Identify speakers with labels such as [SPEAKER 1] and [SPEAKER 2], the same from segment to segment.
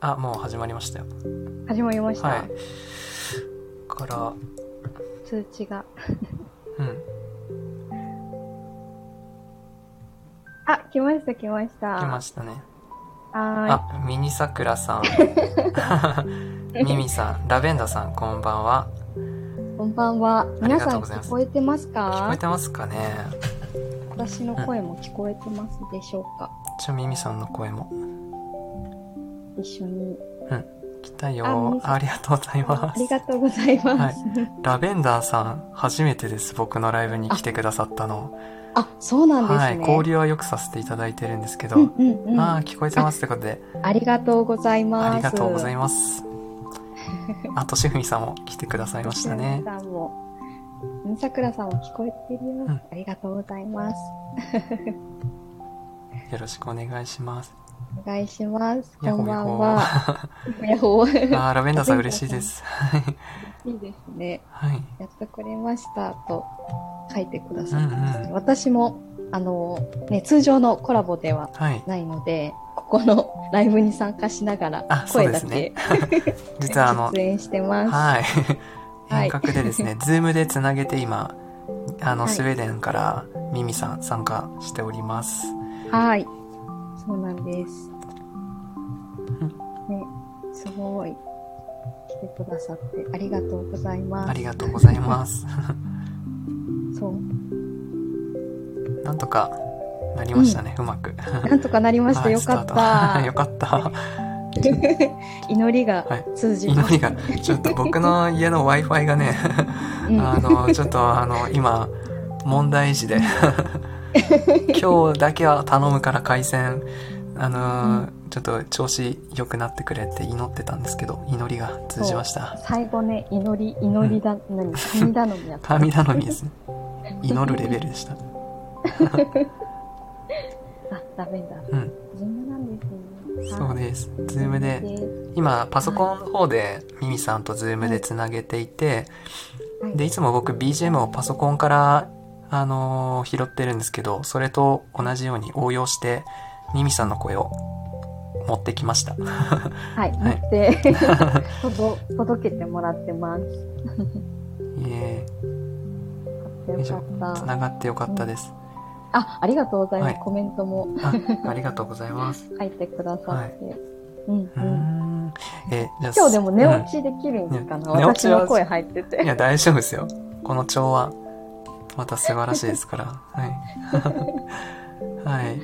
[SPEAKER 1] あもう始まりましたよ
[SPEAKER 2] 始まりました、
[SPEAKER 1] はいから
[SPEAKER 2] 通知が
[SPEAKER 1] うん
[SPEAKER 2] あ来ました来ました
[SPEAKER 1] 来ましたね
[SPEAKER 2] は
[SPEAKER 1] あミニサクラ さんミミさんラベンダさんこんばんは
[SPEAKER 2] ーいこんばんは
[SPEAKER 1] あり
[SPEAKER 2] 皆
[SPEAKER 1] がと
[SPEAKER 2] さ
[SPEAKER 1] うんございます
[SPEAKER 2] 聞こえてます
[SPEAKER 1] 聞
[SPEAKER 2] か
[SPEAKER 1] こえてますかね
[SPEAKER 2] 私の声も聞こえてますでしょうか、
[SPEAKER 1] ちょミミさんの声も
[SPEAKER 2] 一緒に
[SPEAKER 1] 来た
[SPEAKER 2] あミ
[SPEAKER 1] よ
[SPEAKER 2] ミさん
[SPEAKER 1] ありがとうござい
[SPEAKER 2] あ
[SPEAKER 1] ま
[SPEAKER 2] あ
[SPEAKER 1] す
[SPEAKER 2] りがとうございます、
[SPEAKER 1] ラベンダーさん初めてです僕のライブに来てくださったの
[SPEAKER 2] あそうなんですね、
[SPEAKER 1] はい交流はよくさせていただいてるんですけど、
[SPEAKER 2] うんうんうん
[SPEAKER 1] あ
[SPEAKER 2] あ
[SPEAKER 1] あ聞こえてますってことで
[SPEAKER 2] りがとうございます
[SPEAKER 1] ありがとうござい
[SPEAKER 2] ま
[SPEAKER 1] ます。あと、しふみさんも来てくださいましたね。
[SPEAKER 2] さんもうんさくらさんも聞こえてるよ、
[SPEAKER 1] ん
[SPEAKER 2] ありがとうございます
[SPEAKER 1] よろしくお願いします。
[SPEAKER 2] お願いしますこ
[SPEAKER 1] やほ
[SPEAKER 2] ん
[SPEAKER 1] や
[SPEAKER 2] ば
[SPEAKER 1] ほ
[SPEAKER 2] んはやっほ ー
[SPEAKER 1] あーラベンダーさん嬉しい です。はい。
[SPEAKER 2] いいですね
[SPEAKER 1] はい。
[SPEAKER 2] やっとくれましたと書いてくださってますね。
[SPEAKER 1] うんう
[SPEAKER 2] 私も、あの、ね、通常のコラボでは
[SPEAKER 1] はい。
[SPEAKER 2] ないので、ここのライブに参加しながら
[SPEAKER 1] あ、そう
[SPEAKER 2] 声
[SPEAKER 1] で
[SPEAKER 2] だ
[SPEAKER 1] すね
[SPEAKER 2] け
[SPEAKER 1] 実はあの
[SPEAKER 2] 出、演してます。
[SPEAKER 1] はい。
[SPEAKER 2] はい
[SPEAKER 1] 遠隔で ですね、ズームでつなげて今、あの、
[SPEAKER 2] はい
[SPEAKER 1] スウェーデンからミミさん参加しております。
[SPEAKER 2] はい。そうなんです。ね、すごい。来てくださってありがとうございます。
[SPEAKER 1] ありがとうございます。
[SPEAKER 2] そう。
[SPEAKER 1] なんとかなりましたね、うまく。
[SPEAKER 2] なんとかなりました。
[SPEAKER 1] はい
[SPEAKER 2] よかっ
[SPEAKER 1] スタート
[SPEAKER 2] た
[SPEAKER 1] よ。かった。
[SPEAKER 2] 祈りが
[SPEAKER 1] はい
[SPEAKER 2] 通じま
[SPEAKER 1] 祈
[SPEAKER 2] す。
[SPEAKER 1] りが、ちょっと僕の家の Wi-Fi がね、
[SPEAKER 2] うん
[SPEAKER 1] あの、ちょっとあの、今、問題児 で、今日だけは頼むから回線、あのー、ちょっと調子良くなってくれって祈ってたんですけど、祈りが通じました。
[SPEAKER 2] 最後ね、祈り、祈りだ、何、神頼みやった。
[SPEAKER 1] 神頼みですね。祈るレベルでした。
[SPEAKER 2] あ、ラベンダー。
[SPEAKER 1] うん、
[SPEAKER 2] ズームなんですね。
[SPEAKER 1] そうです。ズームで、今、パソコンの方で、ミミさんとズームでつなげていて、
[SPEAKER 2] はい
[SPEAKER 1] で、いつも僕 BGM をパソコンから、あのー拾ってるんですけど、それと同じように応用して、ミミさんの声を持ってきました。
[SPEAKER 2] はい、
[SPEAKER 1] はい
[SPEAKER 2] 持って、届届けてもらってます。
[SPEAKER 1] いえ
[SPEAKER 2] よ
[SPEAKER 1] 以上
[SPEAKER 2] かっ
[SPEAKER 1] つ
[SPEAKER 2] た。
[SPEAKER 1] ながってよかったです。
[SPEAKER 2] あ、ありがとうございます。
[SPEAKER 1] はい
[SPEAKER 2] コメントも
[SPEAKER 1] あありがとうございます。
[SPEAKER 2] 書いてくださって。
[SPEAKER 1] は
[SPEAKER 2] うんうん
[SPEAKER 1] うーん。え、じゃあ
[SPEAKER 2] 今日でも寝落
[SPEAKER 1] う
[SPEAKER 2] ちできるんかな、
[SPEAKER 1] うんね寝落
[SPEAKER 2] 私
[SPEAKER 1] ちは
[SPEAKER 2] の声入って
[SPEAKER 1] んい
[SPEAKER 2] て。
[SPEAKER 1] や、大丈夫ですよ。この調和、また素晴らしいですから。 はい。はい。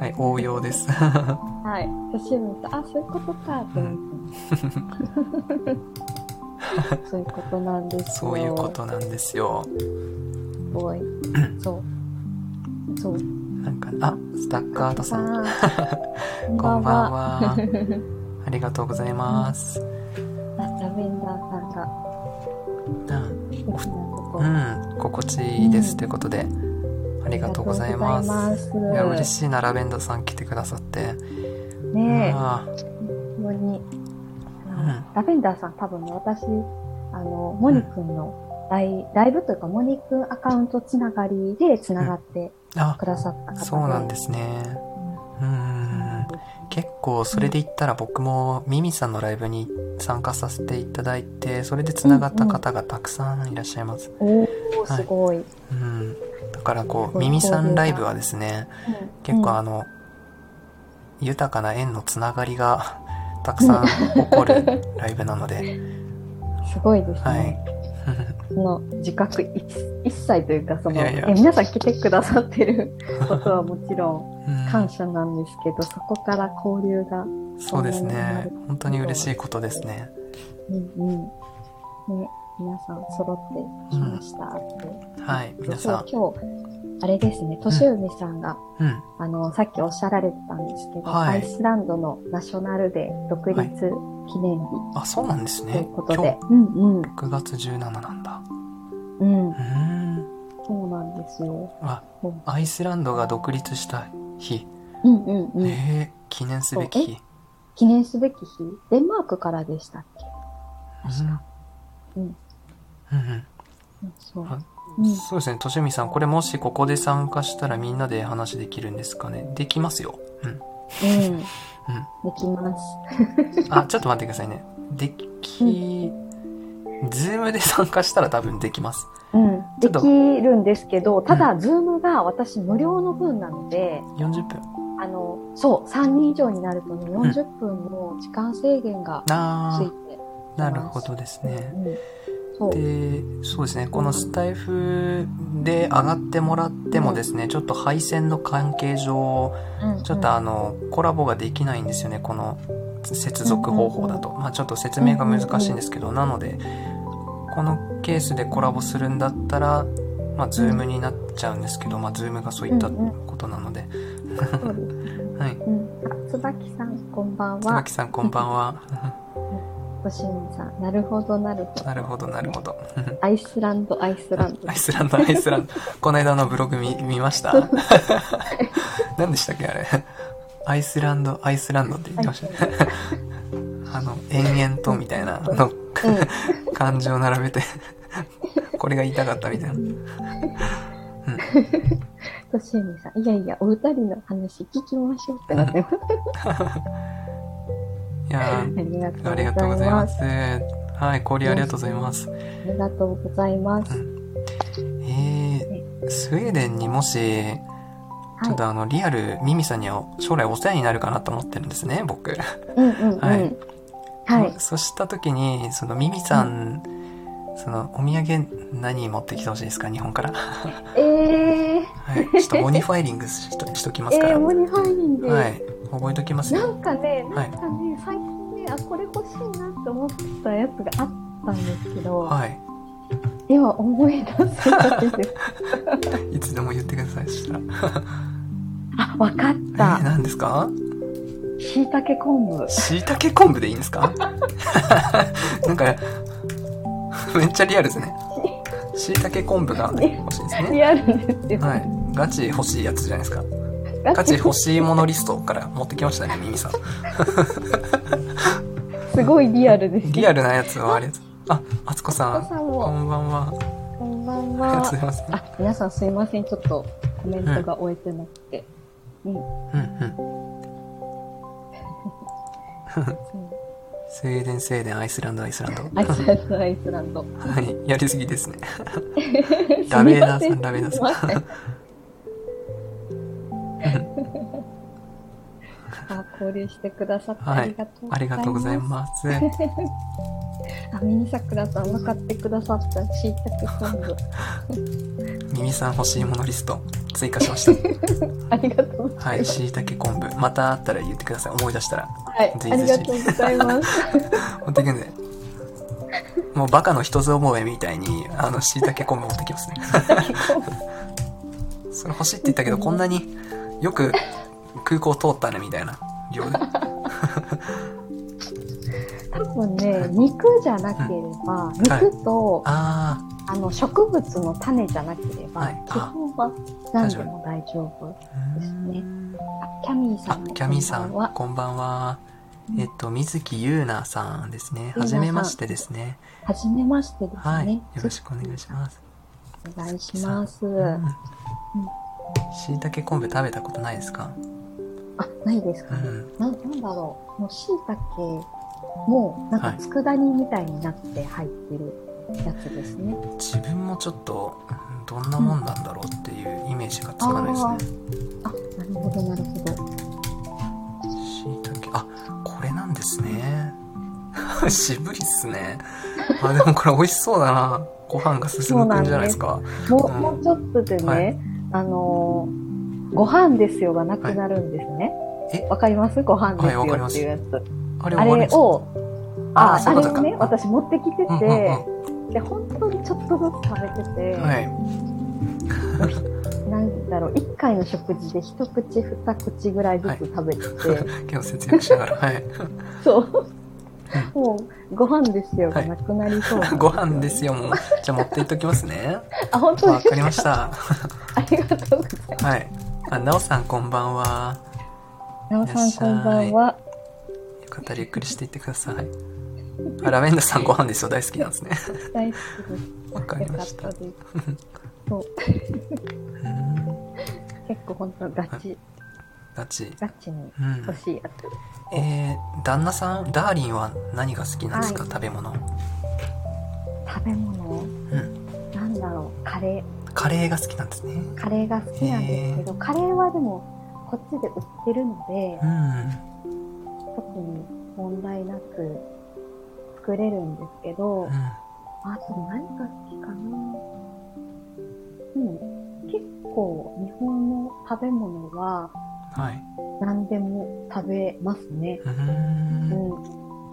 [SPEAKER 1] はい、応用です。
[SPEAKER 2] はい。私も見たあ、そういうことか、って思 って。そういうことなんですよ。
[SPEAKER 1] そういうことなんですよ。
[SPEAKER 2] すご い。そう。そう。
[SPEAKER 1] なんか、あ、スタッカートさん。
[SPEAKER 2] こ
[SPEAKER 1] こん
[SPEAKER 2] んばん
[SPEAKER 1] ばん
[SPEAKER 2] は。
[SPEAKER 1] は。ありがとうございます。
[SPEAKER 2] ラベンダーさんが
[SPEAKER 1] うん、
[SPEAKER 2] 素敵なとこ
[SPEAKER 1] う
[SPEAKER 2] ろ。
[SPEAKER 1] ん心地いいですということで、ありがとうございます。
[SPEAKER 2] ありがとうご
[SPEAKER 1] い
[SPEAKER 2] ざいます
[SPEAKER 1] や嬉しいなラベンダーさん来てくださって。
[SPEAKER 2] ねえ、
[SPEAKER 1] あ
[SPEAKER 2] 非常に、あの
[SPEAKER 1] うん
[SPEAKER 2] ラベンダーさん多分ね、私、あの、モニ君のライ,、ライブというか、モニ君アカウントつながりでつながって
[SPEAKER 1] ーあ
[SPEAKER 2] くださった方で、
[SPEAKER 1] そうなんですね。うん結構それで言ったら僕もミミさんのライブに参加させていただいてそれでつながった方がたくさんいらっしゃいます。
[SPEAKER 2] おおすごい。
[SPEAKER 1] うん、だからこ
[SPEAKER 2] す
[SPEAKER 1] う
[SPEAKER 2] ごい
[SPEAKER 1] ミミさんライブはですね結構あ
[SPEAKER 2] の、
[SPEAKER 1] の、豊かな縁のつながりが たくさん起こるライブなの で、
[SPEAKER 2] すごいですね。
[SPEAKER 1] はい。
[SPEAKER 2] その自覚一一切というか、その
[SPEAKER 1] いやいや
[SPEAKER 2] え皆さん来てくださっ てることはもちろん
[SPEAKER 1] うん
[SPEAKER 2] 感謝なんですけど、そこから交流が、
[SPEAKER 1] そうです
[SPEAKER 2] な
[SPEAKER 1] ね
[SPEAKER 2] るほど。
[SPEAKER 1] 本当に嬉しいことですね。
[SPEAKER 2] うんうん。ね、皆さん揃ってきましたって。
[SPEAKER 1] はい、皆
[SPEAKER 2] そ
[SPEAKER 1] さ
[SPEAKER 2] う今日、あれですね、年海さんが、
[SPEAKER 1] ん。うん。
[SPEAKER 2] あの、さっきおっしゃられてたんですけど、
[SPEAKER 1] はい
[SPEAKER 2] アイスランドのナショナルデー独立記念日
[SPEAKER 1] あ、そうなんです
[SPEAKER 2] とい
[SPEAKER 1] ね
[SPEAKER 2] う。こ
[SPEAKER 1] 今日
[SPEAKER 2] とで、うん
[SPEAKER 1] 6月17なんだ。
[SPEAKER 2] うん、うん
[SPEAKER 1] う、ーん。
[SPEAKER 2] そうなんですよ。
[SPEAKER 1] あ
[SPEAKER 2] うん、
[SPEAKER 1] アイスランドが独立した日。
[SPEAKER 2] うんうんうん。
[SPEAKER 1] えー、記念すべき日。
[SPEAKER 2] 記念すべき日、デンマークからでしたっけ
[SPEAKER 1] うん。
[SPEAKER 2] 確か。うん
[SPEAKER 1] うん
[SPEAKER 2] うんそう。
[SPEAKER 1] あ
[SPEAKER 2] う
[SPEAKER 1] うんん、そうですね、としみさん、これもしここで参加したらみんなで話できるんですかね。できますよ。うん。
[SPEAKER 2] うん。できます。
[SPEAKER 1] あ、ちょっと待ってくださいね。でき、ズームで参加したら多分できます。
[SPEAKER 2] うん。
[SPEAKER 1] ちょ
[SPEAKER 2] で
[SPEAKER 1] っと
[SPEAKER 2] きるんですけど、た
[SPEAKER 1] う
[SPEAKER 2] だ、ズームが私無料の分なので、
[SPEAKER 1] 40分。
[SPEAKER 2] あの、そう、3人以上になるとね、40分の時間制限がつい
[SPEAKER 1] あ
[SPEAKER 2] て、
[SPEAKER 1] ー、なるほどですね。
[SPEAKER 2] うん。そう。
[SPEAKER 1] で、そうですね、このスタイフで上がってもらってもですね、ちょっと配線の関係上、
[SPEAKER 2] うん
[SPEAKER 1] ちょっとあの、コラボができないんですよね、この接続方法だと。まあちょっと説明が難しいんですけど、なので、このケースでコラボするんだったら、まあ、ズームになっちゃうんですけど、まあ、ズームがそういったことなので。
[SPEAKER 2] そうですね。
[SPEAKER 1] はい。
[SPEAKER 2] うん。あ、椿さん、こんばんは
[SPEAKER 1] 椿。さん、こんばんは。
[SPEAKER 2] ごしゅんさん、なるほど、なるほど。
[SPEAKER 1] なるほど、なるほど。
[SPEAKER 2] アイスランド、アイスランド
[SPEAKER 1] アイ。スランド、アイスランド。 この間のブログ見、見ました 何でしたっけあれ。アイスランド、アイスランドって言ってましたね。あの、延々とみたいな、あの、 漢字を並べて、これが言いたかった みたいな。
[SPEAKER 2] としえみさん、いやいや、お二人の話聞きましょうって なってます。
[SPEAKER 1] いや
[SPEAKER 2] ありがとうございます。
[SPEAKER 1] ー、ありがとうございます。はい、交流ありがとうございます。
[SPEAKER 2] ありがとうございます。はい。
[SPEAKER 1] えー、スウェーデンにもし、ちょっとあの、リアル、ミミさんには将来お世話になるかなと思ってるんですね、僕。
[SPEAKER 2] うんうんうん。
[SPEAKER 1] は
[SPEAKER 2] はいい。
[SPEAKER 1] そした時に、そのミミさん、そのお土産何持ってきてほしいですか日本 から。
[SPEAKER 2] えー、
[SPEAKER 1] はい。ちょっとモニファイリングしとしときますか
[SPEAKER 2] えー、
[SPEAKER 1] ら。
[SPEAKER 2] モニファイリング。
[SPEAKER 1] はい。覚えときます
[SPEAKER 2] な
[SPEAKER 1] よ。
[SPEAKER 2] んかね、
[SPEAKER 1] は
[SPEAKER 2] ないんかね、最近ね、あ、これ欲しいなって思ってたやつがあったんですけど、
[SPEAKER 1] はい。
[SPEAKER 2] 今思い出せたん ですよ。
[SPEAKER 1] いつでも言ってください。そ したら。
[SPEAKER 2] あ、わか
[SPEAKER 1] え
[SPEAKER 2] っ
[SPEAKER 1] ー、
[SPEAKER 2] た。
[SPEAKER 1] 何ですか
[SPEAKER 2] 椎茸昆布。
[SPEAKER 1] 椎茸昆布でいいんですか なんか、 めっちゃリアルです ね。椎茸昆布が欲しいですね。
[SPEAKER 2] リアルですよ。
[SPEAKER 1] はい。ガチ欲しいやつじゃないですか。
[SPEAKER 2] ガ
[SPEAKER 1] ガ
[SPEAKER 2] チ
[SPEAKER 1] チ欲しいものリストから持ってきましたね、ミミ さん。
[SPEAKER 2] すごいリアルです。
[SPEAKER 1] リア
[SPEAKER 2] ル。
[SPEAKER 1] ルなやつはあれです。あ、あつこさん
[SPEAKER 2] お子。さん
[SPEAKER 1] こ
[SPEAKER 2] も、
[SPEAKER 1] んばんは。
[SPEAKER 2] こんばん
[SPEAKER 1] ありがとうご。ざ
[SPEAKER 2] は
[SPEAKER 1] います。
[SPEAKER 2] あ、皆さんすいません。ちょっとコメントが終えてなくて。うん。うん
[SPEAKER 1] うんうん。スウェーデン、スウェーデン、アイスランド、アイスランド。
[SPEAKER 2] アイスランド、アイスランド。
[SPEAKER 1] はい。やりすぎですね。ラ
[SPEAKER 2] ダ
[SPEAKER 1] ベ
[SPEAKER 2] メ
[SPEAKER 1] ー
[SPEAKER 2] だ
[SPEAKER 1] ダーさん、ラベーダーさ ん。
[SPEAKER 2] あ、交流してくださってありがとうございます。
[SPEAKER 1] ありがとうございます。
[SPEAKER 2] あ、ミニサクラさんも買ってくださった椎茸昆布。
[SPEAKER 1] ミミさん欲しいものリスト、追加しま した。
[SPEAKER 2] ありがとうございます。
[SPEAKER 1] はい。椎茸昆布。またあったら言ってください。思い出したら。
[SPEAKER 2] はい、
[SPEAKER 1] ぜ
[SPEAKER 2] あ
[SPEAKER 1] ひ
[SPEAKER 2] り
[SPEAKER 1] ぜ
[SPEAKER 2] が
[SPEAKER 1] ひ
[SPEAKER 2] とうございます。
[SPEAKER 1] 持ってくんで。もうバカの人つ覚えみたいに、あの、椎茸昆布持ってきますね。 それ欲しいって言ったけど、こんなによく空港通ったね、みたいな。量で。
[SPEAKER 2] 多分ね、肉じゃなければ、肉と、
[SPEAKER 1] あ
[SPEAKER 2] あの、植物の種じゃなければ、
[SPEAKER 1] はい
[SPEAKER 2] 基本は何でも大丈夫。
[SPEAKER 1] ー。
[SPEAKER 2] ですね
[SPEAKER 1] うーん
[SPEAKER 2] あ、キャミーさ
[SPEAKER 1] あ
[SPEAKER 2] ん、も
[SPEAKER 1] キャミーさん
[SPEAKER 2] こばは、
[SPEAKER 1] こんばんは。えっと、水木優奈さんですね。
[SPEAKER 2] ゆう
[SPEAKER 1] は
[SPEAKER 2] な
[SPEAKER 1] じ
[SPEAKER 2] さん
[SPEAKER 1] めましてですね。
[SPEAKER 2] はじめましてですね。
[SPEAKER 1] はい。よろしくお願いします。
[SPEAKER 2] お願いします。
[SPEAKER 1] うん椎茸昆布食べたことないですか
[SPEAKER 2] あ、ないです
[SPEAKER 1] う
[SPEAKER 2] かね。
[SPEAKER 1] ん。
[SPEAKER 2] なん、なんだろう。もう、椎茸も、なん
[SPEAKER 1] は
[SPEAKER 2] か、
[SPEAKER 1] い
[SPEAKER 2] 佃煮みたいになって入ってるやつですね。
[SPEAKER 1] 自分もちょっと、うんどんなもんなんだろうっていうイメージがつかないですね。
[SPEAKER 2] あ、なるほど、なるほど。
[SPEAKER 1] 椎茸、あ、これなんですね。 渋いっすね。あ、でもこれ美味しそうだな。ご飯が進むくんじゃないですか。
[SPEAKER 2] もう、
[SPEAKER 1] うん
[SPEAKER 2] もうちょっとでね、
[SPEAKER 1] はい
[SPEAKER 2] あのーご飯ですよがなくなるんです
[SPEAKER 1] は
[SPEAKER 2] ね
[SPEAKER 1] いえ。
[SPEAKER 2] わ、かりますご飯ですよ
[SPEAKER 1] はいわかりま
[SPEAKER 2] っ
[SPEAKER 1] す
[SPEAKER 2] ていうやつ。
[SPEAKER 1] あれ終
[SPEAKER 2] あ
[SPEAKER 1] わり
[SPEAKER 2] れ
[SPEAKER 1] ですか
[SPEAKER 2] を、あ
[SPEAKER 1] あ
[SPEAKER 2] あ
[SPEAKER 1] そう
[SPEAKER 2] れ
[SPEAKER 1] かそうか
[SPEAKER 2] をね、
[SPEAKER 1] うん
[SPEAKER 2] 私持ってきてて、
[SPEAKER 1] うんうん
[SPEAKER 2] で、本当にちょっとずつ食べてて、
[SPEAKER 1] うん。はい。
[SPEAKER 2] なんだろう、一回の食事で一口二口ぐらいずつ食べてて、
[SPEAKER 1] 今日節約しながら。はい。
[SPEAKER 2] そう。もう、ご飯ですよがなくなりそうなんですよ、
[SPEAKER 1] ご飯ですよ、もう。じゃあ持っていっときますね。
[SPEAKER 2] あ、本当
[SPEAKER 1] わ
[SPEAKER 2] ですか
[SPEAKER 1] かりまし。た。
[SPEAKER 2] ありがとうございます。
[SPEAKER 1] はい。あ、なおさんこんばんは。
[SPEAKER 2] なおさんこんばんは。
[SPEAKER 1] よかったらゆっくりしていってください。あ、ラベンダーさんご飯ですよ、大好きなんですね。
[SPEAKER 2] 大好きです。
[SPEAKER 1] わか
[SPEAKER 2] よ
[SPEAKER 1] り
[SPEAKER 2] か
[SPEAKER 1] ま
[SPEAKER 2] っ
[SPEAKER 1] した
[SPEAKER 2] た。です。そう、
[SPEAKER 1] うん
[SPEAKER 2] 結構本当ガチ。
[SPEAKER 1] ガチ。
[SPEAKER 2] ガチに
[SPEAKER 1] うん。
[SPEAKER 2] 欲しいやつ。
[SPEAKER 1] えー、旦那さん、ダーリンは何が好きなんですか、
[SPEAKER 2] はい
[SPEAKER 1] 食べ物。
[SPEAKER 2] 食べ物、なんだろう、カレ
[SPEAKER 1] カレーが好きなんですね。
[SPEAKER 2] ー、カレーが好きなんですけど、カレーはでも、こっちで売ってるので
[SPEAKER 1] う、ん。
[SPEAKER 2] 特に問題なく作れるんですけど
[SPEAKER 1] う、ん。
[SPEAKER 2] あと何が好きかなうん、結構日本の食べ物は
[SPEAKER 1] はい。
[SPEAKER 2] 何でも食べますね。
[SPEAKER 1] うー。
[SPEAKER 2] うんん。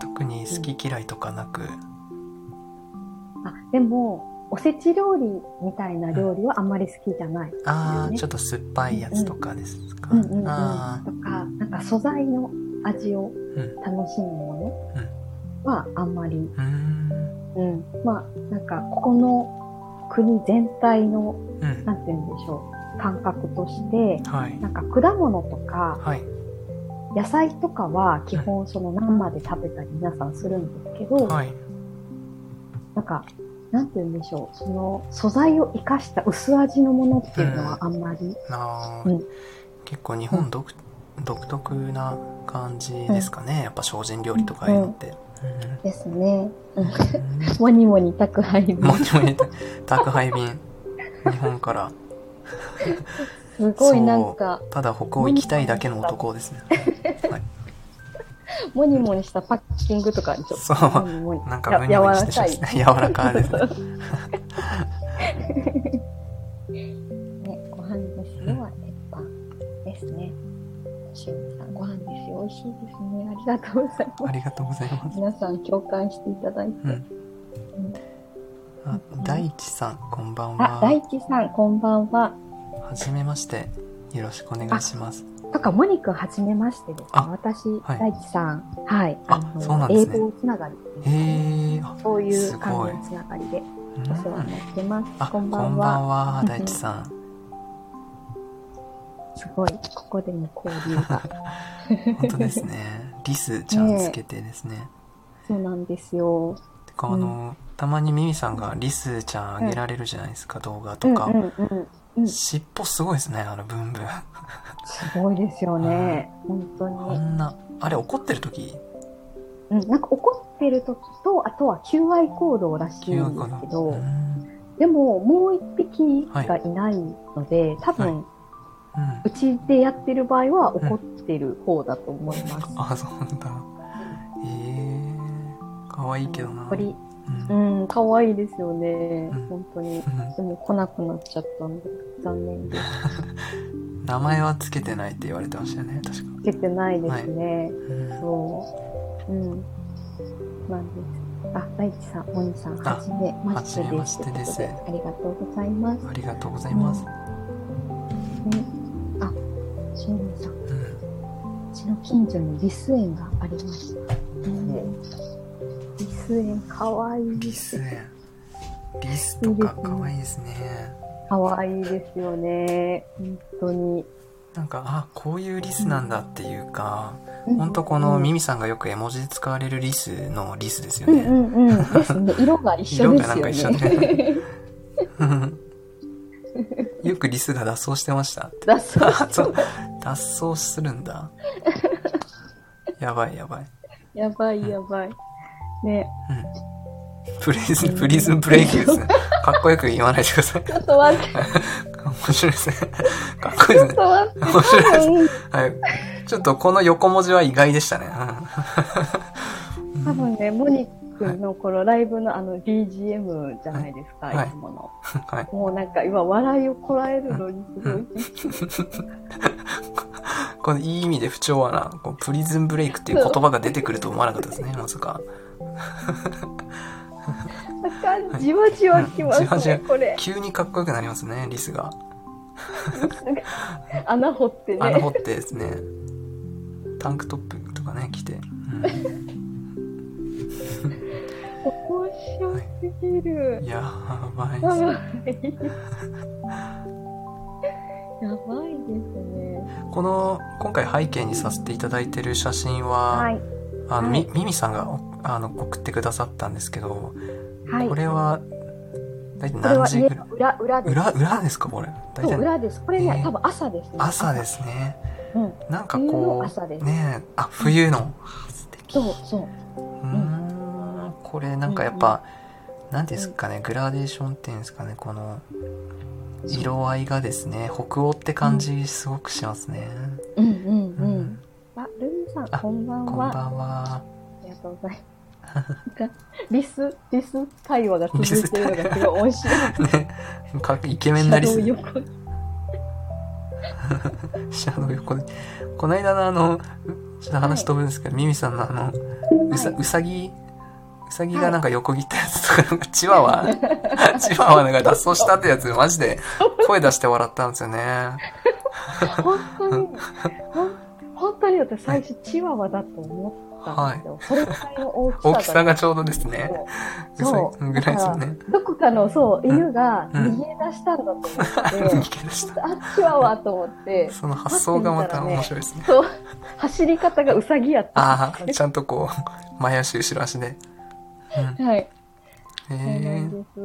[SPEAKER 1] 特に好き嫌いとかなく。
[SPEAKER 2] あ、でも、おせち料理みたいな料理はあんまり好きじゃない。
[SPEAKER 1] ああ、
[SPEAKER 2] ね
[SPEAKER 1] ちょっと酸っぱいやつとかですか。
[SPEAKER 2] うんうんうん。と
[SPEAKER 1] ああ、
[SPEAKER 2] か、なんか素材の味を
[SPEAKER 1] うん。
[SPEAKER 2] 楽しむものはあんまり、
[SPEAKER 1] うーん。
[SPEAKER 2] うん。まあ、なんか、ここの国全体の、
[SPEAKER 1] うん。
[SPEAKER 2] なんて言うんでしょう、感覚として、
[SPEAKER 1] はい。
[SPEAKER 2] なんか果物とか
[SPEAKER 1] はい。
[SPEAKER 2] 野菜とかは基本その生で食べたり皆さんするんですけど、
[SPEAKER 1] はい。
[SPEAKER 2] なんか、なんて言うんでしょう、その素材を生かした薄味のものっていうのはあんまり、
[SPEAKER 1] ああ、
[SPEAKER 2] うん
[SPEAKER 1] 結構日本独,、独特な感じですかね。やっぱ精進料理とかああいうのって。
[SPEAKER 2] ですね。うん
[SPEAKER 1] うん
[SPEAKER 2] モニモニ宅配便。
[SPEAKER 1] もにもに宅配便。日本から。
[SPEAKER 2] すごいなんか、
[SPEAKER 1] ただ北欧行きたいだけの男ですね。はい。
[SPEAKER 2] モニモニしたパッキングとかにちょっ
[SPEAKER 1] そ
[SPEAKER 2] と、
[SPEAKER 1] う
[SPEAKER 2] モニモニ
[SPEAKER 1] なんかムニムニしてしまいま した。柔らかいです ね。
[SPEAKER 2] ね、ご飯ですよは鉄板ですね。しおりさん、ご飯ですよ。美味しいですね。ありがとうございま
[SPEAKER 1] ありがとうございます
[SPEAKER 2] す。。皆さん共感していただいて。
[SPEAKER 1] うん
[SPEAKER 2] うん。
[SPEAKER 1] あ大地さん、こんばん
[SPEAKER 2] あ、大
[SPEAKER 1] は。
[SPEAKER 2] 地さん、こんばんは。
[SPEAKER 1] はじめまして。よろしくお願いします。
[SPEAKER 2] とか、モニ君はじめましてですね。
[SPEAKER 1] あ
[SPEAKER 2] 私、
[SPEAKER 1] はい
[SPEAKER 2] 大地さん、はい。
[SPEAKER 1] あ
[SPEAKER 2] の
[SPEAKER 1] そうなんですね
[SPEAKER 2] 英語つながり。
[SPEAKER 1] へえ。あ
[SPEAKER 2] そうい
[SPEAKER 1] す
[SPEAKER 2] う感
[SPEAKER 1] ごい
[SPEAKER 2] じのつながりで
[SPEAKER 1] う
[SPEAKER 2] お世話
[SPEAKER 1] ん。
[SPEAKER 2] になってます。
[SPEAKER 1] あ、
[SPEAKER 2] こ
[SPEAKER 1] こ
[SPEAKER 2] ん
[SPEAKER 1] ん
[SPEAKER 2] ば
[SPEAKER 1] ば
[SPEAKER 2] ん
[SPEAKER 1] ん
[SPEAKER 2] は。
[SPEAKER 1] は、大地さん。
[SPEAKER 2] すごい、ここでも 交流が。
[SPEAKER 1] 本当ですね。リスちゃんつけてですね。
[SPEAKER 2] そうなんですよ。
[SPEAKER 1] てか、あの、たまにミミさんがリスちゃんあげられるじゃないですか、動画とか
[SPEAKER 2] うん。うんうん。うん
[SPEAKER 1] 尻尾すごいですね、あのブンブン。
[SPEAKER 2] すごいですよね。本当
[SPEAKER 1] あ
[SPEAKER 2] に。
[SPEAKER 1] んな、あれ怒ってる時
[SPEAKER 2] うん、なんか怒ってる時と、あとは求愛行動らしいんですけ
[SPEAKER 1] う
[SPEAKER 2] ど、
[SPEAKER 1] ん。
[SPEAKER 2] でももう一匹がいないので、多分、
[SPEAKER 1] うん
[SPEAKER 2] うちでやってる場合は怒ってる方だと思います。
[SPEAKER 1] あ、そうなんだ。ええ。可愛いけどな。
[SPEAKER 2] 鳥、
[SPEAKER 1] うん
[SPEAKER 2] う。ん、可愛いですよね
[SPEAKER 1] うん。
[SPEAKER 2] 本当に。
[SPEAKER 1] うん
[SPEAKER 2] でも来なくなっちゃったんで、残念で
[SPEAKER 1] 名前はつけてないって言われてましたよね、確か。
[SPEAKER 2] つけてないですね。
[SPEAKER 1] うん
[SPEAKER 2] そう。うん。なんです。あ、大地さん、モニさん、
[SPEAKER 1] あ
[SPEAKER 2] はじめまし
[SPEAKER 1] はじ
[SPEAKER 2] てです。
[SPEAKER 1] めましてです
[SPEAKER 2] ということでありがとうございます。
[SPEAKER 1] ありがとうございます。
[SPEAKER 2] ね、あ、しのぶさん、う
[SPEAKER 1] うん。
[SPEAKER 2] ちの近所にリス園がありました。リス園、かわいい。
[SPEAKER 1] リス園。リスとか可愛いですね。
[SPEAKER 2] かわいいですよね。本当に。
[SPEAKER 1] なんか、あ、こういうリスなんだっていうか、
[SPEAKER 2] うん
[SPEAKER 1] ほんとこのミミさんがよく絵文字で使われるリスのリスですよ
[SPEAKER 2] うん
[SPEAKER 1] ね。
[SPEAKER 2] うんうん。ですね。色が一緒
[SPEAKER 1] 色
[SPEAKER 2] で
[SPEAKER 1] が
[SPEAKER 2] す
[SPEAKER 1] なんか一
[SPEAKER 2] よ
[SPEAKER 1] 緒
[SPEAKER 2] ね。
[SPEAKER 1] で。 よくリスが脱走してましたって。
[SPEAKER 2] だそう
[SPEAKER 1] あそう脱走するんだ。やばいやばい。
[SPEAKER 2] やばいやばい。ね、
[SPEAKER 1] うん。プリズン、プリズンブレイクですね。かっこよく言わないでください。
[SPEAKER 2] ちょっと待って、
[SPEAKER 1] 面白いですね。かっこいいで
[SPEAKER 2] ち
[SPEAKER 1] す
[SPEAKER 2] ょっ
[SPEAKER 1] ね。
[SPEAKER 2] と待って。
[SPEAKER 1] 面白いですね。
[SPEAKER 2] うん
[SPEAKER 1] はい。ちょっとこの横文字は意外でしたね。うん
[SPEAKER 2] 多分ね、モニ君のこのライブのあの BGM じゃないですか、
[SPEAKER 1] はい
[SPEAKER 2] いつもの。
[SPEAKER 1] はい。
[SPEAKER 2] もうなんか今笑いをこらえるのにすごい
[SPEAKER 1] このいい意味で不調和な、こうプリズンブレイクっていう言葉が出てくると思わなかったですね、まさか。
[SPEAKER 2] あかん、じわじわきますね、
[SPEAKER 1] うんじわじわ
[SPEAKER 2] これ。
[SPEAKER 1] 急にかっこよくなりますね、リスが。
[SPEAKER 2] 穴掘って
[SPEAKER 1] 穴
[SPEAKER 2] ね。
[SPEAKER 1] 掘ってですね。タンクトップとかね、着て。うん
[SPEAKER 2] 面白すぎる。
[SPEAKER 1] やばい
[SPEAKER 2] やばい。
[SPEAKER 1] で
[SPEAKER 2] やばいですね。
[SPEAKER 1] す。この、今回背景にさせていただいてる写真は、
[SPEAKER 2] はい。
[SPEAKER 1] あの、
[SPEAKER 2] はい
[SPEAKER 1] み、みみさんが、おあの、送ってくださったんですけど、
[SPEAKER 2] はい。
[SPEAKER 1] これは、大体
[SPEAKER 2] これ
[SPEAKER 1] 何
[SPEAKER 2] は
[SPEAKER 1] 時
[SPEAKER 2] 家
[SPEAKER 1] ぐらい
[SPEAKER 2] の裏、裏です。
[SPEAKER 1] 裏、裏ですか、これ。大
[SPEAKER 2] そう、
[SPEAKER 1] 体、
[SPEAKER 2] 裏です。これ
[SPEAKER 1] え
[SPEAKER 2] ね
[SPEAKER 1] ー、
[SPEAKER 2] 多分朝ですね。
[SPEAKER 1] 朝ですね。
[SPEAKER 2] うん。
[SPEAKER 1] なんか
[SPEAKER 2] 冬の
[SPEAKER 1] こ
[SPEAKER 2] 朝で
[SPEAKER 1] う
[SPEAKER 2] す
[SPEAKER 1] ねえあ冬のあ素敵
[SPEAKER 2] そうそう。
[SPEAKER 1] うーんこれなんかやっぱ何ですかねグラデーションっていうんですかねこの色合いがですね北欧って感じすごくしますね、
[SPEAKER 2] うんうん
[SPEAKER 1] う
[SPEAKER 2] うん
[SPEAKER 1] ん。、
[SPEAKER 2] あ、ルミさん、
[SPEAKER 1] あ
[SPEAKER 2] こんばん
[SPEAKER 1] こんばん
[SPEAKER 2] は。
[SPEAKER 1] は
[SPEAKER 2] ありがとうご ざいます。なんかリス、リス会話が続いてるのがすごい面白い。
[SPEAKER 1] ねかイケメンになりす
[SPEAKER 2] シ
[SPEAKER 1] ぎ
[SPEAKER 2] ャドウ横に
[SPEAKER 1] シャドウ横でこの間のあのちょっと話飛ぶんですけど、ミミさんのあのうさ,、
[SPEAKER 2] はいう
[SPEAKER 1] さぎうさぎがなんか横切ったやつとか、なんかチワ ワチワワなんか脱走したってやつ、マジで声出して笑ったんですよね。
[SPEAKER 2] 本当に、ほん本当に私最初チワワだと思ったんですよ。それくらいの大きさ
[SPEAKER 1] 大きさ
[SPEAKER 2] が。
[SPEAKER 1] がちょうどですね。
[SPEAKER 2] そう
[SPEAKER 1] ぐらいですよね。
[SPEAKER 2] どこかの、そう、犬が
[SPEAKER 1] うん
[SPEAKER 2] 逃げ出したんだと思って、
[SPEAKER 1] 逃げ出した。
[SPEAKER 2] あ、チワワと思って、
[SPEAKER 1] その発想がまた面白いですね。
[SPEAKER 2] そう、走り方がウサギやった。
[SPEAKER 1] ああ、ちゃんとこう、前足後ろ足で。
[SPEAKER 2] はい。
[SPEAKER 1] うん、
[SPEAKER 2] そ
[SPEAKER 1] へ
[SPEAKER 2] うなん
[SPEAKER 1] え。
[SPEAKER 2] です。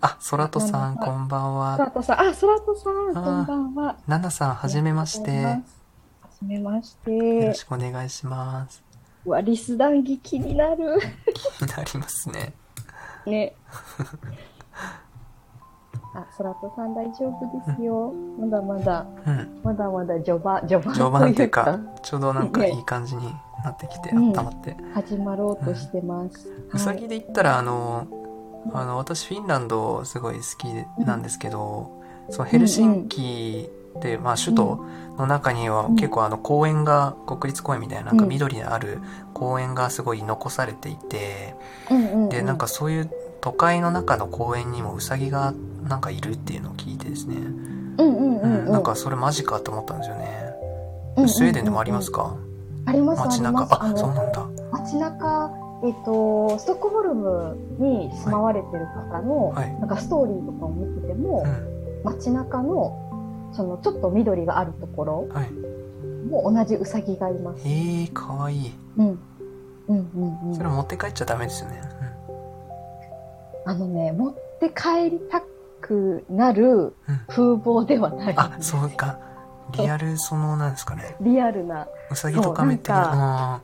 [SPEAKER 1] あ、ソラトさん、
[SPEAKER 2] こ
[SPEAKER 1] こんばん
[SPEAKER 2] ソラ
[SPEAKER 1] は。
[SPEAKER 2] トさん、あ、ソラトさん、こ
[SPEAKER 1] あー
[SPEAKER 2] んばんは。は
[SPEAKER 1] ナナさん、はじめまして。
[SPEAKER 2] は
[SPEAKER 1] よ
[SPEAKER 2] じめまし
[SPEAKER 1] ろ
[SPEAKER 2] て。
[SPEAKER 1] しくお願いします。
[SPEAKER 2] うわ、リス談義気にな る。
[SPEAKER 1] 気になりますね。
[SPEAKER 2] ね。あ、ソラトさん大丈夫ですよ。まだまだ、
[SPEAKER 1] うん。
[SPEAKER 2] まだまだ序盤、序盤
[SPEAKER 1] 序盤っていう
[SPEAKER 2] と
[SPEAKER 1] か
[SPEAKER 2] いうか、
[SPEAKER 1] ちょうどなんか
[SPEAKER 2] ね
[SPEAKER 1] いい感じになってきて、
[SPEAKER 2] うん
[SPEAKER 1] 温まって。
[SPEAKER 2] 始まろうとしてます。
[SPEAKER 1] うさ
[SPEAKER 2] はい
[SPEAKER 1] ぎで言ったら、あの、あの、私フィンランドすごい好きなんですけど、そのヘルシンキって、まあ首都の中には
[SPEAKER 2] うん
[SPEAKER 1] 結構あの公園が、国立公園みたいななんか
[SPEAKER 2] うん
[SPEAKER 1] 緑のある公園がすごい残されていて、
[SPEAKER 2] うんうんうん、
[SPEAKER 1] で、なんかそういう都会の中の公園にもウサギがなんかいるっていうのを聞いてですね、
[SPEAKER 2] うんう
[SPEAKER 1] う
[SPEAKER 2] んうんんうん、
[SPEAKER 1] なんかそれマジかと思ったんですよね。
[SPEAKER 2] うんうんうんうん、
[SPEAKER 1] スウェーデンでもありますか
[SPEAKER 2] あります、
[SPEAKER 1] 街
[SPEAKER 2] ありま
[SPEAKER 1] 中。
[SPEAKER 2] す。あ
[SPEAKER 1] あ、そう
[SPEAKER 2] の、
[SPEAKER 1] なんだ。
[SPEAKER 2] 街中、えっと、ストックホルムに住まわれてる方の、
[SPEAKER 1] はいはい
[SPEAKER 2] なんかストーリーとかを見てても、
[SPEAKER 1] うん。
[SPEAKER 2] 街中の、その、ちょっと緑があるところ
[SPEAKER 1] はい。
[SPEAKER 2] も同じウサギがいます。
[SPEAKER 1] えー、かわいい。
[SPEAKER 2] うん。うんうんう
[SPEAKER 1] そ
[SPEAKER 2] ん
[SPEAKER 1] れ。持って帰っちゃダメですよね。
[SPEAKER 2] あのね、持って帰りたくなる
[SPEAKER 1] うん
[SPEAKER 2] 風貌ではない。
[SPEAKER 1] あ、そうか。リアル、その、なんですかね。
[SPEAKER 2] リアルな。
[SPEAKER 1] うさぎとかめって
[SPEAKER 2] そう
[SPEAKER 1] あ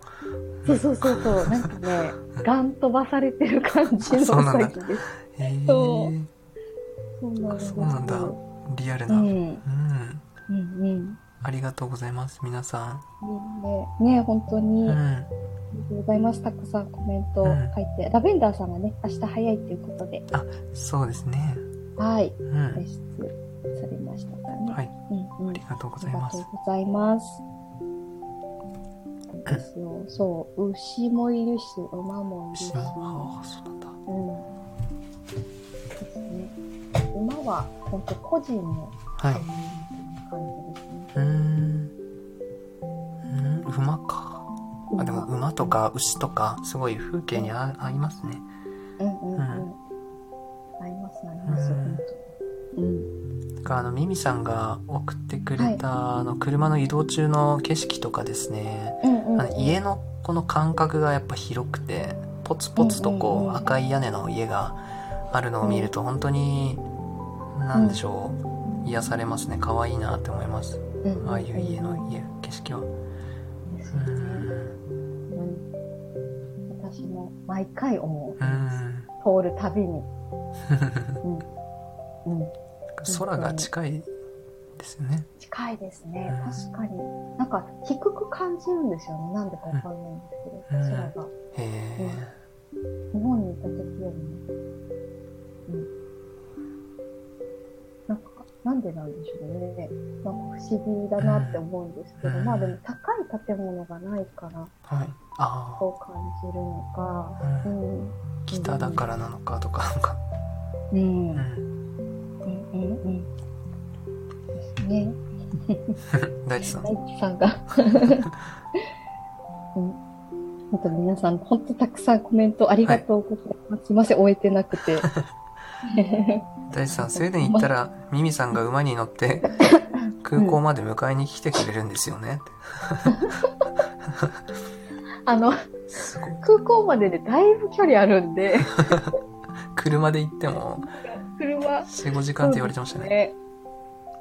[SPEAKER 2] そうそうそう そう。なんかね、ガン飛ばされてる感じのウ
[SPEAKER 1] そうなん
[SPEAKER 2] サ
[SPEAKER 1] だ
[SPEAKER 2] ギです。
[SPEAKER 1] ーへえ
[SPEAKER 2] そ
[SPEAKER 1] ー、
[SPEAKER 2] そうなんです
[SPEAKER 1] そうなんだリアル
[SPEAKER 2] う
[SPEAKER 1] な。うん。
[SPEAKER 2] ん。うんうん。
[SPEAKER 1] ありがとうございます、皆さ
[SPEAKER 2] ねね本当
[SPEAKER 1] ん。
[SPEAKER 2] に、
[SPEAKER 1] う
[SPEAKER 2] あ
[SPEAKER 1] ん。
[SPEAKER 2] りがとうございます。たくさんコメント
[SPEAKER 1] うん
[SPEAKER 2] 書いて、ラベンダーさんがね、明日早いということで、
[SPEAKER 1] そうですね。
[SPEAKER 2] はい、
[SPEAKER 1] う
[SPEAKER 2] 提
[SPEAKER 1] ん。
[SPEAKER 2] 出されましたからね。
[SPEAKER 1] はい。
[SPEAKER 2] うんうん
[SPEAKER 1] あり。がとうご
[SPEAKER 2] あ
[SPEAKER 1] ざい
[SPEAKER 2] りが
[SPEAKER 1] ま
[SPEAKER 2] と
[SPEAKER 1] す
[SPEAKER 2] う。ございます。ですよ。そう、牛もいるし、馬もいるし
[SPEAKER 1] 牛。も、ああ、そうなんだ。
[SPEAKER 2] うん。ですね。馬は、本当個人の
[SPEAKER 1] はい。
[SPEAKER 2] 感じですね。
[SPEAKER 1] うーん。うん、馬か。あ、でも馬とか牛とか、すごい風景に合合いますね。
[SPEAKER 2] うんうんう
[SPEAKER 1] うん
[SPEAKER 2] ん。合います、合います、
[SPEAKER 1] うん
[SPEAKER 2] 本当に。うん。
[SPEAKER 1] なんかあの、ミミさんが送ってくれた、あの、車の移動中の景色とかですね。
[SPEAKER 2] うんうん。
[SPEAKER 1] あの家のこの間隔がやっぱ広くてポツポツと
[SPEAKER 2] うんうん
[SPEAKER 1] こ
[SPEAKER 2] うん
[SPEAKER 1] う赤い屋根の家があるのを見ると本当に何でしょう癒されますね可愛いなって思います
[SPEAKER 2] うんうん
[SPEAKER 1] ああいう家の家景色はう
[SPEAKER 2] です
[SPEAKER 1] ー
[SPEAKER 2] よね
[SPEAKER 1] ん
[SPEAKER 2] うん。私も毎回思
[SPEAKER 1] うーん
[SPEAKER 2] う。通るたびに。うん。
[SPEAKER 1] 空が近いですよね
[SPEAKER 2] 近いですね
[SPEAKER 1] うん。
[SPEAKER 2] 確かに。なんか低く感じるんですよね。なんでかわかんないんですけど、
[SPEAKER 1] うん
[SPEAKER 2] 空が。
[SPEAKER 1] へえ
[SPEAKER 2] 日本にいた時よりも。うん。なんか、なんでなんでしょうね。なんか不思議だなって思うんですけど、
[SPEAKER 1] うん
[SPEAKER 2] まあでも高い建物がないから、
[SPEAKER 1] はいあ
[SPEAKER 2] そう感じるのか。
[SPEAKER 1] あ、う、
[SPEAKER 2] うんん。
[SPEAKER 1] 北だからなのかとかなんか、
[SPEAKER 2] うん。
[SPEAKER 1] う
[SPEAKER 2] うん
[SPEAKER 1] ん、
[SPEAKER 2] うんうん。ですね。
[SPEAKER 1] 大地さん
[SPEAKER 2] 大地さんが。うん本当に皆さん、本当たくさんコメントありがとうございます。すいません、終えてなくて。
[SPEAKER 1] 大地さんスウェーデン行ったらミミさんが馬に乗って 空港まで迎えに来てくれるんですよね、
[SPEAKER 2] あの、
[SPEAKER 1] すごい
[SPEAKER 2] 空港まででだいぶ距離あるんで、
[SPEAKER 1] 車で行っても
[SPEAKER 2] 車。
[SPEAKER 1] 45時間って言われてましたね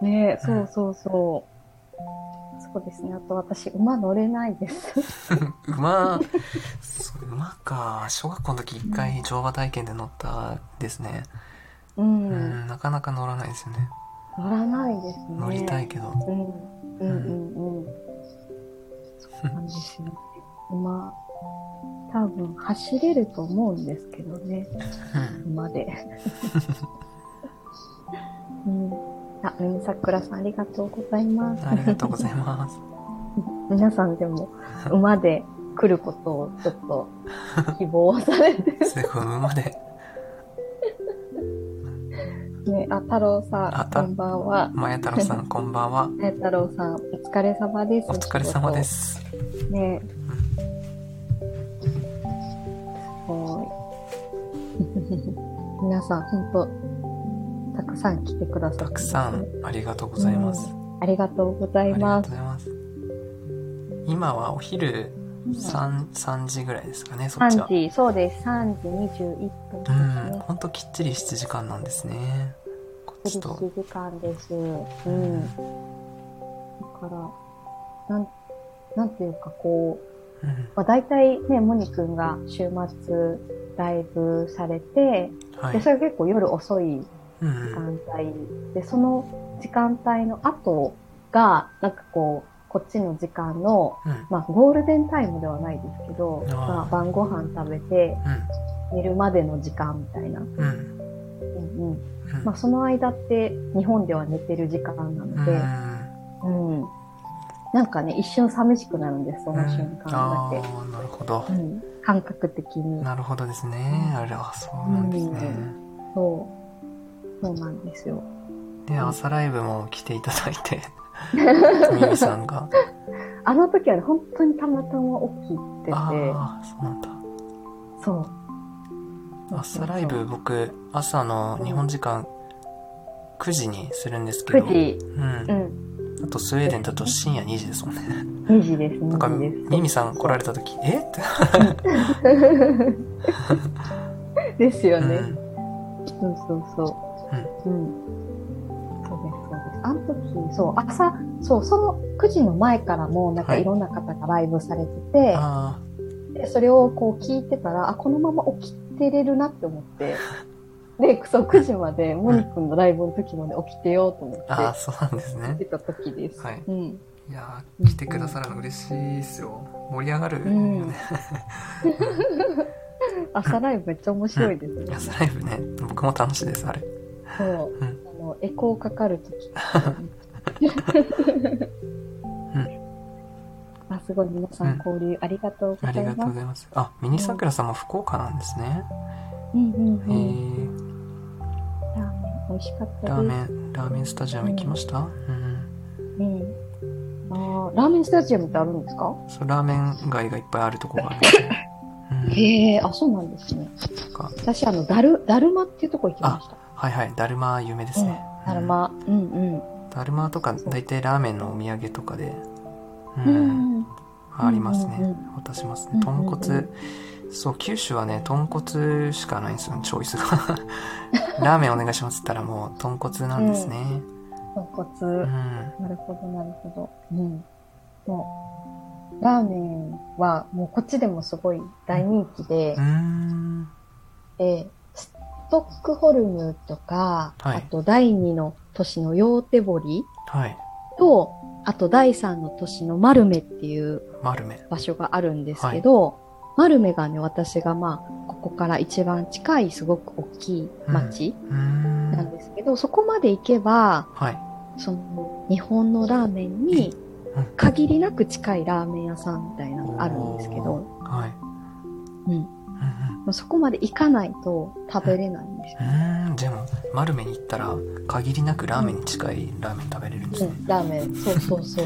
[SPEAKER 2] ね。ねそうそうそう。そうですね。あと私、馬乗れないです。
[SPEAKER 1] 馬、そう馬か。小学校の時一回乗馬体験で乗ったですね。
[SPEAKER 2] う。
[SPEAKER 1] うんん、なかなか乗らないですよね。
[SPEAKER 2] 乗らないですね。
[SPEAKER 1] 乗りたい。けど。
[SPEAKER 2] うん。うんうんうん。そうなんですよ。馬、多分走れると思うんですけどね。
[SPEAKER 1] うん。
[SPEAKER 2] 馬で。うん。あ、海桜さんありがとうございます。
[SPEAKER 1] ありがとうござい ます。
[SPEAKER 2] 皆さんでも馬で来ることをちょっと希望されて
[SPEAKER 1] すごい、馬で。
[SPEAKER 2] ね。あ、太郎
[SPEAKER 1] あ
[SPEAKER 2] さん、
[SPEAKER 1] た
[SPEAKER 2] こんばんは。
[SPEAKER 1] まや太郎さん、こんばんは。
[SPEAKER 2] ね太郎さん、お疲れ様です。
[SPEAKER 1] お疲れ様で。す。
[SPEAKER 2] ね。はーい。 皆さん、本当たくさん来てくださって、
[SPEAKER 1] たくさん。ありがとうございます。
[SPEAKER 2] ありがとうござ
[SPEAKER 1] あ
[SPEAKER 2] い
[SPEAKER 1] りが
[SPEAKER 2] ま
[SPEAKER 1] と
[SPEAKER 2] す
[SPEAKER 1] う。ございます。今はお昼3、3時ぐらいですかね、そっちは。
[SPEAKER 2] 3時、そうです。3時21分です
[SPEAKER 1] うん、
[SPEAKER 2] ね。
[SPEAKER 1] ほんときっちり7時間なんですね。こっち
[SPEAKER 2] 1
[SPEAKER 1] と。
[SPEAKER 2] 時間です。うん。だから、なん、なんていうかこう、
[SPEAKER 1] うん、
[SPEAKER 2] まあ、大体ね、モニ君が週末ライブされて、
[SPEAKER 1] は
[SPEAKER 2] で、
[SPEAKER 1] い
[SPEAKER 2] そ。れが結構夜遅い
[SPEAKER 1] うん
[SPEAKER 2] 時
[SPEAKER 1] うん、
[SPEAKER 2] 間帯で、その時間帯の後が、なんかこう、こっちの時間の、
[SPEAKER 1] うん、
[SPEAKER 2] まあ、ゴールデンタイムではないですけど、
[SPEAKER 1] あー
[SPEAKER 2] まあ、晩ご飯食べて寝るまでの時間みたいな。
[SPEAKER 1] うん、うん、
[SPEAKER 2] うんうん。
[SPEAKER 1] うん。
[SPEAKER 2] まあ、その間って日本では寝てる時間なので、うん。なんかね、一瞬寂しくなるんです、そ
[SPEAKER 1] うん、
[SPEAKER 2] の瞬間だけ。
[SPEAKER 1] ああ、なるほど
[SPEAKER 2] う。ん、感覚的に。
[SPEAKER 1] なるほどですね。あれは、そうなんですね。
[SPEAKER 2] そう。そうなんですよ。
[SPEAKER 1] で、朝ライブも来ていただい て、みゆさんが。
[SPEAKER 2] あの時はね、本当にたまたま起きてて、
[SPEAKER 1] ああ、そうなんだ。
[SPEAKER 2] そう。
[SPEAKER 1] 朝ライブ、僕、朝の日本時間9時にするんですけど、
[SPEAKER 2] 9時、
[SPEAKER 1] うん
[SPEAKER 2] う。ん、
[SPEAKER 1] あとスウェーデンだと深夜2時ですもんね。
[SPEAKER 2] 2時です、
[SPEAKER 1] なんか、
[SPEAKER 2] 2時です。
[SPEAKER 1] ミミさん来られた時、えって。
[SPEAKER 2] ですよ
[SPEAKER 1] う
[SPEAKER 2] ね。
[SPEAKER 1] ん。
[SPEAKER 2] そうそうそう。うん。そうです、そうです。あの時、そう、朝、そう、その9時の前からも、なんか
[SPEAKER 1] はい
[SPEAKER 2] いろんな方がライブされてて、
[SPEAKER 1] あ
[SPEAKER 2] でそれをこう聞いてたら、あ、このまま起きてれるなって思 って、で、そう、9時まで、モニ君のライブの時まで起きてようと思っ
[SPEAKER 1] あ、ああ、
[SPEAKER 2] て、
[SPEAKER 1] そうなんですね
[SPEAKER 2] 起。きてた時です。
[SPEAKER 1] はい
[SPEAKER 2] うん。
[SPEAKER 1] いやー来てくださるの嬉しいですよ。盛り上がるよね。
[SPEAKER 2] 朝ライブめっちゃ面白いですね。
[SPEAKER 1] 朝ライブね、僕も楽しいです、あれ。
[SPEAKER 2] そう。
[SPEAKER 1] うん
[SPEAKER 2] あの、エコーかかるとき。あ、すごい、皆さん交流ありがとうご
[SPEAKER 1] あ
[SPEAKER 2] ざ
[SPEAKER 1] り
[SPEAKER 2] い
[SPEAKER 1] がとうご
[SPEAKER 2] ます。
[SPEAKER 1] ざいます。あ、ミニサクラさんも福岡なんですね。
[SPEAKER 2] うん
[SPEAKER 1] へ
[SPEAKER 2] うんうん。
[SPEAKER 1] ー
[SPEAKER 2] ラーメン美味しかったです。
[SPEAKER 1] ラーメン、ラーメンスタジアム行きましたうん。
[SPEAKER 2] うん。あーラーメンスタジアムってあるんですか
[SPEAKER 1] そう、ラーメン街がいっぱいあるとこがあるんですね。うん
[SPEAKER 2] へえ、あ、そうなんですね。
[SPEAKER 1] なんか
[SPEAKER 2] 私、あの、だる、だるまっていうとこ行きました。
[SPEAKER 1] はいはい、だるま有名ですね。
[SPEAKER 2] うんだるま。うんうん。
[SPEAKER 1] うん。だるまとか、大体ラーメンのお土産とかで、う、
[SPEAKER 2] うんん。
[SPEAKER 1] あります
[SPEAKER 2] うんう
[SPEAKER 1] ね
[SPEAKER 2] ん。
[SPEAKER 1] 渡します
[SPEAKER 2] うん
[SPEAKER 1] ね。
[SPEAKER 2] うん
[SPEAKER 1] 豚骨、そう、九州はね、豚骨しかないんですよ、チョイスが。 ラーメンお願いしますって言ったらもう、豚骨なんですね。
[SPEAKER 2] 豚
[SPEAKER 1] うん。
[SPEAKER 2] 骨。なるほど、なるほど。うん。もう、ラーメンは、もうこっちでもすごい大人気で
[SPEAKER 1] うー、ん。
[SPEAKER 2] でストックホルムとか、
[SPEAKER 1] はい
[SPEAKER 2] あと第2の都市のヨーテボリ
[SPEAKER 1] はい。
[SPEAKER 2] と、あと第3の都市のマルメっていう
[SPEAKER 1] 丸め。
[SPEAKER 2] 場所があるんですけど、マルメがね、私がまあ、ここから一番近いすごく大きい町
[SPEAKER 1] うーん。
[SPEAKER 2] なんですけど、そこまで行けば、
[SPEAKER 1] はい。
[SPEAKER 2] その日本のラーメンに
[SPEAKER 1] うん
[SPEAKER 2] 限りなく近いラーメン屋さんみたいなのがあるんですけど、
[SPEAKER 1] おー。はい。
[SPEAKER 2] うん
[SPEAKER 1] うん
[SPEAKER 2] もうそこまで行かないと食べれないんですよ。
[SPEAKER 1] うん。うーん。でも、丸めに行ったら、限りなくラーメンに近いラーメン食べれるんです
[SPEAKER 2] う
[SPEAKER 1] ね。
[SPEAKER 2] ん、ラーメン、そうそうそう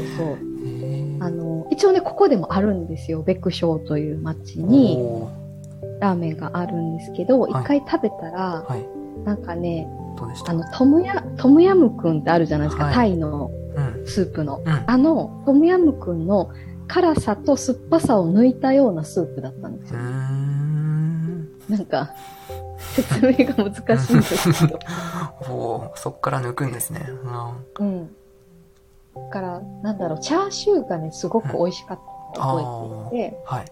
[SPEAKER 1] へ
[SPEAKER 2] そう。あ
[SPEAKER 1] ー
[SPEAKER 2] の、一応ね、ここでもあるんですよ。ベクショーという町に
[SPEAKER 1] おー
[SPEAKER 2] ラーメンがあるんですけど、一、
[SPEAKER 1] はい
[SPEAKER 2] 回食べたら、
[SPEAKER 1] はい。
[SPEAKER 2] なんかね、
[SPEAKER 1] どうでした
[SPEAKER 2] あの、トムヤ、トムヤムくんってあるじゃないですか、
[SPEAKER 1] はい
[SPEAKER 2] タイの
[SPEAKER 1] うん。
[SPEAKER 2] スープの。
[SPEAKER 1] うん。
[SPEAKER 2] あの、トムヤムくんの辛さと酸っぱさを抜いたようなスープだったんです
[SPEAKER 1] うー
[SPEAKER 2] よ。
[SPEAKER 1] ん。
[SPEAKER 2] なんか、説明が 難しいんですけど。
[SPEAKER 1] おお、そっから抜くんですね。うん
[SPEAKER 2] うん。から、なんだろう、チャーシューがね、すごく美味しかったのを覚えていて、
[SPEAKER 1] はい。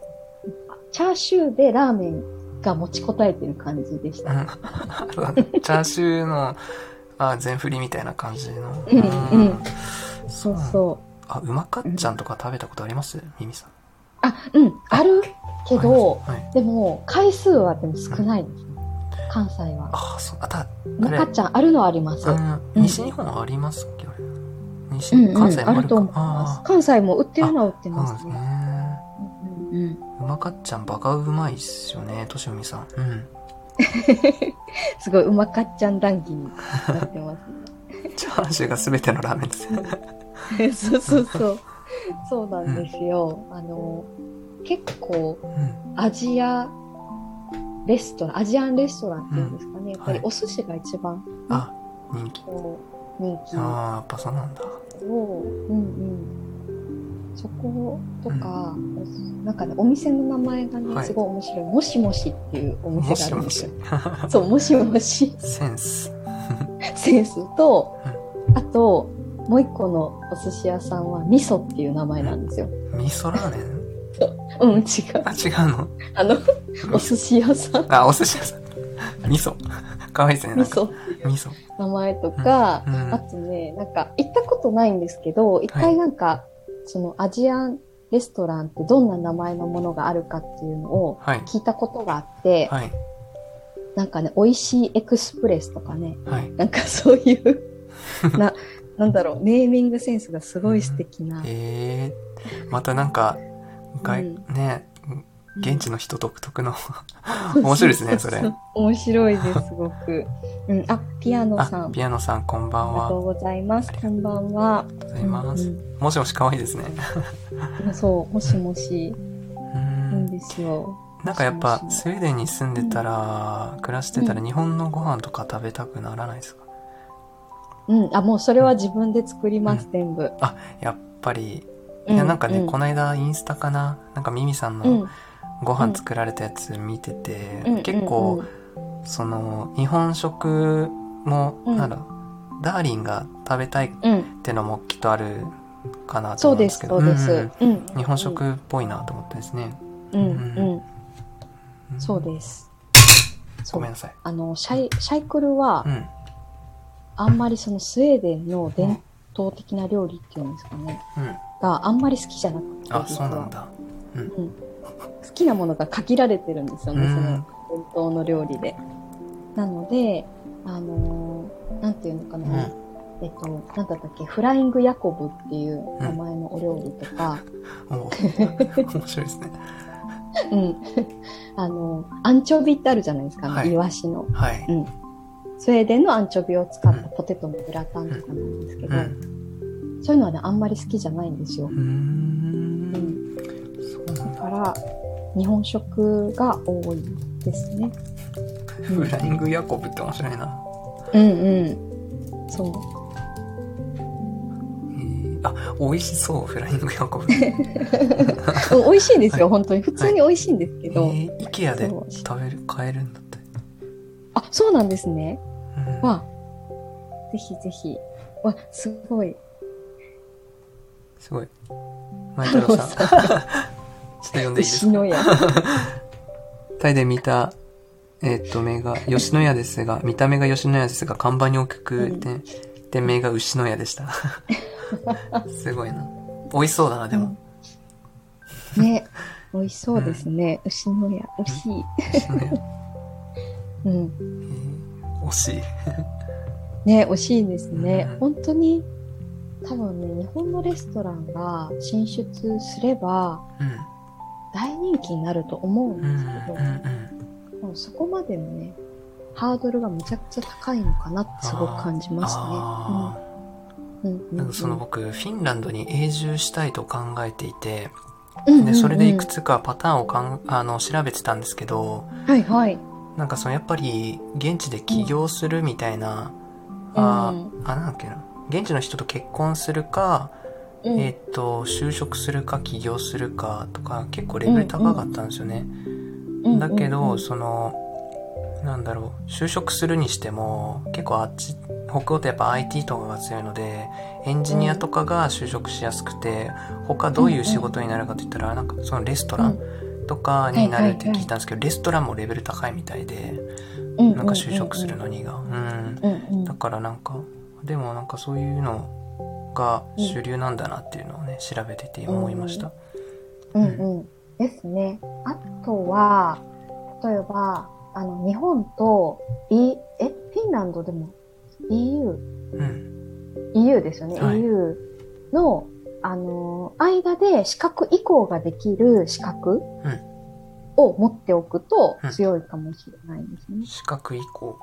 [SPEAKER 2] チャーシューでラーメンが持ちこたえてる感じでし
[SPEAKER 1] う
[SPEAKER 2] た。
[SPEAKER 1] んチャーシューの、あ、全振りみたいな感じの。
[SPEAKER 2] うんうん
[SPEAKER 1] そ
[SPEAKER 2] そう
[SPEAKER 1] うそう。
[SPEAKER 2] そう。
[SPEAKER 1] あ、うまかっちゃんとか食べたことありますミミさん。
[SPEAKER 2] あ、うん、あるけど、
[SPEAKER 1] ありますはい。
[SPEAKER 2] でも、回数はでも少ないですね。関西は。
[SPEAKER 1] あ、そう、あ、た、
[SPEAKER 2] なかっちゃん、あるのはあります。う
[SPEAKER 1] うん、
[SPEAKER 2] うん
[SPEAKER 1] 西日本はありますっけあれ。西、
[SPEAKER 2] ん、うん、
[SPEAKER 1] 関西もあ
[SPEAKER 2] あ
[SPEAKER 1] る
[SPEAKER 2] る
[SPEAKER 1] か。
[SPEAKER 2] と思います。関西も売ってるのは売って
[SPEAKER 1] あー、そう
[SPEAKER 2] ま
[SPEAKER 1] ですす
[SPEAKER 2] ね。
[SPEAKER 1] ね。
[SPEAKER 2] うんうん うん
[SPEAKER 1] うまかっちゃんバカうまいっすよね、としおみさん。 うん。
[SPEAKER 2] すごい、うまかっちゃん談義になってます
[SPEAKER 1] チャーシューが全てのラーメンですね。
[SPEAKER 2] ね。そうそうそう。そうなんですよ。あの、結構、
[SPEAKER 1] うん。
[SPEAKER 2] アジアレストラン、アジアンレストランっていうんですかね。やっぱり
[SPEAKER 1] はい
[SPEAKER 2] お寿司が一番、
[SPEAKER 1] あ、人気。
[SPEAKER 2] こう、人気
[SPEAKER 1] ああ、やっぱそうなんだ。
[SPEAKER 2] を、うんうん。そことか、なんかね、お店の名前がね、
[SPEAKER 1] はい
[SPEAKER 2] すごい面白い。もしもしっていうお店
[SPEAKER 1] も
[SPEAKER 2] があ
[SPEAKER 1] し
[SPEAKER 2] るん
[SPEAKER 1] も
[SPEAKER 2] です
[SPEAKER 1] し
[SPEAKER 2] よ。。 そう、もしもし
[SPEAKER 1] センス。
[SPEAKER 2] センスと、あと、もう一個のお寿司屋さんは、味噌っていう名前なんですよ。
[SPEAKER 1] 味噌ラーメン
[SPEAKER 2] うん、違う。
[SPEAKER 1] あ、違うの
[SPEAKER 2] あの、お寿司屋さん、
[SPEAKER 1] あ、お寿司屋さん。 味噌。かわいいですね。
[SPEAKER 2] 味
[SPEAKER 1] なんか
[SPEAKER 2] 噌っていう
[SPEAKER 1] 味噌。
[SPEAKER 2] 名前とか、
[SPEAKER 1] うんうん
[SPEAKER 2] あとね、なんか、行ったことないんですけど、一回なんか、そのアジアンレストランってどんな名前のものがあるかっていうのを
[SPEAKER 1] はい。
[SPEAKER 2] 聞いたことがあって、
[SPEAKER 1] はい。
[SPEAKER 2] なんかね、美味しいエクスプレスとかね、
[SPEAKER 1] はい。
[SPEAKER 2] なんかそういう、 な、なんだろう、ネーミングセンスがすごい素敵な。
[SPEAKER 1] えー。またなんか、外、
[SPEAKER 2] う
[SPEAKER 1] ね、現地の人独特の面白いですね、それ。
[SPEAKER 2] 面白いです、すごく。うん、あ、ピアノさ
[SPEAKER 1] あ
[SPEAKER 2] ん、。
[SPEAKER 1] ピアノさん、こんば
[SPEAKER 2] あ
[SPEAKER 1] ん
[SPEAKER 2] りが
[SPEAKER 1] は。あ
[SPEAKER 2] とう
[SPEAKER 1] り
[SPEAKER 2] ございます。こんばん
[SPEAKER 1] が
[SPEAKER 2] は。
[SPEAKER 1] とうございます。もしもし、かわいいですね。
[SPEAKER 2] うんそう、もしもし、
[SPEAKER 1] う
[SPEAKER 2] いいん
[SPEAKER 1] ん。
[SPEAKER 2] ですよ。
[SPEAKER 1] なんかやっぱ
[SPEAKER 2] もしもし
[SPEAKER 1] スウェーデンに住んでたら、暮らしてたら
[SPEAKER 2] うん
[SPEAKER 1] 日本のご飯とか食べたくならないですか
[SPEAKER 2] うん、あ、もうそれは自分で作ります、全部。
[SPEAKER 1] やっぱり、
[SPEAKER 2] う
[SPEAKER 1] いやなんかね、
[SPEAKER 2] う
[SPEAKER 1] この間インスタかななんかミミさん
[SPEAKER 2] うん
[SPEAKER 1] のご飯作られたやつ見てて、
[SPEAKER 2] うん
[SPEAKER 1] 結構、、その日本食も、
[SPEAKER 2] うん
[SPEAKER 1] なんだろうダーリンが食べたいっ
[SPEAKER 2] うんうんうん、
[SPEAKER 1] てのもきっとあるかなと
[SPEAKER 2] そ
[SPEAKER 1] 思
[SPEAKER 2] う
[SPEAKER 1] うん
[SPEAKER 2] で
[SPEAKER 1] です
[SPEAKER 2] す、
[SPEAKER 1] け
[SPEAKER 2] そ
[SPEAKER 1] ど
[SPEAKER 2] うです。
[SPEAKER 1] う
[SPEAKER 2] うんん
[SPEAKER 1] うん日本食っぽいなと思ってですね、
[SPEAKER 2] うん、
[SPEAKER 1] ん
[SPEAKER 2] うん、
[SPEAKER 1] うん
[SPEAKER 2] そうです。そ
[SPEAKER 1] ごめん
[SPEAKER 2] う。
[SPEAKER 1] なさい
[SPEAKER 2] あの、シャイ、シャイクルは
[SPEAKER 1] う、ん
[SPEAKER 2] あんまりそのスウェーデンの伝統的な料理っていうんですかね、
[SPEAKER 1] うん
[SPEAKER 2] があんまり好きじゃなくて、
[SPEAKER 1] あ
[SPEAKER 2] 実
[SPEAKER 1] そう
[SPEAKER 2] は
[SPEAKER 1] なんだ
[SPEAKER 2] 好きなものが限られてるんですよね、
[SPEAKER 1] うん
[SPEAKER 2] その伝統の料理で。なので、あのーなんていうのか
[SPEAKER 1] う
[SPEAKER 2] な、
[SPEAKER 1] ん
[SPEAKER 2] えっと、なんだったっけ、フライングヤコブっていう名前のお料理とか、
[SPEAKER 1] お ー面白いですね
[SPEAKER 2] うん。 あの、アンチョビってあるじゃないですか、あの
[SPEAKER 1] はい
[SPEAKER 2] イワシの。
[SPEAKER 1] はい、
[SPEAKER 2] うん。スウェーデンのアンチョビを使った
[SPEAKER 1] う
[SPEAKER 2] ポテトのグラタンとかなんですけ
[SPEAKER 1] う
[SPEAKER 2] ど、
[SPEAKER 1] ん
[SPEAKER 2] そういうのはね、あんまり好きじゃないんですよ
[SPEAKER 1] う。ん
[SPEAKER 2] うん。
[SPEAKER 1] そうな
[SPEAKER 2] だ
[SPEAKER 1] んだ
[SPEAKER 2] から、日本食が多いです ね。うん
[SPEAKER 1] フライングヤコブって面白いな、
[SPEAKER 2] うんうん。そう。
[SPEAKER 1] えーあ美味しそうフライングヤ コブ
[SPEAKER 2] うん美味しいんですよ、
[SPEAKER 1] はい
[SPEAKER 2] 本当に。普通に美味しいんですけ
[SPEAKER 1] え
[SPEAKER 2] ど。
[SPEAKER 1] ー、IKEA で
[SPEAKER 2] そう
[SPEAKER 1] 食べる買えるんだって、
[SPEAKER 2] あ、そうなんですね。
[SPEAKER 1] うん
[SPEAKER 2] わ、ぜひぜひ。わ、すごい。
[SPEAKER 1] すごい。マイ太郎さん。ちょっと読んでいいです
[SPEAKER 2] 牛
[SPEAKER 1] か
[SPEAKER 2] のや。
[SPEAKER 1] タイで見た、えーっと、名が、吉野家ですが、見た目が吉野家ですが、看板に大きく、
[SPEAKER 2] うん
[SPEAKER 1] で、店名が牛野家で した。すごいな。美味しそうだな、でも。
[SPEAKER 2] ね、美味しそうですね。牛のや、美味しい。
[SPEAKER 1] 牛野家。え
[SPEAKER 2] うん。
[SPEAKER 1] ー惜 しい。
[SPEAKER 2] ね、惜しいですね
[SPEAKER 1] うん。
[SPEAKER 2] 本当に、多分ね、日本のレストランが進出すれば、
[SPEAKER 1] うん。
[SPEAKER 2] 大人気になると思うん
[SPEAKER 1] うん、
[SPEAKER 2] です
[SPEAKER 1] うん、
[SPEAKER 2] け
[SPEAKER 1] うん。
[SPEAKER 2] ど、もうそこまでのね、ハードルがむちゃくちゃ高いのかなってすごく感じま
[SPEAKER 1] あ
[SPEAKER 2] し
[SPEAKER 1] あ。
[SPEAKER 2] たね。うんうん
[SPEAKER 1] なんかその僕、フィンランドに永住したいと考えていて、
[SPEAKER 2] うんうんう
[SPEAKER 1] で、
[SPEAKER 2] ん
[SPEAKER 1] それでいくつかパターンをかん、あの、調べてたんですけど、
[SPEAKER 2] はいはい。
[SPEAKER 1] なんかそのやっぱり現地で起業するみたいな、
[SPEAKER 2] うん
[SPEAKER 1] あ
[SPEAKER 2] う
[SPEAKER 1] あなんだっけな現地の人と結婚するか、
[SPEAKER 2] うん
[SPEAKER 1] えーっ、と就職するか起業するかとか結構レベル高かったんですよね、
[SPEAKER 2] うん
[SPEAKER 1] だけど、
[SPEAKER 2] うんうん
[SPEAKER 1] そのなんだろう就職するにしても結構あっち北欧ってやっぱ IT とかが強いのでエンジニアとかが就職しやすくて他どういう仕事になるかといったらなんかそのレストランとかになるって聞いたんですけどレストランもレベル高いみたいで
[SPEAKER 2] うん
[SPEAKER 1] なんか就職するのにがうん
[SPEAKER 2] うんうん
[SPEAKER 1] だからなんかでもなんかそういうのが主流なんだなっていうのをね調べてて今思いました
[SPEAKER 2] うんうんですね。あとは、例えば、あの、日本と、B、え、フィンランドでも EU、
[SPEAKER 1] うん、
[SPEAKER 2] EU ですよね。
[SPEAKER 1] はい
[SPEAKER 2] EU の、あの、間で資格移行ができる資格
[SPEAKER 1] うん
[SPEAKER 2] を持っておくと
[SPEAKER 1] うん
[SPEAKER 2] 強いかもしれないですね。
[SPEAKER 1] 資格以降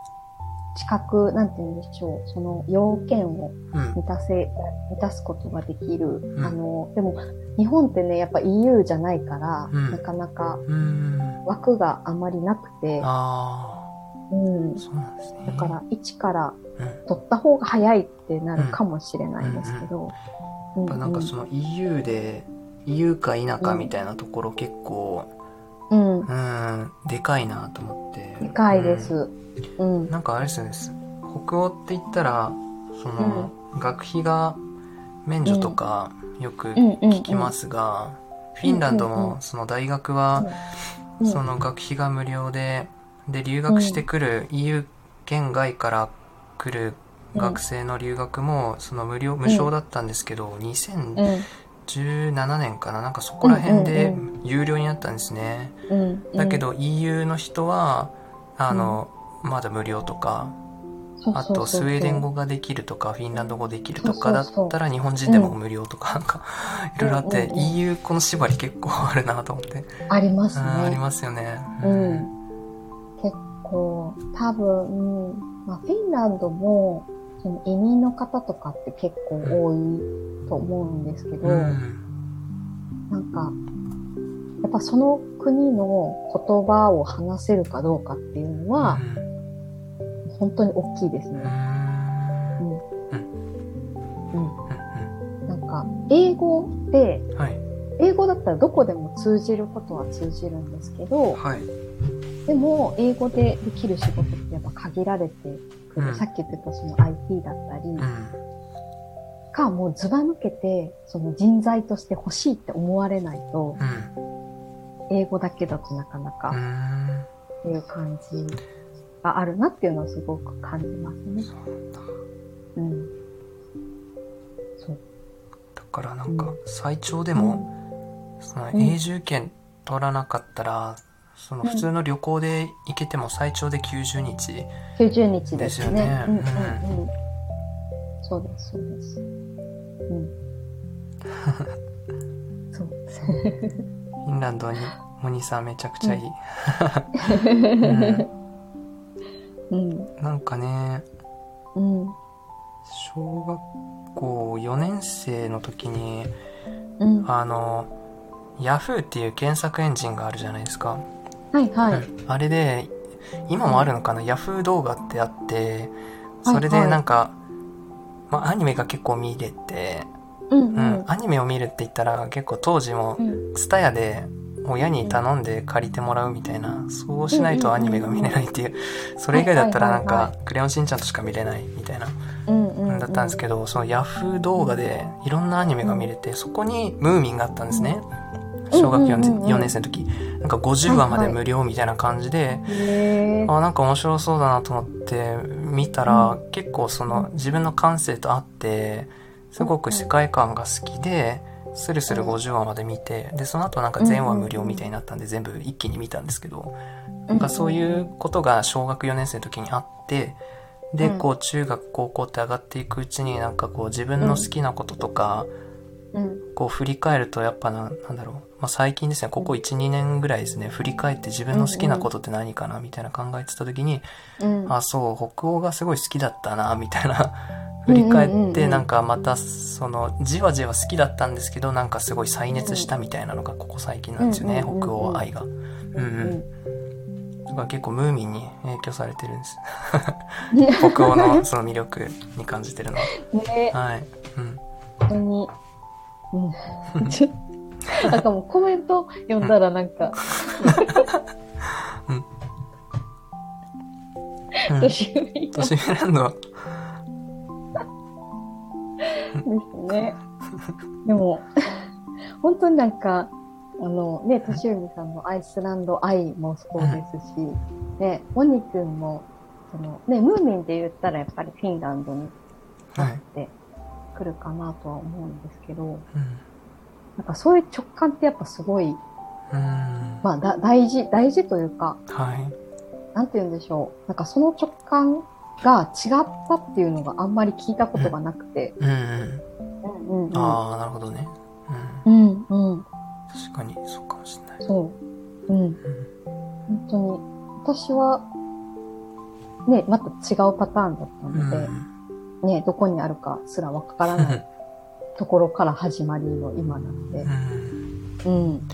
[SPEAKER 2] 資格、なんて言うんでしょう。その要件を
[SPEAKER 1] うん
[SPEAKER 2] 満たせ、満たすことができる。
[SPEAKER 1] ん
[SPEAKER 2] あの、でも、日本ってね、やっぱ EU じゃないから、
[SPEAKER 1] うん
[SPEAKER 2] なかなか
[SPEAKER 1] うん
[SPEAKER 2] 枠があまりなくて、
[SPEAKER 1] あ
[SPEAKER 2] うん
[SPEAKER 1] あ。そうなんですね
[SPEAKER 2] だから、1か
[SPEAKER 1] う
[SPEAKER 2] ら
[SPEAKER 1] ん
[SPEAKER 2] 取った方が早いってなるかもしれないですけど、うん
[SPEAKER 1] やっぱなんかその EU で EU か否かみたいなところ結構
[SPEAKER 2] うん、
[SPEAKER 1] う
[SPEAKER 2] うん
[SPEAKER 1] ーんでかいなと思って
[SPEAKER 2] でかいで
[SPEAKER 1] う
[SPEAKER 2] す。うん
[SPEAKER 1] ん、なんかあれですよね北欧って言ったらその、学費が免除とかよく
[SPEAKER 2] うんうん
[SPEAKER 1] 聞きますが、フィンランド
[SPEAKER 2] うんうんう
[SPEAKER 1] もその大学は
[SPEAKER 2] うん
[SPEAKER 1] その学費が無料でで留学してくる EU 圏外から来る学生の留学もその無料無償だったんですけど2000
[SPEAKER 2] うん、
[SPEAKER 1] 17年かななんかそこら辺で
[SPEAKER 2] うん
[SPEAKER 1] 有料になったんですね、
[SPEAKER 2] うん、うん
[SPEAKER 1] だけ、ど EU の人はあの、まだ無料とか
[SPEAKER 2] そう
[SPEAKER 1] あ
[SPEAKER 2] そうそ
[SPEAKER 1] と
[SPEAKER 2] う
[SPEAKER 1] ス
[SPEAKER 2] そう
[SPEAKER 1] ウェーデン語ができるとかフィンランド語できると
[SPEAKER 2] そ
[SPEAKER 1] か
[SPEAKER 2] う
[SPEAKER 1] だ
[SPEAKER 2] そうそう
[SPEAKER 1] ったら日本人でも無料とかなんかいろいろあって、
[SPEAKER 2] うんうんうん
[SPEAKER 1] EU この縛り結構あるなと思って、
[SPEAKER 2] あります
[SPEAKER 1] うん
[SPEAKER 2] ね。
[SPEAKER 1] ありますよね
[SPEAKER 2] うん結構、多分、うんまあ、フィンランドも、その移民の方とかって結構多いと思うんですけど、
[SPEAKER 1] うん
[SPEAKER 2] なんか、やっぱその国の言葉を話せるかどうかっていうのは、
[SPEAKER 1] うん
[SPEAKER 2] 本当に大きいです
[SPEAKER 1] う
[SPEAKER 2] ね。
[SPEAKER 1] ん
[SPEAKER 2] う
[SPEAKER 1] うん
[SPEAKER 2] ん。なんか、英語で、
[SPEAKER 1] うんはい
[SPEAKER 2] 英語だったらどこでも通じることは通じるんですけど、
[SPEAKER 1] はい
[SPEAKER 2] でも、英語でできる仕事ってやっぱ限られてくる。
[SPEAKER 1] うん
[SPEAKER 2] さっき言ってたその IT だったり、
[SPEAKER 1] うん
[SPEAKER 2] か、もうずば抜けて、その人材として欲しいって思われないと、
[SPEAKER 1] うん
[SPEAKER 2] 英語だけだとなかなか
[SPEAKER 1] うん
[SPEAKER 2] っていう感じがあるなっていうのはすごく感じますね。
[SPEAKER 1] そうなんだ
[SPEAKER 2] うん。そう。
[SPEAKER 1] だからなんか最長でも、その永住権取らなかったら、その普通の旅行で行けても最長で90日、
[SPEAKER 2] 90日
[SPEAKER 1] で
[SPEAKER 2] ですね。
[SPEAKER 1] すよね
[SPEAKER 2] うんうんうん。そうです、そうです。 うん。そう。
[SPEAKER 1] フィンランドにモニさんめちゃくちゃいい、
[SPEAKER 2] うん。
[SPEAKER 1] なんかね
[SPEAKER 2] うん。
[SPEAKER 1] 小学校4年生の時に
[SPEAKER 2] うん。は
[SPEAKER 1] あの Yahoo っていう検索エンジンがあるじゃないですか、
[SPEAKER 2] い
[SPEAKER 1] う
[SPEAKER 2] はい。
[SPEAKER 1] んあれで今もあるのかな、Yahoo 動画ってあってそれでなんか、まあ、アニメが結構見れて
[SPEAKER 2] うんう
[SPEAKER 1] うんん、。アニメを見るって言ったら結構当時も
[SPEAKER 2] うん。
[SPEAKER 1] ツタヤで親に頼んで借りてもらうみたいなそうしないとアニメが見れないっていう それ以外だったらなん
[SPEAKER 2] はいはい
[SPEAKER 1] か「クレヨンしんちゃん」としか見れないみたいな
[SPEAKER 2] うんうん。
[SPEAKER 1] だったんですけどそのヤフー動画でいろんなアニメが見れてそこにムーミンがあったんですね小学
[SPEAKER 2] うんうんうんうん
[SPEAKER 1] 4年生の時なんか50話ま
[SPEAKER 2] は
[SPEAKER 1] で
[SPEAKER 2] いはい
[SPEAKER 1] 無料みたいな感じで
[SPEAKER 2] ど。へー
[SPEAKER 1] あなんか面白そうだなと思って見たら、結構その自分の感性と合ってすごく世界観が好きでスルスル50話まで見てでその後なんか全話無料みたいになったんで全部一気に見たんですけどなんかそういうことが小学4年生の時にあってで
[SPEAKER 2] うん
[SPEAKER 1] こう中学高校って上がっていくうちになんかこう自分の好きなこととか
[SPEAKER 2] うん。
[SPEAKER 1] こう振り返るとやっぱななんだろう、まあ、最近ですねここ12年ぐらいですね振り返って自分の好きなことって何かなみたいな考えてた時に
[SPEAKER 2] うん。
[SPEAKER 1] あそう北欧がすごい好きだったなみたいな
[SPEAKER 2] うん
[SPEAKER 1] 振
[SPEAKER 2] うんうん
[SPEAKER 1] り返ってなんかまたそのじわじわ好きだったんですけどなんかすごい再熱したみたいなのがここ最近なんですよね
[SPEAKER 2] うんうんうんうん
[SPEAKER 1] 北欧愛が。うんうん、だから結構ムーミンに影響されてるん です
[SPEAKER 2] ね
[SPEAKER 1] 北欧のその魅力に感じてるのは
[SPEAKER 2] ね
[SPEAKER 1] はい、うん、
[SPEAKER 2] 本当に。うん。ちょなんかもうコメント読んだらなんか、
[SPEAKER 1] うん
[SPEAKER 2] 年上に
[SPEAKER 1] 都市フィンランド
[SPEAKER 2] なんか、あの、ね、としうみさんのアイスランド愛もそうですし、ね、モニ君も、その、ね、ムーミンで言ったらやっぱりフィンランドに
[SPEAKER 1] はい。
[SPEAKER 2] 来るかなとは思うんですけど、
[SPEAKER 1] うん。
[SPEAKER 2] なんかそういう直感ってやっぱすごい、
[SPEAKER 1] うん。
[SPEAKER 2] まあだ大事、大事というか、
[SPEAKER 1] はい。
[SPEAKER 2] なんて言うんでしょう。なんかその直感が違ったっていうのがあんまり聞いたことがなくて。
[SPEAKER 1] うんうん。
[SPEAKER 2] うんうんうん。
[SPEAKER 1] ああ、なるほどね。う
[SPEAKER 2] うんうん。
[SPEAKER 1] ん。確かに、そうかもしれない。
[SPEAKER 2] そう。うん。
[SPEAKER 1] うん
[SPEAKER 2] 本当に。私は、ね、また違うパターンだったので、ね、どこにあるかすらわからないところから始まりの今なので
[SPEAKER 1] う。ん。
[SPEAKER 2] うん。
[SPEAKER 1] うん。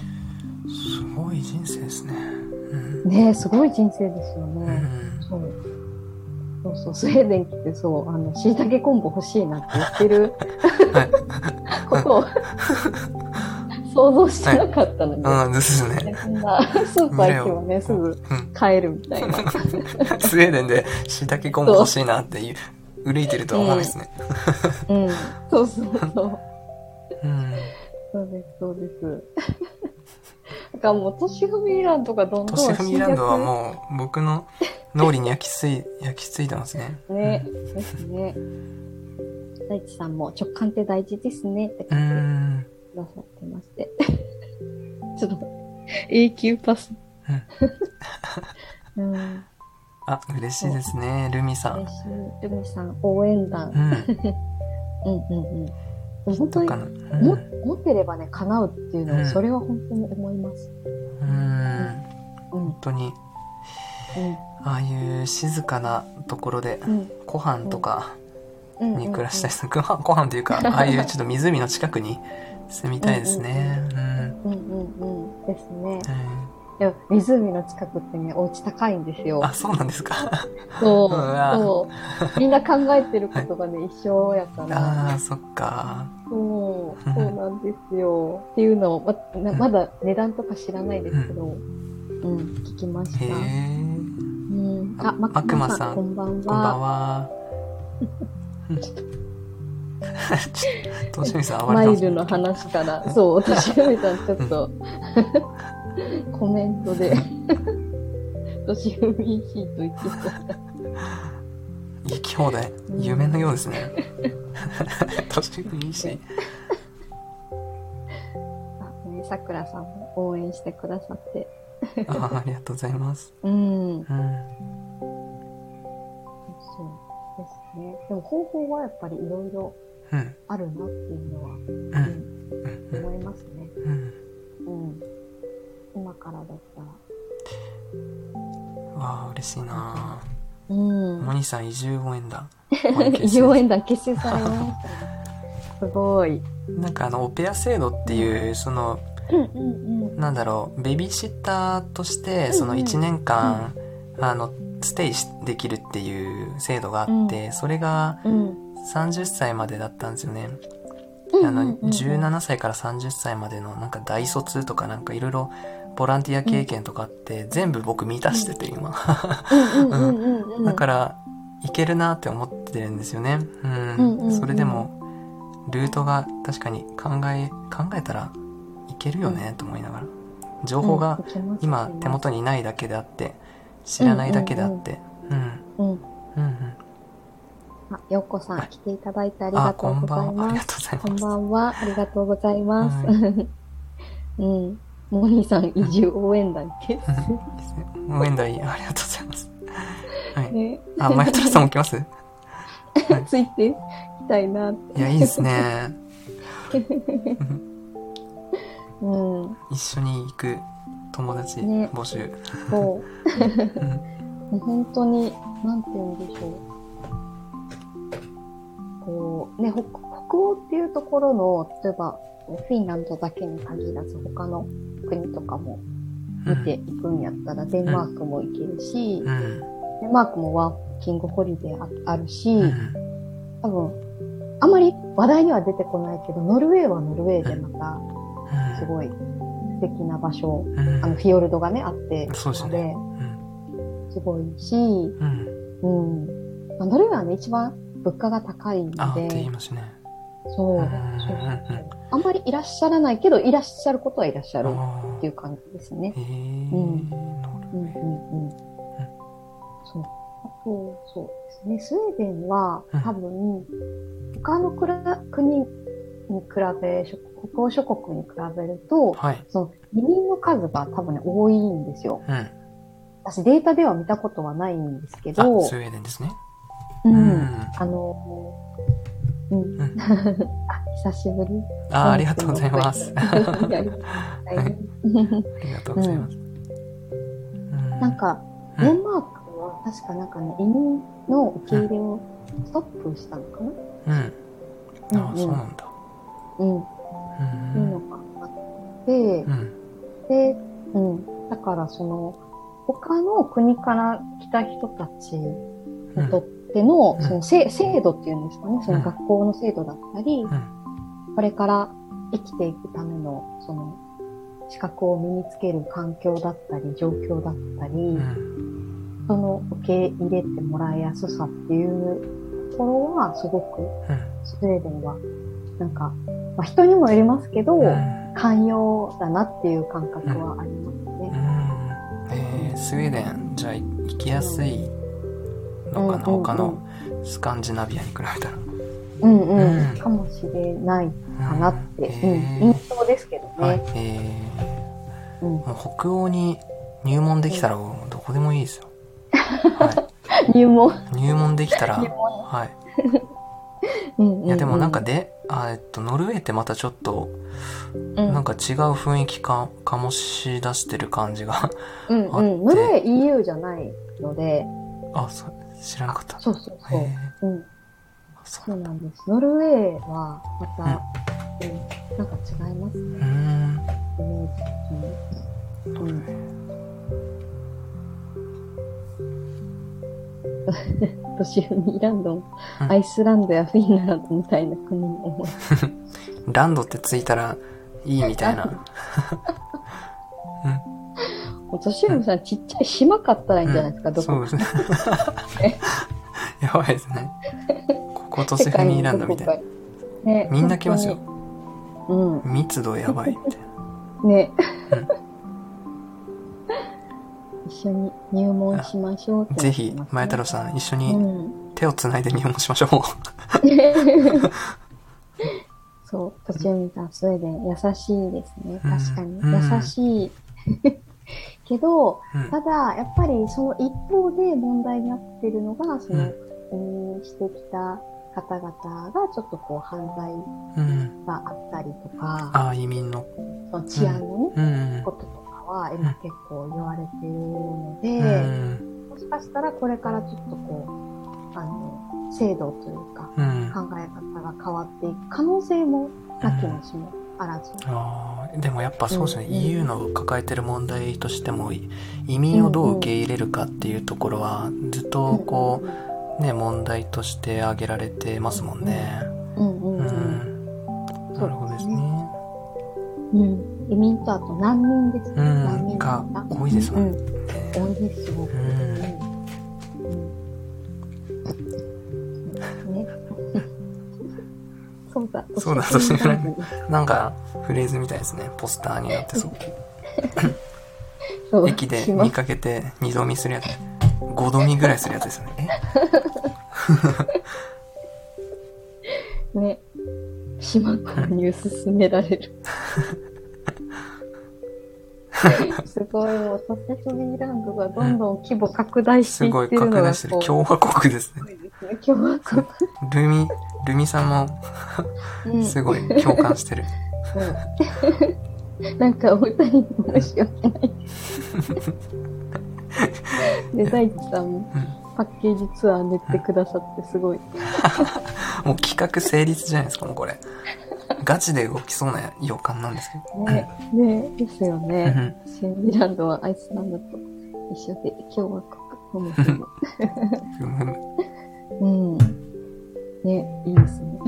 [SPEAKER 1] すごい人生ですね。うん。
[SPEAKER 2] ねすごい人生ですよ
[SPEAKER 1] う
[SPEAKER 2] ね。
[SPEAKER 1] ん。
[SPEAKER 2] そう。そうそう、スウェーデン来てそう、あの、椎茸コンボ欲しいなって言ってる
[SPEAKER 1] はい。
[SPEAKER 2] ことを想像してなかったのに、
[SPEAKER 1] うん、ですね。
[SPEAKER 2] こんなスーパー行けばね、すぐ
[SPEAKER 1] うん。
[SPEAKER 2] 買えるみたいな。
[SPEAKER 1] スウェーデンで椎茸コンボ欲しいなっていう、憂いてるとは思うんですね。
[SPEAKER 2] うん。そうそうそう。
[SPEAKER 1] うん。
[SPEAKER 2] そうです、そうです。だからもう、都市フミランドがどんどん
[SPEAKER 1] 都市フミランドは
[SPEAKER 2] う。
[SPEAKER 1] もう僕の脳裏に焼き付い、焼き付いてますね。
[SPEAKER 2] ね、ですね。大地さんも直感って大事ですねって
[SPEAKER 1] う
[SPEAKER 2] 感じで
[SPEAKER 1] ん。
[SPEAKER 2] くださってまして。 ちょっと、永久パス。うん。嬉
[SPEAKER 1] あ、嬉しいですね、ルミさん。
[SPEAKER 2] しい。ルミさん、応援団
[SPEAKER 1] う。ん。
[SPEAKER 2] うんうんうん。でも本
[SPEAKER 1] ど
[SPEAKER 2] 当
[SPEAKER 1] う
[SPEAKER 2] に
[SPEAKER 1] かな。
[SPEAKER 2] も
[SPEAKER 1] う
[SPEAKER 2] 持ってればね、叶うっていうの
[SPEAKER 1] うん
[SPEAKER 2] は、それは本当に思います。
[SPEAKER 1] ん。うん。
[SPEAKER 2] うん、うん
[SPEAKER 1] 本、当に、ああいう静かなところで、
[SPEAKER 2] うん、
[SPEAKER 1] ご飯とか
[SPEAKER 2] うん。
[SPEAKER 1] に暮らしたい
[SPEAKER 2] い。
[SPEAKER 1] です。ご飯、ご飯というか、ああいうちょっと湖の近くに住みたいですね。うん。
[SPEAKER 2] うんうんうん。ですね。
[SPEAKER 1] うん
[SPEAKER 2] いや、湖の近くってね、お家高いんですよ。
[SPEAKER 1] あ、そうなんですか。
[SPEAKER 2] そう
[SPEAKER 1] うわ
[SPEAKER 2] そう。みんな考えてることがね、一緒やから。
[SPEAKER 1] ああ、そっか。
[SPEAKER 2] そう、そうなんですよ。っていうのを、まなまだ値段とか知らないですけど、うん、聞きまし
[SPEAKER 1] へえ。
[SPEAKER 2] た。
[SPEAKER 1] こ
[SPEAKER 2] うん。あ、ま
[SPEAKER 1] マクマさん
[SPEAKER 2] こんばん
[SPEAKER 1] んばん
[SPEAKER 2] は。
[SPEAKER 1] は。うんちょっと、としみさん暴
[SPEAKER 2] マ
[SPEAKER 1] れてま
[SPEAKER 2] イ
[SPEAKER 1] すね
[SPEAKER 2] ルの話から、そう、私ふみさんちょっと、 コメントで、年ふみヒート言ってた。
[SPEAKER 1] 行き放題。夢のようですね。としみいいし。
[SPEAKER 2] あねさくらさんも応援してくださって。
[SPEAKER 1] あーありがとうございます。
[SPEAKER 2] うん。
[SPEAKER 1] うん。
[SPEAKER 2] そうですね。でも方法はやっぱりいろいろ
[SPEAKER 1] うん。
[SPEAKER 2] あるなっていうのは、
[SPEAKER 1] う。
[SPEAKER 2] うんん、
[SPEAKER 1] うんうん
[SPEAKER 2] 思いますね。
[SPEAKER 1] うん
[SPEAKER 2] うん。今からだったら。
[SPEAKER 1] わあ嬉しいな
[SPEAKER 2] うん
[SPEAKER 1] モニさん移住応援団
[SPEAKER 2] 移住応援団結成されましたね。すごい。
[SPEAKER 1] なんかあのオペア制度っていうその
[SPEAKER 2] うんうんうん。
[SPEAKER 1] なんだろうベビーシッターとしてその
[SPEAKER 2] うんうん
[SPEAKER 1] 1年間、あのステイしできるっていう制度があって、それが
[SPEAKER 2] うん。
[SPEAKER 1] 30歳までだったんですよね、あ
[SPEAKER 2] うんう
[SPEAKER 1] の
[SPEAKER 2] んうん
[SPEAKER 1] 17歳から30歳までのなんか大卒とかなんかいろいろボランティア経験とかあって、全部僕満たしてて今、
[SPEAKER 2] うんうんうんうん。
[SPEAKER 1] だから、いけるなって思ってるんですよね。うん。
[SPEAKER 2] うんうんうん
[SPEAKER 1] それでも、ルートが確かに考え、考えたらいけるよね、と思いながら。情報が
[SPEAKER 2] うん
[SPEAKER 1] 今手。元にないだけであって、知らないだけであって。うん
[SPEAKER 2] うんうん。
[SPEAKER 1] うんうん。
[SPEAKER 2] あ、ようこさん来ていただいてあり
[SPEAKER 1] あ、
[SPEAKER 2] がと
[SPEAKER 1] こ
[SPEAKER 2] うんご
[SPEAKER 1] ば
[SPEAKER 2] ざい
[SPEAKER 1] んは。あ
[SPEAKER 2] ま
[SPEAKER 1] り
[SPEAKER 2] す
[SPEAKER 1] が。とうございます。
[SPEAKER 2] こんばんは。ありがとうございます。
[SPEAKER 1] は
[SPEAKER 2] うん。モニーさん移住応援団結成。
[SPEAKER 1] 応援団いいありがとうございます。はい。
[SPEAKER 2] ね。
[SPEAKER 1] あ、マイトラさんも来ます
[SPEAKER 2] ついていきたいなって。
[SPEAKER 1] いや、いいですね。
[SPEAKER 2] うん。
[SPEAKER 1] 一緒に行く友達
[SPEAKER 2] ね
[SPEAKER 1] 募集。
[SPEAKER 2] そうう。
[SPEAKER 1] ん
[SPEAKER 2] もう本当に、なんて言うんでしょう。こう、ね、北北欧っていうところの、例えば、フィンランドだけに限らず、他の国とかも
[SPEAKER 1] う
[SPEAKER 2] 見て
[SPEAKER 1] ん。
[SPEAKER 2] いくんやったら、デンマークも行けるし、
[SPEAKER 1] うん。
[SPEAKER 2] デンマークもワーキングホリデーああるし、
[SPEAKER 1] うん
[SPEAKER 2] 多分、あまり話題には出てこないけど、ノルウェーはノルウェーでまた、すごい素敵な場所、
[SPEAKER 1] うん
[SPEAKER 2] あの、フィヨルドがね、あって、
[SPEAKER 1] そうですね。
[SPEAKER 2] で、
[SPEAKER 1] うん。
[SPEAKER 2] すごいし、
[SPEAKER 1] うん。
[SPEAKER 2] うん。まあ、ノルウェーはね、一番物価が高いの
[SPEAKER 1] あ、って言い
[SPEAKER 2] で、
[SPEAKER 1] ますね。
[SPEAKER 2] そう。そうそうあんまりいらっしゃらないけど、いらっしゃることはいらっしゃるっていう感じですね。
[SPEAKER 1] へえ
[SPEAKER 2] うん
[SPEAKER 1] なる
[SPEAKER 2] うんうんうん。そう。あと、そうですね。スウェーデンは
[SPEAKER 1] うん
[SPEAKER 2] 多分、他のくら国に比べ、諸北欧諸国に比べると、
[SPEAKER 1] はい
[SPEAKER 2] その移民の数が多分ね、多いんですよ。
[SPEAKER 1] うん
[SPEAKER 2] 私データでは見たことはないんですけ
[SPEAKER 1] あ
[SPEAKER 2] ど、
[SPEAKER 1] スウェーデンですね
[SPEAKER 2] う。
[SPEAKER 1] うんん
[SPEAKER 2] あの、うん。
[SPEAKER 1] うん
[SPEAKER 2] あ、 久しぶり。
[SPEAKER 1] あーありがとうございます
[SPEAKER 2] い
[SPEAKER 1] あ
[SPEAKER 2] やいやいや
[SPEAKER 1] りがとうございますうん
[SPEAKER 2] なんか、
[SPEAKER 1] う
[SPEAKER 2] デ
[SPEAKER 1] ん
[SPEAKER 2] ンマークは確かなんかね、移民の受け入れをストップしたのかな
[SPEAKER 1] うんあ
[SPEAKER 2] う
[SPEAKER 1] あ
[SPEAKER 2] ん
[SPEAKER 1] そうなんだ
[SPEAKER 2] うん、
[SPEAKER 1] う
[SPEAKER 2] いいの
[SPEAKER 1] ん
[SPEAKER 2] かなって
[SPEAKER 1] う、ん
[SPEAKER 2] で、うん、だからその、他の国から来た人たちに
[SPEAKER 1] うん
[SPEAKER 2] とっての、
[SPEAKER 1] うん
[SPEAKER 2] その制制度っていうんですかね、そ
[SPEAKER 1] うん
[SPEAKER 2] の学校の制度だったり、
[SPEAKER 1] うん
[SPEAKER 2] これから生きていくための、その、資格を身につける環境だったり、状況だったり、
[SPEAKER 1] うん
[SPEAKER 2] 人の受け入れてもらいやすさっていうところは、すごく
[SPEAKER 1] うん
[SPEAKER 2] スウェーデンは、なんか、まあ、人にもよりますけど、
[SPEAKER 1] うん
[SPEAKER 2] 寛容だなっていう感覚はありますね。
[SPEAKER 1] うんえースウェーデンじゃあ行きやすいのかな、
[SPEAKER 2] うんうんうん
[SPEAKER 1] 他のスカンジナビアに比べたら
[SPEAKER 2] うんうん。
[SPEAKER 1] うん
[SPEAKER 2] かもしれないかなって、
[SPEAKER 1] う
[SPEAKER 2] うんん、
[SPEAKER 1] へー
[SPEAKER 2] 印象ですけどね。
[SPEAKER 1] はいえ
[SPEAKER 2] うん
[SPEAKER 1] ー、もう北欧に入門できたらもうどこでもいいですよ、 は
[SPEAKER 2] 入門。
[SPEAKER 1] い、入門できたら
[SPEAKER 2] 入門
[SPEAKER 1] はい
[SPEAKER 2] うんうん、
[SPEAKER 1] いやでもなんか、で、あえっと、ノルウェーってまたちょっと
[SPEAKER 2] うん、
[SPEAKER 1] なんか違う雰囲気か醸し出してる感じが
[SPEAKER 2] うん
[SPEAKER 1] あって
[SPEAKER 2] うん。ノルウェー EU じゃないので、
[SPEAKER 1] あそう知らなかった
[SPEAKER 2] そうそう
[SPEAKER 1] へ
[SPEAKER 2] そう。うん、
[SPEAKER 1] ーそ
[SPEAKER 2] そうなんです。ノルウェーはまた、うんなんか違います
[SPEAKER 1] う
[SPEAKER 2] ね、
[SPEAKER 1] うーん
[SPEAKER 2] イメージ的 に。うん年上にイランド、
[SPEAKER 1] うん
[SPEAKER 2] アイスランドやフィンランドみたいな国に思い
[SPEAKER 1] ランドってついたらいいみたいな
[SPEAKER 2] もう年上さん、ちっちゃい島買ったらいいんじゃないですか、
[SPEAKER 1] うん
[SPEAKER 2] ど
[SPEAKER 1] そ
[SPEAKER 2] こ
[SPEAKER 1] うです
[SPEAKER 2] か
[SPEAKER 1] ね やばいですねここ都市
[SPEAKER 2] 世
[SPEAKER 1] 風
[SPEAKER 2] 界
[SPEAKER 1] にいらんだ
[SPEAKER 2] のど
[SPEAKER 1] み
[SPEAKER 2] こ
[SPEAKER 1] たい
[SPEAKER 2] か
[SPEAKER 1] な
[SPEAKER 2] に。ね
[SPEAKER 1] みんな来ますよ
[SPEAKER 2] 本当にう
[SPEAKER 1] 密度やばいみたい
[SPEAKER 2] ん。ね
[SPEAKER 1] う。
[SPEAKER 2] 一緒に入門しましょうって
[SPEAKER 1] なぜひ前太郎さん一緒
[SPEAKER 2] う
[SPEAKER 1] に
[SPEAKER 2] ん。
[SPEAKER 1] 手をつないで入門しましょ
[SPEAKER 2] そう、途中見たスウェーデン、優しいですね。
[SPEAKER 1] うん
[SPEAKER 2] 確かに。
[SPEAKER 1] うん
[SPEAKER 2] 優しい。 け
[SPEAKER 1] う、
[SPEAKER 2] ど、
[SPEAKER 1] うん
[SPEAKER 2] ただ、やっぱりその一方で問題になってるのが、その、移民してきた方々がちょっとこう犯罪
[SPEAKER 1] うん、
[SPEAKER 2] があったりとか、
[SPEAKER 1] ああ移民の
[SPEAKER 2] その治安のね、
[SPEAKER 1] うん
[SPEAKER 2] こととかは今結構言われているので、
[SPEAKER 1] うん
[SPEAKER 2] もしかしたらこれからちょっとこう、あの、制度というか、
[SPEAKER 1] うん
[SPEAKER 2] 考え方が変わっていく可能性もなきにしもあらず。
[SPEAKER 1] あーでもやっぱそうですね、
[SPEAKER 2] うん
[SPEAKER 1] EU の抱えてる問題としてもい移民をどう受け入れるかっていうところはずっとこうね問題として挙げられてますもんね
[SPEAKER 2] うんう
[SPEAKER 1] うん
[SPEAKER 2] うん。
[SPEAKER 1] んなるほどですね
[SPEAKER 2] うん。移民とあと難民ですね。
[SPEAKER 1] うん
[SPEAKER 2] 難民
[SPEAKER 1] が多いですも
[SPEAKER 2] うんん。多いですよ。
[SPEAKER 1] ん
[SPEAKER 2] うんね。 そうだ。
[SPEAKER 1] そうだ
[SPEAKER 2] 年上にならずに
[SPEAKER 1] なんかフレーズみたいですねポスターになってそう
[SPEAKER 2] そう
[SPEAKER 1] 駅で
[SPEAKER 2] しま
[SPEAKER 1] 見
[SPEAKER 2] す
[SPEAKER 1] かけて二度見するやつ5度見ぐらいするやつですよね
[SPEAKER 2] ね。島購入勧められる。すごい、もう、ソセソミランドがどんどん規模拡大
[SPEAKER 1] え
[SPEAKER 2] して
[SPEAKER 1] す
[SPEAKER 2] い
[SPEAKER 1] ご
[SPEAKER 2] っ
[SPEAKER 1] い
[SPEAKER 2] てる
[SPEAKER 1] 拡
[SPEAKER 2] のが
[SPEAKER 1] 大して
[SPEAKER 2] す
[SPEAKER 1] る
[SPEAKER 2] ごい
[SPEAKER 1] 共和国ですね
[SPEAKER 2] ですね。共和国。
[SPEAKER 1] ルミルミさんも
[SPEAKER 2] うん
[SPEAKER 1] すごい共感して る
[SPEAKER 2] なんかお二人の話をしない。で、大地さんも
[SPEAKER 1] う
[SPEAKER 2] パッケージツアー寝てくださってすごい。
[SPEAKER 1] もう企画成立じゃないですか、もうこれ。ガチで動きそうな予感なんですけど。
[SPEAKER 2] ね、ねですよ
[SPEAKER 1] う
[SPEAKER 2] ね。
[SPEAKER 1] ん
[SPEAKER 2] シンミランドはアイスランドと一緒で共和国も含む。
[SPEAKER 1] ふむふむ
[SPEAKER 2] うん。ね、いいですね。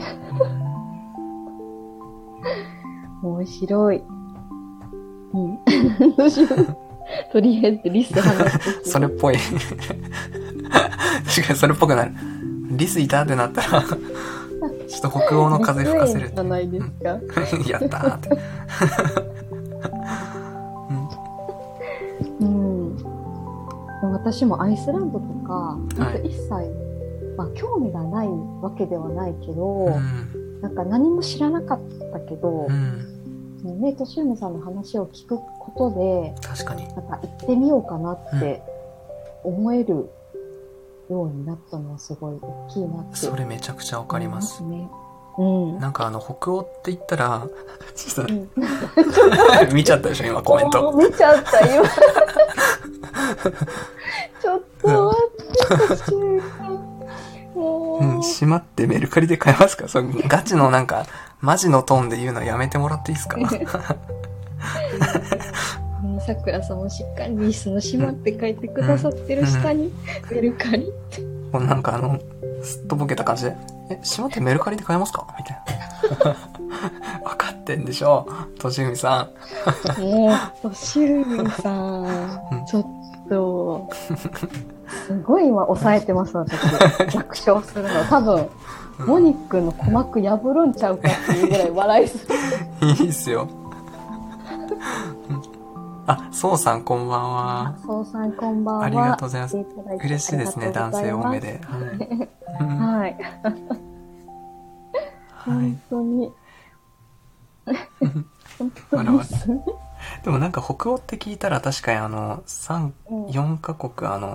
[SPEAKER 2] 面白い。うん。 どうしよう。とりあえずリス話して
[SPEAKER 1] それっぽい。違う、それっぽくなる。リスいたってなったら、ちょっと北欧の風吹かせるって
[SPEAKER 2] じゃないですか。
[SPEAKER 1] うん やったーって。
[SPEAKER 2] うん。でも私もアイスランドとか、
[SPEAKER 1] は
[SPEAKER 2] 本
[SPEAKER 1] い
[SPEAKER 2] 当一切、まあ興味がないわけではないけど、
[SPEAKER 1] うん。
[SPEAKER 2] なんか何も知らなかったけど、
[SPEAKER 1] うん。
[SPEAKER 2] そのね、としゅむさんの話を聞くこと
[SPEAKER 1] 確かに。
[SPEAKER 2] で、なんか行ってみようかなって思えるようになったのはすごい大きいなって。
[SPEAKER 1] それめちゃくちゃわかります。
[SPEAKER 2] ね。うん。
[SPEAKER 1] なんかあの、北欧って言ったら、ちょっ
[SPEAKER 2] うん
[SPEAKER 1] と 見ちゃったでしょ、今コメント。
[SPEAKER 2] おー見ちゃった、 今。ちょっと待って、途中からもう、
[SPEAKER 1] うん、しまってメルカリで買えますかそれガチのなんか、マジのトーンで言うのやめてもらっていい ですか
[SPEAKER 2] もうさくらさんもしっかりリスの島って書いてくださってる下に、メルカリって。
[SPEAKER 1] もうなんかあの、すっとぼけた感じで、え、しまってメルカリで買えますかみたいな。 わかってんでしょとしみさん。
[SPEAKER 2] もう、としゅみさん、ちょっと、すごい今抑えてます、私。爆笑するの。多分、モニックの鼓膜破るんちゃうかっていうぐらい笑いする。
[SPEAKER 1] いいっすよ。うんあ、そうさんこんばんは。
[SPEAKER 2] そうさん、こんばんは。
[SPEAKER 1] ありがとうございます
[SPEAKER 2] 来てただて
[SPEAKER 1] 嬉しいですね、
[SPEAKER 2] ありが
[SPEAKER 1] 男
[SPEAKER 2] とうござ
[SPEAKER 1] 性
[SPEAKER 2] いま
[SPEAKER 1] 多
[SPEAKER 2] す
[SPEAKER 1] めで。はい。うん
[SPEAKER 2] はい。
[SPEAKER 1] はい
[SPEAKER 2] 本。当に。本当
[SPEAKER 1] 笑
[SPEAKER 2] に
[SPEAKER 1] わせ
[SPEAKER 2] す
[SPEAKER 1] でもなんか北欧って聞いたら確かにあの、3、4カ国あの、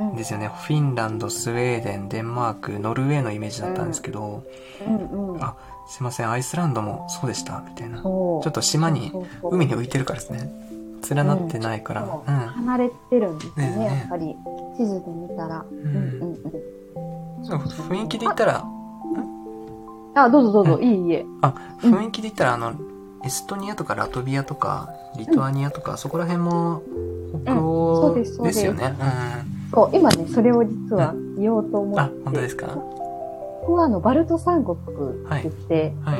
[SPEAKER 2] うん
[SPEAKER 1] ですよね。フィンランド、スウェーデン、デンマーク、ノルウェーのイメージだったんですけど、
[SPEAKER 2] うんうん。
[SPEAKER 1] あ、すいません、アイスランドもそうでした、みたいな。ちょ
[SPEAKER 2] そう。
[SPEAKER 1] っと島に、
[SPEAKER 2] そうそうそう
[SPEAKER 1] 海に浮いてるからですね。連なってないから。
[SPEAKER 2] そう
[SPEAKER 1] うん。
[SPEAKER 2] 離れてるんですね、
[SPEAKER 1] ねえねえ
[SPEAKER 2] やっぱり。地図で見たら。うんんうんうん。
[SPEAKER 1] そう雰囲気で言ったら、
[SPEAKER 2] あ、どうぞどうぞ、いいいえ。
[SPEAKER 1] あ、
[SPEAKER 2] うん
[SPEAKER 1] 雰囲気で言ったら、あの、エストニアとかラトビアとか、リトアニアとか、そこら辺も北
[SPEAKER 2] うんそう
[SPEAKER 1] 欧
[SPEAKER 2] ですそう
[SPEAKER 1] で
[SPEAKER 2] です
[SPEAKER 1] すよね。
[SPEAKER 2] こう、今ね、それを実は言おうと
[SPEAKER 1] う
[SPEAKER 2] 思
[SPEAKER 1] ん。
[SPEAKER 2] っ
[SPEAKER 1] あ
[SPEAKER 2] て。、
[SPEAKER 1] 本当ですか
[SPEAKER 2] ここはあの、バルト三国って言って、
[SPEAKER 1] はい。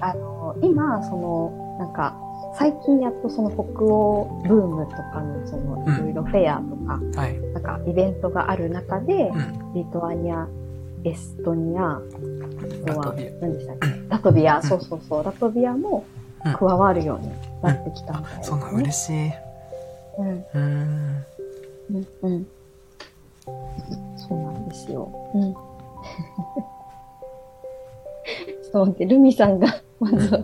[SPEAKER 2] あの、今、その、なんか、最近やっとその北欧ブームとかの、その、
[SPEAKER 1] うん
[SPEAKER 2] いろいろフェアとか、
[SPEAKER 1] はい。
[SPEAKER 2] なんかイベントがある中で
[SPEAKER 1] う、ん。
[SPEAKER 2] リトアニア、エストニア、あと
[SPEAKER 1] ラト
[SPEAKER 2] は
[SPEAKER 1] ビア、
[SPEAKER 2] 何でしたっけラトビア、そうそうそう、ラトビアも
[SPEAKER 1] うん
[SPEAKER 2] 加わるようになってきた
[SPEAKER 1] あ
[SPEAKER 2] みたい、です
[SPEAKER 1] そうなん、
[SPEAKER 2] ね
[SPEAKER 1] 嬉。しい。
[SPEAKER 2] うん、
[SPEAKER 1] うん。
[SPEAKER 2] うん、うん。そうなんですよ。うん。ちょっと待って、ルミさんが、 まずは、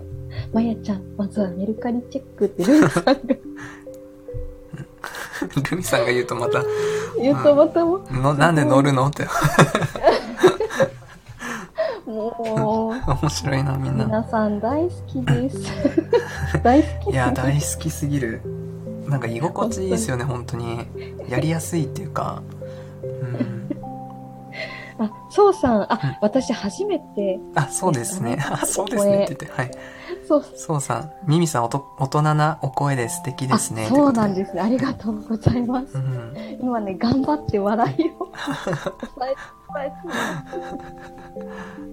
[SPEAKER 2] まやちゃん、まずはメルカリチェックってルミさんが
[SPEAKER 1] ルミさんが言うとまた、
[SPEAKER 2] 言うとまたも、
[SPEAKER 1] のなんで乗るのって
[SPEAKER 2] もう、
[SPEAKER 1] 面白いなみんな
[SPEAKER 2] 皆さん大好きです。 大好き
[SPEAKER 1] いや大好きすぎるなんか居心地いいですよね本当にやりやすいっていうかうん
[SPEAKER 2] あ、そうさん、あ、
[SPEAKER 1] うん
[SPEAKER 2] 私初めて、
[SPEAKER 1] あそうですねあそうですねって言ってはい
[SPEAKER 2] そう、
[SPEAKER 1] そうさんミミさんおと大人なお声で素敵ですね
[SPEAKER 2] あそうなん
[SPEAKER 1] す
[SPEAKER 2] ですね。ありがとうございます
[SPEAKER 1] う。ん、
[SPEAKER 2] 今ね、頑張って笑いを抑え、抑えてます。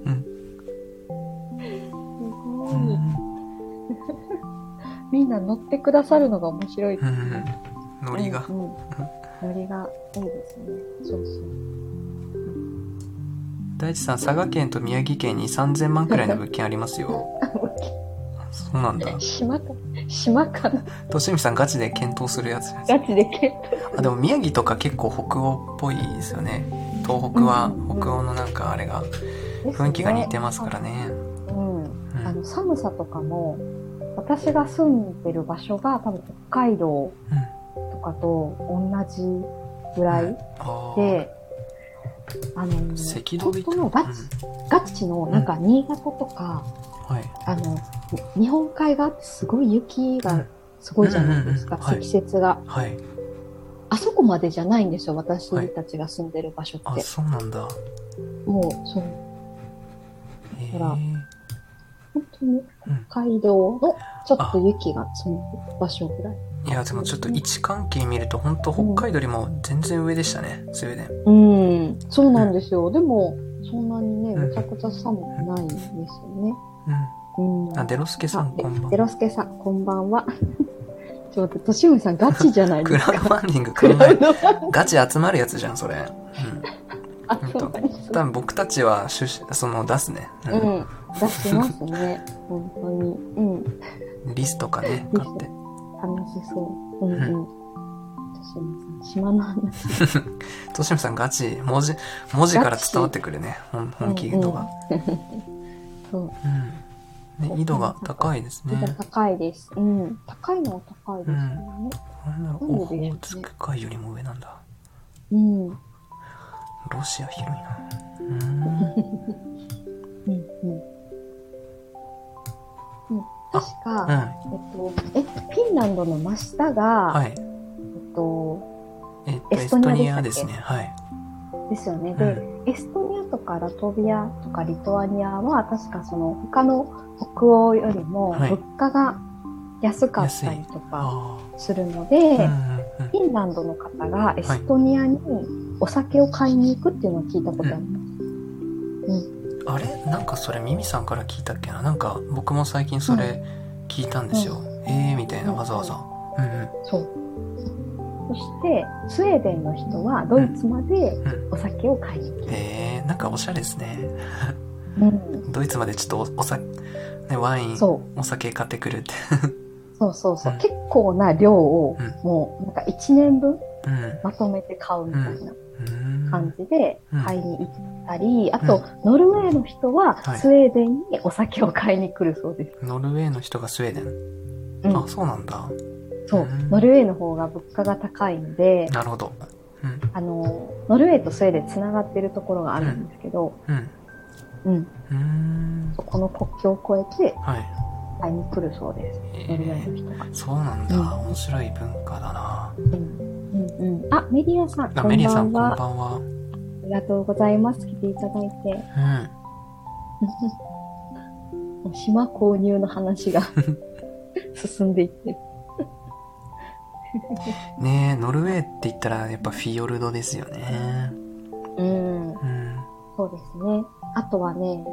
[SPEAKER 1] うん
[SPEAKER 2] すご
[SPEAKER 1] う
[SPEAKER 2] い。
[SPEAKER 1] ん
[SPEAKER 2] みんな乗ってくださるのが面白い。
[SPEAKER 1] うん、ノリが
[SPEAKER 2] うんうんノリがいいですね。そうそう。
[SPEAKER 1] 大地さん佐賀県と宮城県に3000万くらいの物件ありますよ
[SPEAKER 2] あの
[SPEAKER 1] そうなんだ
[SPEAKER 2] 島か、島かな。
[SPEAKER 1] としみさんガチで検討するやつじゃないですか
[SPEAKER 2] ガチでけ。
[SPEAKER 1] あでも宮城とか結構北欧っぽいですよね東北は
[SPEAKER 2] うんうんうん
[SPEAKER 1] 北欧のなんかあれが雰囲気が似てますからね
[SPEAKER 2] うん。
[SPEAKER 1] う
[SPEAKER 2] あ
[SPEAKER 1] ん
[SPEAKER 2] の、寒さとかも、私が住んでる場所が多分北海道
[SPEAKER 1] うん
[SPEAKER 2] とかと同じぐらい
[SPEAKER 1] あー
[SPEAKER 2] で、あの、
[SPEAKER 1] 赤道で
[SPEAKER 2] 本当
[SPEAKER 1] 言
[SPEAKER 2] の
[SPEAKER 1] ったら
[SPEAKER 2] ガチ、ガチのなんか新潟とか、
[SPEAKER 1] うんはい
[SPEAKER 2] あの、日本海側ってすごい雪がすごいじゃないですか、
[SPEAKER 1] うんうんうんはい
[SPEAKER 2] 積雪が。
[SPEAKER 1] はい
[SPEAKER 2] あそこまでじゃないんですよ、私たちが住んでる場所って。
[SPEAKER 1] あそうなんだ
[SPEAKER 2] もう、そう、
[SPEAKER 1] へえ
[SPEAKER 2] ほら本当に
[SPEAKER 1] うん
[SPEAKER 2] 北海道のちょっと雪が積もる場所ぐらい。
[SPEAKER 1] いやでもちょっと位置関係見ると本当北海道よりも全然上でしたねスウェーデン
[SPEAKER 2] うん、そうなんですよ。でも、そんなにね、
[SPEAKER 1] うん
[SPEAKER 2] めちゃくちゃ寒くないんですよね。うん
[SPEAKER 1] うんあデロスケさんこんばん
[SPEAKER 2] ゼ
[SPEAKER 1] は
[SPEAKER 2] ロスケさん、こんばんは。 ちょっと待って、としむさんガチじゃない
[SPEAKER 1] ク
[SPEAKER 2] で
[SPEAKER 1] ラ
[SPEAKER 2] す
[SPEAKER 1] ウド
[SPEAKER 2] か。
[SPEAKER 1] ファンディング
[SPEAKER 2] ク
[SPEAKER 1] 考
[SPEAKER 2] ラ
[SPEAKER 1] え
[SPEAKER 2] ウドファン
[SPEAKER 1] ガチ集まるやつじゃんそれ
[SPEAKER 2] あっ
[SPEAKER 1] うん
[SPEAKER 2] という
[SPEAKER 1] と
[SPEAKER 2] 間にす
[SPEAKER 1] 多分僕たちは出資その出すね、
[SPEAKER 2] ぐうん出しますね本当にうん
[SPEAKER 1] うん、リスとかね買って
[SPEAKER 2] 楽しそううんうん私もさ島の話
[SPEAKER 1] としみさんガチ文字文字から伝わってくるねほん本気度が、
[SPEAKER 2] そう
[SPEAKER 1] うんね、緯度が高いです
[SPEAKER 2] ちょっと
[SPEAKER 1] ね
[SPEAKER 2] 高いですうん高いのは高いですよね
[SPEAKER 1] なんだろうオホーツク海よりも上なんだ
[SPEAKER 2] うん
[SPEAKER 1] ロシア広いなうん
[SPEAKER 2] うんうんうん確か、
[SPEAKER 1] うん
[SPEAKER 2] えっと、え、フィンランドの真下が、
[SPEAKER 1] はい
[SPEAKER 2] えっと、
[SPEAKER 1] えっとエ
[SPEAKER 2] エ
[SPEAKER 1] ス
[SPEAKER 2] ス
[SPEAKER 1] ト
[SPEAKER 2] ト
[SPEAKER 1] ニ
[SPEAKER 2] ニ
[SPEAKER 1] ア
[SPEAKER 2] ア
[SPEAKER 1] で
[SPEAKER 2] ですしたっけ
[SPEAKER 1] ねはい
[SPEAKER 2] ですよね。
[SPEAKER 1] う
[SPEAKER 2] で、
[SPEAKER 1] ん
[SPEAKER 2] エストニアとかラトビアとかリトアニアは、確かその他の北欧よりも
[SPEAKER 1] はい
[SPEAKER 2] 物価が安かったりとか
[SPEAKER 1] あ
[SPEAKER 2] するので、
[SPEAKER 1] あうんうん
[SPEAKER 2] フィンランドの方がエストニアにお酒を買いに行くっていうのを聞いたことあります。
[SPEAKER 1] うんあれなんかそれミミさんから聞いたっけななんか僕も最近それ聞いたんですよ、ええー、みたいなわざわざうんうん
[SPEAKER 2] そう。そして、スウェーデンの人はドイツまで
[SPEAKER 1] ん
[SPEAKER 2] お酒を買いに行く。
[SPEAKER 1] えー、なんかおしゃれですね
[SPEAKER 2] うん。
[SPEAKER 1] ドイツまでちょっとおお酒、ね、ワイン
[SPEAKER 2] そう。
[SPEAKER 1] お酒買ってくるって
[SPEAKER 2] そうそうそう。
[SPEAKER 1] うん
[SPEAKER 2] 結構な量を
[SPEAKER 1] うん、
[SPEAKER 2] もう、なんか1年分
[SPEAKER 1] うん
[SPEAKER 2] まとめて買うみたいな
[SPEAKER 1] うーん
[SPEAKER 2] 感じで
[SPEAKER 1] うん
[SPEAKER 2] 買いに行ったり、あと、ノルウェーの人は
[SPEAKER 1] はい
[SPEAKER 2] スウェーデンにお酒を買いに来るそうです。
[SPEAKER 1] ノルウェーの人がスウェーデン、
[SPEAKER 2] うん
[SPEAKER 1] あそうなんだ
[SPEAKER 2] そう。ノルウェーの方が物価が高いんで、
[SPEAKER 1] なるほどうん
[SPEAKER 2] あの、ノルウェーとスウェーデン繋がってるところがあるんですけど、
[SPEAKER 1] うん
[SPEAKER 2] うん。
[SPEAKER 1] うーん
[SPEAKER 2] この国境を越えて
[SPEAKER 1] はい
[SPEAKER 2] 買いに来るそうです。
[SPEAKER 1] え
[SPEAKER 2] ノルウェー
[SPEAKER 1] ー、
[SPEAKER 2] の人が。
[SPEAKER 1] そうなんだ、
[SPEAKER 2] うん
[SPEAKER 1] 面白い文化だな
[SPEAKER 2] うん。うんうん。あ、メディアさん、
[SPEAKER 1] あ
[SPEAKER 2] こ
[SPEAKER 1] メ
[SPEAKER 2] ん
[SPEAKER 1] リー
[SPEAKER 2] ば
[SPEAKER 1] さん
[SPEAKER 2] ん
[SPEAKER 1] こん
[SPEAKER 2] は。
[SPEAKER 1] ばんは
[SPEAKER 2] ありがとうございます。来ていただいて。
[SPEAKER 1] うん
[SPEAKER 2] もう島購入の 話が 進んでいってる。
[SPEAKER 1] ねえノルウェーって言ったらやっぱフィヨルドですよね
[SPEAKER 2] うん。
[SPEAKER 1] うん
[SPEAKER 2] そうですね。あとはね、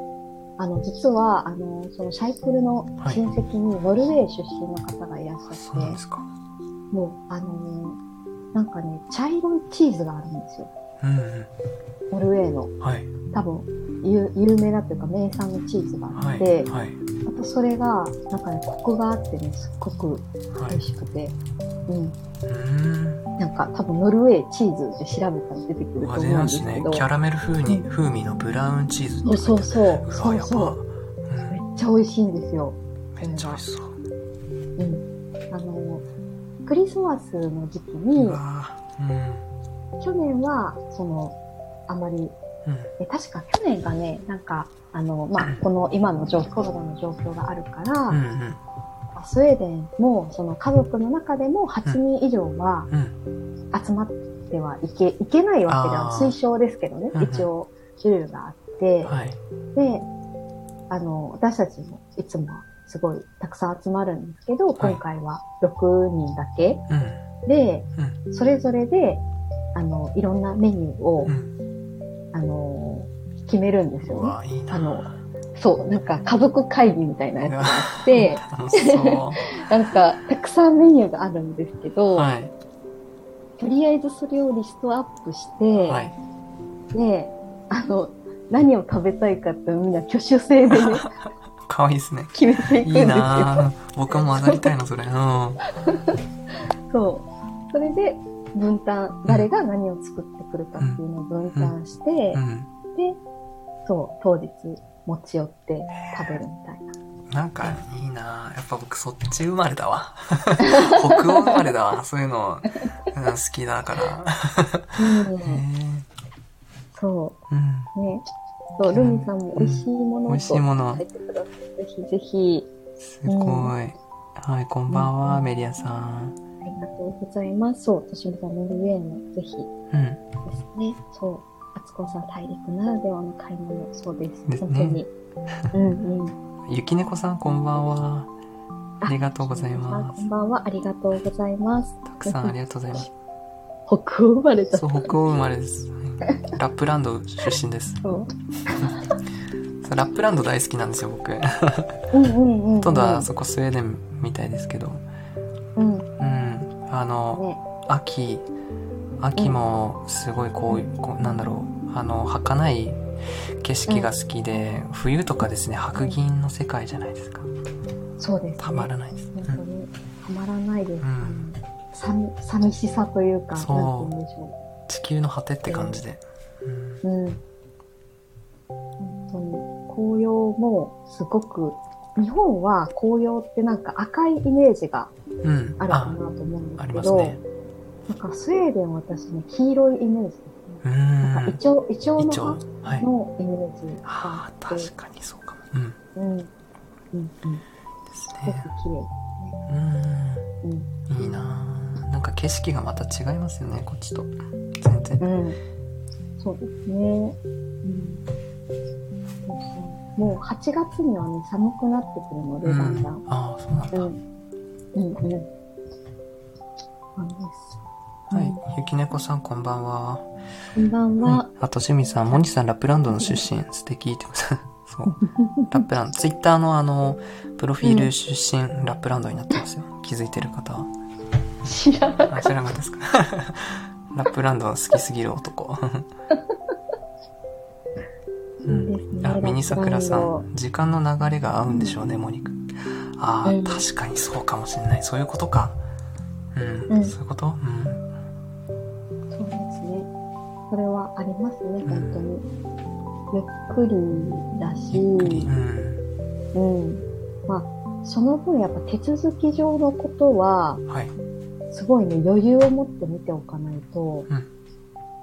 [SPEAKER 2] あの、実は、あの、そのシャイクルの親戚にノルウェー出身の方がいらっしゃ
[SPEAKER 1] あ
[SPEAKER 2] っ
[SPEAKER 1] そう
[SPEAKER 2] て、
[SPEAKER 1] なんですか
[SPEAKER 2] もう、あの、なんかね、茶色いチーズがあるんですよ。
[SPEAKER 1] うんう
[SPEAKER 2] ノルウェーの。
[SPEAKER 1] んはい
[SPEAKER 2] 多分、有有名なというか、名産のチーズがあ
[SPEAKER 1] は
[SPEAKER 2] っ
[SPEAKER 1] い
[SPEAKER 2] て、
[SPEAKER 1] はい
[SPEAKER 2] またそれが、なんかね、コクがあってね、すっごく
[SPEAKER 1] は
[SPEAKER 2] 美
[SPEAKER 1] い
[SPEAKER 2] 味しくて、うん。
[SPEAKER 1] うー
[SPEAKER 2] なんか、多分、ノルウェーチーズで調べたら出てくる
[SPEAKER 1] ん
[SPEAKER 2] と
[SPEAKER 1] あ
[SPEAKER 2] 思
[SPEAKER 1] れな
[SPEAKER 2] う
[SPEAKER 1] で
[SPEAKER 2] んんですすけ
[SPEAKER 1] ね
[SPEAKER 2] ど。
[SPEAKER 1] キャラメル風に
[SPEAKER 2] う
[SPEAKER 1] 風味のブラウンチーズって書いてある
[SPEAKER 2] そうそうう。
[SPEAKER 1] わ
[SPEAKER 2] そう
[SPEAKER 1] や
[SPEAKER 2] そ
[SPEAKER 1] ば
[SPEAKER 2] う。
[SPEAKER 1] う
[SPEAKER 2] め
[SPEAKER 1] ん
[SPEAKER 2] っちゃ美味しいんですよ。
[SPEAKER 1] めっちゃ美味しそう
[SPEAKER 2] うん。あの、クリスマスの時期
[SPEAKER 1] う
[SPEAKER 2] に、
[SPEAKER 1] わー
[SPEAKER 2] 去年は、その、あまり、
[SPEAKER 1] うんうん
[SPEAKER 2] え確か去年がね、なんか、あの、まあ、この今の状況、コロナの状況があるから、
[SPEAKER 1] うんうん
[SPEAKER 2] まあスウェーデンも、その家族の中でも8人以上は
[SPEAKER 1] うん
[SPEAKER 2] 集まってはいけ、いけないわけでは
[SPEAKER 1] あー
[SPEAKER 2] 推奨ですけどね
[SPEAKER 1] うん、うん
[SPEAKER 2] 一応、ルールがあって、
[SPEAKER 1] はい
[SPEAKER 2] で、あの、私たちもいつもすごいたくさん集まるんですけど、
[SPEAKER 1] はい
[SPEAKER 2] 今回は6人だけ
[SPEAKER 1] うん
[SPEAKER 2] で、
[SPEAKER 1] う
[SPEAKER 2] それぞれで、あの、いろんなメニューを、
[SPEAKER 1] うん
[SPEAKER 2] あの、決めるんです
[SPEAKER 1] う
[SPEAKER 2] よ
[SPEAKER 1] わいいな
[SPEAKER 2] あのね。そう、なんか家族会議みたいなやつがあって、
[SPEAKER 1] 楽しそ
[SPEAKER 2] なんかたくさんメニューがあるんですけ
[SPEAKER 1] う
[SPEAKER 2] ど、
[SPEAKER 1] はい
[SPEAKER 2] とりあえずそれをリストアップして、
[SPEAKER 1] はい
[SPEAKER 2] で、あの、何を食べたいかってみんな挙手制で ね
[SPEAKER 1] 可愛いですね
[SPEAKER 2] 決めていくん
[SPEAKER 1] い
[SPEAKER 2] です
[SPEAKER 1] い
[SPEAKER 2] よ。
[SPEAKER 1] なー僕も混ざりたいなそれうんは
[SPEAKER 2] そう。それで、分担、誰が何を作ってくるかっていうのを分担して、
[SPEAKER 1] いうん
[SPEAKER 2] で、そう、当日持ち寄って食べるみたいな。
[SPEAKER 1] なんかいいなぁやっぱ僕そっち生まれだわ。 北欧生まれだわ。そういうの、うん好きだから。へぇ
[SPEAKER 2] そ
[SPEAKER 1] うん。
[SPEAKER 2] う、ね。そう、ルミさんも美味しいもの
[SPEAKER 1] 美
[SPEAKER 2] を
[SPEAKER 1] 味しいもの
[SPEAKER 2] 書いてください。ぜひぜひ、
[SPEAKER 1] すごい。はい、こんばんは、メリアさん。
[SPEAKER 2] ありがとうございます。そう、としみさん、ノルウェーのぜひ
[SPEAKER 1] うん。
[SPEAKER 2] ですね。そう、あつこさん、大陸ならではの買い物、そうです。
[SPEAKER 1] です
[SPEAKER 2] 本
[SPEAKER 1] ね
[SPEAKER 2] 当に。うんうん。
[SPEAKER 1] ゆきねこさん、こんばんは。あ
[SPEAKER 2] あ
[SPEAKER 1] りがとうございま
[SPEAKER 2] こん
[SPEAKER 1] す。
[SPEAKER 2] ばんは、ありがとうございます。
[SPEAKER 1] たくさんありがとうございます。
[SPEAKER 2] 北欧生まれた
[SPEAKER 1] そう、北欧生まれです。はいラップランド出身です。
[SPEAKER 2] そう。
[SPEAKER 1] そうラップランド大好きなんですよ、僕。ほ
[SPEAKER 2] うんうんうんうん。
[SPEAKER 1] とんどあそこスウェーデンみたいですけど。
[SPEAKER 2] う
[SPEAKER 1] う
[SPEAKER 2] ん。
[SPEAKER 1] ん。あの、
[SPEAKER 2] ね。
[SPEAKER 1] 秋秋もすごいこう,、こうなんだろうあの、儚い景色が好きで、冬とかですね、白銀の世界じゃないですか。
[SPEAKER 2] そうです、ね。
[SPEAKER 1] たまらないです。
[SPEAKER 2] 本当に、たまらないです
[SPEAKER 1] う。ん。
[SPEAKER 2] 寂寂しさというか、なんて
[SPEAKER 1] そう
[SPEAKER 2] 言うんでしょ
[SPEAKER 1] 地球の果てって感じで。うん
[SPEAKER 2] う。うん。本当に、紅葉もすごく、日本は紅葉ってなんか赤いイメージが
[SPEAKER 1] うん。
[SPEAKER 2] あるか
[SPEAKER 1] あ、
[SPEAKER 2] なと思うんで
[SPEAKER 1] あ
[SPEAKER 2] す
[SPEAKER 1] り
[SPEAKER 2] け
[SPEAKER 1] ます
[SPEAKER 2] ど、
[SPEAKER 1] ね。
[SPEAKER 2] なんかスウェーデンは私ね、黄色いイメージですね。
[SPEAKER 1] う
[SPEAKER 2] なんかイ
[SPEAKER 1] ん。
[SPEAKER 2] チョウ、イチョウ
[SPEAKER 1] 一
[SPEAKER 2] の
[SPEAKER 1] 丁
[SPEAKER 2] 葉。
[SPEAKER 1] はい。
[SPEAKER 2] のイメージがあ
[SPEAKER 1] ああ、
[SPEAKER 2] って、
[SPEAKER 1] 確かにそうかも。うん。で
[SPEAKER 2] うん。うんうん。
[SPEAKER 1] す
[SPEAKER 2] すごく
[SPEAKER 1] ね。
[SPEAKER 2] 綺
[SPEAKER 1] う
[SPEAKER 2] 麗。うん。
[SPEAKER 1] ん。いいなあなんか景色がまた違いますよね、こっちと。全然。
[SPEAKER 2] うんそうですね。うん、そうそうもう8月にはね、寒くなってくるので、
[SPEAKER 1] う
[SPEAKER 2] だんだん
[SPEAKER 1] ん。。ああ、そうなん
[SPEAKER 2] う
[SPEAKER 1] だ。
[SPEAKER 2] ん。
[SPEAKER 1] は
[SPEAKER 2] うんうん。そうです。
[SPEAKER 1] い。ゆきねこさん、こんばんは。
[SPEAKER 2] こんばんは。
[SPEAKER 1] あと、清水さん、モニさん、ラップランドの出身、素敵ってこと そう。ラップランド、ツイッターのあの、プロフィール出身、ラップランドになってますよ。気づいてる方は。
[SPEAKER 2] 知らな
[SPEAKER 1] あ、知らなかったですか ラップランド好きすぎる 男。う
[SPEAKER 2] いです
[SPEAKER 1] ん、
[SPEAKER 2] ね
[SPEAKER 1] あ、ミニ桜さ
[SPEAKER 2] ラップラ
[SPEAKER 1] ん。時間の流れが合うんでしょうね、モニク。ああ、
[SPEAKER 2] うん
[SPEAKER 1] 確かにそうかもしれない。そういうことか。うん、
[SPEAKER 2] うん
[SPEAKER 1] そういうことうん。
[SPEAKER 2] い。そうですね。それはありますね、
[SPEAKER 1] ん
[SPEAKER 2] 本当に。ゆっくりだし、
[SPEAKER 1] ゆっくり。うん。
[SPEAKER 2] うん。まあ、その分やっぱ手続き上のことは、
[SPEAKER 1] はい。
[SPEAKER 2] すごいね、余裕を持って見ておかないと、
[SPEAKER 1] うん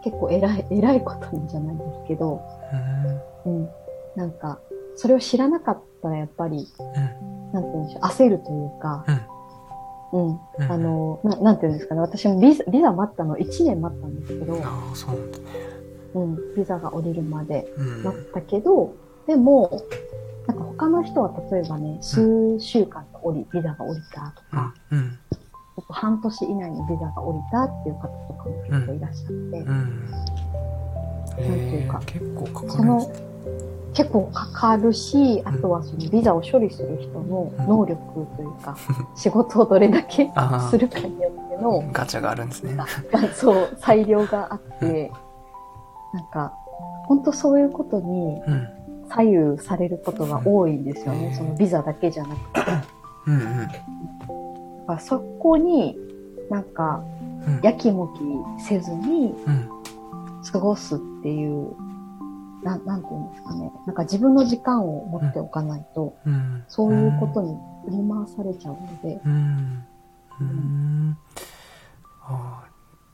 [SPEAKER 2] 結構偉い、偉いことなんじゃないんですけど、
[SPEAKER 1] うん。
[SPEAKER 2] うん。なんか、それを知らなかったらやっぱり、
[SPEAKER 1] うん。
[SPEAKER 2] なんて言うんでしょう、焦るというか、うん。
[SPEAKER 1] うん。
[SPEAKER 2] あ、の、ななんて言うんですかね、私もビザ、ビザ待ったの1年待ったんですけど、
[SPEAKER 1] ああ、そうなんだね。
[SPEAKER 2] うん、ビザが降りるまで
[SPEAKER 1] うん。
[SPEAKER 2] 待ったけど、でも、なんか他の人は例えばね、数週間で降り、ビザが降りたとか、
[SPEAKER 1] うん。
[SPEAKER 2] 半年以内にビザが降りたっていう方とかも結構いらっしゃって、
[SPEAKER 1] うん。
[SPEAKER 2] んてい
[SPEAKER 1] え
[SPEAKER 2] うか
[SPEAKER 1] ー、結構かか
[SPEAKER 2] そ
[SPEAKER 1] るんで
[SPEAKER 2] の
[SPEAKER 1] すね。
[SPEAKER 2] 結構かかるし、あとはそのビザを処理する人の能力という か、仕事をどれだけ
[SPEAKER 1] あ
[SPEAKER 2] するかによっての、
[SPEAKER 1] あ、ガチャがあるんですね。
[SPEAKER 2] まあ、そう、裁量があって、なんか、本当そういうことに
[SPEAKER 1] うん。
[SPEAKER 2] 左右されることが多いんですよ
[SPEAKER 1] うん
[SPEAKER 2] ね。そのビザだけじゃなくて。
[SPEAKER 1] うんうん。
[SPEAKER 2] だからそこに、なんか、
[SPEAKER 1] うん。
[SPEAKER 2] やきもきせずに
[SPEAKER 1] うん。
[SPEAKER 2] 過ごすっていう、なん、なんていうんですかね。なんか自分の時間を持っておかないと、
[SPEAKER 1] うん
[SPEAKER 2] そういうことに振り回されちゃうので、
[SPEAKER 1] うんうんあ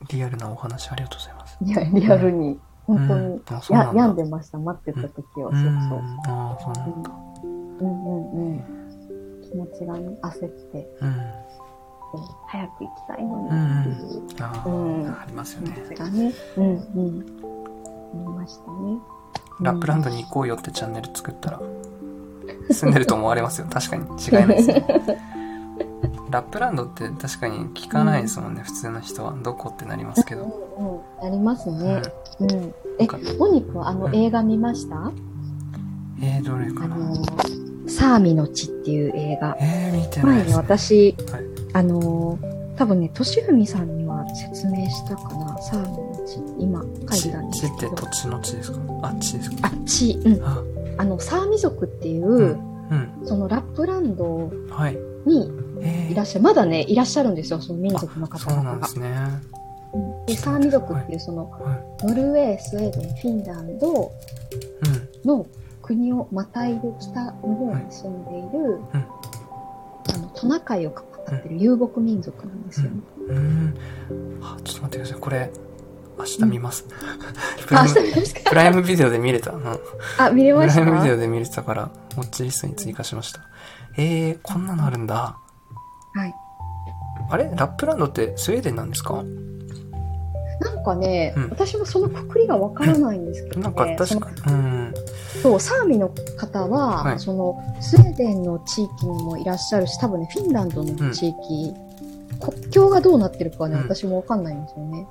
[SPEAKER 1] ーリアルなお話ありがとうございます
[SPEAKER 2] いや、リアルに、本当に、
[SPEAKER 1] うんあそうな
[SPEAKER 2] や
[SPEAKER 1] んだ
[SPEAKER 2] 病んでました、待ってた時は、
[SPEAKER 1] うん
[SPEAKER 2] そう
[SPEAKER 1] ああそうなんだ
[SPEAKER 2] そう。うんうんうん。気持ちがね、焦って、
[SPEAKER 1] うん
[SPEAKER 2] 早く行きたいのにっていう
[SPEAKER 1] あ
[SPEAKER 2] うん
[SPEAKER 1] ーありますよね
[SPEAKER 2] 気持ちがね、うんうん。ありましたね。
[SPEAKER 1] ラップランドに行こうよってチャンネル作ったら住んでると思われますよ確かに違いないですねラップランドって確かに聞かないですもんね普通の人はどこってなりますけ
[SPEAKER 2] う
[SPEAKER 1] ど
[SPEAKER 2] んうん。あります
[SPEAKER 1] う
[SPEAKER 2] ね
[SPEAKER 1] ん。
[SPEAKER 2] うん。え
[SPEAKER 1] なんか、
[SPEAKER 2] モニクはあの映画見ました
[SPEAKER 1] えーどれか
[SPEAKER 2] あ
[SPEAKER 1] な
[SPEAKER 2] の、サーミの地っていう映画。
[SPEAKER 1] えー見てない
[SPEAKER 2] 前
[SPEAKER 1] で
[SPEAKER 2] に
[SPEAKER 1] すね
[SPEAKER 2] 私、
[SPEAKER 1] はい
[SPEAKER 2] あのー多分ね、としふみさんには説明したかな、サーミの地、今書いたんで
[SPEAKER 1] 地
[SPEAKER 2] す
[SPEAKER 1] 地っ
[SPEAKER 2] け
[SPEAKER 1] て
[SPEAKER 2] ど。
[SPEAKER 1] 土地の地ですかあっちですか
[SPEAKER 2] あ、地、うん。
[SPEAKER 1] あ
[SPEAKER 2] あの、サーミ族っていうう、
[SPEAKER 1] ん
[SPEAKER 2] そのラップランド
[SPEAKER 1] うんはい
[SPEAKER 2] に
[SPEAKER 1] え
[SPEAKER 2] い
[SPEAKER 1] ー
[SPEAKER 2] らっしゃる、まだね、いらっしゃるんですよ、その民族の方
[SPEAKER 1] そうな
[SPEAKER 2] 々
[SPEAKER 1] ん
[SPEAKER 2] が
[SPEAKER 1] で。すね。
[SPEAKER 2] うんで、サーミ族っていう、その、
[SPEAKER 1] は
[SPEAKER 2] ノルウェー、スウェーデン、フィンランド
[SPEAKER 1] い。
[SPEAKER 2] の国をまたいで北の方に住んでいる、
[SPEAKER 1] うん
[SPEAKER 2] あの、トナカイを語ってる遊牧民族なんですよね。
[SPEAKER 1] うん。うーん。あ、ちょっと待ってください。これ、明日見 ます。プラ
[SPEAKER 2] あ、
[SPEAKER 1] イ
[SPEAKER 2] そう
[SPEAKER 1] ム、
[SPEAKER 2] ですか。
[SPEAKER 1] プライムビデオで見れた。うん。プ
[SPEAKER 2] あ、見れま
[SPEAKER 1] ラ
[SPEAKER 2] し
[SPEAKER 1] イムビデ
[SPEAKER 2] た
[SPEAKER 1] オで見れてたから、ウォッチリストに追加しました。えー、こんなのあるんだ。
[SPEAKER 2] はい。
[SPEAKER 1] あれラップランドってスウェーデンなんですか
[SPEAKER 2] なんかね、
[SPEAKER 1] うん
[SPEAKER 2] 私もそのくくりがわからないんですけど、ね、
[SPEAKER 1] なんか
[SPEAKER 2] そ
[SPEAKER 1] 確
[SPEAKER 2] の
[SPEAKER 1] か、うん。
[SPEAKER 2] そう、サーミの方は、
[SPEAKER 1] はい
[SPEAKER 2] その、スウェーデンの地域にもいらっしゃるし、多分ね、フィンランドの地域、国境がどうなってるかはね、
[SPEAKER 1] うん
[SPEAKER 2] 私もわかんないんですよね。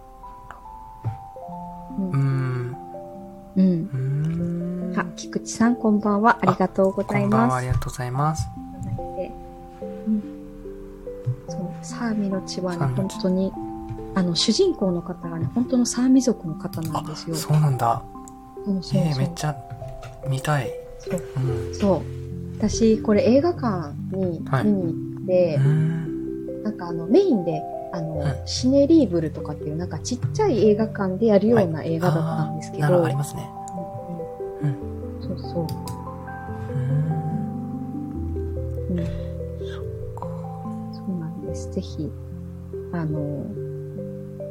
[SPEAKER 1] うーん。
[SPEAKER 2] うん。
[SPEAKER 1] うーん。
[SPEAKER 2] あ、菊池さん、こんばんは。ありがとうご
[SPEAKER 1] こ
[SPEAKER 2] ざい
[SPEAKER 1] んばん
[SPEAKER 2] ま
[SPEAKER 1] は、あ
[SPEAKER 2] す
[SPEAKER 1] り。がとうございます。
[SPEAKER 2] うんそうサーミの地は
[SPEAKER 1] サー
[SPEAKER 2] ね、
[SPEAKER 1] ミの地
[SPEAKER 2] 本当に、あの、主人公の方がね、本当のサーミ族の方なんですよ。
[SPEAKER 1] そうなんだ。
[SPEAKER 2] うん、そうそう。
[SPEAKER 1] えー、めっちゃ見たい。
[SPEAKER 2] そう
[SPEAKER 1] うん。
[SPEAKER 2] そう。私、これ映画館に見に行って、
[SPEAKER 1] うん。
[SPEAKER 2] なんかあの、メインで、あの、
[SPEAKER 1] うん
[SPEAKER 2] シネリーブルとかっていう、なんかちっちゃい映画館でやるような映画だったんですけ
[SPEAKER 1] あーな
[SPEAKER 2] ど、
[SPEAKER 1] らありますね。
[SPEAKER 2] う
[SPEAKER 1] うん
[SPEAKER 2] そうそう。
[SPEAKER 1] うん。
[SPEAKER 2] うん、そうなんです。ぜひ、あの、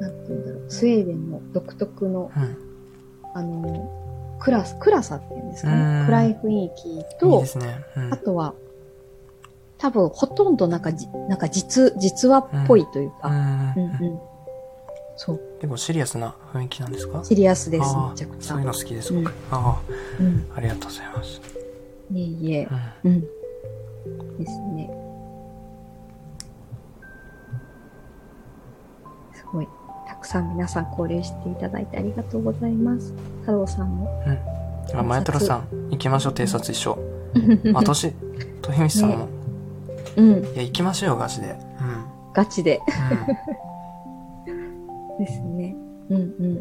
[SPEAKER 2] なんて言うんだろう、スウェーデンの独特の、
[SPEAKER 1] うん。
[SPEAKER 2] あの、暗さ、暗さっていうんですか
[SPEAKER 1] う
[SPEAKER 2] ね。
[SPEAKER 1] ん
[SPEAKER 2] 暗い雰囲気
[SPEAKER 1] いい
[SPEAKER 2] と
[SPEAKER 1] で、すね。うん
[SPEAKER 2] あ。とは、多分、ほとんどなんかじ、なんか実、実話っぽいという
[SPEAKER 1] う
[SPEAKER 2] か、
[SPEAKER 1] ん
[SPEAKER 2] うんうん。そう、
[SPEAKER 1] 結構シリアスな雰囲気なんですか
[SPEAKER 2] シリアスです、
[SPEAKER 1] あー
[SPEAKER 2] めちゃくちゃ。
[SPEAKER 1] そういうの好きです、僕。
[SPEAKER 2] う
[SPEAKER 1] あ
[SPEAKER 2] うん。
[SPEAKER 1] あ、ありがとうございます。
[SPEAKER 2] いえいえ
[SPEAKER 1] う。ん。
[SPEAKER 2] うん。ですね。すごい。たくさん皆さん交流していただいてありがとうございます。太郎さんも。
[SPEAKER 1] あ、前太郎さん、行きましょう、偵察一緒。あ、とし、とひみさんも。
[SPEAKER 2] うん。
[SPEAKER 1] いや、行きましょうよ、ガチで。うん。うん。
[SPEAKER 2] ガチで。 ですね。うんうん。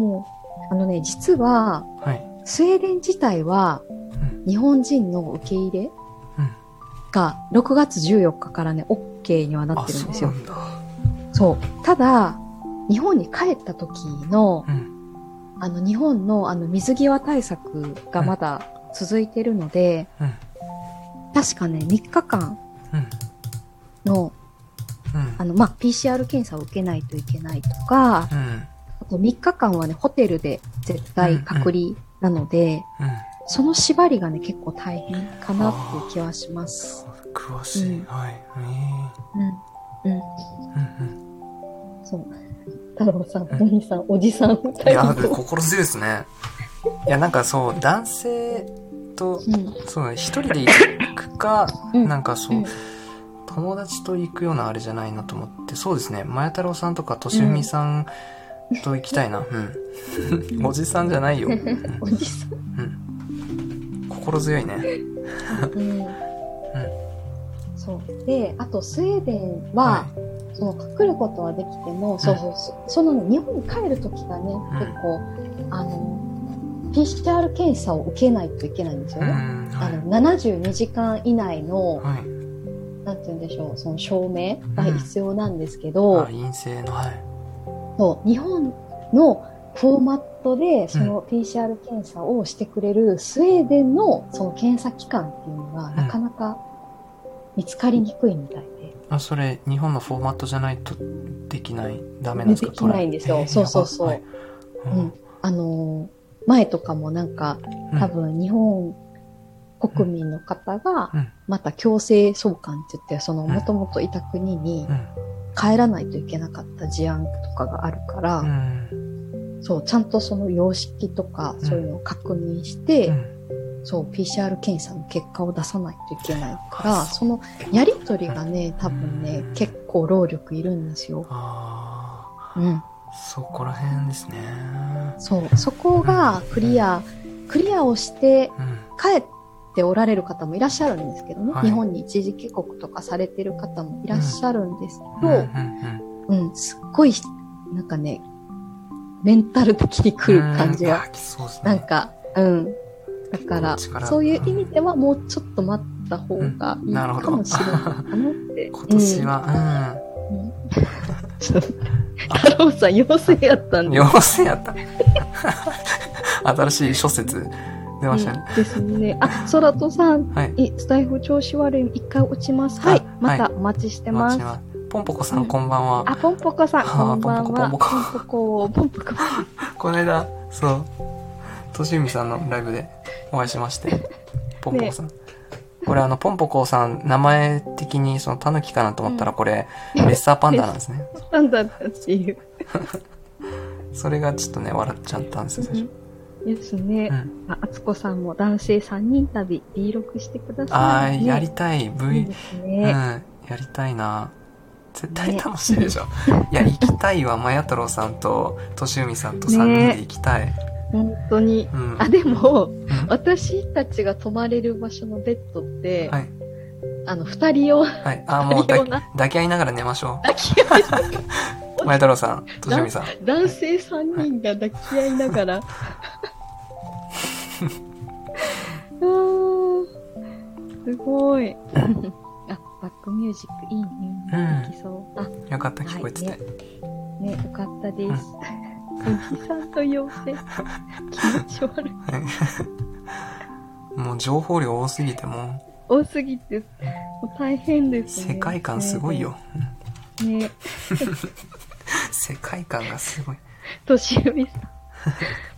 [SPEAKER 2] もう、あのね、実は、
[SPEAKER 1] はい。
[SPEAKER 2] スウェーデン自体は
[SPEAKER 1] ん、
[SPEAKER 2] 日本人の受け入れ
[SPEAKER 1] うん。
[SPEAKER 2] が6月14日からね、OK にはなっ
[SPEAKER 1] あ、
[SPEAKER 2] てるん
[SPEAKER 1] そ
[SPEAKER 2] です
[SPEAKER 1] うな
[SPEAKER 2] よ。
[SPEAKER 1] んだ。
[SPEAKER 2] そう。ただ、日本に帰った時の、
[SPEAKER 1] うん。
[SPEAKER 2] あの、日本のあの、水際対策がまだ続いてるので、
[SPEAKER 1] うん。
[SPEAKER 2] 確かね、3日間
[SPEAKER 1] うん。
[SPEAKER 2] の、
[SPEAKER 1] うん
[SPEAKER 2] あ。の、まあ、PCR 検査を受けないといけないとか、
[SPEAKER 1] うん。
[SPEAKER 2] あと3日間はね、ホテルで絶対隔離なので、
[SPEAKER 1] うん。
[SPEAKER 2] その縛りがね、結構大変かなっていう気はします。
[SPEAKER 1] 詳しい。
[SPEAKER 2] うん
[SPEAKER 1] はい。
[SPEAKER 2] うん。
[SPEAKER 1] ええ
[SPEAKER 2] うん。
[SPEAKER 1] うん。うん。
[SPEAKER 2] そう。太郎さん、
[SPEAKER 1] うん
[SPEAKER 2] お兄さん、おじさん、
[SPEAKER 1] い
[SPEAKER 2] 太
[SPEAKER 1] や、
[SPEAKER 2] 郎さん。
[SPEAKER 1] 心強いですね。いや、なんかそう、男性と、そうね、一人で行くか、
[SPEAKER 2] うん。うん。、
[SPEAKER 1] なんかそううん友達と行くようなあれじゃないなと思って、そうですね、前太郎さんとかとしふみさんと行きたいな。うん。おじさんじゃないよ。うん
[SPEAKER 2] おじさん。
[SPEAKER 1] 心強いね。
[SPEAKER 2] うん。そう。で、あと、スウェーデンは、
[SPEAKER 1] い。
[SPEAKER 2] その来ることはできても、そうそうそ、そのね、日本に帰るときがね、
[SPEAKER 1] ん
[SPEAKER 2] 結構、あの、PCR 検査を受けないといけないんです
[SPEAKER 1] う
[SPEAKER 2] よね。
[SPEAKER 1] ん。
[SPEAKER 2] あ
[SPEAKER 1] はい
[SPEAKER 2] の、72時間以内の、
[SPEAKER 1] はい。
[SPEAKER 2] なんて言うんでしょう、その証明が
[SPEAKER 1] うん
[SPEAKER 2] 必要なんですけ
[SPEAKER 1] あ
[SPEAKER 2] ど、
[SPEAKER 1] 陰性の、はい。
[SPEAKER 2] そう日本のフォーマットで、その PCR 検査をしてくれるスウェーデンのその検査機関っていうのが、
[SPEAKER 1] ん
[SPEAKER 2] なかなか見つかりにくいみたいで。
[SPEAKER 1] あ、それ、日本のフォーマットじゃないとできない、ダメなんですか
[SPEAKER 2] できないんですよそうそうそううん、あのー前とかもなんか、多分日本国民の方が
[SPEAKER 1] うん、
[SPEAKER 2] また強制送還って言って、その
[SPEAKER 1] ん
[SPEAKER 2] もともといた国に
[SPEAKER 1] うん。
[SPEAKER 2] 帰らないといけなかった事案とかがあるか
[SPEAKER 1] う
[SPEAKER 2] ら、
[SPEAKER 1] ん。
[SPEAKER 2] そう、ちゃんとその様式とか、
[SPEAKER 1] ん
[SPEAKER 2] そういうのを確認し
[SPEAKER 1] う
[SPEAKER 2] て、
[SPEAKER 1] ん。
[SPEAKER 2] そう、PCR 検査の結果を出さないといけないか
[SPEAKER 1] あ
[SPEAKER 2] ら、
[SPEAKER 1] そ
[SPEAKER 2] そのやりとりがね、多分ね、結構労力いるんですよ。
[SPEAKER 1] あ
[SPEAKER 2] うん。
[SPEAKER 1] あ、そこら辺ですね。
[SPEAKER 2] そう、そこがクリア、クリアをして、
[SPEAKER 1] うん。
[SPEAKER 2] 帰っておられる方もいらっしゃるんですけどね、
[SPEAKER 1] はい
[SPEAKER 2] 日本に一時帰国とかされてる方もいらっしゃるんですけ
[SPEAKER 1] うん
[SPEAKER 2] ど、うん、すっごい、なんかね、メンタル的に来る感じ。
[SPEAKER 1] うんうん
[SPEAKER 2] が、
[SPEAKER 1] あきそうですね。
[SPEAKER 2] なんか、うん。だから、
[SPEAKER 1] 力
[SPEAKER 2] そういう意味ではもうちょっと待った方がいい
[SPEAKER 1] なるほど
[SPEAKER 2] かもしれないかなって。
[SPEAKER 1] 今年は、
[SPEAKER 2] うん。うんちょっと太郎さん、陽性やった
[SPEAKER 1] うんん。
[SPEAKER 2] で。
[SPEAKER 1] 陽性やった。新しい諸説出ましたね。
[SPEAKER 2] うんですね。あ、ソラトさん、
[SPEAKER 1] はい。
[SPEAKER 2] いスタイフ調子悪い、一回落ちます。はい
[SPEAKER 1] あ。
[SPEAKER 2] ま
[SPEAKER 1] は
[SPEAKER 2] たお待ちしてま
[SPEAKER 1] 待
[SPEAKER 2] す
[SPEAKER 1] ち。はポンポコさんこんばんは。
[SPEAKER 2] あ、ポンポコさん、
[SPEAKER 1] あー
[SPEAKER 2] こんばんは。
[SPEAKER 1] ポンポコ
[SPEAKER 2] ポンポコ、ポンポコ。
[SPEAKER 1] この間、そう、としみさんのライブでお会いしまして、ポンポコさん。これあの、ポンポコさん、名前的にそのタヌキかなと思ったらこれ、レッサーパンダなんですね。
[SPEAKER 2] なんだったっていう。
[SPEAKER 1] それがちょっとね、笑っちゃったんですよ、最初。
[SPEAKER 2] ですね
[SPEAKER 1] う。ん。
[SPEAKER 2] ああつこさんも男性3人旅、B6 してくだ
[SPEAKER 1] あ
[SPEAKER 2] さい。
[SPEAKER 1] ー、やりたい。
[SPEAKER 2] いい
[SPEAKER 1] V
[SPEAKER 2] で、す
[SPEAKER 1] うん、
[SPEAKER 2] ね。
[SPEAKER 1] やりたいな。絶対楽しいでしょ。いや、行きたいわ。まや太郎さんと、としみさんと3人で行きたい。
[SPEAKER 2] 本当に。
[SPEAKER 1] うん。
[SPEAKER 2] あ、でも、
[SPEAKER 1] うん
[SPEAKER 2] 私たちが泊まれる場所のベッドって、
[SPEAKER 1] はい。
[SPEAKER 2] あの、二人用、
[SPEAKER 1] はい。あー、も
[SPEAKER 2] 二
[SPEAKER 1] う抱
[SPEAKER 2] 人用
[SPEAKER 1] き
[SPEAKER 2] な
[SPEAKER 1] 抱き合いながら寝ましょう。
[SPEAKER 2] 抱き合い
[SPEAKER 1] 前太郎さん、としみさん。
[SPEAKER 2] 男性3人が抱き合いな がら。あーすごい。あ、バックミュージックいいね。
[SPEAKER 1] うん
[SPEAKER 2] できそう。あ、
[SPEAKER 1] よかった、聞こえてて。
[SPEAKER 2] ね、よかったです。おじさん と妖精。気持ち悪 い。
[SPEAKER 1] もう情報量多すぎて、も
[SPEAKER 2] 多すぎて、もう大変で
[SPEAKER 1] う、
[SPEAKER 2] すね。
[SPEAKER 1] 世界観すごいよ。うん
[SPEAKER 2] ね。
[SPEAKER 1] 世界観がすごい。
[SPEAKER 2] としみさん。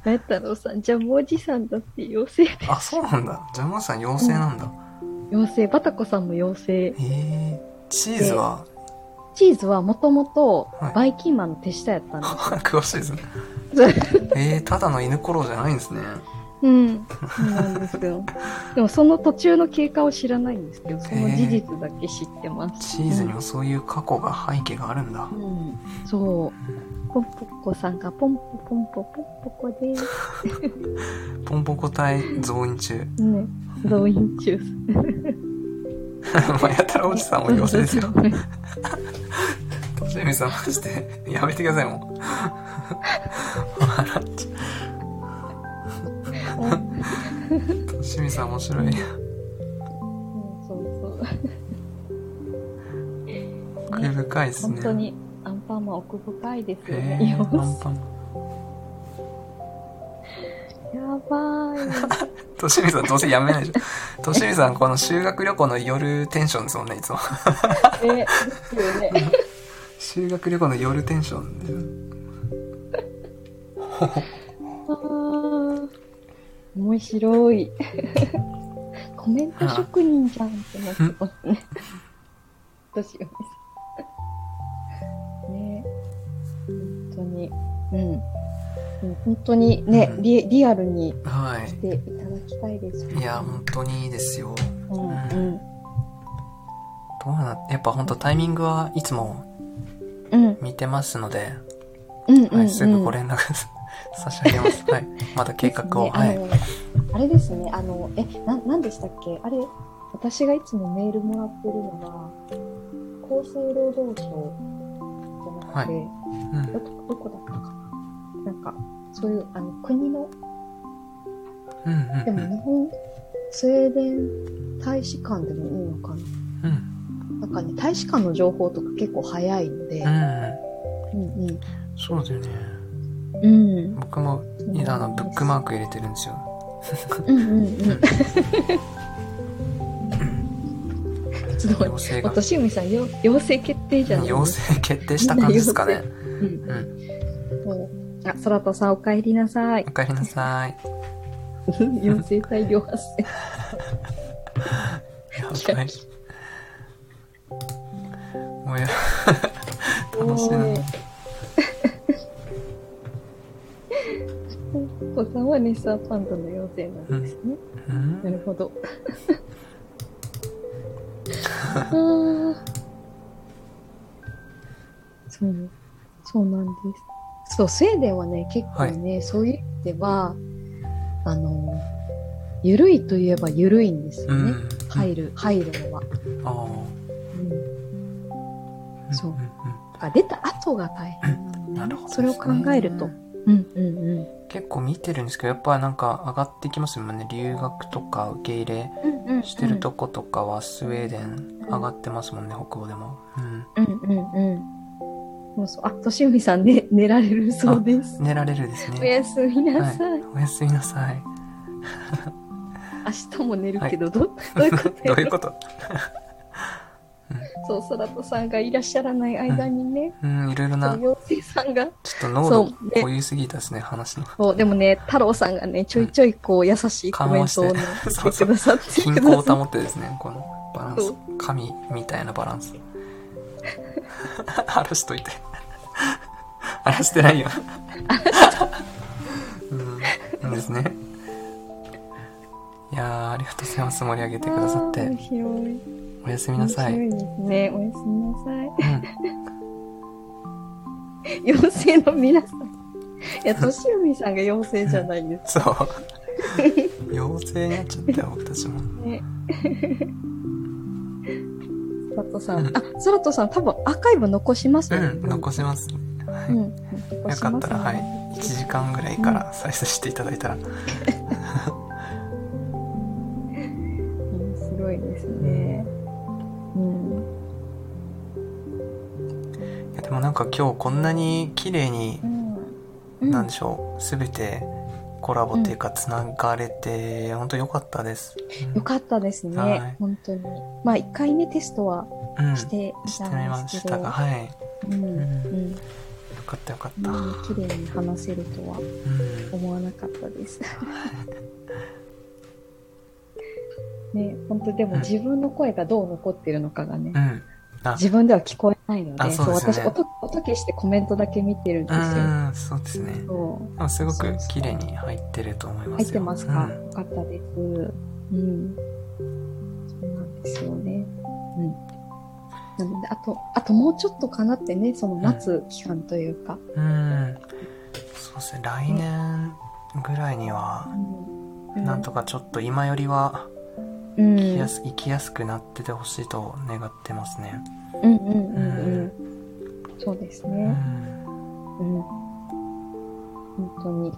[SPEAKER 2] 前太郎さん、ジャムおじさんだって妖精。
[SPEAKER 1] あ、そうなんだ。ジャムさん妖精なんだ。
[SPEAKER 2] 妖精、バタコさんも妖精。
[SPEAKER 1] へえ。チーズは、
[SPEAKER 2] チーズはもともと
[SPEAKER 1] はい
[SPEAKER 2] バイキンマンの手下やったんです。
[SPEAKER 1] 詳しい ですね。えー、ただの犬コロじゃないんですね。
[SPEAKER 2] うん。そうなんですよ。でもその途中の経過を知らないんですけど、その事実だけ知ってます。
[SPEAKER 1] チーズにもそういう過去が背景があるんだ。
[SPEAKER 2] うん。そう。ポンポコさんがポンポポンポポンポコで
[SPEAKER 1] ポンポコ隊増員中。
[SPEAKER 2] す。ね。動員中。
[SPEAKER 1] まあ、やたらおじさんも妖精ですよ。
[SPEAKER 2] ね
[SPEAKER 1] としみさん、まして。やめてください、もう。 笑っちゃう。としみさん面白い。
[SPEAKER 2] そうそうそう。
[SPEAKER 1] 奥
[SPEAKER 2] ね、
[SPEAKER 1] 深いですね。
[SPEAKER 2] 本当にアンパンマン奥深いですよ
[SPEAKER 1] え
[SPEAKER 2] ね。
[SPEAKER 1] ー、
[SPEAKER 2] 妖
[SPEAKER 1] パ
[SPEAKER 2] 精
[SPEAKER 1] ンパン。
[SPEAKER 2] やばい。
[SPEAKER 1] としみさん、どうせやめないでしょ。としみさん、この修学旅行の夜テンションですもんね、いつも。
[SPEAKER 2] え、ですよね。
[SPEAKER 1] 修学旅行の夜テンションですよ。
[SPEAKER 2] あー面白い。コメント職人じゃんってなってますね。どうしよう。ね本当に。うん。うん本当にね、
[SPEAKER 1] うん
[SPEAKER 2] リリアルに
[SPEAKER 1] はい
[SPEAKER 2] し。ていただきたいです。
[SPEAKER 1] いや、本当にいいですよ。
[SPEAKER 2] うん、うん、
[SPEAKER 1] どうな、やっぱ本当タイミングはいつも
[SPEAKER 2] うん、
[SPEAKER 1] 見てますので、
[SPEAKER 2] うん、うん。
[SPEAKER 1] はい、すぐご連絡差し上げます。はい。まだ計画を。
[SPEAKER 2] ですね
[SPEAKER 1] はい。
[SPEAKER 2] あのあれですね、あの、え、な、なんでしたっけあれ、私がいつもメールもらってるのが、厚生労働省じゃなくて、
[SPEAKER 1] うん。
[SPEAKER 2] どこ、どこだったかななんか、そういう、あの、国の、
[SPEAKER 1] うん
[SPEAKER 2] で
[SPEAKER 1] うんう
[SPEAKER 2] も
[SPEAKER 1] ん。
[SPEAKER 2] 日本、スウェーデン大使館でもいいのか
[SPEAKER 1] うん。
[SPEAKER 2] ななんかね、大使館の情報とか結構早いので、
[SPEAKER 1] うん。
[SPEAKER 2] うんうん。
[SPEAKER 1] そうだよね。
[SPEAKER 2] うん。
[SPEAKER 1] 僕も、いやあの、ブックマーク入れてるんですよ。
[SPEAKER 2] うんうんうん。す ごい。
[SPEAKER 1] 妖精が
[SPEAKER 2] お。としみさん、よ妖精決定じゃない
[SPEAKER 1] 妖精決定した感じですかね。
[SPEAKER 2] うん
[SPEAKER 1] うん。
[SPEAKER 2] うん。あ、空とさん、お帰りなさ い
[SPEAKER 1] お。かえりなさい。
[SPEAKER 2] 妖精大量発生。
[SPEAKER 1] やばい。もうや、 楽しい
[SPEAKER 2] お
[SPEAKER 1] な
[SPEAKER 2] ー。お子さんはネスアパンダの妖精なんですね。
[SPEAKER 1] うん
[SPEAKER 2] なる ほど。あーそう、そうなんです。そう、スウェーデンはね、結構ね、そういう意味では、あの、ゆるいといえばゆるいんですよ
[SPEAKER 1] う
[SPEAKER 2] ね。
[SPEAKER 1] ん。
[SPEAKER 2] 入る、入るのは。
[SPEAKER 1] ああ。
[SPEAKER 2] うん。そう
[SPEAKER 1] うん
[SPEAKER 2] だから出た後が大変な
[SPEAKER 1] う
[SPEAKER 2] の
[SPEAKER 1] んうん。
[SPEAKER 2] ね。
[SPEAKER 1] なるほど。
[SPEAKER 2] それを考えると。。うんうんうん。
[SPEAKER 1] 結構見てるんですけど、やっぱなんか上がってきますもんね。留学とか受け入れ
[SPEAKER 2] うんうんうん
[SPEAKER 1] してるとことかはスウェーデン上がってますもんね、北欧でも。うん。
[SPEAKER 2] うんうんうん。そうそう。あ、としみさん ね、寝られるそうです。
[SPEAKER 1] 寝られるです
[SPEAKER 2] お
[SPEAKER 1] ね。
[SPEAKER 2] やすみなさい。
[SPEAKER 1] おやすみなさい。
[SPEAKER 2] 明日も寝るけ ど、ど、どういうこと
[SPEAKER 1] どういうこと
[SPEAKER 2] そう、空とさんがいらっしゃらない間にね、
[SPEAKER 1] うん、いろいろ
[SPEAKER 2] そう
[SPEAKER 1] な、ちょっ
[SPEAKER 2] 妖精さんが。
[SPEAKER 1] と濃
[SPEAKER 2] そ
[SPEAKER 1] 度
[SPEAKER 2] うね
[SPEAKER 1] こういうすぎたですね、話の。
[SPEAKER 2] そう、でもね、太郎さんがね、ちょいちょいこう、優しいコメントをね
[SPEAKER 1] 緩和し、て
[SPEAKER 2] し
[SPEAKER 1] そう そ
[SPEAKER 2] て
[SPEAKER 1] う
[SPEAKER 2] くださって。
[SPEAKER 1] 均衡を保ってですね、このバラン
[SPEAKER 2] そ
[SPEAKER 1] ス
[SPEAKER 2] う。
[SPEAKER 1] 神みたいなバランス。 荒らしといて。荒らしてないよ。うん、ですね。いやー、ありがとうございます。盛り上げてくださっ
[SPEAKER 2] あー
[SPEAKER 1] て
[SPEAKER 2] 面。白い。
[SPEAKER 1] おやすみ
[SPEAKER 2] 面
[SPEAKER 1] なさ
[SPEAKER 2] 白
[SPEAKER 1] い。う
[SPEAKER 2] い
[SPEAKER 1] ん、
[SPEAKER 2] ですね。おやすみなさい。妖精の皆さん。いや、としうみさんが妖精じゃないんで
[SPEAKER 1] そう。妖精になっちゃったよ、僕たちも。
[SPEAKER 2] すね。空とさん。あ、空とさん多分アーカイブ残します
[SPEAKER 1] う
[SPEAKER 2] よね。
[SPEAKER 1] ん、残します。はい
[SPEAKER 2] うん。
[SPEAKER 1] よかったら、はい
[SPEAKER 2] 押し
[SPEAKER 1] 1
[SPEAKER 2] ますね。
[SPEAKER 1] 時間ぐらいから再生していただいたら、
[SPEAKER 2] うんすごいですね。うん。
[SPEAKER 1] いやでもなんか今日こんなに綺麗に
[SPEAKER 2] うん。
[SPEAKER 1] 何でしょう全てコラボっていうかつながれて本当良かったです。
[SPEAKER 2] よかったですね、
[SPEAKER 1] はい
[SPEAKER 2] 本当に。まあ、一回ね、テストは
[SPEAKER 1] うん、
[SPEAKER 2] し
[SPEAKER 1] して
[SPEAKER 2] みた
[SPEAKER 1] てみ
[SPEAKER 2] ん
[SPEAKER 1] ま
[SPEAKER 2] です
[SPEAKER 1] し
[SPEAKER 2] けど、
[SPEAKER 1] たがはいよ
[SPEAKER 2] うん、
[SPEAKER 1] ん
[SPEAKER 2] うん、
[SPEAKER 1] かったよかっ
[SPEAKER 2] こ
[SPEAKER 1] た。
[SPEAKER 2] んなに綺麗に話せるとは
[SPEAKER 1] うん
[SPEAKER 2] 思わなかった です。ね、本当でも
[SPEAKER 1] うん
[SPEAKER 2] 自分の声がどう残ってるのかがね、
[SPEAKER 1] うんあ
[SPEAKER 2] 自分では聞こえないの
[SPEAKER 1] あ
[SPEAKER 2] で、
[SPEAKER 1] そうですよね
[SPEAKER 2] 私音、音消してコメントだけ見てるんですよ。
[SPEAKER 1] うんそうですね。
[SPEAKER 2] そう
[SPEAKER 1] でもすごく綺麗に入ってると思います
[SPEAKER 2] 入
[SPEAKER 1] よ。
[SPEAKER 2] ってますか、
[SPEAKER 1] うん
[SPEAKER 2] よかったです。うん。そうなんですよね。うん。なので、あと、あともうちょっとかなってね、その待つ期間というか。
[SPEAKER 1] うん、そうですね来年ぐらいには
[SPEAKER 2] う
[SPEAKER 1] なんとかちょっと今よりは
[SPEAKER 2] うん、
[SPEAKER 1] 生きやす生きやすくなっててほしいと願ってますね。
[SPEAKER 2] うんうんうんうん。そうです
[SPEAKER 1] う
[SPEAKER 2] ね。
[SPEAKER 1] ん
[SPEAKER 2] うん。本当に。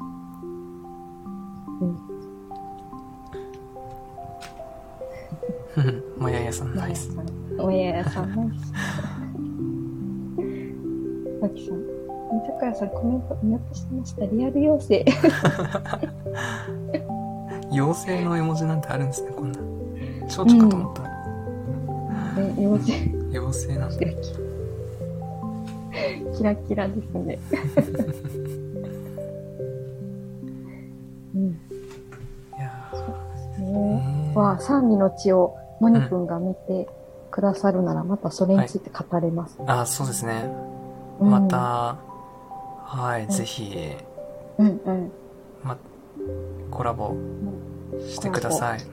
[SPEAKER 1] うんもややさんナイス。
[SPEAKER 2] おやさん、ナイス。さきさん。たくやさん、コメント見落としてました。リアル妖精。
[SPEAKER 1] 妖精の絵文字なんてあるんですねこんな少女かと思った、
[SPEAKER 2] ね妖精。
[SPEAKER 1] 妖精なん
[SPEAKER 2] キ
[SPEAKER 1] だ
[SPEAKER 2] ラキラ。キラキラですね。うん。
[SPEAKER 1] いやー
[SPEAKER 2] ね
[SPEAKER 1] ねー
[SPEAKER 2] は、三味の血をモニ君が見てくださるなら、またそれについて語れます。
[SPEAKER 1] あそうですね
[SPEAKER 2] うん
[SPEAKER 1] また、。はい、
[SPEAKER 2] ん
[SPEAKER 1] ぜひ
[SPEAKER 2] うんうん。
[SPEAKER 1] まコラボしてください
[SPEAKER 2] ぜ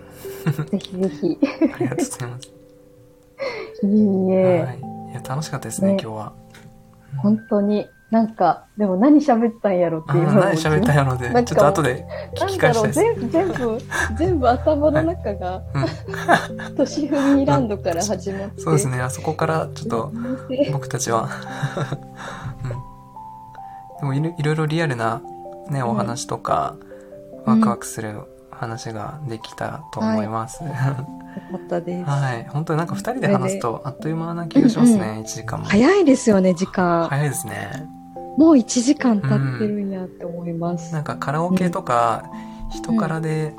[SPEAKER 2] ひぜひ。
[SPEAKER 1] あり
[SPEAKER 2] い
[SPEAKER 1] がとうございます、
[SPEAKER 2] いえ。
[SPEAKER 1] はい、いや楽しかったですね
[SPEAKER 2] ね
[SPEAKER 1] 今日は
[SPEAKER 2] 本当に。なんか、でも何喋ったんやろって
[SPEAKER 1] あ
[SPEAKER 2] いう
[SPEAKER 1] ー
[SPEAKER 2] の
[SPEAKER 1] 何喋ったんやろうで
[SPEAKER 2] なん
[SPEAKER 1] ち
[SPEAKER 2] か
[SPEAKER 1] ょっと後で聞
[SPEAKER 2] なん
[SPEAKER 1] き返した
[SPEAKER 2] だろ、
[SPEAKER 1] いうです
[SPEAKER 2] 全部、全部、全部頭の中が、 年踏みランドから始まって。
[SPEAKER 1] そうですねあそこからちょっと
[SPEAKER 2] うん。
[SPEAKER 1] 僕たち は、うん、でもいろいろいろリアルな、ね、お話とか、
[SPEAKER 2] う
[SPEAKER 1] ワ
[SPEAKER 2] ん
[SPEAKER 1] クワクする話ができたと思います、は
[SPEAKER 2] よかったで
[SPEAKER 1] い、
[SPEAKER 2] す。
[SPEAKER 1] 本当になんか2人で話すとあっという間な気がしますね、
[SPEAKER 2] うん
[SPEAKER 1] 1時間も
[SPEAKER 2] 早いですよね、時間。
[SPEAKER 1] 早いですね
[SPEAKER 2] もう1時間経ってるんやって思います。
[SPEAKER 1] なんかカラオケとか人からで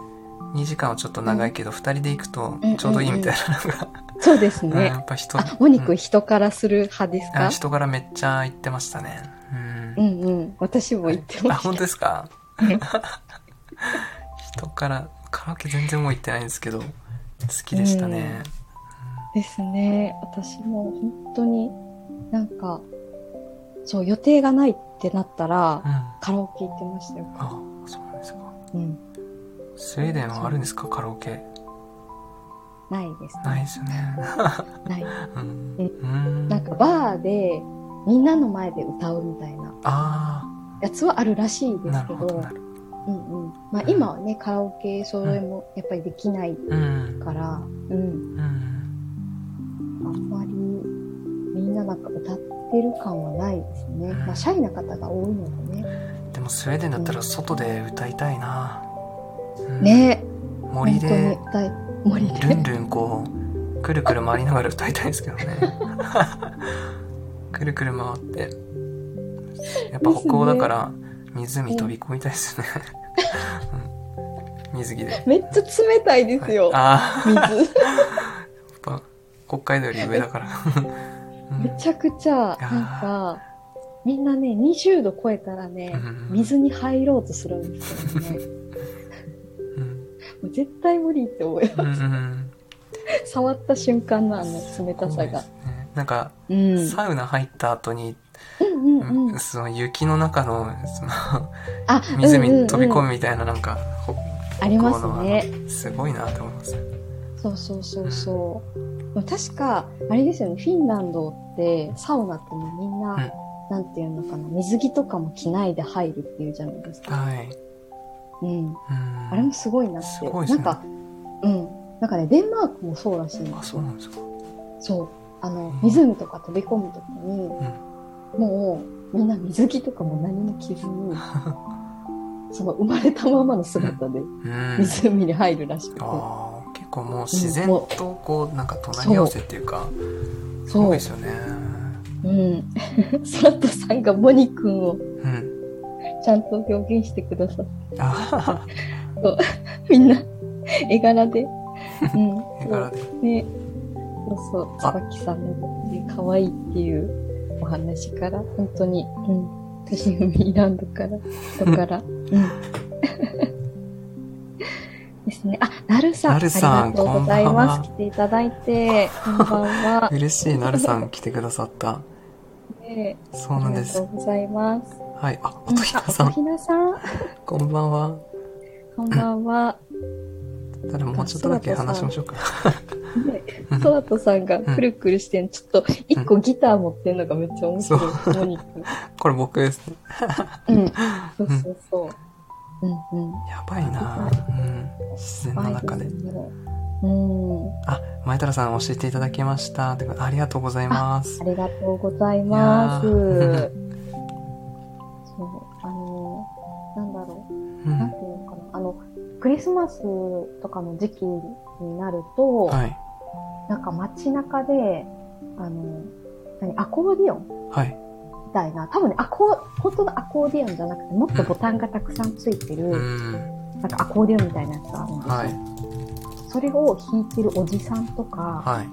[SPEAKER 1] 2時間はちょっと長いけど、2人で行くとちょうどいいみたいなのが、
[SPEAKER 2] そうです
[SPEAKER 1] うん
[SPEAKER 2] ね
[SPEAKER 1] や。っぱ人
[SPEAKER 2] あ、モニ
[SPEAKER 1] う
[SPEAKER 2] 君
[SPEAKER 1] ん
[SPEAKER 2] 人からする派です
[SPEAKER 1] あ
[SPEAKER 2] か
[SPEAKER 1] 人からめっちゃ言ってましたねうん
[SPEAKER 2] うんうん。私も言って
[SPEAKER 1] あ
[SPEAKER 2] ま
[SPEAKER 1] 本
[SPEAKER 2] し
[SPEAKER 1] 当
[SPEAKER 2] た。
[SPEAKER 1] ですか 人からカラオケ全然もう行ってないんですけど好きでしたね、
[SPEAKER 2] ですね。私も本当になんか、そう、予定がないってなったら
[SPEAKER 1] う、ん
[SPEAKER 2] カラオケ行ってましたよ。
[SPEAKER 1] あそうなんですか
[SPEAKER 2] うん。
[SPEAKER 1] スウェーデンはあるんですかカラオケ
[SPEAKER 2] ないですね。
[SPEAKER 1] ないですよ ね
[SPEAKER 2] ない。
[SPEAKER 1] うん
[SPEAKER 2] え
[SPEAKER 1] うん
[SPEAKER 2] なんかバーで、みんなの前で歌うみたいな
[SPEAKER 1] あ
[SPEAKER 2] やつはあるらしい
[SPEAKER 1] あ
[SPEAKER 2] で
[SPEAKER 1] なる
[SPEAKER 2] すけ
[SPEAKER 1] ほ
[SPEAKER 2] ど、
[SPEAKER 1] どなるほ
[SPEAKER 2] うんうん。まあ今はね、カラオケ揃えもやっぱりできない
[SPEAKER 1] どうん
[SPEAKER 2] から、
[SPEAKER 1] う
[SPEAKER 2] うん、
[SPEAKER 1] ん
[SPEAKER 2] あんまりみんななんか歌ってる感はないですね。まあ、シャイな方が多いのでね。
[SPEAKER 1] でもスウェーデンだったら外で歌いたいな、うん
[SPEAKER 2] ね
[SPEAKER 1] 森で
[SPEAKER 2] 本当に大森
[SPEAKER 1] ルン
[SPEAKER 2] で。
[SPEAKER 1] ルンこうくるくる回りながら歌いたいんですけどねくるくる回ってやっぱ北欧だから湖飛び込みたいですね、うん水着で
[SPEAKER 2] めっちゃ冷たいですよ、
[SPEAKER 1] ああ
[SPEAKER 2] 水。
[SPEAKER 1] やっぱ北海道より上だから、うん
[SPEAKER 2] めちゃくちゃ、なんか、みんなね、20度超えたらね、水に入ろうとするんですよね。
[SPEAKER 1] うん
[SPEAKER 2] もう絶対無理って思い
[SPEAKER 1] うんう
[SPEAKER 2] ます。
[SPEAKER 1] ん
[SPEAKER 2] 触った瞬間のあの冷
[SPEAKER 1] そ
[SPEAKER 2] た
[SPEAKER 1] う
[SPEAKER 2] さ
[SPEAKER 1] で
[SPEAKER 2] が
[SPEAKER 1] す。ねなんか、
[SPEAKER 2] うん。うん
[SPEAKER 1] サウナ入った後に、
[SPEAKER 2] うんうん。
[SPEAKER 1] その雪の中のその
[SPEAKER 2] あ、
[SPEAKER 1] 湖に飛び込
[SPEAKER 2] む。
[SPEAKER 1] むみたいななんか、ほ
[SPEAKER 2] ありますね。
[SPEAKER 1] すごいなと思います。
[SPEAKER 2] そうそうそうそう。でも確か、あれですよね、フィンランドって、サウナってもうみんな、
[SPEAKER 1] うん
[SPEAKER 2] なんていうのかな、水着とかも着ないで入るっていうじゃないですか。
[SPEAKER 1] はい。
[SPEAKER 2] うん。
[SPEAKER 1] うん
[SPEAKER 2] あれもすごいなって。
[SPEAKER 1] すごいですね
[SPEAKER 2] なんか、うん。なんかね、デンマークもそうらしいん
[SPEAKER 1] あ
[SPEAKER 2] です
[SPEAKER 1] そう
[SPEAKER 2] よ
[SPEAKER 1] な。んですか。
[SPEAKER 2] そう。あ
[SPEAKER 1] う
[SPEAKER 2] の
[SPEAKER 1] ん、
[SPEAKER 2] 湖とか飛び込むときに、
[SPEAKER 1] ん
[SPEAKER 2] もう、みんな水着とかも何も着 ずに、その生まれたままの姿で
[SPEAKER 1] うん。
[SPEAKER 2] 湖に入るらしくて、
[SPEAKER 1] ああ、結構もう自然とこう、なんか隣り合わせっていうか、す
[SPEAKER 2] そ
[SPEAKER 1] ごいうで、すよね。
[SPEAKER 2] うん。 サンタさんがモニ君を
[SPEAKER 1] うん。
[SPEAKER 2] ちゃんと表現してくださっ
[SPEAKER 1] あはは
[SPEAKER 2] て、みんな絵柄で、うん。
[SPEAKER 1] 絵柄で。
[SPEAKER 2] ね、そうそう、
[SPEAKER 1] あ
[SPEAKER 2] 椿さんの、ね、可愛いっていうお話から、本当に、うん、私フミランドから、人から、うん。 ですね。あ、なるさん。
[SPEAKER 1] なるさん
[SPEAKER 2] ありがとうございま
[SPEAKER 1] こんばんは
[SPEAKER 2] す。来ていただいて、こんばん は。
[SPEAKER 1] 嬉しい、なるさん来てくださった。
[SPEAKER 2] ね
[SPEAKER 1] そう
[SPEAKER 2] あ
[SPEAKER 1] なん
[SPEAKER 2] りが
[SPEAKER 1] で
[SPEAKER 2] と
[SPEAKER 1] す
[SPEAKER 2] う。ございます。
[SPEAKER 1] はい。あ、おとひなさ
[SPEAKER 2] あ お
[SPEAKER 1] ん、
[SPEAKER 2] ひなさん、
[SPEAKER 1] こんばんは。
[SPEAKER 2] こんばんは。
[SPEAKER 1] ただもうちょっとだけ話しましょうか。
[SPEAKER 2] ねソワトさんがくるくるしてん、ちょっと、一個ギター持ってんのがめっちゃ面白い。モニック。
[SPEAKER 1] これ僕ですね。
[SPEAKER 2] うん。そうそうそう。うんうん。
[SPEAKER 1] やばいなうん。自然の中で。
[SPEAKER 2] うん。
[SPEAKER 1] あ、前太郎さん教えていただきました。ってことありがとうございます
[SPEAKER 2] あ。りがとうございま す。
[SPEAKER 1] い
[SPEAKER 2] そ
[SPEAKER 1] やー
[SPEAKER 2] う、あの、なんだろ
[SPEAKER 1] う
[SPEAKER 2] う、なん
[SPEAKER 1] ん
[SPEAKER 2] て。いうのかな。あの、クリスマスとかの時期になると、
[SPEAKER 1] はい。
[SPEAKER 2] なんか街中で、あの、何、アコーディオン
[SPEAKER 1] はい。
[SPEAKER 2] みたいな、多分ね、アコー、本当のアコーディオンじゃなくて、もっとボタンがたくさんついてる、
[SPEAKER 1] うん。
[SPEAKER 2] なんかアコーディオンみたいなやつがあるんですよ。
[SPEAKER 1] はい。
[SPEAKER 2] それを弾いてるおじさんとか、
[SPEAKER 1] はい。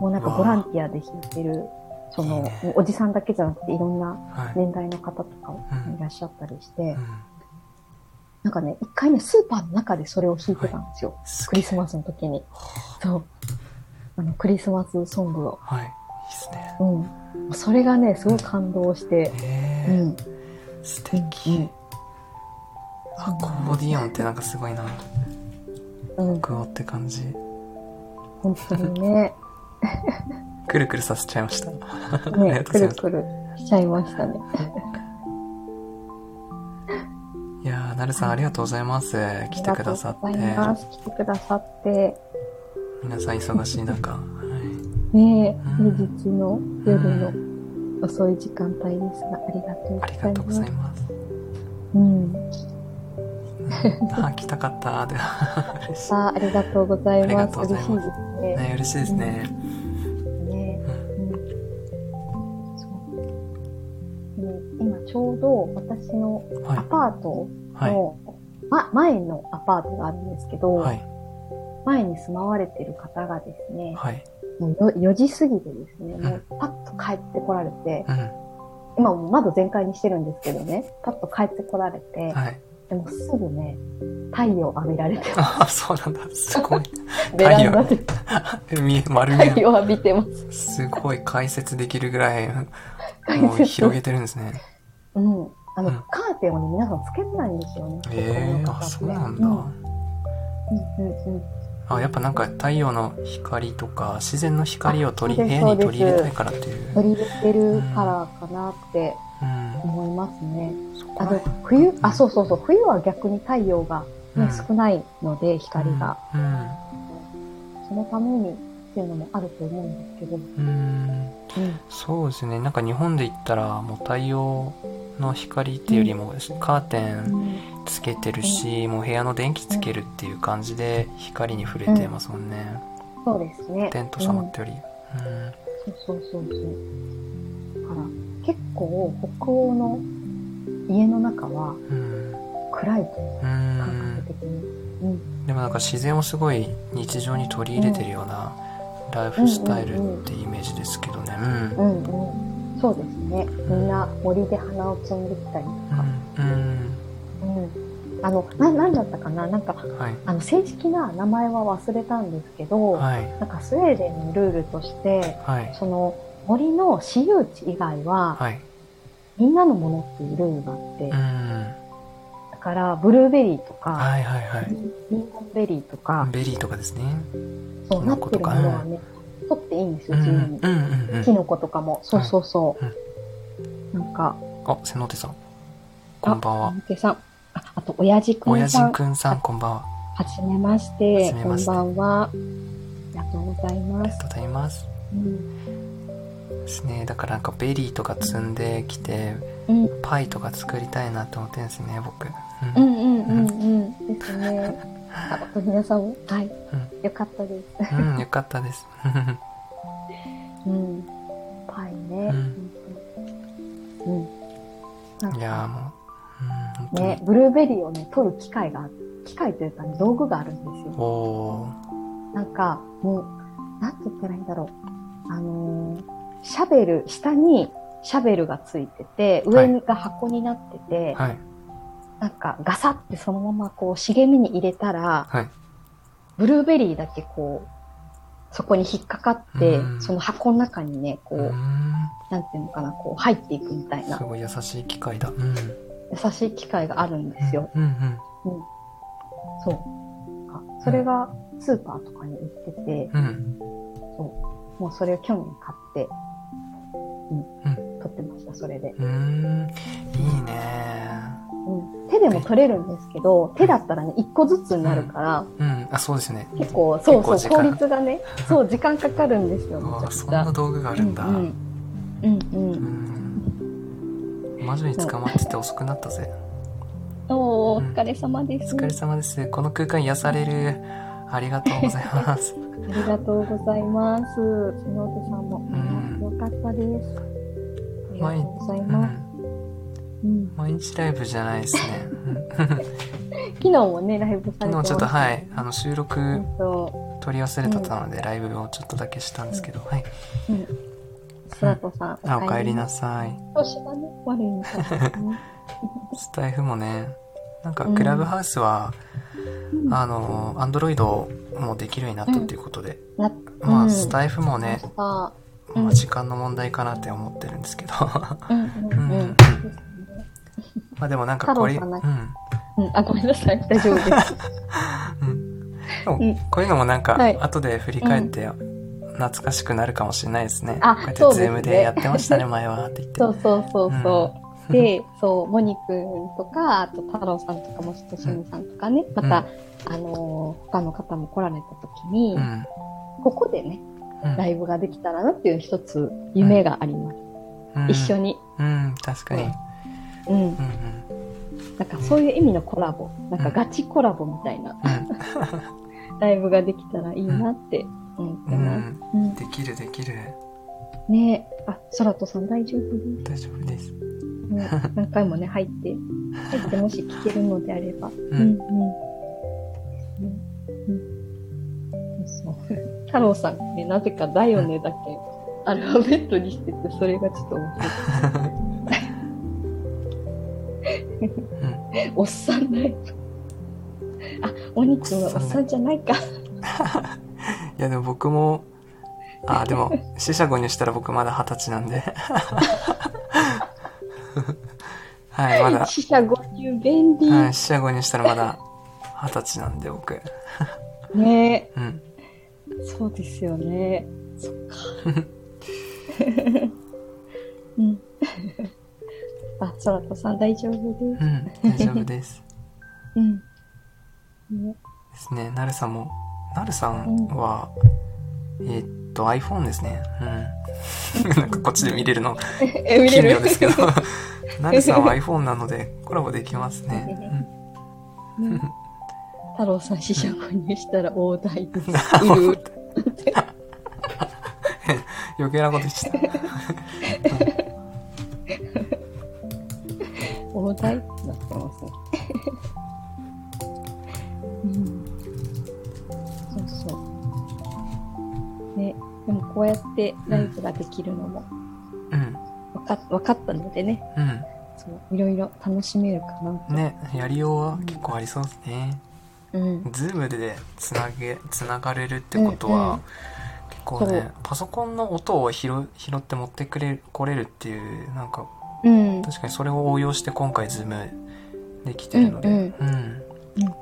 [SPEAKER 2] もうなんかボランティアで弾いてる、その、もうおじさんだけじゃなくていろんな
[SPEAKER 1] はい。
[SPEAKER 2] 年代の方とかもいらっしゃったりして
[SPEAKER 1] う、ん
[SPEAKER 2] なんかね、一回ね、スーパーの中でそれを弾いてたんですよ。
[SPEAKER 1] す
[SPEAKER 2] クリスマスの時に。そう。あの、クリスマスソングを。
[SPEAKER 1] はい。いいっすね。
[SPEAKER 2] うん。それがね、すごい感動して、う
[SPEAKER 1] え
[SPEAKER 2] ん。
[SPEAKER 1] ー、素
[SPEAKER 2] う
[SPEAKER 1] 敵
[SPEAKER 2] ん。
[SPEAKER 1] アコーディオンってなんかすごいな。
[SPEAKER 2] うん。
[SPEAKER 1] クオって感じ。
[SPEAKER 2] 本当に ね、
[SPEAKER 1] くるくるさせちゃいました。 ありが
[SPEAKER 2] ね、
[SPEAKER 1] とう
[SPEAKER 2] く
[SPEAKER 1] ござい
[SPEAKER 2] る
[SPEAKER 1] ます
[SPEAKER 2] くるしちゃいましたね。
[SPEAKER 1] いやー、なるさんありがとうございます。来てくださ
[SPEAKER 2] あ
[SPEAKER 1] っ
[SPEAKER 2] り
[SPEAKER 1] て。
[SPEAKER 2] がとうございます。来てくださって、
[SPEAKER 1] 皆さん忙しい中。はい。
[SPEAKER 2] ね、
[SPEAKER 1] う
[SPEAKER 2] 平
[SPEAKER 1] ん
[SPEAKER 2] 日の夜の遅い時間帯ですが、ありがとうございま
[SPEAKER 1] あ
[SPEAKER 2] す。
[SPEAKER 1] りがとうござい ます。
[SPEAKER 2] うん。
[SPEAKER 1] あー、来たかったで 嬉しい。
[SPEAKER 2] さあ、ありがとうござい
[SPEAKER 1] ありが
[SPEAKER 2] ま
[SPEAKER 1] と
[SPEAKER 2] す。
[SPEAKER 1] うござ
[SPEAKER 2] 嬉
[SPEAKER 1] い
[SPEAKER 2] しい
[SPEAKER 1] ま
[SPEAKER 2] ですすね。
[SPEAKER 1] ね、嬉しいですね。
[SPEAKER 2] ね
[SPEAKER 1] うん
[SPEAKER 2] うんそううん今ちょうど私の
[SPEAKER 1] は
[SPEAKER 2] ア
[SPEAKER 1] い。
[SPEAKER 2] パート
[SPEAKER 1] はい。
[SPEAKER 2] の、ま、前のアパートがあるんですけど、
[SPEAKER 1] はい。
[SPEAKER 2] 前に住まわれてる方がですね、
[SPEAKER 1] はい。
[SPEAKER 2] もう 4, 時過ぎでですね、もうパッと帰ってこられて、
[SPEAKER 1] うん。
[SPEAKER 2] 今もう窓全開にしてるんですけどね、パッと帰ってこられて、
[SPEAKER 1] はい。
[SPEAKER 2] でもすぐね、太陽浴びられて、
[SPEAKER 1] あー、そうなんだ。す ごい。
[SPEAKER 2] ベランダで
[SPEAKER 1] 見え、丸見
[SPEAKER 2] 太
[SPEAKER 1] え。
[SPEAKER 2] 陽浴びてます。
[SPEAKER 1] すごい解説できるぐらい、
[SPEAKER 2] 解
[SPEAKER 1] もう
[SPEAKER 2] 説
[SPEAKER 1] 広げてるんですね。
[SPEAKER 2] うん。あの、
[SPEAKER 1] うん
[SPEAKER 2] カーテンをね、皆さんつけてないんですよね。
[SPEAKER 1] ええ
[SPEAKER 2] 男の
[SPEAKER 1] あ、
[SPEAKER 2] 方って
[SPEAKER 1] そう
[SPEAKER 2] ね
[SPEAKER 1] なんだ。
[SPEAKER 2] うんうんうん
[SPEAKER 1] あ、やっぱなんか太陽の光とか、自然の光を取り、
[SPEAKER 2] あそう
[SPEAKER 1] 部屋に取
[SPEAKER 2] です
[SPEAKER 1] り入れたいからっていう。
[SPEAKER 2] 取り入れてるからかなって
[SPEAKER 1] うん。
[SPEAKER 2] 思いますね。
[SPEAKER 1] そ
[SPEAKER 2] あ
[SPEAKER 1] こ
[SPEAKER 2] の
[SPEAKER 1] ら、
[SPEAKER 2] 冬、あ、そうそうそう、冬は逆に太陽が、
[SPEAKER 1] う
[SPEAKER 2] ね
[SPEAKER 1] ん
[SPEAKER 2] 少ないので、光が。
[SPEAKER 1] うん。
[SPEAKER 2] そのためにっていうのもあると思うんですけど。
[SPEAKER 1] うん。うん
[SPEAKER 2] うん。
[SPEAKER 1] そうですね。なんか日本で言ったら、もう太陽の光っていうよりも、カーテンつけてるし、もう部屋の電気つけるっていう感じで光に触れてますもんね。
[SPEAKER 2] そうですね。
[SPEAKER 1] テント様
[SPEAKER 2] う
[SPEAKER 1] っ
[SPEAKER 2] ん
[SPEAKER 1] てより。うん。
[SPEAKER 2] そうそうそうそう。だから、結構北欧の家の中は
[SPEAKER 1] うん。
[SPEAKER 2] 暗いという
[SPEAKER 1] う
[SPEAKER 2] 感覚
[SPEAKER 1] ん。
[SPEAKER 2] 的に。
[SPEAKER 1] でもなんか自然をすごい日常に取り入れてるようなライフスタイルってイメージですけどね。うん。うん。
[SPEAKER 2] うんうん。そうですね。みんな森で花を摘んできたりとか。うん。あの、な、なんだったかななんか、
[SPEAKER 1] うんはい。
[SPEAKER 2] あの、正式な名前は忘れたんですけど、
[SPEAKER 1] はい。
[SPEAKER 2] なんかスウェーデンのルールとして、
[SPEAKER 1] はい。
[SPEAKER 2] その森の私有地以外は、
[SPEAKER 1] はい。
[SPEAKER 2] みんなのものっていうルールがあって、
[SPEAKER 1] うん。
[SPEAKER 2] だから、ブルーベリーとか、
[SPEAKER 1] はいはいは
[SPEAKER 2] リ
[SPEAKER 1] い。
[SPEAKER 2] ンゴンベリーとか、
[SPEAKER 1] ベリーとかですね。
[SPEAKER 2] そうな
[SPEAKER 1] の
[SPEAKER 2] っ
[SPEAKER 1] こと
[SPEAKER 2] てる
[SPEAKER 1] か
[SPEAKER 2] ものはね、取っていいんです
[SPEAKER 1] うん。
[SPEAKER 2] よ、自
[SPEAKER 1] う
[SPEAKER 2] 由
[SPEAKER 1] ん
[SPEAKER 2] に。
[SPEAKER 1] うんう
[SPEAKER 2] キ
[SPEAKER 1] ん。
[SPEAKER 2] ノコとかも、そうそうそう。なんか、
[SPEAKER 1] あ、瀬野手さん。こんばんは
[SPEAKER 2] あ。。小池さん。ああと、親父く
[SPEAKER 1] 親
[SPEAKER 2] んさ
[SPEAKER 1] 父
[SPEAKER 2] ん。
[SPEAKER 1] くんさん、こんばんは。
[SPEAKER 2] はじめまし
[SPEAKER 1] は
[SPEAKER 2] て。
[SPEAKER 1] じめ
[SPEAKER 2] こ
[SPEAKER 1] まし
[SPEAKER 2] ん
[SPEAKER 1] て
[SPEAKER 2] ばんは。ありがとうござい
[SPEAKER 1] あ
[SPEAKER 2] ま
[SPEAKER 1] りが
[SPEAKER 2] す
[SPEAKER 1] と。うございます。
[SPEAKER 2] うん
[SPEAKER 1] ですねだからなんかベリーとか積んできて
[SPEAKER 2] うん、
[SPEAKER 1] パイとか作りたいなって思ってるんですね僕、
[SPEAKER 2] う
[SPEAKER 1] うん
[SPEAKER 2] んうんうんうん。ですね。あ、おとひなさんもはい。よかったです。
[SPEAKER 1] うん、よかったです。
[SPEAKER 2] うん。パイね。うん。うん、
[SPEAKER 1] いやーもう、うん、本当に。
[SPEAKER 2] ね、ブルーベリーをね、取る機械が、機械というか、道具があるんですよ。
[SPEAKER 1] お
[SPEAKER 2] なんか、もう、なんて言ったらいいんだろう。あのーシャベル、下にシャベルがついてて、
[SPEAKER 1] は
[SPEAKER 2] 上
[SPEAKER 1] い
[SPEAKER 2] が箱になってて、
[SPEAKER 1] ー、はい、
[SPEAKER 2] なんかガサってそのままこう茂みに入れたら、
[SPEAKER 1] はい。
[SPEAKER 2] ブルーベリーだけこう、そこに引っかかって
[SPEAKER 1] う、ん
[SPEAKER 2] その箱の中にね、こう、
[SPEAKER 1] うーん、
[SPEAKER 2] なんていうのかな、こう入っていくみたいな
[SPEAKER 1] す、ごい優しい機械だ。うん。
[SPEAKER 2] 優しい機械があるんですよ。
[SPEAKER 1] うんうん
[SPEAKER 2] そう。なんかそれがスーパーとかに売ってて、
[SPEAKER 1] うん。うん。
[SPEAKER 2] もうそれを去年買って、
[SPEAKER 1] う
[SPEAKER 2] うん、撮ってました、それで。
[SPEAKER 1] うーん。いいね
[SPEAKER 2] うん、手でも撮れるんですけど、手だったらね、一個ずつになるから、
[SPEAKER 1] うん。あ、そうですね。
[SPEAKER 2] 結構、そうそう、
[SPEAKER 1] 結構時
[SPEAKER 2] 効
[SPEAKER 1] 間
[SPEAKER 2] 率がね、そう、時間かかるんですよ、
[SPEAKER 1] う
[SPEAKER 2] め
[SPEAKER 1] わ
[SPEAKER 2] ちゃ
[SPEAKER 1] ー
[SPEAKER 2] く
[SPEAKER 1] そん
[SPEAKER 2] ちゃ
[SPEAKER 1] な。道具があるんだ。
[SPEAKER 2] う
[SPEAKER 1] うん
[SPEAKER 2] うん、うん、うん。
[SPEAKER 1] ん魔女に捕まってて遅くなったぜ。
[SPEAKER 2] おーお疲れ様で
[SPEAKER 1] お
[SPEAKER 2] す。
[SPEAKER 1] 疲れ様です。この空間癒される。ありがとうござい ます。
[SPEAKER 2] ありがとうございます。篠手さんも、
[SPEAKER 1] ん
[SPEAKER 2] よかったです。ありがとうございうます。
[SPEAKER 1] ん。
[SPEAKER 2] うん、
[SPEAKER 1] 毎日ライブじゃないですね。うん
[SPEAKER 2] 昨日もね、ライブされて
[SPEAKER 1] 昨
[SPEAKER 2] ま
[SPEAKER 1] 日
[SPEAKER 2] し
[SPEAKER 1] ちょ
[SPEAKER 2] た
[SPEAKER 1] っとはい、あの収
[SPEAKER 2] え
[SPEAKER 1] 録
[SPEAKER 2] っと、
[SPEAKER 1] 取り忘れてたので、ライブをちょっとだけしたんですけど、はい。
[SPEAKER 2] うん。スラトさん、
[SPEAKER 1] あ、お帰りなさい。
[SPEAKER 2] 調子がね、悪いみたいですね。
[SPEAKER 1] スタイフもね、なんかクラブハウスは、
[SPEAKER 2] うん
[SPEAKER 1] あの、アンドロイドもできるようになったっていうことで、
[SPEAKER 2] な
[SPEAKER 1] ま
[SPEAKER 2] う
[SPEAKER 1] あ、
[SPEAKER 2] ん
[SPEAKER 1] スタイフもね、
[SPEAKER 2] あうん
[SPEAKER 1] まあ、時間の問題かなって思ってるんですけど、 ま
[SPEAKER 2] うんうんう
[SPEAKER 1] うん
[SPEAKER 2] ん。
[SPEAKER 1] あでもなんかこれ、う
[SPEAKER 2] 太
[SPEAKER 1] ん。
[SPEAKER 2] 郎
[SPEAKER 1] う
[SPEAKER 2] さうん、あ、ごめんなさい。大丈夫です。
[SPEAKER 1] んでも
[SPEAKER 2] うん
[SPEAKER 1] こういうのもなんか
[SPEAKER 2] はい、
[SPEAKER 1] 後で振り返って、懐かしくなるかもしれないですね。
[SPEAKER 2] あ
[SPEAKER 1] こうやって
[SPEAKER 2] そう
[SPEAKER 1] ズ
[SPEAKER 2] です
[SPEAKER 1] ー
[SPEAKER 2] ね
[SPEAKER 1] ムでやってま したね、前はって言って。
[SPEAKER 2] そうそうそうそ う。で、そう、モニ君とか、あと太郎さんとかもしとしみさんとかね、また、あのー他の方も来られた時に、
[SPEAKER 1] うん。
[SPEAKER 2] ここでね、
[SPEAKER 1] うん
[SPEAKER 2] ライブができたらなっていう一つ夢があります。
[SPEAKER 1] うん
[SPEAKER 2] 一緒に。
[SPEAKER 1] うん、確かに。
[SPEAKER 2] うん
[SPEAKER 1] う。ん
[SPEAKER 2] なんかそういう意味のコラボ。なんかガチコラボみたいなライブができたらいいなって思っ
[SPEAKER 1] う
[SPEAKER 2] て
[SPEAKER 1] ん。う
[SPEAKER 2] ます。
[SPEAKER 1] ん。
[SPEAKER 2] うん。
[SPEAKER 1] できるできる。
[SPEAKER 2] ねえ。あ、ソラトさん大丈夫です
[SPEAKER 1] 大丈夫です。
[SPEAKER 2] ね、何回もね、入って、入ってもし聞けるのであれば。
[SPEAKER 1] う
[SPEAKER 2] うんん、うん。うんそうそう。太郎さんね、なぜかだよねだけ、アルファベットにしてて、それがちょっと面白い、おっさんだよ。あ、お肉はおっさんじゃないか。
[SPEAKER 1] いや、でも僕も、あ、でも、四捨五入したら僕まだ二十歳 なんで。はい、まだ、はい、
[SPEAKER 2] 死者五入便利。
[SPEAKER 1] 四捨五入したらまだ二十歳なんで、僕。
[SPEAKER 2] ね
[SPEAKER 1] うん。
[SPEAKER 2] そうですよね。そっ か。うん。 あ、そらとさん大丈夫です。
[SPEAKER 1] うん、大丈夫です。
[SPEAKER 2] うん。ね、
[SPEAKER 1] ですね、なるさんも、なるさんは、えーっと、iPhone ですね。うん。なんかこっちで見れるの
[SPEAKER 2] え、見
[SPEAKER 1] 奇
[SPEAKER 2] れる
[SPEAKER 1] 妙ですけど、なるさんは iPhone なのでコラボできますね。
[SPEAKER 2] ね太郎さん死者購入したら大台です。
[SPEAKER 1] うん
[SPEAKER 2] いる。
[SPEAKER 1] 余計なこと言っちゃった。
[SPEAKER 2] 大台ってなってますね。うん。そうそう。ね、でもこうやってライブができるのも
[SPEAKER 1] うん、
[SPEAKER 2] 分か分かったのでね、そういろいろ楽しめるかな
[SPEAKER 1] うん。ね、やりようは結構ありそうですね。
[SPEAKER 2] うん。
[SPEAKER 1] ズームでつなげ、つながれるってことは、
[SPEAKER 2] うんうん
[SPEAKER 1] 結構
[SPEAKER 2] そ
[SPEAKER 1] ね
[SPEAKER 2] う、
[SPEAKER 1] パソコンの音を拾拾って持ってくれ、来れるっていう、なんか、
[SPEAKER 2] うん。
[SPEAKER 1] 確かにそれを応用して今回ズームできてるので、
[SPEAKER 2] う
[SPEAKER 1] うんん、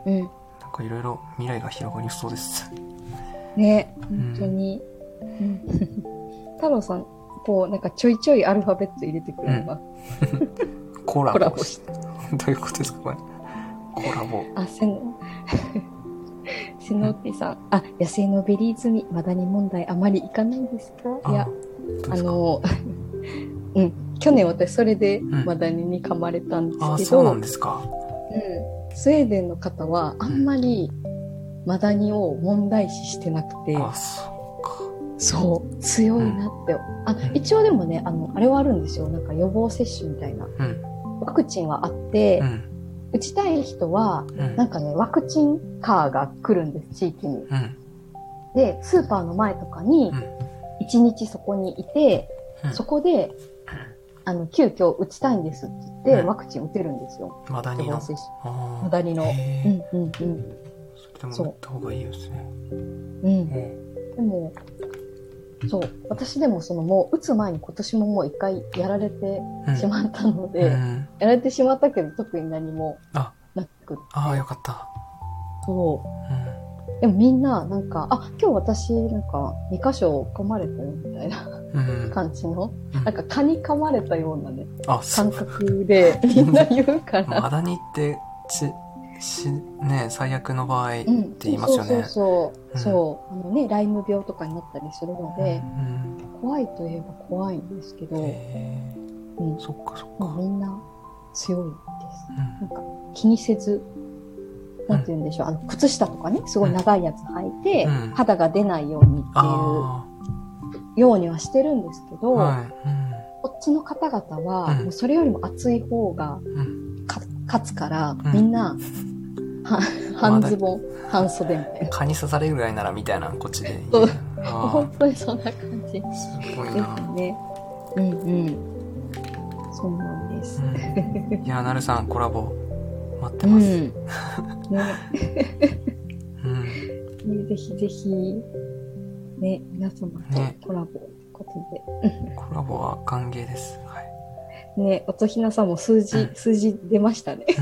[SPEAKER 2] うんうん。
[SPEAKER 1] なんかいろいろ未来が広がりそう です。
[SPEAKER 2] ね、本当に。うん太郎さん、こう、なんかちょいちょいアルファベット入れてくるのが、
[SPEAKER 1] コ
[SPEAKER 2] コ
[SPEAKER 1] ラ
[SPEAKER 2] ラ
[SPEAKER 1] ボ
[SPEAKER 2] ボし
[SPEAKER 1] して。 どういうことですか、これ。コラボ。
[SPEAKER 2] あ、 せの、せのっぺさん、あ、野生のベリー摘み、マダニ問題あまりいかないですかいや、あの、 うん、去年私それでマダニに噛まれたんで
[SPEAKER 1] ああ
[SPEAKER 2] すけ
[SPEAKER 1] そう
[SPEAKER 2] ど、う
[SPEAKER 1] なんんですか
[SPEAKER 2] スウェーデンの方はあんまりマダニを問題視してなくて、
[SPEAKER 1] あそうか
[SPEAKER 2] そう、強いなって。あ
[SPEAKER 1] ん
[SPEAKER 2] 一応でもね、あの、あれはあるんですよ。なんか予防接種みたいな。
[SPEAKER 1] うん
[SPEAKER 2] ワクチンはあって、
[SPEAKER 1] うん
[SPEAKER 2] 打ちたい人は、
[SPEAKER 1] うん
[SPEAKER 2] なんかね、ワクチンカーが来るんです、地域に。
[SPEAKER 1] うん
[SPEAKER 2] で、スーパーの前とかに
[SPEAKER 1] うん、
[SPEAKER 2] 一日そこにいて、
[SPEAKER 1] うん
[SPEAKER 2] そこで、あの、急遽打ちたいんですって言って、
[SPEAKER 1] うん
[SPEAKER 2] ワクチン打てるんですよ。
[SPEAKER 1] マダ
[SPEAKER 2] 予
[SPEAKER 1] ニ
[SPEAKER 2] 防
[SPEAKER 1] の
[SPEAKER 2] 接種。
[SPEAKER 1] あ
[SPEAKER 2] マダニの。う
[SPEAKER 1] え
[SPEAKER 2] んうんうん。
[SPEAKER 1] それでも
[SPEAKER 2] そう
[SPEAKER 1] 打った方がいいですね
[SPEAKER 2] うん。
[SPEAKER 1] うん
[SPEAKER 2] でも、そう、私でもそのもう打つ前に今年ももう一回やられて
[SPEAKER 1] うん
[SPEAKER 2] しまったので、
[SPEAKER 1] うん
[SPEAKER 2] やられてしまったけど特に何も
[SPEAKER 1] あ
[SPEAKER 2] なく
[SPEAKER 1] ああよかった
[SPEAKER 2] そうう。でもみんななんか、あ、今日私なんか2箇所噛まれたよみたいなん
[SPEAKER 1] うん
[SPEAKER 2] 感じの、
[SPEAKER 1] うん
[SPEAKER 2] なんか蚊に噛まれたようなね、
[SPEAKER 1] あそう
[SPEAKER 2] 感覚でみんな言うか
[SPEAKER 1] マ
[SPEAKER 2] ら。
[SPEAKER 1] ダニってちしね最悪の場合って
[SPEAKER 2] うん、
[SPEAKER 1] 言いますよね
[SPEAKER 2] そうそうそうう。
[SPEAKER 1] ん
[SPEAKER 2] そう。あのね、ライム病とかになったりするの
[SPEAKER 1] う
[SPEAKER 2] で、
[SPEAKER 1] ん
[SPEAKER 2] 怖いといえば怖いんですけど、
[SPEAKER 1] へえ
[SPEAKER 2] うん、
[SPEAKER 1] そっかそっ
[SPEAKER 2] も
[SPEAKER 1] か
[SPEAKER 2] うみんな強いです。
[SPEAKER 1] うん
[SPEAKER 2] 気にせず、なんて言うんでしょう、あの、靴下とかね、すごい長いやつ履いて、
[SPEAKER 1] うん
[SPEAKER 2] 肌が出ないようにってい
[SPEAKER 1] あ
[SPEAKER 2] うようにはしてるんですけ
[SPEAKER 1] あ
[SPEAKER 2] ど、
[SPEAKER 1] はい
[SPEAKER 2] こっちの方々は、
[SPEAKER 1] うん
[SPEAKER 2] もうそれよりも暑い方が
[SPEAKER 1] うんうん
[SPEAKER 2] か勝つから、
[SPEAKER 1] ん
[SPEAKER 2] みんな、は半ズボン、半袖みたいな。
[SPEAKER 1] 蚊に刺されるぐらいならみたいなこっちで
[SPEAKER 2] そう
[SPEAKER 1] あ
[SPEAKER 2] 本当にそんな感じで
[SPEAKER 1] あすごいな
[SPEAKER 2] すね。うんうん。そうなんです。
[SPEAKER 1] うんいやなるさんコラボ待って
[SPEAKER 2] う
[SPEAKER 1] ま
[SPEAKER 2] ん。
[SPEAKER 1] す
[SPEAKER 2] ね、
[SPEAKER 1] うん
[SPEAKER 2] ぜひぜひ、ね、皆様
[SPEAKER 1] ね
[SPEAKER 2] とコラボということで、
[SPEAKER 1] コラボは歓迎ですはい
[SPEAKER 2] ね、おとひなさんも数字、
[SPEAKER 1] うん
[SPEAKER 2] 数字出ましたね。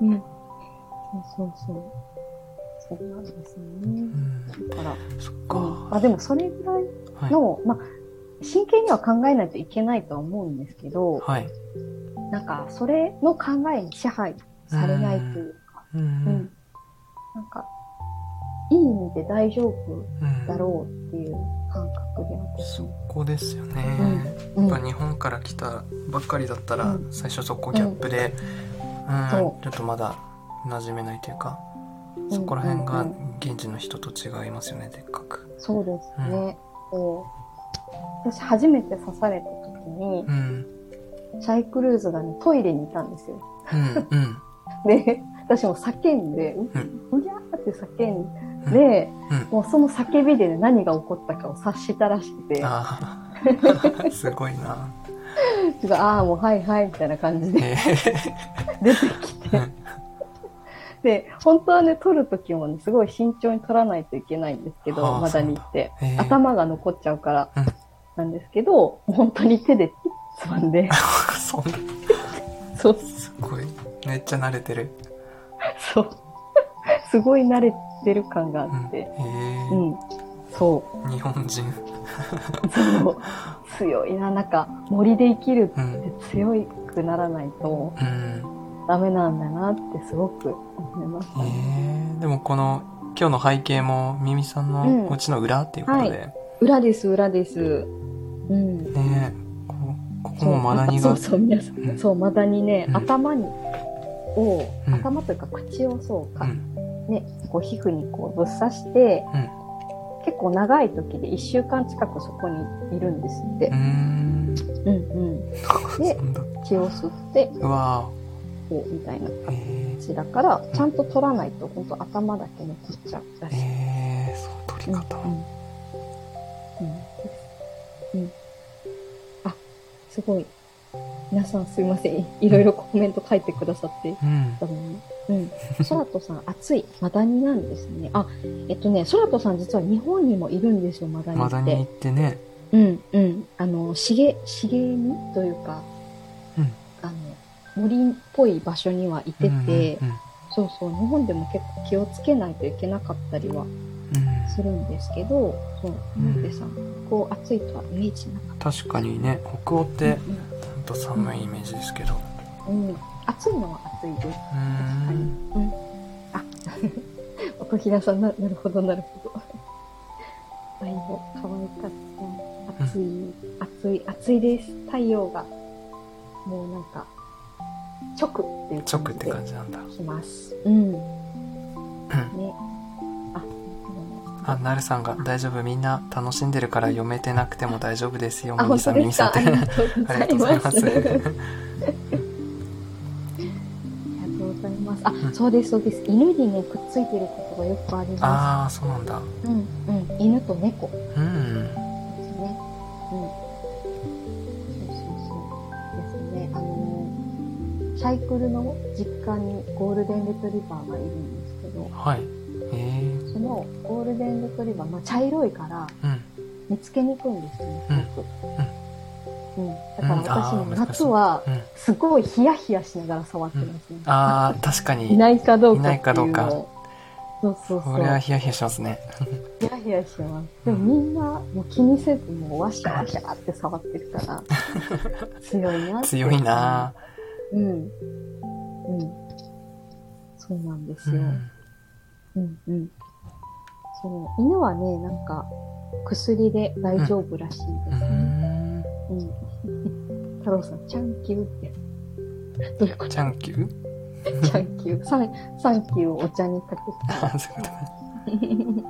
[SPEAKER 2] うん。そうそうそう。そうなんです
[SPEAKER 1] う
[SPEAKER 2] ね。
[SPEAKER 1] ん
[SPEAKER 2] だから、
[SPEAKER 1] そっ
[SPEAKER 2] うん、ま
[SPEAKER 1] か
[SPEAKER 2] あでもそれぐらい
[SPEAKER 1] はい
[SPEAKER 2] の、まあ、真剣には考えないといけないとは思うんですけど、
[SPEAKER 1] はい
[SPEAKER 2] なんか、それの考えに支配されないというか、
[SPEAKER 1] う
[SPEAKER 2] うん
[SPEAKER 1] ん
[SPEAKER 2] なんか、いい意味で大丈夫
[SPEAKER 1] うん
[SPEAKER 2] だろうっていう感覚で私
[SPEAKER 1] そ
[SPEAKER 2] も。
[SPEAKER 1] こですよね、
[SPEAKER 2] うんうん
[SPEAKER 1] やっぱ日本から来たばっかりだったら、
[SPEAKER 2] うん
[SPEAKER 1] 最初そこギャップで、うん
[SPEAKER 2] そ
[SPEAKER 1] ちょっとまだ馴染めないというか、
[SPEAKER 2] ん
[SPEAKER 1] そこら辺
[SPEAKER 2] う
[SPEAKER 1] が
[SPEAKER 2] んう
[SPEAKER 1] 現地の人と違いますよねでっかく。
[SPEAKER 2] そうですね。そう私初めて刺された時に、
[SPEAKER 1] うん
[SPEAKER 2] シャイクルーズがね、トイレにいたんですよ。
[SPEAKER 1] うんうん
[SPEAKER 2] で、私も叫んで、う
[SPEAKER 1] うん
[SPEAKER 2] うぎゃーって叫ん
[SPEAKER 1] う
[SPEAKER 2] で、
[SPEAKER 1] うん
[SPEAKER 2] もうその叫びでね、何が起こったかを察したらしくて、
[SPEAKER 1] あ ーすごいな。
[SPEAKER 2] ちょっとああ、もうはいはい、みたいな感 じで
[SPEAKER 1] えー
[SPEAKER 2] 出てき
[SPEAKER 1] う
[SPEAKER 2] て
[SPEAKER 1] ん。
[SPEAKER 2] で、本当はね、取る時もね、すごい慎重に取らないといけないんですけ
[SPEAKER 1] あ
[SPEAKER 2] ど、
[SPEAKER 1] ー
[SPEAKER 2] マダニって。
[SPEAKER 1] えー
[SPEAKER 2] 頭が残っちゃうから
[SPEAKER 1] うん
[SPEAKER 2] なんですけど、本当に手でつまんで、
[SPEAKER 1] そん
[SPEAKER 2] そう
[SPEAKER 1] すごいめっちゃ慣れてる。
[SPEAKER 2] そう。すごい慣れてる感があ
[SPEAKER 1] うん
[SPEAKER 2] っ
[SPEAKER 1] え
[SPEAKER 2] て。うん。そ
[SPEAKER 1] ー日本人。
[SPEAKER 2] う。そう。強いな。なんか、森で生きる
[SPEAKER 1] う
[SPEAKER 2] っ
[SPEAKER 1] ん
[SPEAKER 2] て強くならないと
[SPEAKER 1] うん
[SPEAKER 2] ダメなんだなってすごく思いました
[SPEAKER 1] え
[SPEAKER 2] ね。
[SPEAKER 1] ーでもこの今日の背景もミミさんのお家の裏っていうことで、
[SPEAKER 2] うんは裏です、裏です。うん。
[SPEAKER 1] ねこここもマダニ
[SPEAKER 2] そ
[SPEAKER 1] が
[SPEAKER 2] うそう、皆さ
[SPEAKER 1] うん
[SPEAKER 2] ん。そう、マダニね、
[SPEAKER 1] うん
[SPEAKER 2] 頭に、を、
[SPEAKER 1] うん
[SPEAKER 2] 頭というか口をそうか、
[SPEAKER 1] うん
[SPEAKER 2] ね、こう皮膚にこうぶっ刺して、
[SPEAKER 1] うん
[SPEAKER 2] 結構長い時で1週間近くそこにいるんですって
[SPEAKER 1] うー。ん
[SPEAKER 2] うんうん。で
[SPEAKER 1] そんな
[SPEAKER 2] 血を吸って、
[SPEAKER 1] うわ
[SPEAKER 2] こう、みたいな
[SPEAKER 1] ーえ
[SPEAKER 2] 形だから、ちゃんと取らないと、本当頭だけ残っちゃうら
[SPEAKER 1] ー、
[SPEAKER 2] しい。
[SPEAKER 1] えー、その取り方、
[SPEAKER 2] うんうん。うん。あ、すごい。皆さんすいません。いろいろコメント書いてくださって。
[SPEAKER 1] うん
[SPEAKER 2] だもんねうん。空とさん、暑い。マダニなんですね。あ、えっとね、空とさん実は日本にもいるんですよ、マダニ
[SPEAKER 1] マ
[SPEAKER 2] っ
[SPEAKER 1] ダ
[SPEAKER 2] て。
[SPEAKER 1] ニ行ってね
[SPEAKER 2] うん、うん。あの、茂、茂みというか、
[SPEAKER 1] うん
[SPEAKER 2] あの、森っぽい場所にはいてて、
[SPEAKER 1] うん
[SPEAKER 2] そうそう、日本でも結構気をつけないといけなかったりは
[SPEAKER 1] うんうん
[SPEAKER 2] するんですけど、そう、
[SPEAKER 1] うん
[SPEAKER 2] モンテさん、こう暑いとはイメージなかっ
[SPEAKER 1] 確かにね北欧って
[SPEAKER 2] た。
[SPEAKER 1] ほんと寒いイメージですけどう
[SPEAKER 2] うん、うん、暑いのは暑いです。
[SPEAKER 1] ーん
[SPEAKER 2] あ、音平さんな、なるほど、なるほど。はいよ。寒かった。暑い、暑い、暑いです。太陽が、もうなんか、直っていう
[SPEAKER 1] 直っ
[SPEAKER 2] 感じ
[SPEAKER 1] て
[SPEAKER 2] で
[SPEAKER 1] 感じなんだ。
[SPEAKER 2] 来ます。うん。ね。あ、
[SPEAKER 1] あ、なるさんが大丈夫、みんな楽しんでるから読めてなくても大丈夫ですよ、
[SPEAKER 2] あ、
[SPEAKER 1] ミ
[SPEAKER 2] 本
[SPEAKER 1] ニさ
[SPEAKER 2] 当
[SPEAKER 1] ん、ミ
[SPEAKER 2] で
[SPEAKER 1] ニ
[SPEAKER 2] す
[SPEAKER 1] さん
[SPEAKER 2] か
[SPEAKER 1] っ。
[SPEAKER 2] あ
[SPEAKER 1] て
[SPEAKER 2] り。がとうご
[SPEAKER 1] あ
[SPEAKER 2] ざ
[SPEAKER 1] り
[SPEAKER 2] い
[SPEAKER 1] がとうござい
[SPEAKER 2] ま。
[SPEAKER 1] ますす。
[SPEAKER 2] ありがとうございます。あ、そうです、そうです。犬にね、くっついてることがよくありま
[SPEAKER 1] ああ、そうなんだ。
[SPEAKER 2] す。うん、うん。犬と猫。
[SPEAKER 1] うん。
[SPEAKER 2] ですね。うん。そうそうそう。ですね。あの、サイクルの実家にゴールデンレトリバーがいるんですけど、
[SPEAKER 1] はい。ええ
[SPEAKER 2] そのゴールデンレトリバー、まあ、茶色いから
[SPEAKER 1] うん。
[SPEAKER 2] 見つけにくいんですよね、すごく。うん。だから私
[SPEAKER 1] うんあー
[SPEAKER 2] も
[SPEAKER 1] 難しい
[SPEAKER 2] 夏は
[SPEAKER 1] うん。
[SPEAKER 2] すごいヒヤヒヤしながら触ってますね。
[SPEAKER 1] ああ、確かに。
[SPEAKER 2] いないかどうか
[SPEAKER 1] いな
[SPEAKER 2] っ
[SPEAKER 1] い
[SPEAKER 2] て
[SPEAKER 1] か
[SPEAKER 2] い
[SPEAKER 1] ど
[SPEAKER 2] う
[SPEAKER 1] うか
[SPEAKER 2] のを。そうそうそ
[SPEAKER 1] こ
[SPEAKER 2] う。
[SPEAKER 1] れはヒヤヒヤしますね。
[SPEAKER 2] ヒヤヒヤしてます。でもみんな、もう気にせず、もうワシャワシャって触ってる から、強いなって。
[SPEAKER 1] 強いな
[SPEAKER 2] うん。うん。そうなんです
[SPEAKER 1] ぁ。う
[SPEAKER 2] よ。
[SPEAKER 1] ん。
[SPEAKER 2] うん、うん。そう。犬はね、なんか、薬で大丈夫らしいですね。
[SPEAKER 1] うん。
[SPEAKER 2] うん。太郎さん、チャンキューって。どういうこと
[SPEAKER 1] チャンキュー
[SPEAKER 2] チャンキュー。サンサンキューをお茶にかけて
[SPEAKER 1] あ。ーそういうことね。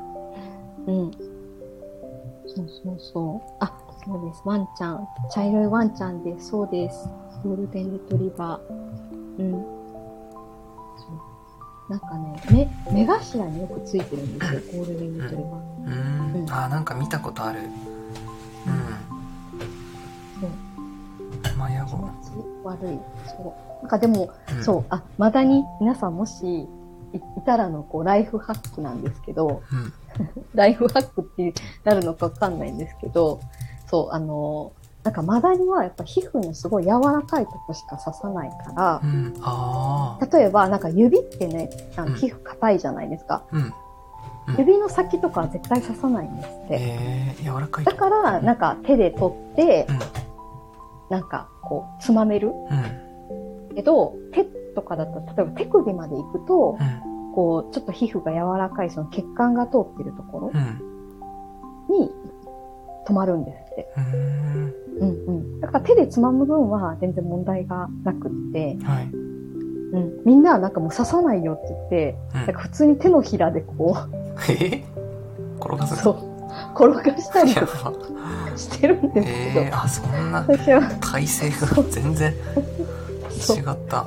[SPEAKER 2] うん。そうそうそう。あ、そうです。ワンちゃん。茶色いワンちゃんです。そうです。ゴールデンレトリバー。うん。そうなんかね、目、目頭によくついてるんですよ。ゴールデンレトリバー。
[SPEAKER 1] うん。あーなんか見たことある。うん。マヤ
[SPEAKER 2] 気
[SPEAKER 1] 語。
[SPEAKER 2] 持ち悪い。そう。なんかでも、
[SPEAKER 1] ん
[SPEAKER 2] そう、あ、まだに皆さんもし、いいたらのこう、ライフハックなんですけど、
[SPEAKER 1] うん。
[SPEAKER 2] ライフハックってなるのかわかんないんですけど、そう、あの、なんかマダニはやっぱ皮膚のすごい柔らかいとこしか刺さないか
[SPEAKER 1] うん。ああ。
[SPEAKER 2] ら、例えばなんか指ってね、あ
[SPEAKER 1] うん
[SPEAKER 2] の皮膚硬いじゃないですか。
[SPEAKER 1] うん。うん
[SPEAKER 2] 指の先とかは絶対刺さないんですって。
[SPEAKER 1] ええ、柔らかいと
[SPEAKER 2] だ
[SPEAKER 1] こ。
[SPEAKER 2] から、なんか手で取って
[SPEAKER 1] うん、
[SPEAKER 2] なんかこう、つまめる
[SPEAKER 1] うん。
[SPEAKER 2] けど、手とかだと、例えば手首まで行くと
[SPEAKER 1] う、ん。
[SPEAKER 2] こう、ちょっと皮膚が柔らかい、その血管が通ってるところ
[SPEAKER 1] うん。
[SPEAKER 2] に止まるんですって。
[SPEAKER 1] うーん。
[SPEAKER 2] うんうん。だから手でつまむ分は全然問題がなくって、
[SPEAKER 1] はい。
[SPEAKER 2] うん。みんななんかもう刺さないよって
[SPEAKER 1] う
[SPEAKER 2] 言って、なん
[SPEAKER 1] ん
[SPEAKER 2] か普通に手のひらでこ
[SPEAKER 1] えー、 転が
[SPEAKER 2] う、
[SPEAKER 1] す。
[SPEAKER 2] そうう、転がしたり
[SPEAKER 1] や
[SPEAKER 2] とか
[SPEAKER 1] ば。
[SPEAKER 2] してるんですけ
[SPEAKER 1] え
[SPEAKER 2] ど、
[SPEAKER 1] ー、あ、そんな
[SPEAKER 2] 私は
[SPEAKER 1] 体勢が全然
[SPEAKER 2] そう
[SPEAKER 1] 違った。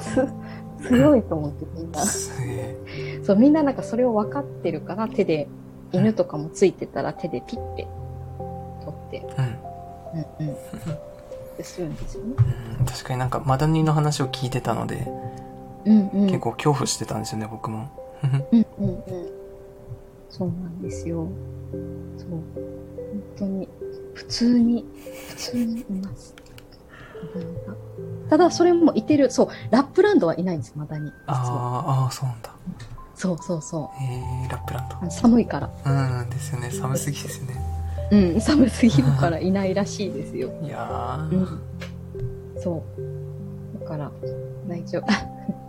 [SPEAKER 2] つ強いと思ってみんな。
[SPEAKER 1] すげえ。
[SPEAKER 2] そう、みんななんかそれを分かってるから手で、犬とかもついてたら手でピッて取って、
[SPEAKER 1] うん。
[SPEAKER 2] うんうん。ってするんですよね。
[SPEAKER 1] うん確かになんかマダニの話を聞いてたので、
[SPEAKER 2] うんうん。
[SPEAKER 1] 結構恐怖してたんですよね、僕も。
[SPEAKER 2] うんうんうん。そうなんですよ。そう。本当に、普通に、普通にいます。マダニがただ、それもいてる、そう、ラップランドはいないんです、マダニ。実は。
[SPEAKER 1] あーあー、そうなんだ。
[SPEAKER 2] そうそうそう
[SPEAKER 1] えー、ラップランド
[SPEAKER 2] あの。寒いから。
[SPEAKER 1] うん、ですよね。寒すぎですよね。
[SPEAKER 2] うん、寒すぎるからいないらしいですよ。
[SPEAKER 1] いやー。
[SPEAKER 2] うんそう。だから、大丈夫。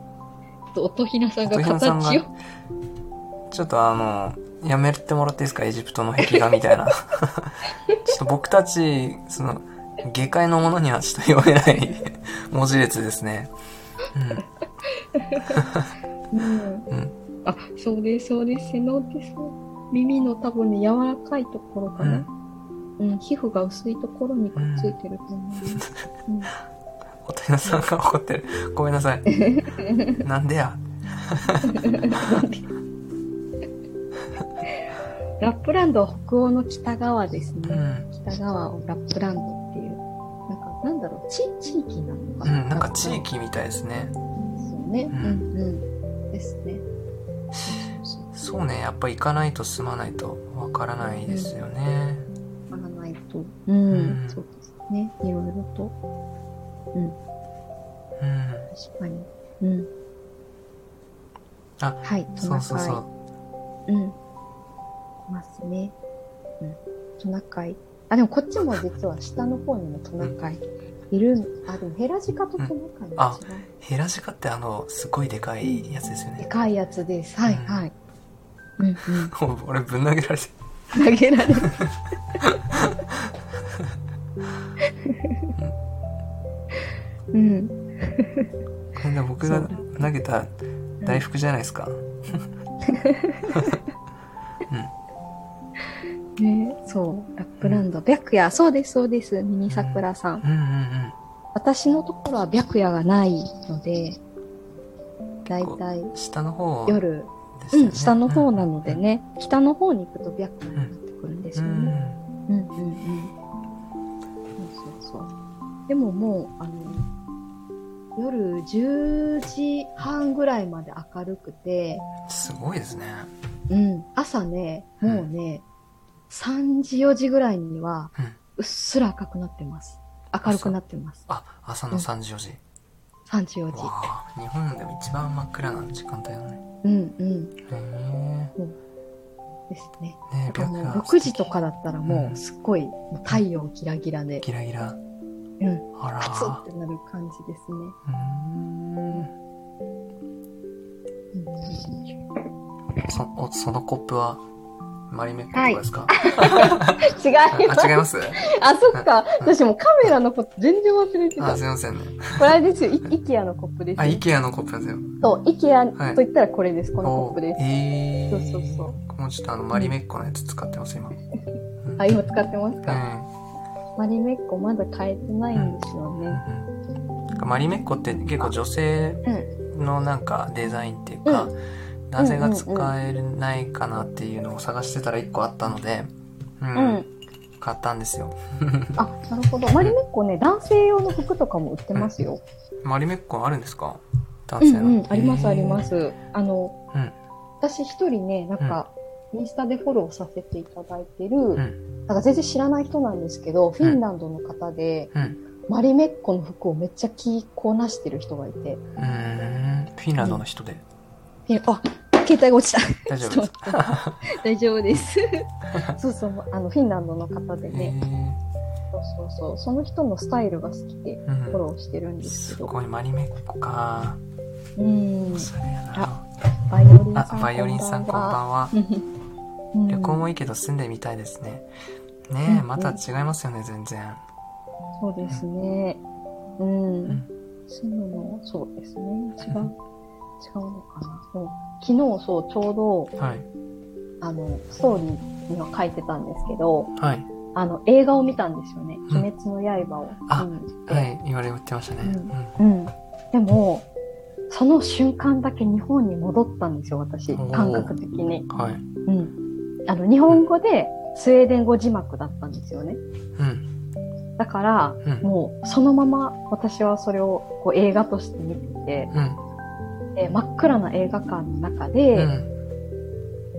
[SPEAKER 2] あと、音ひなさんが
[SPEAKER 1] 音ひなさんが
[SPEAKER 2] 形を。
[SPEAKER 1] ちょっとあの、やめてもらっていいですかエジプトの壁画みたい な。ちょっと僕たち、その、下界のものにはちょっと読めない 文字列ですね。
[SPEAKER 2] うん
[SPEAKER 1] うん
[SPEAKER 2] あ、そうです、そうです、背のです。耳の多分ね、柔らかいところ
[SPEAKER 1] う
[SPEAKER 2] か
[SPEAKER 1] ん。う
[SPEAKER 2] な。
[SPEAKER 1] ん。
[SPEAKER 2] うん、皮膚が薄いところにくっついてると思います。
[SPEAKER 1] おとりなさんが怒ってる。ごめんなさい。なんでや。
[SPEAKER 2] ラップランドは北欧の北側ですね。
[SPEAKER 1] うん
[SPEAKER 2] 北側をラップランドっていう、なんか、なんだろう、地地域なの
[SPEAKER 1] う
[SPEAKER 2] か
[SPEAKER 1] んな
[SPEAKER 2] な、、
[SPEAKER 1] んか地域みたいですね。
[SPEAKER 2] ですよね。
[SPEAKER 1] う
[SPEAKER 2] うんん、うん。ですね。そうそう
[SPEAKER 1] そうね、やっぱ行かないと住まないとわからないですよね。
[SPEAKER 2] そうわからないと。う
[SPEAKER 1] う
[SPEAKER 2] ん、
[SPEAKER 1] ん
[SPEAKER 2] そうですね。いろいろと。
[SPEAKER 1] うん。
[SPEAKER 2] 確かに。うん。
[SPEAKER 1] あ
[SPEAKER 2] はい、
[SPEAKER 1] そうそうそう。
[SPEAKER 2] うん。いますね。うん。トナカイ。あ、でもこっちも実は下の方にもトナカイいるん。あ、でもヘラジカとトナカイは違う。
[SPEAKER 1] ヘラジカってあの、すごいでかいやつですよ
[SPEAKER 2] で
[SPEAKER 1] ね。
[SPEAKER 2] かいやつです。はい、
[SPEAKER 1] うん
[SPEAKER 2] はい。うん、うん。
[SPEAKER 1] 俺ぶん投げられて
[SPEAKER 2] 投げられる。うん。
[SPEAKER 1] こんな僕が
[SPEAKER 2] そう
[SPEAKER 1] 投げた大福じゃないですか。
[SPEAKER 2] ね、そう。ラップランド。白夜。そうです、そうです。ミニサクラさ
[SPEAKER 1] う
[SPEAKER 2] ん。
[SPEAKER 1] んうんうん。
[SPEAKER 2] 私のところは白夜がないので、だいたい
[SPEAKER 1] 下の方で
[SPEAKER 2] 夜、
[SPEAKER 1] すよ
[SPEAKER 2] う
[SPEAKER 1] ね
[SPEAKER 2] ん、下の方なので。ね、北の方に行くと白夜になってくるんです
[SPEAKER 1] う
[SPEAKER 2] よね。
[SPEAKER 1] ん。
[SPEAKER 2] うんうんうん。そうそうそう。でももう、あの、夜10時半ぐらいまで明るくて、
[SPEAKER 1] すごいですね。
[SPEAKER 2] うん、朝ね、もうね、3時4時ぐらいには
[SPEAKER 1] うん、
[SPEAKER 2] うっすら赤くなってます。明るくなってます。
[SPEAKER 1] あ、朝の3時4時。
[SPEAKER 2] 3時4時。
[SPEAKER 1] わあ、日本でも一番真っ暗な時間帯だね。
[SPEAKER 2] うんうん。
[SPEAKER 1] へえ。
[SPEAKER 2] ですね。
[SPEAKER 1] ね
[SPEAKER 2] だからもう
[SPEAKER 1] 白
[SPEAKER 2] 6時とかだったらも
[SPEAKER 1] うん
[SPEAKER 2] うすっごいもう太陽ギラギラで、
[SPEAKER 1] ギラギラ。
[SPEAKER 2] うん、
[SPEAKER 1] あら
[SPEAKER 2] カツンってなる感じですね。
[SPEAKER 1] うーん。
[SPEAKER 2] うん
[SPEAKER 1] そ、おそのコップは、マリメッコとかですか、
[SPEAKER 2] 違います。
[SPEAKER 1] あ、違います
[SPEAKER 2] あ、そっか。私もうカメラのこと全然忘れて
[SPEAKER 1] あ、
[SPEAKER 2] た
[SPEAKER 1] す。いませんね。
[SPEAKER 2] これあれですよ。イイケアのコップです
[SPEAKER 1] あ、
[SPEAKER 2] よ。
[SPEAKER 1] イケアのコップですよ。
[SPEAKER 2] そう、イケアと
[SPEAKER 1] はい
[SPEAKER 2] 言ったらこれです。このコッ
[SPEAKER 1] お
[SPEAKER 2] プです。
[SPEAKER 1] えー。
[SPEAKER 2] そうそうそう
[SPEAKER 1] う。もうちょっとあの、マリメッコのやつ使ってます、今。うん
[SPEAKER 2] あ、今使ってます
[SPEAKER 1] う
[SPEAKER 2] か、
[SPEAKER 1] ん
[SPEAKER 2] マリメッコまだ変えてないんですよね。
[SPEAKER 1] うん。マリメッコって結構女性
[SPEAKER 2] うん。
[SPEAKER 1] のなんかデザインっていうか、
[SPEAKER 2] う
[SPEAKER 1] 男性が使えないかなっていうのを探してたら1個あったので、うん
[SPEAKER 2] うん。
[SPEAKER 1] 買ったんですよ
[SPEAKER 2] あ、なるほど。マリメッコね、男性用の服とかも売ってますよ。
[SPEAKER 1] マリメッコあるんですか男
[SPEAKER 2] う
[SPEAKER 1] 性
[SPEAKER 2] ん
[SPEAKER 1] の、
[SPEAKER 2] うん。ありますありま、す。あの、
[SPEAKER 1] うん
[SPEAKER 2] 私一人ね、なんか、インスタでフォローさせていただいてる、
[SPEAKER 1] ん
[SPEAKER 2] なんか全然知らない人なんですけど、フィンランドの方で、
[SPEAKER 1] うん
[SPEAKER 2] マリメッコの服をめっちゃ着こなしてる人がいて、
[SPEAKER 1] うーんフィンランドの人で、
[SPEAKER 2] えあ、携帯が落ちた。
[SPEAKER 1] 大丈夫ですか、
[SPEAKER 2] 大丈夫です。そうそう、あの、フィンランドの方で
[SPEAKER 1] え
[SPEAKER 2] ね、そうそうそう、その人のスタイルが好きで
[SPEAKER 1] ーうん
[SPEAKER 2] フォローしてるんです
[SPEAKER 1] す
[SPEAKER 2] けど、
[SPEAKER 1] ごいマリメッコか
[SPEAKER 2] うん
[SPEAKER 1] お、しゃれやな
[SPEAKER 2] バイオリン
[SPEAKER 1] あ
[SPEAKER 2] さん。
[SPEAKER 1] バイオリンさんこんばんは旅
[SPEAKER 2] こんばんは。
[SPEAKER 1] 行
[SPEAKER 2] うん
[SPEAKER 1] もいいけど住んでみたいですねねえ
[SPEAKER 2] うん
[SPEAKER 1] また違いますよね全然
[SPEAKER 2] そうですね。うん。
[SPEAKER 1] うん
[SPEAKER 2] 住むの、そうですね。違う、違うのかな。そう昨日、そう、ちょう
[SPEAKER 1] はい
[SPEAKER 2] ど、あの、ストーリーには書いてたんですけど、
[SPEAKER 1] はい
[SPEAKER 2] あの、映画を見たんですよね。
[SPEAKER 1] うん
[SPEAKER 2] 鬼滅の刃を
[SPEAKER 1] あ
[SPEAKER 2] 見に行って。
[SPEAKER 1] はい言われてましたね、
[SPEAKER 2] うん
[SPEAKER 1] うん
[SPEAKER 2] うん。でも、その瞬間だけ日本に戻ったんですよ、私。
[SPEAKER 1] おー
[SPEAKER 2] 感覚的に。
[SPEAKER 1] はい。
[SPEAKER 2] うん。あの、日本語でスウェーデン語字幕だったんですよね。
[SPEAKER 1] うん。
[SPEAKER 2] だから、
[SPEAKER 1] うん。
[SPEAKER 2] もう、そのまま私はそれをこう映画として見て
[SPEAKER 1] うん。
[SPEAKER 2] て、で真っ暗な映画館の中
[SPEAKER 1] う
[SPEAKER 2] で、
[SPEAKER 1] ん。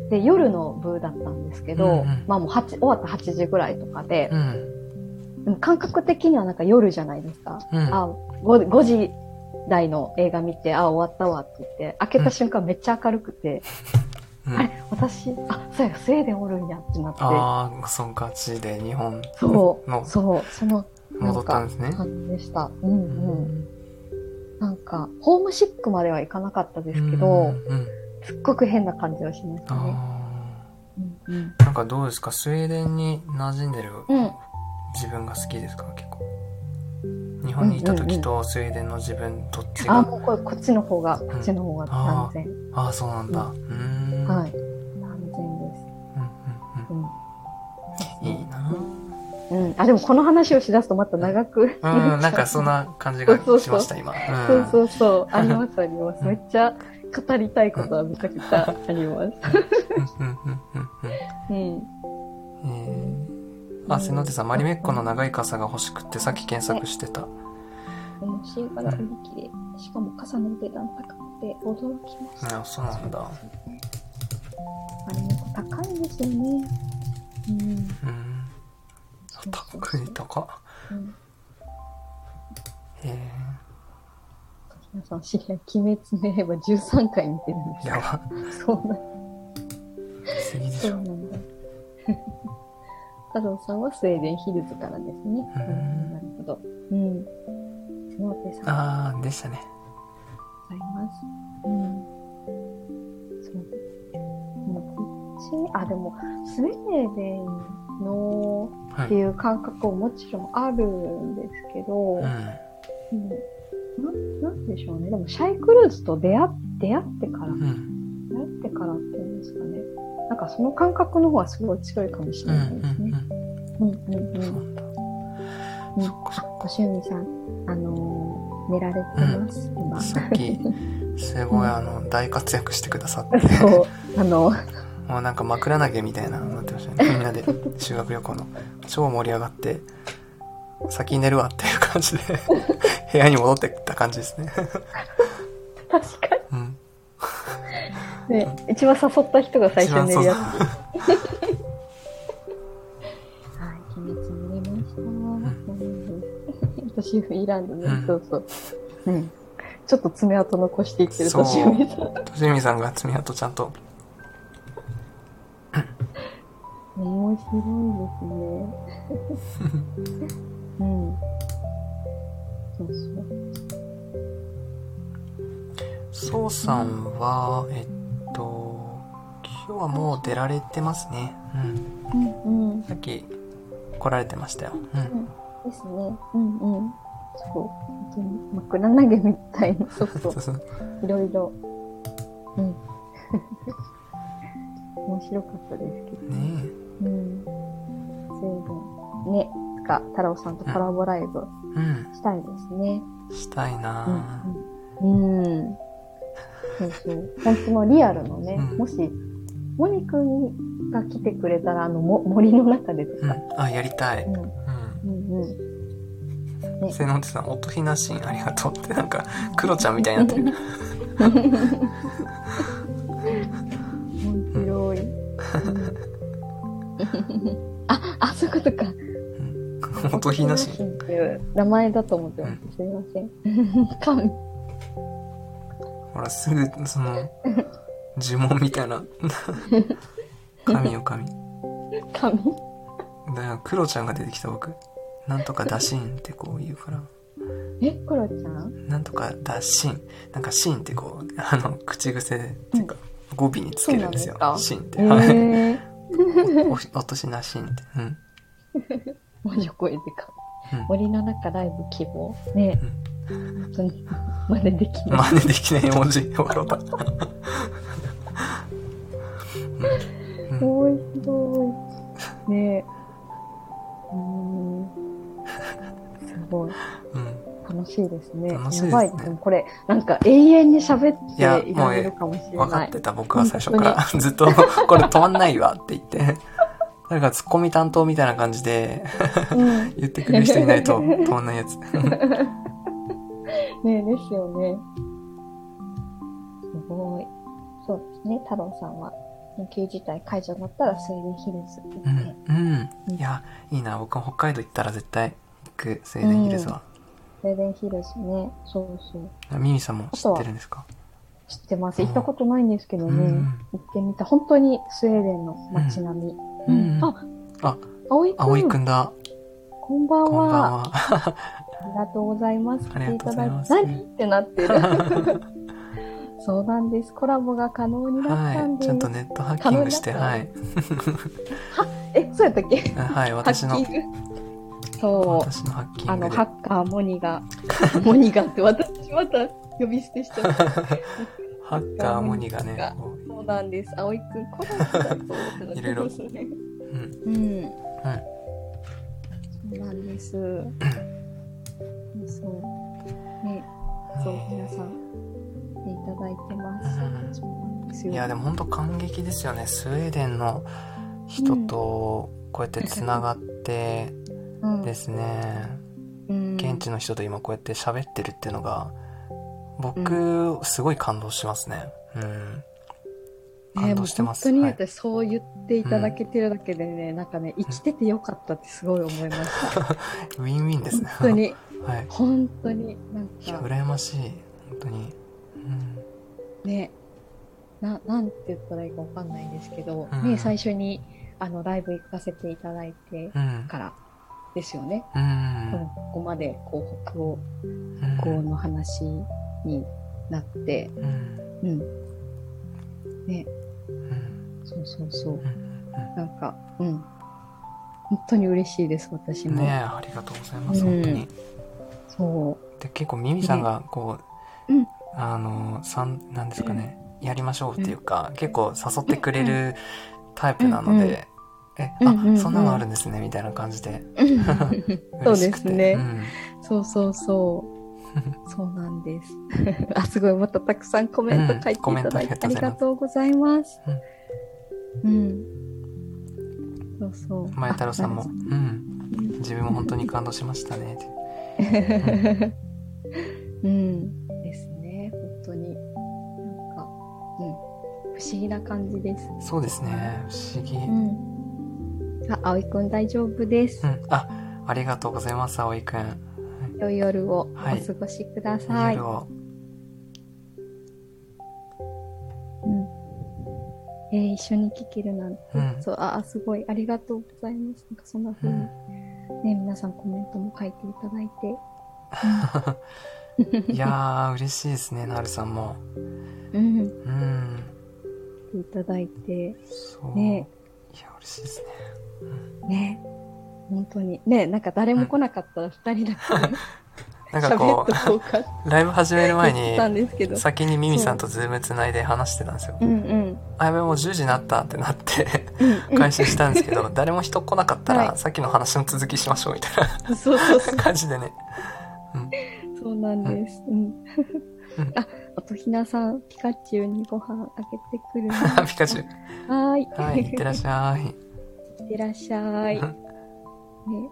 [SPEAKER 2] で、夜の部だったんですけ
[SPEAKER 1] うんう
[SPEAKER 2] ど
[SPEAKER 1] ん、
[SPEAKER 2] まあもう8、終わった8時ぐらいとかで
[SPEAKER 1] う、ん。
[SPEAKER 2] でも感覚的にはなんか夜じゃないですか。
[SPEAKER 1] うん。
[SPEAKER 2] あ 5, 5時台の映画見て、あ、終わったわって言って、開けた瞬間めっちゃ明るくて、
[SPEAKER 1] うん
[SPEAKER 2] あれ私、あ、そうや、スウェーデンおるんやってなっ
[SPEAKER 1] ああ、そんかちで日本
[SPEAKER 2] て、そ
[SPEAKER 1] の
[SPEAKER 2] う、そう、その
[SPEAKER 1] 戻ったんですね。
[SPEAKER 2] 感じでした。うん
[SPEAKER 1] う
[SPEAKER 2] うん。
[SPEAKER 1] ん。
[SPEAKER 2] なんか、ホームシックまではいかなかったで
[SPEAKER 1] う
[SPEAKER 2] すけ
[SPEAKER 1] ん
[SPEAKER 2] ど、
[SPEAKER 1] うん。
[SPEAKER 2] すっごく変な感じはしましたね。
[SPEAKER 1] あ
[SPEAKER 2] うんうん
[SPEAKER 1] あ。なんかどうですかスウェーデンに馴染んでる
[SPEAKER 2] うん、
[SPEAKER 1] 自分が好きですか結構。日本にいた時とスウェーデンの自分どっち
[SPEAKER 2] あ、
[SPEAKER 1] が
[SPEAKER 2] もうこれ、こっちの方が、こっちの方が断然。
[SPEAKER 1] ああ、そうなんだ。うーん。
[SPEAKER 2] はい。断然で
[SPEAKER 1] う
[SPEAKER 2] す。
[SPEAKER 1] ん
[SPEAKER 2] うん
[SPEAKER 1] うんうん。いいな
[SPEAKER 2] うん、あ、でもこの話をしだすとまた長く。
[SPEAKER 1] うん、なんかそんな感じがしました、今。
[SPEAKER 2] そう
[SPEAKER 1] う
[SPEAKER 2] そ
[SPEAKER 1] ん。
[SPEAKER 2] うそう、ありますあります。めっちゃ語りたいことはめちゃくちゃありま
[SPEAKER 1] う
[SPEAKER 2] す。
[SPEAKER 1] んうんうんうんうん。
[SPEAKER 2] うん。
[SPEAKER 1] えー、あ、瀬野手さん、マリメッコの長い傘が欲しくってさっき検索してた。
[SPEAKER 2] 面白いから売り切れ。しかも傘の値段高くて驚きました。
[SPEAKER 1] あ、そうなんだ。
[SPEAKER 2] あれも高いんですよね。う
[SPEAKER 1] う
[SPEAKER 2] ん。
[SPEAKER 1] ん。高い、高
[SPEAKER 2] うん
[SPEAKER 1] い。え
[SPEAKER 2] 皆さん知り合い、鬼滅の刃13回見てるんで
[SPEAKER 1] ー、やば
[SPEAKER 2] すよ。そうなん
[SPEAKER 1] すぎで
[SPEAKER 2] そ
[SPEAKER 1] し
[SPEAKER 2] う
[SPEAKER 1] ょ。
[SPEAKER 2] なんだ。太郎さんはスウェーデンヒルズからですね。
[SPEAKER 1] ん
[SPEAKER 2] なるほど。うん。ノーテさん。
[SPEAKER 1] あー、でしたね。
[SPEAKER 2] ございます。うん。そう。もうこっち、あ、でも、スウェーデンの
[SPEAKER 1] は
[SPEAKER 2] っ
[SPEAKER 1] い。
[SPEAKER 2] て
[SPEAKER 1] うん。
[SPEAKER 2] いう感覚ももちろんあるんですけど、
[SPEAKER 1] う
[SPEAKER 2] うんうんななんでしょうね。でも、シャイクルーズと出会出会ってか
[SPEAKER 1] う
[SPEAKER 2] ら、
[SPEAKER 1] ん
[SPEAKER 2] 出会ってからっていうんですかね。なんか、その感覚の方がすごい強いかもし
[SPEAKER 1] う
[SPEAKER 2] れ
[SPEAKER 1] ん
[SPEAKER 2] ないですね。うんうん
[SPEAKER 1] うんうん
[SPEAKER 2] う。
[SPEAKER 1] そうんなんだ
[SPEAKER 2] うん
[SPEAKER 1] そっかそっ
[SPEAKER 2] ご趣味さん、あのー寝られてます、今
[SPEAKER 1] か。さっきすごいあの大活躍してくださって
[SPEAKER 2] そう、あの、
[SPEAKER 1] もうなんか枕投げみたいなのになってま したねみんなで修学旅行の超盛り上がって先に寝るわっていう感 じで部屋に戻ってった感じですね
[SPEAKER 2] 確か
[SPEAKER 1] うん
[SPEAKER 2] にね、一番誘った人が最初に寝るやつ。
[SPEAKER 1] 一番
[SPEAKER 2] はい、鬼滅見れました。うん、都市部いらんのね、
[SPEAKER 1] うん
[SPEAKER 2] そうそう。うん。ちょっと爪痕残していってる
[SPEAKER 1] そう
[SPEAKER 2] 都市部さん。ね
[SPEAKER 1] そうとしみさんが爪痕ちゃんと
[SPEAKER 2] 面白い ですね。うん。そうそう。
[SPEAKER 1] そうさんはえっと今日はもう出られてますねうん
[SPEAKER 2] うんうん。
[SPEAKER 1] さっき来られてましたようん
[SPEAKER 2] ですね。うんうん。そう。本当に枕投げみたいな、そうそ
[SPEAKER 1] そうう。 そう
[SPEAKER 2] いろいろ。うん。面白かったですけど。
[SPEAKER 1] ね
[SPEAKER 2] うん。随分。ね、つか、太郎さんとコラボライブ
[SPEAKER 1] えうん
[SPEAKER 2] したいですね。
[SPEAKER 1] したいなぁ
[SPEAKER 2] うん。うん。そうそう。本当のリアルのね、
[SPEAKER 1] うん
[SPEAKER 2] もし、モニ君が来てくれたら、あの、も森の中でと
[SPEAKER 1] う
[SPEAKER 2] か、
[SPEAKER 1] んあやりたい
[SPEAKER 2] うん、
[SPEAKER 1] うん
[SPEAKER 2] うん、うん。
[SPEAKER 1] セノンテさん、音ひなしんありがとうって、なん か、クロちゃんみたいになってる。
[SPEAKER 2] 面白い。 あ、あ、そういうことか。
[SPEAKER 1] 音ひなしん。
[SPEAKER 2] っていう名前だと思ってます。すいません。 神。
[SPEAKER 1] ほら、すぐ、そ の、呪文みたいな。神よ神。
[SPEAKER 2] 神。
[SPEAKER 1] だから、クロちゃんが出てきた僕。なんとかだしんってこう言うから。
[SPEAKER 2] え、コロちゃん
[SPEAKER 1] なんとかだしん。なんか、しんってこう、あの、口癖っていうか、語尾につけるんですよ
[SPEAKER 2] そうなん。です
[SPEAKER 1] しんって。
[SPEAKER 2] え
[SPEAKER 1] はい。
[SPEAKER 2] ー、
[SPEAKER 1] お 音ひなしんって。うん。
[SPEAKER 2] 文字声でか。
[SPEAKER 1] うん
[SPEAKER 2] 森の中ライブ希望。ね本当に、真似できない。
[SPEAKER 1] 真似できない絵文字。笑った。うんうん
[SPEAKER 2] 面白い。ねうーん。すご
[SPEAKER 1] う
[SPEAKER 2] い。
[SPEAKER 1] ん
[SPEAKER 2] 楽しいですね。
[SPEAKER 1] 楽しいですね
[SPEAKER 2] やばい。でもこれ、なんか永遠に喋っ
[SPEAKER 1] いや
[SPEAKER 2] ていられるかもしれ
[SPEAKER 1] 分か
[SPEAKER 2] な
[SPEAKER 1] っ
[SPEAKER 2] い。
[SPEAKER 1] てた僕は最初から ずっと「これ止まんないわ」って言って 誰かツッコミ担当みたいな感じで
[SPEAKER 2] うん。
[SPEAKER 1] 言ってくれる人い ないと止まんないやつ
[SPEAKER 2] ねですよね。すごい。そうですね。太郎さんは、緊急事態解除になったら水にヒルズ行って。
[SPEAKER 1] うんうんいやいいな僕も北海道行ったら絶対行くスウェーデンヒルズは、
[SPEAKER 2] スウェーデンヒルズね。そうそう。
[SPEAKER 1] ミミさんも知ってるんですか
[SPEAKER 2] 知ってます。行ったことないんですけど
[SPEAKER 1] う
[SPEAKER 2] ね。
[SPEAKER 1] ん
[SPEAKER 2] 行ってみた。本当にスウェーデンの街並み。
[SPEAKER 1] うん
[SPEAKER 2] あ、
[SPEAKER 1] あ
[SPEAKER 2] 葵くん。
[SPEAKER 1] 葵くんだ
[SPEAKER 2] こんばん
[SPEAKER 1] こんばん
[SPEAKER 2] は。
[SPEAKER 1] は
[SPEAKER 2] ありがとうございます。
[SPEAKER 1] ありがとうございます
[SPEAKER 2] 来てただいて何ってなってる。 そうなんです。コラボが可能になったん
[SPEAKER 1] はい
[SPEAKER 2] で
[SPEAKER 1] ち
[SPEAKER 2] す。
[SPEAKER 1] ゃんとネットハッキングして
[SPEAKER 2] 可能だ
[SPEAKER 1] はい
[SPEAKER 2] え、そうやったっけ
[SPEAKER 1] あはい
[SPEAKER 2] ハ
[SPEAKER 1] 私
[SPEAKER 2] ッ
[SPEAKER 1] の
[SPEAKER 2] キング。そう。
[SPEAKER 1] 私のハッキ
[SPEAKER 2] あ
[SPEAKER 1] ング
[SPEAKER 2] の、
[SPEAKER 1] で
[SPEAKER 2] ハッカーモニが、 モニがって私また呼び捨てしちゃった。
[SPEAKER 1] ハッカーモニがねこ
[SPEAKER 2] そうなんです。葵くん、コラボだと思ってた。
[SPEAKER 1] いろいろ
[SPEAKER 2] そうですね
[SPEAKER 1] ううん
[SPEAKER 2] うん。そうなんです。そう。ね、そう、皆さん、来ていただいてます。そうなんですよ。
[SPEAKER 1] いやでも本当感激ですよねスウェーデンの人とこうやってつながって
[SPEAKER 2] うん、
[SPEAKER 1] ですね、
[SPEAKER 2] うん、
[SPEAKER 1] 現地の人と今こうやって喋ってるっていうのが僕すごい感動しますねうん感動してます
[SPEAKER 2] ねもう
[SPEAKER 1] はい
[SPEAKER 2] 本当に私、そう言っていただけてるだけでね、なんかね、生きててよかったってすごい思いました。
[SPEAKER 1] ウィンウィンですね
[SPEAKER 2] 本当に、
[SPEAKER 1] はい
[SPEAKER 2] 本当に、なん
[SPEAKER 1] いや
[SPEAKER 2] か、
[SPEAKER 1] 羨ましい本当にうん
[SPEAKER 2] ね、な、なんて言ったらいいかわかんないんですけど、
[SPEAKER 1] うん
[SPEAKER 2] ね、最初に、あの、ライブ行かせていただいて
[SPEAKER 1] うん
[SPEAKER 2] からですよね。
[SPEAKER 1] う
[SPEAKER 2] 多分
[SPEAKER 1] ん
[SPEAKER 2] ここまで、こう、北欧
[SPEAKER 1] うん
[SPEAKER 2] この話になって、
[SPEAKER 1] うん
[SPEAKER 2] うん、
[SPEAKER 1] うん
[SPEAKER 2] そうそうそう
[SPEAKER 1] う。ん
[SPEAKER 2] なんか、うん。本当に嬉しいです、私
[SPEAKER 1] うん
[SPEAKER 2] も。
[SPEAKER 1] ねえありがとうございます
[SPEAKER 2] うん
[SPEAKER 1] 本当に
[SPEAKER 2] そ
[SPEAKER 1] で結構ミミさんがこう、
[SPEAKER 2] うん
[SPEAKER 1] あのさんなんですかね、やりましょうっていうか、結構誘ってくれるタイプなので、えあ、
[SPEAKER 2] うんうんうん
[SPEAKER 1] そんなのあるんですねみたいな感じで
[SPEAKER 2] そう
[SPEAKER 1] 嬉し
[SPEAKER 2] で
[SPEAKER 1] く
[SPEAKER 2] す
[SPEAKER 1] て
[SPEAKER 2] ね
[SPEAKER 1] ん
[SPEAKER 2] そうそ うそう。そうなんです。 あ、すごい。またたくさんコメント書いていただい
[SPEAKER 1] うん
[SPEAKER 2] て、
[SPEAKER 1] コメントあ
[SPEAKER 2] あ
[SPEAKER 1] り
[SPEAKER 2] り
[SPEAKER 1] が
[SPEAKER 2] が
[SPEAKER 1] と
[SPEAKER 2] とうございます。うん。そうそう。
[SPEAKER 1] 前太郎さんも、
[SPEAKER 2] あ
[SPEAKER 1] う、
[SPEAKER 2] なんる
[SPEAKER 1] 自分も本当に感動しましたねって
[SPEAKER 2] ほどうん。うんですね。本当に。なんか、うん。不思議な感じです。
[SPEAKER 1] そうですね不思議、
[SPEAKER 2] う
[SPEAKER 1] うん
[SPEAKER 2] ん。あ、葵くん大丈夫です。
[SPEAKER 1] あありがとうございます葵くん
[SPEAKER 2] 良い夜をお
[SPEAKER 1] はい
[SPEAKER 2] 過ごしください。
[SPEAKER 1] 夜を
[SPEAKER 2] うんえー一緒に聴けるなんて、
[SPEAKER 1] うん
[SPEAKER 2] そうああすごいありがとうございますなんかそんな
[SPEAKER 1] う
[SPEAKER 2] 風に、
[SPEAKER 1] ん
[SPEAKER 2] ね皆さんコメントも書いていただいて、
[SPEAKER 1] いやー嬉しいですねなるさんも
[SPEAKER 2] うん、
[SPEAKER 1] うん
[SPEAKER 2] いただいて
[SPEAKER 1] そう、
[SPEAKER 2] ね
[SPEAKER 1] いや嬉しいですね
[SPEAKER 2] ね本当にねなんか誰も来なかったら二人だけね
[SPEAKER 1] なんか
[SPEAKER 2] 喋
[SPEAKER 1] こ
[SPEAKER 2] っとこうかって
[SPEAKER 1] うライブ始める前
[SPEAKER 2] 言ったん
[SPEAKER 1] に
[SPEAKER 2] ですけど
[SPEAKER 1] 先にミミさんとズームつないで話してたんですよ
[SPEAKER 2] うんうん
[SPEAKER 1] あやべもう10時になったってなって
[SPEAKER 2] うん
[SPEAKER 1] 開始したんですけ ど誰も人来なかったら、
[SPEAKER 2] はい
[SPEAKER 1] さっきの話の続きしましょうみたい
[SPEAKER 2] うんそうそうそう
[SPEAKER 1] な感じでね
[SPEAKER 2] そうなんですう
[SPEAKER 1] う
[SPEAKER 2] ん
[SPEAKER 1] ん
[SPEAKER 2] ああとひなさんピカチュウにご飯あげて くるね
[SPEAKER 1] ピカチュウ
[SPEAKER 2] はーい
[SPEAKER 1] はい、いってらっしゃい。
[SPEAKER 2] いってらっしゃい。
[SPEAKER 1] う
[SPEAKER 2] ね。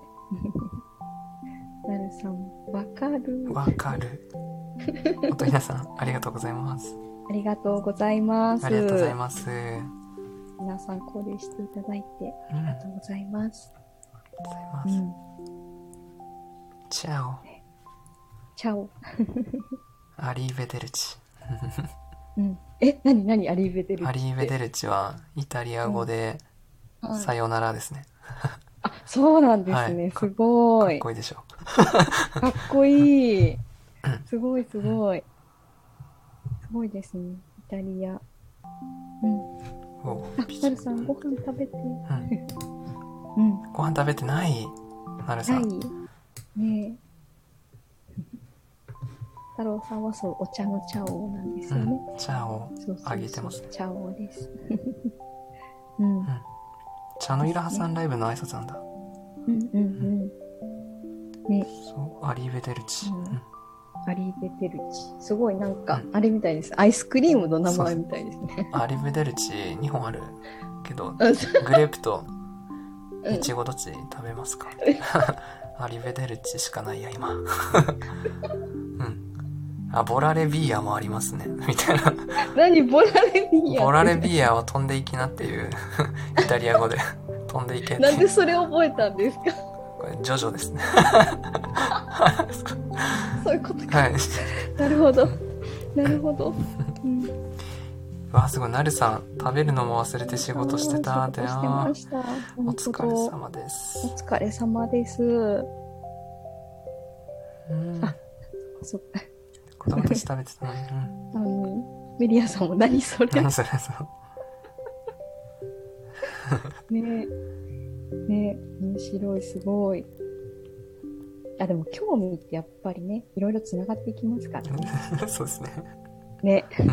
[SPEAKER 2] なるさん、わかる。
[SPEAKER 1] わかる。おとひなさん、ありがとうございます。
[SPEAKER 2] ありがとうございます。
[SPEAKER 1] ありがとうございます。うん、
[SPEAKER 2] 皆さん交流していただいて
[SPEAKER 1] あり
[SPEAKER 2] あ
[SPEAKER 1] が
[SPEAKER 2] りがとうございます。
[SPEAKER 1] とうございま
[SPEAKER 2] う
[SPEAKER 1] す。
[SPEAKER 2] ん。
[SPEAKER 1] チャオ、
[SPEAKER 2] チャオ。
[SPEAKER 1] アリーベデルチ。
[SPEAKER 2] うん。え、なになにアリーベデル
[SPEAKER 1] アリーベデ
[SPEAKER 2] ル。
[SPEAKER 1] ルチはイタリア語で
[SPEAKER 2] はい
[SPEAKER 1] さよならですね。
[SPEAKER 2] あ、そうなんです
[SPEAKER 1] は
[SPEAKER 2] ね。
[SPEAKER 1] い
[SPEAKER 2] すご
[SPEAKER 1] かっ
[SPEAKER 2] い。か
[SPEAKER 1] こいいでしょ。
[SPEAKER 2] っこいい。すごいすごい。すごいですね。イタリア。うん。
[SPEAKER 1] お
[SPEAKER 2] あ、 なるさん、ご飯食べて。
[SPEAKER 1] うん
[SPEAKER 2] うん。
[SPEAKER 1] ご飯食べてないなるさ
[SPEAKER 2] ない
[SPEAKER 1] ん。
[SPEAKER 2] ねえ。太郎さんはそう、お茶の茶王なんですよね。
[SPEAKER 1] うんチャオ、
[SPEAKER 2] そうそうそう
[SPEAKER 1] あげてますね
[SPEAKER 2] 茶王です。うん、うん
[SPEAKER 1] 茶のイラハさんライブの挨拶なんだ。
[SPEAKER 2] うんうん。ね、
[SPEAKER 1] そう、アリーベデルチ。
[SPEAKER 2] うん
[SPEAKER 1] うん
[SPEAKER 2] アリベテルチ。すごいなんか、あれみたいです。アイスクリームの名前みたいですね。
[SPEAKER 1] アリーベデルチ2本あるけど、
[SPEAKER 2] うん
[SPEAKER 1] グレープと
[SPEAKER 2] うん
[SPEAKER 1] いちごどっち食べ ますかアリベデルチしかないや今 うんあボラレビーアもありますねみたいな
[SPEAKER 2] 何ボラレビア
[SPEAKER 1] ボラレビーアを飛んでいきなっていう イタリア語で飛んでいけって
[SPEAKER 2] なんでそれ覚えたんですか
[SPEAKER 1] これジョジョですね
[SPEAKER 2] そういう ことか。
[SPEAKER 1] はい
[SPEAKER 2] なるほど。なるほ ど。うん、
[SPEAKER 1] わあすごいなるさん食べるのも忘れて仕事してたって
[SPEAKER 2] 仕事して
[SPEAKER 1] な
[SPEAKER 2] ました。
[SPEAKER 1] お
[SPEAKER 2] 本当
[SPEAKER 1] 疲れ様で
[SPEAKER 2] お
[SPEAKER 1] す
[SPEAKER 2] 疲れ様です。
[SPEAKER 1] うん
[SPEAKER 2] そっか。
[SPEAKER 1] 子供たち食べてたのに、うん
[SPEAKER 2] あの、メディアさんも何それね
[SPEAKER 1] 何それそう
[SPEAKER 2] ね面白い、すごい。あ、でも興味ってやっぱりね、いろいろ繋がっていきますからね。
[SPEAKER 1] そうですね。
[SPEAKER 2] ね、
[SPEAKER 1] うん。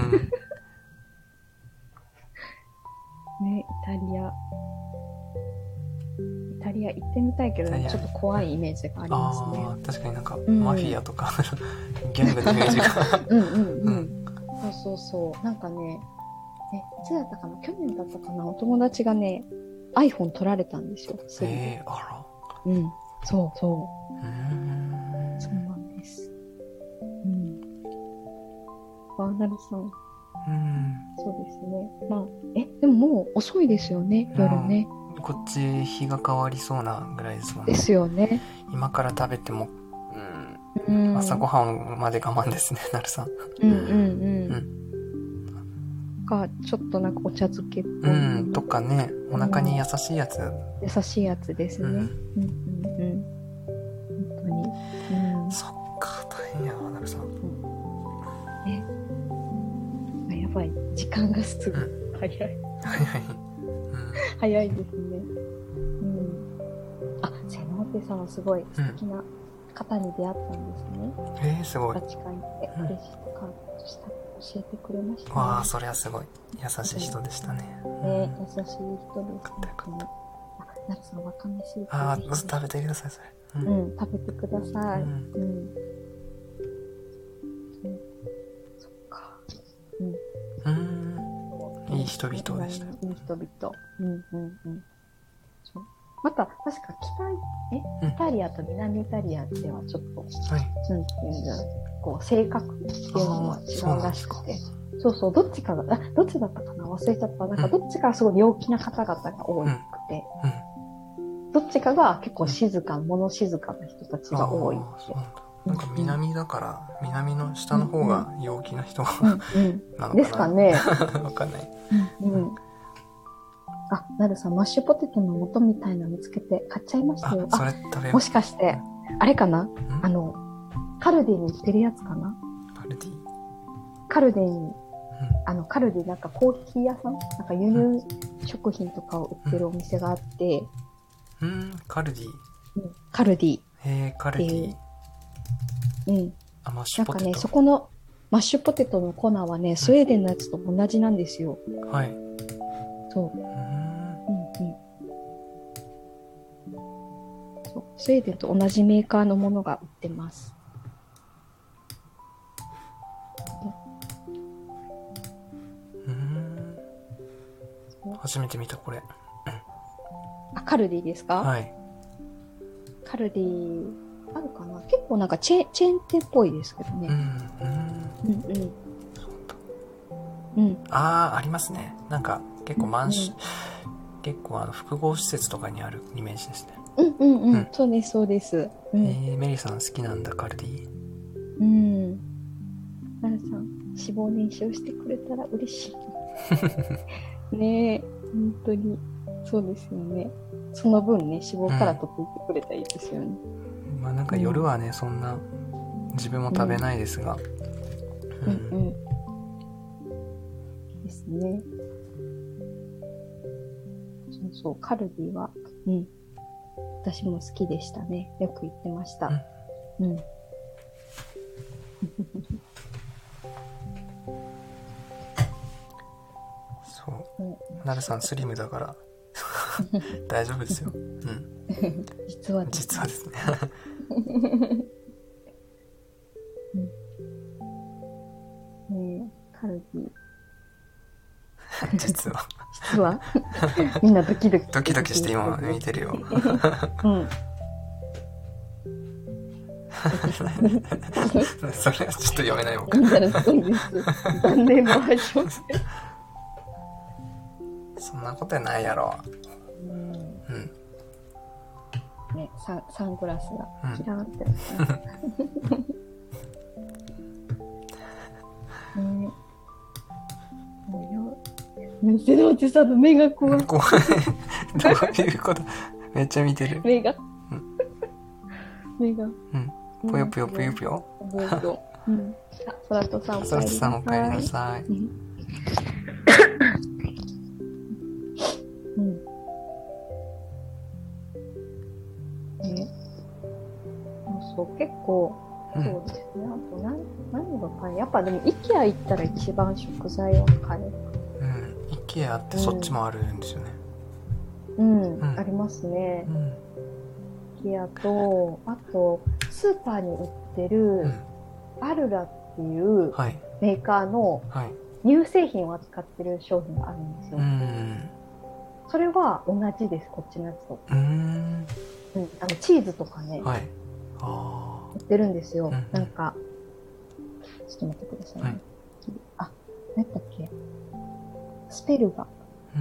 [SPEAKER 2] ね、イタリア。イタリア行ってみたいけど、
[SPEAKER 1] イタリア
[SPEAKER 2] ちょっと怖いイメージがあります
[SPEAKER 1] あ
[SPEAKER 2] ね。
[SPEAKER 1] あ、確かになんか、
[SPEAKER 2] ん
[SPEAKER 1] マフィアとか、ギャングのイメージが。
[SPEAKER 2] うんうん
[SPEAKER 1] う
[SPEAKER 2] うんん。そうそうそう。なんかね、え、いつだったかな去年だったかなお友達がね、iPhone 取られたんですよ。すぐに
[SPEAKER 1] ええあ
[SPEAKER 2] うん。そうそう。
[SPEAKER 1] ら。うーん。
[SPEAKER 2] そうなんです。うん。バーナルさん、
[SPEAKER 1] うん。
[SPEAKER 2] そうですね。まあ、え、でももう遅いですよね、夜ね。
[SPEAKER 1] こっち、日が変わりそうなぐらいですもん
[SPEAKER 2] で
[SPEAKER 1] ね。
[SPEAKER 2] すよね。
[SPEAKER 1] 今から食べても、
[SPEAKER 2] うん。
[SPEAKER 1] 朝ごはんまで我慢ですね、なるさん。
[SPEAKER 2] うんうんうん。か、ちょっとなんかお茶漬けっぽい、
[SPEAKER 1] うん、とかね、お腹に優しいやつ。
[SPEAKER 2] 優しいやつです
[SPEAKER 1] うん。
[SPEAKER 2] ね。うんうんうん。本当に。うん
[SPEAKER 1] そっか、大変やわ、なるさん。
[SPEAKER 2] あ。やばい。時間がすぐ早い。
[SPEAKER 1] はいはい。うん。
[SPEAKER 2] 早いですね。うん。あ、セノーテさんはすごい素敵な方に出会ったんですね。
[SPEAKER 1] えー、すごい。
[SPEAKER 2] 立ち会って、
[SPEAKER 1] うん
[SPEAKER 2] レシートカードした教えてくれました、
[SPEAKER 1] わあ、そりゃすごい。優しい人でしたね。う
[SPEAKER 2] ね
[SPEAKER 1] ん、
[SPEAKER 2] 優しい人です、本
[SPEAKER 1] かったよか
[SPEAKER 2] 当
[SPEAKER 1] っ
[SPEAKER 2] に。あ、なるさん、わかめスープ
[SPEAKER 1] ああ、
[SPEAKER 2] ぜひ
[SPEAKER 1] 食べてください、それ。う。
[SPEAKER 2] うんん、食べてください。
[SPEAKER 1] う
[SPEAKER 2] うんん。うんそっか。
[SPEAKER 1] うん。いい人々でしたよ
[SPEAKER 2] いい人々。うんうんうん。そうまた、確か北い、
[SPEAKER 1] う
[SPEAKER 2] え、
[SPEAKER 1] ん
[SPEAKER 2] イタリアと南イタリアではちょっと、
[SPEAKER 1] はい。
[SPEAKER 2] なんていうんだろう、こう、性格っていうのは違うらしくて。そうそう、どっちかが、あ、どっちだったかな忘れちゃった。なんか、どっちかはすごい陽気な方々が多くて、
[SPEAKER 1] うん。
[SPEAKER 2] どっちかが結構静か、物静かな人たちが多いっ
[SPEAKER 1] ああそう
[SPEAKER 2] て。
[SPEAKER 1] なんだ。なんか南だから、南の下の方が陽気な人が、
[SPEAKER 2] うん
[SPEAKER 1] なのかな。
[SPEAKER 2] うん。 ですか。ね。
[SPEAKER 1] わかんない。
[SPEAKER 2] うん。あ、なるさん、マッシュポテトの素みたいなの見つけて買っちゃいました
[SPEAKER 1] あ
[SPEAKER 2] よ。、
[SPEAKER 1] そ
[SPEAKER 2] あ、
[SPEAKER 1] れ食べよ
[SPEAKER 2] もしかして、あれかな
[SPEAKER 1] う。ん
[SPEAKER 2] あの、カルディに売ってるやつかな
[SPEAKER 1] パルディ。
[SPEAKER 2] カルディに、あの、カルディなんかコーヒー屋さんなんか輸入食品とかを売ってるお店があって、
[SPEAKER 1] うん。うん、カルディ。
[SPEAKER 2] うんカルディ。
[SPEAKER 1] えー、カルディ。
[SPEAKER 2] うん。
[SPEAKER 1] あ、マッシ
[SPEAKER 2] な
[SPEAKER 1] ュ
[SPEAKER 2] ん
[SPEAKER 1] ポ
[SPEAKER 2] か
[SPEAKER 1] テ
[SPEAKER 2] ね、そ
[SPEAKER 1] ト。
[SPEAKER 2] このマッシュポテトの粉はね、スウェーデンのやつと同じなんですよ。
[SPEAKER 1] はい。う
[SPEAKER 2] そう。
[SPEAKER 1] ーん。
[SPEAKER 2] うんうんそうスウェーデンと同じメーカーのものが売ってます。
[SPEAKER 1] うーん。初めて見た、これ。
[SPEAKER 2] あ、カルディですか、
[SPEAKER 1] はい。
[SPEAKER 2] カルディ、あるかな結構なんかチェーンチェーン店っぽいですけど
[SPEAKER 1] うん。うん。
[SPEAKER 2] ね。うんうん。うん。
[SPEAKER 1] ああ、ありますね。なんか、結構マンシ、結構あの、複合施設とかにあるイメージですね。
[SPEAKER 2] うんうんうん。
[SPEAKER 1] うん
[SPEAKER 2] そうです、そうです。う
[SPEAKER 1] え
[SPEAKER 2] ん。
[SPEAKER 1] ー、メリーさん好きなんだ、カルディ。
[SPEAKER 2] うん。なるさん、死亡燃焼してくれたら嬉 しい。ねえ、本当に。そうですよね。その分ね、脂肪から取っていってくれたらいいですよね。
[SPEAKER 1] まあなんか夜はね、そんな、自分も食べないですが。う。
[SPEAKER 2] うんんうん。ですね。そうそう、カルディは、うん。私も好きでしたね。よく行ってました。うん。
[SPEAKER 1] そう。
[SPEAKER 2] うん
[SPEAKER 1] なるさんスリムだ から、大丈夫ですよ。うん。
[SPEAKER 2] 実はです
[SPEAKER 1] 実はですね。
[SPEAKER 2] ね、カルディ。
[SPEAKER 1] 実は。
[SPEAKER 2] 実 はみんなドキドキ。
[SPEAKER 1] ドキドキして今見てる よ。
[SPEAKER 2] うん。
[SPEAKER 1] それはちょっと読めない僕。
[SPEAKER 2] みんなのすごいです。残念な 配信。
[SPEAKER 1] そんなことはないやろ。
[SPEAKER 2] うん
[SPEAKER 1] うん。
[SPEAKER 2] ね、サンサングラス
[SPEAKER 1] うん
[SPEAKER 2] がキラーンって。ねもうよ、瀬戸内さんの目が怖い。
[SPEAKER 1] 怖い。どういうことめっちゃ見てる。
[SPEAKER 2] 目が
[SPEAKER 1] う。
[SPEAKER 2] 目が。
[SPEAKER 1] うん。ぷよぷよぷよぷよ。
[SPEAKER 2] ぷよぷよ。うん。あ、ソラトさんお帰
[SPEAKER 1] そら
[SPEAKER 2] りなさい。
[SPEAKER 1] ちさんお帰りなさい。
[SPEAKER 2] うん。ね。そうそう、結構、
[SPEAKER 1] う
[SPEAKER 2] そ
[SPEAKER 1] ん。
[SPEAKER 2] うですね。あと何、何が買えやっぱでも、IKEA 行ったら一番食材を買える。
[SPEAKER 1] うん。イケアってそっちもあるんですよね。
[SPEAKER 2] うん、
[SPEAKER 1] うん
[SPEAKER 2] ありますね
[SPEAKER 1] う。ん。
[SPEAKER 2] IKEA と、あと、スーパーに売って
[SPEAKER 1] う
[SPEAKER 2] る、
[SPEAKER 1] ん。
[SPEAKER 2] アルラっていう
[SPEAKER 1] はい。
[SPEAKER 2] メーカーの
[SPEAKER 1] はい。
[SPEAKER 2] 乳製品を扱ってる商品があるんですよ。
[SPEAKER 1] うん。
[SPEAKER 2] それは同じです、こっちのやつと。
[SPEAKER 1] うーん。
[SPEAKER 2] うん、あのチーズとかね、
[SPEAKER 1] はい。あ
[SPEAKER 2] 売ってるんですよ。
[SPEAKER 1] うん
[SPEAKER 2] なんか、ちょっと待ってくださいね。
[SPEAKER 1] はい
[SPEAKER 2] あ、何だっけスペルが。
[SPEAKER 1] あ。う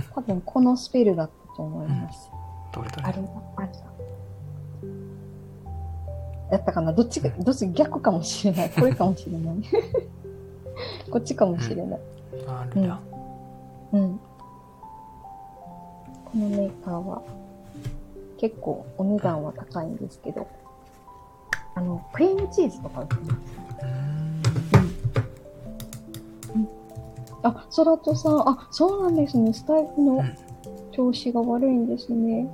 [SPEAKER 1] ん。
[SPEAKER 2] 多分このスペルだったと思います。
[SPEAKER 1] どれど
[SPEAKER 2] あれ
[SPEAKER 1] れ。
[SPEAKER 2] だ、あれだ。だったかなどっちが、どっち逆かもしれない。これかもしれない。 こっちかもしれない。
[SPEAKER 1] あるだ。
[SPEAKER 2] うん。このメーカーは結構お値段は高いんですけど、あの、クリームチーズとか売ってます。
[SPEAKER 1] うーん。
[SPEAKER 2] あ、ソラトさん、あ、そうなんですね。スタイフ
[SPEAKER 1] う
[SPEAKER 2] の
[SPEAKER 1] ん
[SPEAKER 2] 調子が悪いんですね。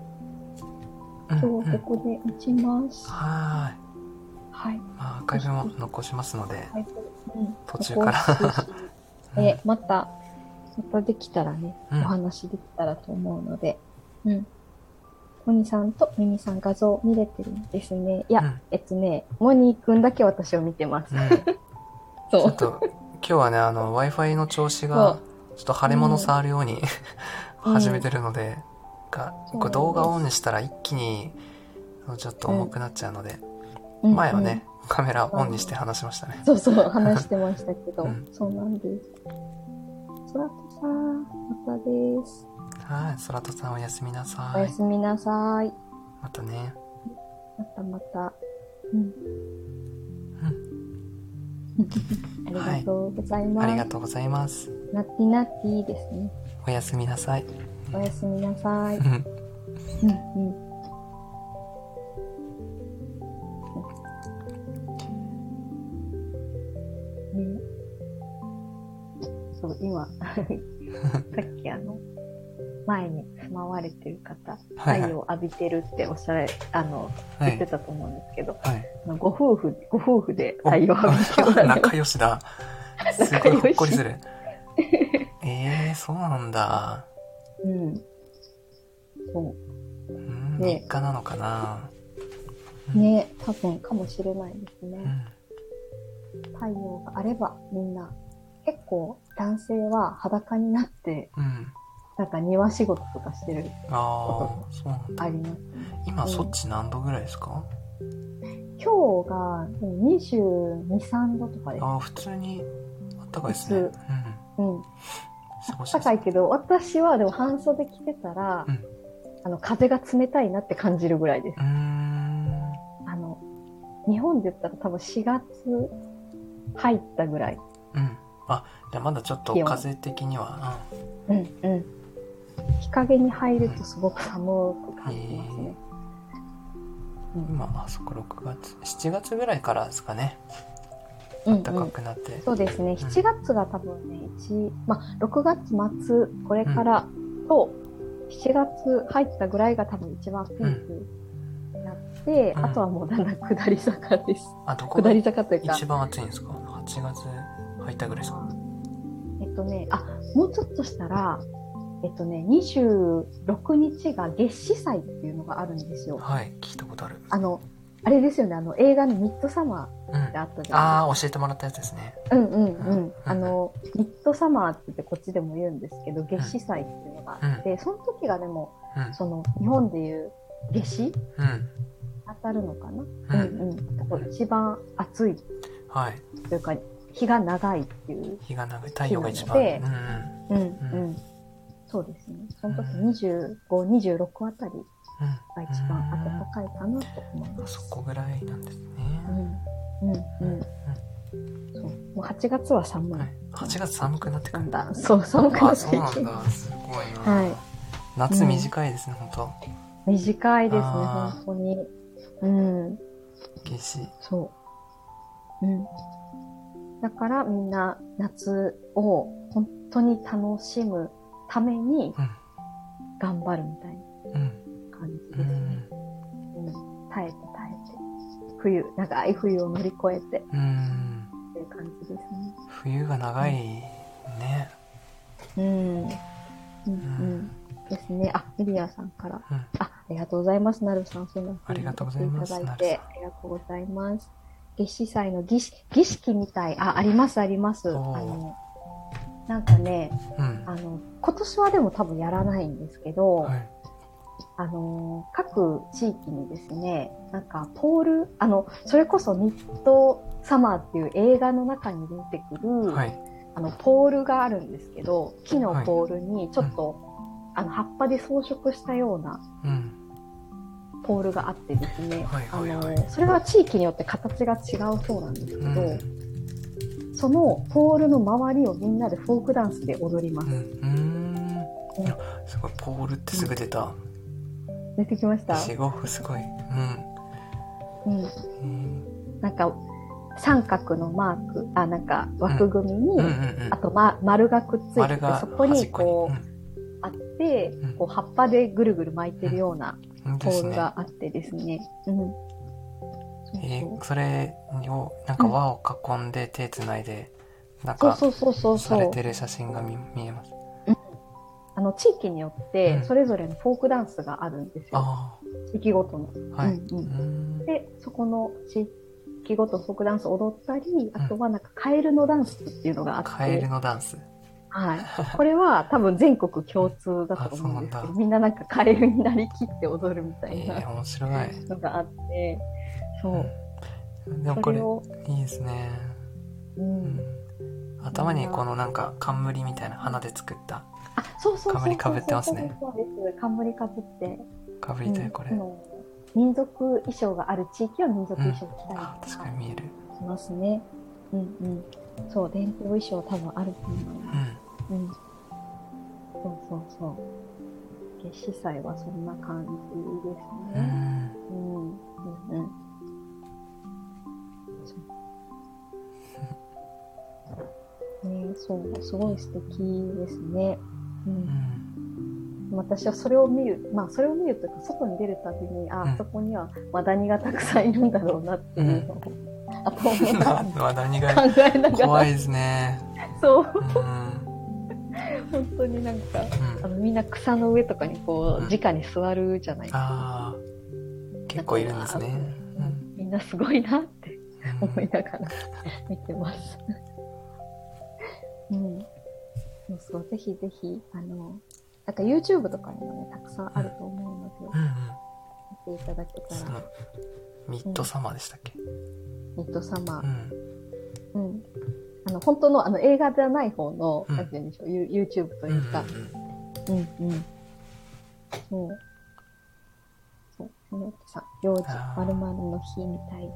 [SPEAKER 2] 今日ここで打ちます。
[SPEAKER 1] は
[SPEAKER 2] はい
[SPEAKER 1] ー。い、まあ、アーカイブも残しますので
[SPEAKER 2] はいうん
[SPEAKER 1] 途中から、
[SPEAKER 2] ここで、また、またできたらね、
[SPEAKER 1] うん
[SPEAKER 2] お話できたらと思うので、うん。モニさんとミミさん画像見れてるんですね。いや、
[SPEAKER 1] うん
[SPEAKER 2] えっとね、モニーくんだけ私を見てます。
[SPEAKER 1] うん、ち
[SPEAKER 2] そ
[SPEAKER 1] ょ
[SPEAKER 2] う
[SPEAKER 1] っ。と今日はねあの w i f i の調子がちょっと腫れ物触るように
[SPEAKER 2] う ん
[SPEAKER 1] 始めてるので、が
[SPEAKER 2] そう
[SPEAKER 1] こう動画オンにしたら一気にそうちょっと重くなっちゃうので、
[SPEAKER 2] うん
[SPEAKER 1] 前はね、カメラオンにして話しましたね、
[SPEAKER 2] そうそう、話してましたけ ど、
[SPEAKER 1] うん
[SPEAKER 2] そうなんです。空とさん、またです。
[SPEAKER 1] はい空とさんおやすみなさ
[SPEAKER 2] おや
[SPEAKER 1] い
[SPEAKER 2] すみなさい。
[SPEAKER 1] またね
[SPEAKER 2] またまた。うん。 ありがとうございま
[SPEAKER 1] あ
[SPEAKER 2] す。
[SPEAKER 1] りがとうございます
[SPEAKER 2] ナッティナッティですね。
[SPEAKER 1] おやすみなさい
[SPEAKER 2] おやすみなさい。
[SPEAKER 1] うん
[SPEAKER 2] うんうん。ねそう、 今、さっきあの、前に住まわれてる方、太
[SPEAKER 1] はいはい
[SPEAKER 2] 陽を浴びてるっておっしゃられ、あの、
[SPEAKER 1] は
[SPEAKER 2] 言って
[SPEAKER 1] い
[SPEAKER 2] たと思うんですけど、
[SPEAKER 1] はい
[SPEAKER 2] あのご夫婦、ご夫婦で
[SPEAKER 1] お
[SPEAKER 2] 太陽を浴びておられます
[SPEAKER 1] 仲良しだ。すごいほっこりする。ええー、そうなんだ。
[SPEAKER 2] うん。そ
[SPEAKER 1] うん、
[SPEAKER 2] ね
[SPEAKER 1] 日課なのかな。
[SPEAKER 2] う。ね、多分かもしれないですね。
[SPEAKER 1] うん。
[SPEAKER 2] 太陽があればみんな結構男性は裸になって
[SPEAKER 1] うん。
[SPEAKER 2] なんか庭仕事とかしてる
[SPEAKER 1] ああ、そうなんだ。
[SPEAKER 2] あります
[SPEAKER 1] 今、そっち何度ぐらいですか、
[SPEAKER 2] 今日が22、3度とかです。
[SPEAKER 1] ああ、普通にあったかいですね。うん
[SPEAKER 2] 普。うん。
[SPEAKER 1] 過ごしやす
[SPEAKER 2] 高いけど、私はでも半袖着てたら、
[SPEAKER 1] うん
[SPEAKER 2] あの、風が冷たいなって感じるぐらいです
[SPEAKER 1] う。ーん。
[SPEAKER 2] あの、日本で言ったら多分4月入ったぐらい。
[SPEAKER 1] うん。あ、じゃあまだちょっと
[SPEAKER 2] 気温
[SPEAKER 1] 風的には、
[SPEAKER 2] うんうん。日陰に入るとすごく寒く感じますね。
[SPEAKER 1] うん、今、あそこ6月、7月ぐらいからですかね。
[SPEAKER 2] うん、うん。
[SPEAKER 1] 暖かくなって。
[SPEAKER 2] そうですね、7月が多分ね、1、まあ、6月末、これからと、7月入ったぐらいが多分一番ピークになって、
[SPEAKER 1] うん
[SPEAKER 2] あとはもうだんだん下り坂です。
[SPEAKER 1] あ、どこ
[SPEAKER 2] 下
[SPEAKER 1] が
[SPEAKER 2] り坂というか
[SPEAKER 1] 一、番暑いんですか ?8 月入ったぐらいですか
[SPEAKER 2] えっとね、あ、もうちょっとしたら、えっとね、26日が月死祭っていうのがあるんですよ。
[SPEAKER 1] はい、聞いたことある。
[SPEAKER 2] あの、あれですよね、あの映画のミッドサマ
[SPEAKER 1] う
[SPEAKER 2] ー
[SPEAKER 1] ん。
[SPEAKER 2] ってあったじゃないですか。
[SPEAKER 1] ああ、教えてもらったやつですね。
[SPEAKER 2] うんうんう
[SPEAKER 1] うん
[SPEAKER 2] ん。あの、ミッドサマーって言ってこっちでも言うんですけど、月死祭っていうのがあって、その時がでも、
[SPEAKER 1] うん。
[SPEAKER 2] その、日本でいう夏至
[SPEAKER 1] うん。
[SPEAKER 2] 当たるのか
[SPEAKER 1] う
[SPEAKER 2] なうん
[SPEAKER 1] ん。
[SPEAKER 2] うん。多分一番暑い
[SPEAKER 1] はい。
[SPEAKER 2] というか、日が長いっていう。
[SPEAKER 1] 日が長い。太陽が一番。
[SPEAKER 2] そうな
[SPEAKER 1] うんうん。
[SPEAKER 2] のうんうん。そうですね。その時25、26あたりが一番暖かいかなと思い
[SPEAKER 1] うん。あ
[SPEAKER 2] ます。
[SPEAKER 1] そこぐらいなんですね。
[SPEAKER 2] うん。うんうん。そう。もう8月は寒い
[SPEAKER 1] は。い。8月寒くなってく
[SPEAKER 2] だ
[SPEAKER 1] る
[SPEAKER 2] ん。だん、そう、寒くな
[SPEAKER 1] あ、
[SPEAKER 2] って
[SPEAKER 1] そ
[SPEAKER 2] き
[SPEAKER 1] うな
[SPEAKER 2] て
[SPEAKER 1] ん。だ。すごいな。
[SPEAKER 2] はい。
[SPEAKER 1] 夏短いですね、本
[SPEAKER 2] 短いですね、
[SPEAKER 1] あー
[SPEAKER 2] 本当に。うん、
[SPEAKER 1] 当夏至。
[SPEAKER 2] そう。うん。だからみんな夏を本当に楽しむために
[SPEAKER 1] うん
[SPEAKER 2] 頑張るみたい
[SPEAKER 1] うん。
[SPEAKER 2] な感じ
[SPEAKER 1] う
[SPEAKER 2] ですね。
[SPEAKER 1] ん。
[SPEAKER 2] うん、耐えて耐えて。冬、長い冬を乗り越えて
[SPEAKER 1] うん。
[SPEAKER 2] っていう感じですね。
[SPEAKER 1] 冬が長いね。
[SPEAKER 2] うん。うん、う
[SPEAKER 1] うん
[SPEAKER 2] ん。。ですね。あ、ミリアさんから。
[SPEAKER 1] うん。
[SPEAKER 2] あ、ありがとうございます、なるさん。そんな
[SPEAKER 1] ありがとうございます
[SPEAKER 2] やっていただいて、
[SPEAKER 1] な
[SPEAKER 2] ありがとうございます。月司祭の儀式儀式みたい。あ、あります、あります。あ
[SPEAKER 1] おー
[SPEAKER 2] の、なんかね、
[SPEAKER 1] うん。
[SPEAKER 2] あの、今年はでも多分やらないんですけど、
[SPEAKER 1] はい。
[SPEAKER 2] あの、各地域にですね、なんかポール、あの、それこそミッドサマーっていう映画の中に出てくる、
[SPEAKER 1] はい。
[SPEAKER 2] あの、ポールがあるんですけど、木のポールにちょっと、あの、葉っぱで装飾したような、
[SPEAKER 1] うん。
[SPEAKER 2] ポールがあってですね、
[SPEAKER 1] はいはいはい
[SPEAKER 2] あのそれは地域によって形が違うそうなんですけど、
[SPEAKER 1] うん。うん。
[SPEAKER 2] そのポールの周りをみんなでフォークダンスで踊りま
[SPEAKER 1] う
[SPEAKER 2] す。
[SPEAKER 1] ん。いや、すごい。ポールってすぐ出た。
[SPEAKER 2] 出てきました、
[SPEAKER 1] すごい、すごい。うん。
[SPEAKER 2] うん、
[SPEAKER 1] うん
[SPEAKER 2] なんか三角のマークあなんか枠組みに、
[SPEAKER 1] うんうん
[SPEAKER 2] あ。と、ま、丸がくっついて
[SPEAKER 1] 丸
[SPEAKER 2] て
[SPEAKER 1] が
[SPEAKER 2] そこ
[SPEAKER 1] 端
[SPEAKER 2] に
[SPEAKER 1] っこ
[SPEAKER 2] こ
[SPEAKER 1] に
[SPEAKER 2] うあって
[SPEAKER 1] うん
[SPEAKER 2] こう葉っぱでぐるぐる巻いてるような
[SPEAKER 1] う
[SPEAKER 2] ポ
[SPEAKER 1] です
[SPEAKER 2] ール
[SPEAKER 1] ね。
[SPEAKER 2] があってですね。うん。そう
[SPEAKER 1] え
[SPEAKER 2] そう
[SPEAKER 1] ーそれを、なんか輪を囲んで手つないで、なん
[SPEAKER 2] そう
[SPEAKER 1] か、
[SPEAKER 2] そうそうそう
[SPEAKER 1] さ
[SPEAKER 2] そ
[SPEAKER 1] れ
[SPEAKER 2] う
[SPEAKER 1] てる写真が見見えます。
[SPEAKER 2] あの地域によっ
[SPEAKER 1] う
[SPEAKER 2] て
[SPEAKER 1] ん
[SPEAKER 2] それぞれのフォークダンスがあるんですよ、
[SPEAKER 1] あ
[SPEAKER 2] 地域ごとの。
[SPEAKER 1] あ、はい。
[SPEAKER 2] うんうん
[SPEAKER 1] ん
[SPEAKER 2] でそこの地域ごとのフォークダンスを踊ったりあとはなんかカエルのダンスっていうのがあっ
[SPEAKER 1] カエ
[SPEAKER 2] て
[SPEAKER 1] ル、のダンス。
[SPEAKER 2] はい、これは多分全国共通だと思うんです
[SPEAKER 1] あそうな
[SPEAKER 2] けど
[SPEAKER 1] んだ
[SPEAKER 2] みんななんかカエルになりきって踊るみた
[SPEAKER 1] え
[SPEAKER 2] い
[SPEAKER 1] ー、
[SPEAKER 2] な
[SPEAKER 1] 面白い。
[SPEAKER 2] のがあってそう
[SPEAKER 1] うんでも
[SPEAKER 2] そ
[SPEAKER 1] こ
[SPEAKER 2] れ
[SPEAKER 1] れ、
[SPEAKER 2] を、
[SPEAKER 1] いいですね。
[SPEAKER 2] う、
[SPEAKER 1] うんん。頭にこのなんか冠みたいな花で作った、
[SPEAKER 2] あそうそうそうそう
[SPEAKER 1] 冠かぶってますね
[SPEAKER 2] そうです冠かぶって
[SPEAKER 1] 被りたいこれ
[SPEAKER 2] うん。その民族衣装がある地域は民族衣装を着たり
[SPEAKER 1] あ、
[SPEAKER 2] と
[SPEAKER 1] 確
[SPEAKER 2] か
[SPEAKER 1] かに見える。
[SPEAKER 2] しますね。うんうん。そう、伝統衣装多分あると思います。
[SPEAKER 1] うん。
[SPEAKER 2] うん。そうそうそう。決死祭はそんな感じ
[SPEAKER 1] う
[SPEAKER 2] ですね。
[SPEAKER 1] ん。
[SPEAKER 2] うん。うんうん。そう。ねそう、すごい素敵ですね。う。
[SPEAKER 1] うん ん。
[SPEAKER 2] 私はそれを見る、まあそれを見るというか、外に出るたびに、あ、
[SPEAKER 1] うん
[SPEAKER 2] そこにはマダニがたくさんいるんだろうなっていうのを、頭の中に
[SPEAKER 1] まあ、何が
[SPEAKER 2] 考えながら、
[SPEAKER 1] 怖いですね。
[SPEAKER 2] そう、
[SPEAKER 1] うん。
[SPEAKER 2] 本当になんか、
[SPEAKER 1] うん
[SPEAKER 2] あのみんな草の上とかにこう、
[SPEAKER 1] うん
[SPEAKER 2] 直に座るじゃないですか。
[SPEAKER 1] ああ、結構いるんですね。うん
[SPEAKER 2] みんなすごいなって
[SPEAKER 1] う
[SPEAKER 2] 思い
[SPEAKER 1] ん
[SPEAKER 2] ながら 見てます。うん。そうそう、ぜひぜひ、あの、なんか YouTube とかにもね、たくさんあると思うの
[SPEAKER 1] う
[SPEAKER 2] で、
[SPEAKER 1] んうん。
[SPEAKER 2] 見ていただけ
[SPEAKER 1] そ
[SPEAKER 2] たら、
[SPEAKER 1] のミッドサマーでしたっけ？
[SPEAKER 2] ミッドサマー
[SPEAKER 1] う、ん。
[SPEAKER 2] うん。あの、本当の、あの、映画じゃない方の、
[SPEAKER 1] うん
[SPEAKER 2] なんて言うんでしょう、ユ YouTube と
[SPEAKER 1] うんう
[SPEAKER 2] い
[SPEAKER 1] ん
[SPEAKER 2] うか、うん、うん。そう。そう。そのさん、幼児
[SPEAKER 1] あー、
[SPEAKER 2] 〇〇の日みたい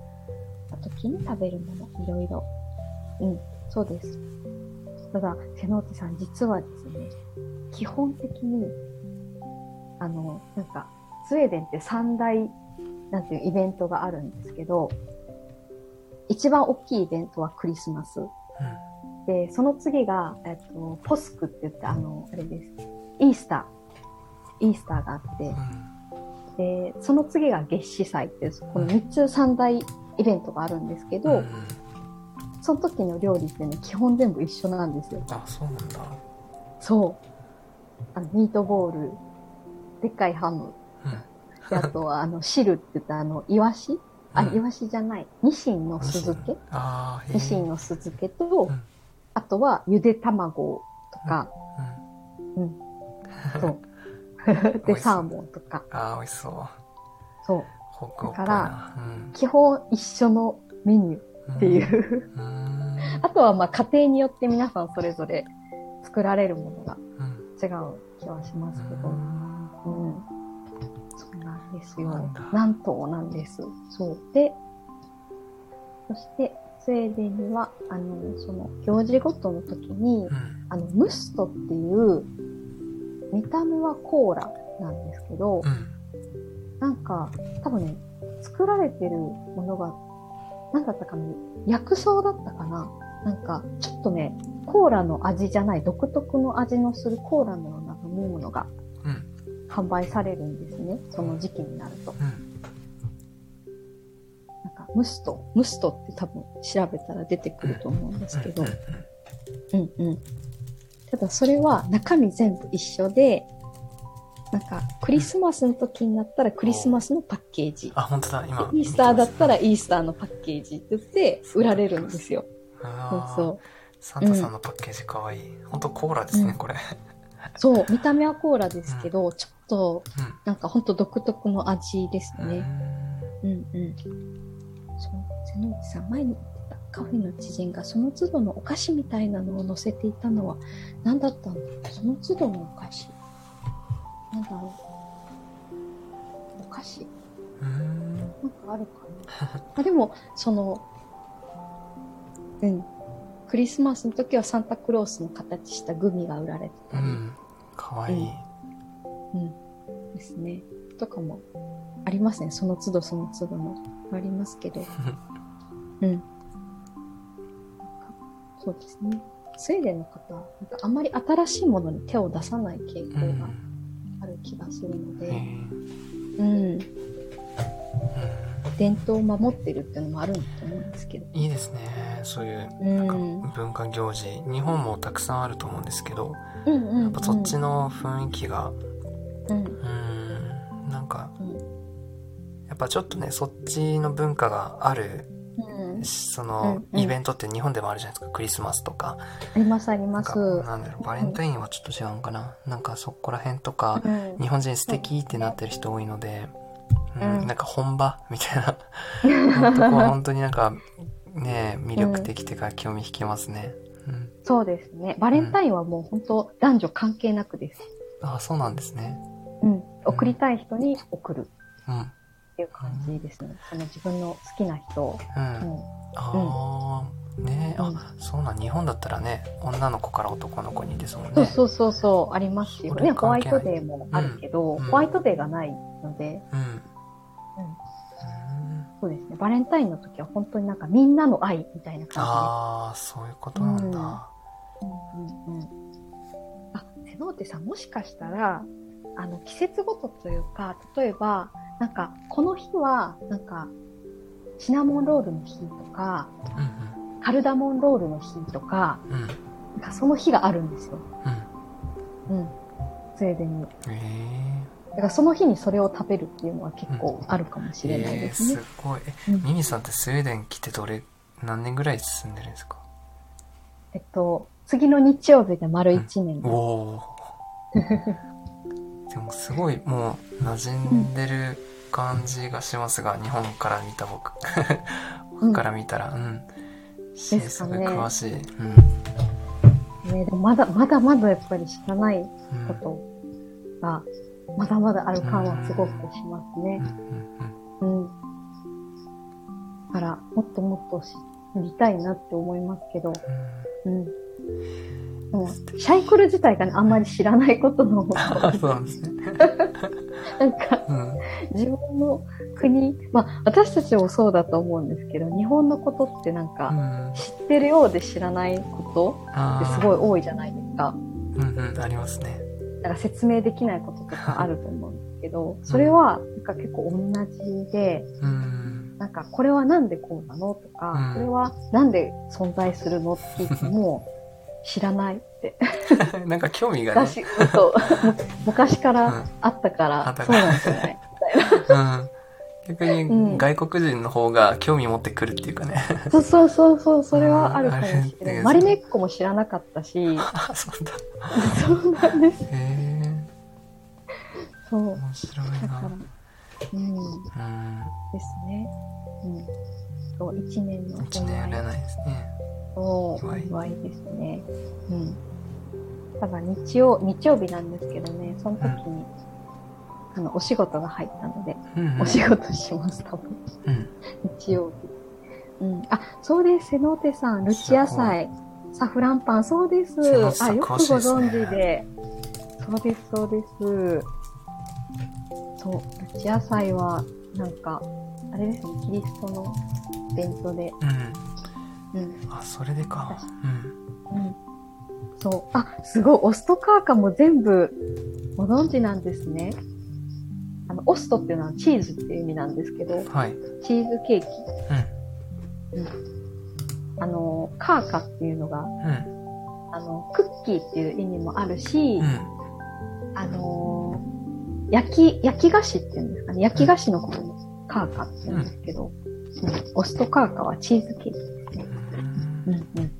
[SPEAKER 2] な時に食べるもの、いろいろ。うん、そうです。ただ、瀬能手さん、実はですね、基本的に、あの、なんか、スウェーデンって三大、なんていうイベントがあるんですけど、一番大きいイベントはクリスマス。で、その次が、えっと、ポスクって言って、あの、あれです。イースター。イースターがあ
[SPEAKER 1] うん。う
[SPEAKER 2] っ
[SPEAKER 1] ん
[SPEAKER 2] て、で、その次が月死祭っていう、この3つ三大イベントがあるんですけ
[SPEAKER 1] うんう
[SPEAKER 2] ど、
[SPEAKER 1] ん。
[SPEAKER 2] その時の料理っていうのは基本全部一緒なんですよ。
[SPEAKER 1] あ、そうなんだ。
[SPEAKER 2] そう。あの、ミートボール、でっかいハム、であとは、あの、汁って言ったあの、イワシあ、
[SPEAKER 1] うん
[SPEAKER 2] イワシじゃない。ニシンの酢漬け
[SPEAKER 1] ああ、へえ
[SPEAKER 2] ニシンの酢漬けと
[SPEAKER 1] うん、
[SPEAKER 2] あとは、ゆで卵とか、
[SPEAKER 1] うん
[SPEAKER 2] そう。
[SPEAKER 1] 美味
[SPEAKER 2] で、
[SPEAKER 1] しそう
[SPEAKER 2] サーモンとか。
[SPEAKER 1] ああ、美味しそう。
[SPEAKER 2] そう。
[SPEAKER 1] ホクホク
[SPEAKER 2] だか
[SPEAKER 1] な
[SPEAKER 2] ら。
[SPEAKER 1] うん
[SPEAKER 2] 基本一緒のメニューってい。う。
[SPEAKER 1] うん
[SPEAKER 2] あとは、まあ、家庭によって皆さんそれぞれ作られるものが
[SPEAKER 1] うん。
[SPEAKER 2] 違う気はしますけど。うん。そうなんです
[SPEAKER 1] そうな
[SPEAKER 2] よ
[SPEAKER 1] んだ。
[SPEAKER 2] なんとなんです。そう。で、そして、スウェーデンには、あの、その、行事ごとの時に
[SPEAKER 1] う、ん。
[SPEAKER 2] あの、ムストっていう、見た目はコーラなんですけど、
[SPEAKER 1] うん。
[SPEAKER 2] なんか、多分ね、作られてるものが、なんだったかな、薬草だったかななんか、ちょっとね、コーラの味じゃない、独特の味のするコーラのような飲み物が
[SPEAKER 1] うん。
[SPEAKER 2] 販売されるんですね。その時期になると。
[SPEAKER 1] うん。
[SPEAKER 2] なんか、ムスト、ムストって多分調べたら出てくると思うんですけど
[SPEAKER 1] うん。。
[SPEAKER 2] うんうん。ただそれは中身全部一緒で、なんか、クリスマスの時になったらクリスマスのパッケージ。
[SPEAKER 1] あ、本当だ、今。
[SPEAKER 2] イースターだったらイースターのパッケージって言って売られるんですよ。そう
[SPEAKER 1] あー
[SPEAKER 2] そ
[SPEAKER 1] サンタさんのパッケージかわいい。本当コーラですね、
[SPEAKER 2] うん
[SPEAKER 1] これ。
[SPEAKER 2] う。そう、見た目はコーラですけど、ちょっと
[SPEAKER 1] うん
[SPEAKER 2] なんかほんと独特の味ですね。うんうん。そう、瀬能内さん、前に言ってたカフェの知人がその都度のお菓子みたいなのを載せていたのは何だったんだろうその都度のお菓子。なんだろう。お菓子
[SPEAKER 1] うん。うん
[SPEAKER 2] なんかあるかなまあでも、その、うん。クリスマスの時はサンタクロースの形したグミが売られて
[SPEAKER 1] う
[SPEAKER 2] たり、
[SPEAKER 1] ん。かわいい。
[SPEAKER 2] うん。ですね。とかもありますね。その都度その都度の。ありま すけど。うん。なんかそうですね。スウェーデンの方、なんかあんまり新しいものに手を出さない傾
[SPEAKER 1] う
[SPEAKER 2] 向が
[SPEAKER 1] ん。
[SPEAKER 2] ある気がするので、
[SPEAKER 1] へー
[SPEAKER 2] ううん。伝統を守ってるっていうのもあるんだと思うんですけど。
[SPEAKER 1] いいですねそういう
[SPEAKER 2] うん。
[SPEAKER 1] 文化行事日本もたくさんあると思うんですけど
[SPEAKER 2] うんうん。
[SPEAKER 1] やっぱそっちの雰囲気が
[SPEAKER 2] うん。
[SPEAKER 1] うんなんか
[SPEAKER 2] うん。
[SPEAKER 1] やっぱちょっとねそっちの文化がある
[SPEAKER 2] うん。
[SPEAKER 1] その
[SPEAKER 2] うんうん
[SPEAKER 1] イベントって日本でもあるじゃないですかクリスマスとか
[SPEAKER 2] ありますあり
[SPEAKER 1] な
[SPEAKER 2] ま
[SPEAKER 1] ん
[SPEAKER 2] す。
[SPEAKER 1] かなんだろうバレンタインはちょっと違うのかななんかそこら辺とか
[SPEAKER 2] うん。
[SPEAKER 1] 日本人素敵ってなってる人多いので、うん
[SPEAKER 2] うん
[SPEAKER 1] なんか本 場みたいなとこは本当になんかね魅力的というか興味引きますね、うん、
[SPEAKER 2] そうですね。バレンタインはもう本当男女関係なくです。
[SPEAKER 1] あそうなんですね
[SPEAKER 2] うん。送りたい人に送る
[SPEAKER 1] うんうん
[SPEAKER 2] っていう感じですね。その自分の好きな人を。うん。
[SPEAKER 1] ああね
[SPEAKER 2] うん
[SPEAKER 1] あそうなん日本だったらね女の子から男の子にですもん
[SPEAKER 2] そう
[SPEAKER 1] ね
[SPEAKER 2] そうそうそう、ありますよ
[SPEAKER 1] そ
[SPEAKER 2] ね。
[SPEAKER 1] れ
[SPEAKER 2] ホ
[SPEAKER 1] 関
[SPEAKER 2] ワイ
[SPEAKER 1] 係な
[SPEAKER 2] ト
[SPEAKER 1] い
[SPEAKER 2] デーもあるけど、
[SPEAKER 1] うん
[SPEAKER 2] ホワイトデーがないので、
[SPEAKER 1] うんうん
[SPEAKER 2] そうですね。バレンタインの時は本当になんかみんなの愛みたいな感
[SPEAKER 1] ああそういうことなんだ、
[SPEAKER 2] じで。うんうんうんあ、セノーテさんもしかしたら、あの、季節ごとというか、例えば、なんか、この日は、なんか、シナモンロールの日とか、
[SPEAKER 1] うん
[SPEAKER 2] カルダモンロールの日とか、
[SPEAKER 1] うんうん
[SPEAKER 2] なんかその日があるんですよ。
[SPEAKER 1] う
[SPEAKER 2] うん。スウェーデンに。
[SPEAKER 1] んえ
[SPEAKER 2] だからその日にそれを食べるっていうのは結構あるかも
[SPEAKER 1] ー
[SPEAKER 2] しれない
[SPEAKER 1] えー
[SPEAKER 2] です
[SPEAKER 1] す
[SPEAKER 2] ね。
[SPEAKER 1] ごいえ
[SPEAKER 2] うん
[SPEAKER 1] ミミさんってスウェーデン来てどれ何年ぐらい住んでるんですか
[SPEAKER 2] えっと、次の日曜日で丸1年
[SPEAKER 1] お。おーでもすごいもう馴染んでる感じがしますが、日本から見た僕
[SPEAKER 2] うん
[SPEAKER 1] 僕から見たらうん
[SPEAKER 2] か
[SPEAKER 1] す
[SPEAKER 2] ね
[SPEAKER 1] ごい詳しい、うん
[SPEAKER 2] ね、でもまだまだまだやっぱり知らない
[SPEAKER 1] うん
[SPEAKER 2] ことが、まだまだある感はすごくします
[SPEAKER 1] う
[SPEAKER 2] ね
[SPEAKER 1] ん。うん
[SPEAKER 2] うん。だから、もっともっと知りたいなって思いますけど、うん。でもシャイクル自体がね、あんまり知らないことの、
[SPEAKER 1] うんそうなんですね、
[SPEAKER 2] なんか、
[SPEAKER 1] うん
[SPEAKER 2] 自分の国、まあ、私たちもそうだと思うんですけど、日本のことってなん
[SPEAKER 1] う
[SPEAKER 2] か、
[SPEAKER 1] ん、
[SPEAKER 2] 知ってるようで知らないこ
[SPEAKER 1] あ
[SPEAKER 2] とって
[SPEAKER 1] ー
[SPEAKER 2] すごい多いじゃないですか。
[SPEAKER 1] うんうんありますね
[SPEAKER 2] なんか説明できないこととかあると思うんですけど、それはなんか結構同じで、
[SPEAKER 1] うん
[SPEAKER 2] なんかこれはなんでこうなのとか、
[SPEAKER 1] うん
[SPEAKER 2] これはなんで存在するのって聞いて も、知らないって。
[SPEAKER 1] なんか興味がね、
[SPEAKER 2] 昔、そう 昔か
[SPEAKER 1] うん
[SPEAKER 2] らあったか
[SPEAKER 1] あっ
[SPEAKER 2] ら、
[SPEAKER 1] た
[SPEAKER 2] そ
[SPEAKER 1] か
[SPEAKER 2] う
[SPEAKER 1] ら
[SPEAKER 2] なんじゃない
[SPEAKER 1] うん、逆
[SPEAKER 2] うん
[SPEAKER 1] に外国人の方が興味持ってくるっていうかね
[SPEAKER 2] そうそうそうそう、それはあるかもしれな
[SPEAKER 1] う
[SPEAKER 2] い。
[SPEAKER 1] ん
[SPEAKER 2] マリネッコも知らなかったし、
[SPEAKER 1] あそうだ
[SPEAKER 2] そうなんです。
[SPEAKER 1] へえ
[SPEAKER 2] そう。
[SPEAKER 1] 面白い
[SPEAKER 2] だから
[SPEAKER 1] な、
[SPEAKER 2] うん。
[SPEAKER 1] うん
[SPEAKER 2] ですね。うん。と1年の
[SPEAKER 1] 1年占いですね
[SPEAKER 2] お
[SPEAKER 1] 祝い
[SPEAKER 2] 祝いですね。うん。ただ日曜、日曜日なんですけどね、その時に、あの、お仕事が入ったので、
[SPEAKER 1] うんうん
[SPEAKER 2] お仕事します、多分。
[SPEAKER 1] うん
[SPEAKER 2] 日曜日。うん。あ、そうです、セノーテさん、ルチ野菜、サフランパン、そうです
[SPEAKER 1] セノーテ。さん
[SPEAKER 2] あ、よくご
[SPEAKER 1] 詳しいですね
[SPEAKER 2] 存知で。そうです、そうです。そう、ルチ野菜は、なんか、あれですね、キリストのイベントで、
[SPEAKER 1] うん
[SPEAKER 2] うん、
[SPEAKER 1] あそれでかうん
[SPEAKER 2] うん。そう。あ、すごい。オストカーカも全部ご存知なんですね。あの、オストっていうのはチーズっていう意味なんですけど、
[SPEAKER 1] はい
[SPEAKER 2] チーズケーキ。
[SPEAKER 1] う
[SPEAKER 2] あの、カーカっていうのが、
[SPEAKER 1] んうん
[SPEAKER 2] あの、クッキーっていう意味もあるし、
[SPEAKER 1] うん
[SPEAKER 2] あのー焼き、焼き菓子っていうんですかね。焼き菓子のこともカーカっていうんですけど、うんオストカーカはチーズケーキ。
[SPEAKER 1] うん
[SPEAKER 2] うんうん。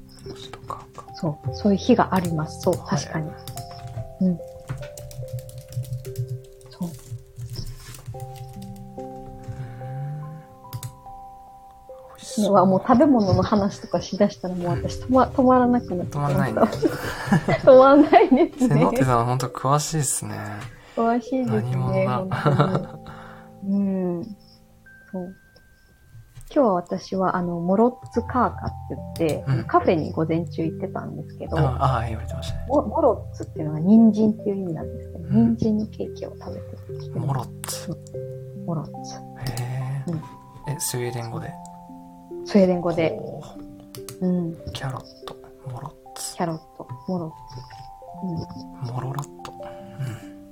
[SPEAKER 1] とかか
[SPEAKER 2] そう、そういう日があります。そう、
[SPEAKER 1] はい
[SPEAKER 2] 確かに。うん。そう。
[SPEAKER 1] 美味し
[SPEAKER 2] う
[SPEAKER 1] そう
[SPEAKER 2] わ、もう食べ物の話とかしだしたらもう私止ま止まらなくなっち
[SPEAKER 1] 止
[SPEAKER 2] ゃ
[SPEAKER 1] ま
[SPEAKER 2] い
[SPEAKER 1] ら
[SPEAKER 2] ま
[SPEAKER 1] な
[SPEAKER 2] し
[SPEAKER 1] い
[SPEAKER 2] た
[SPEAKER 1] ね
[SPEAKER 2] 止まらないです
[SPEAKER 1] セ
[SPEAKER 2] ね
[SPEAKER 1] ノ。テさん本当詳しいですね
[SPEAKER 2] 詳しいですね。
[SPEAKER 1] 何者だ
[SPEAKER 2] 本当にうん。そう。今日は私は、あの、モロッツカーカって言って、
[SPEAKER 1] うん
[SPEAKER 2] カフェに午前中行ってたんですけ ど、
[SPEAKER 1] ああ言われてましたね
[SPEAKER 2] モモロッツっていうのは人参っていう意味なんですけど、
[SPEAKER 1] うん
[SPEAKER 2] 人参のケーキを食べてきて
[SPEAKER 1] モロッツ
[SPEAKER 2] モロッツ。
[SPEAKER 1] へえ
[SPEAKER 2] うん
[SPEAKER 1] えスウェーデン語で
[SPEAKER 2] スウェーデン語で、
[SPEAKER 1] おー
[SPEAKER 2] うん、
[SPEAKER 1] キャロット、モロッツ
[SPEAKER 2] キ、ャロット、モロッツ。
[SPEAKER 1] モロロット。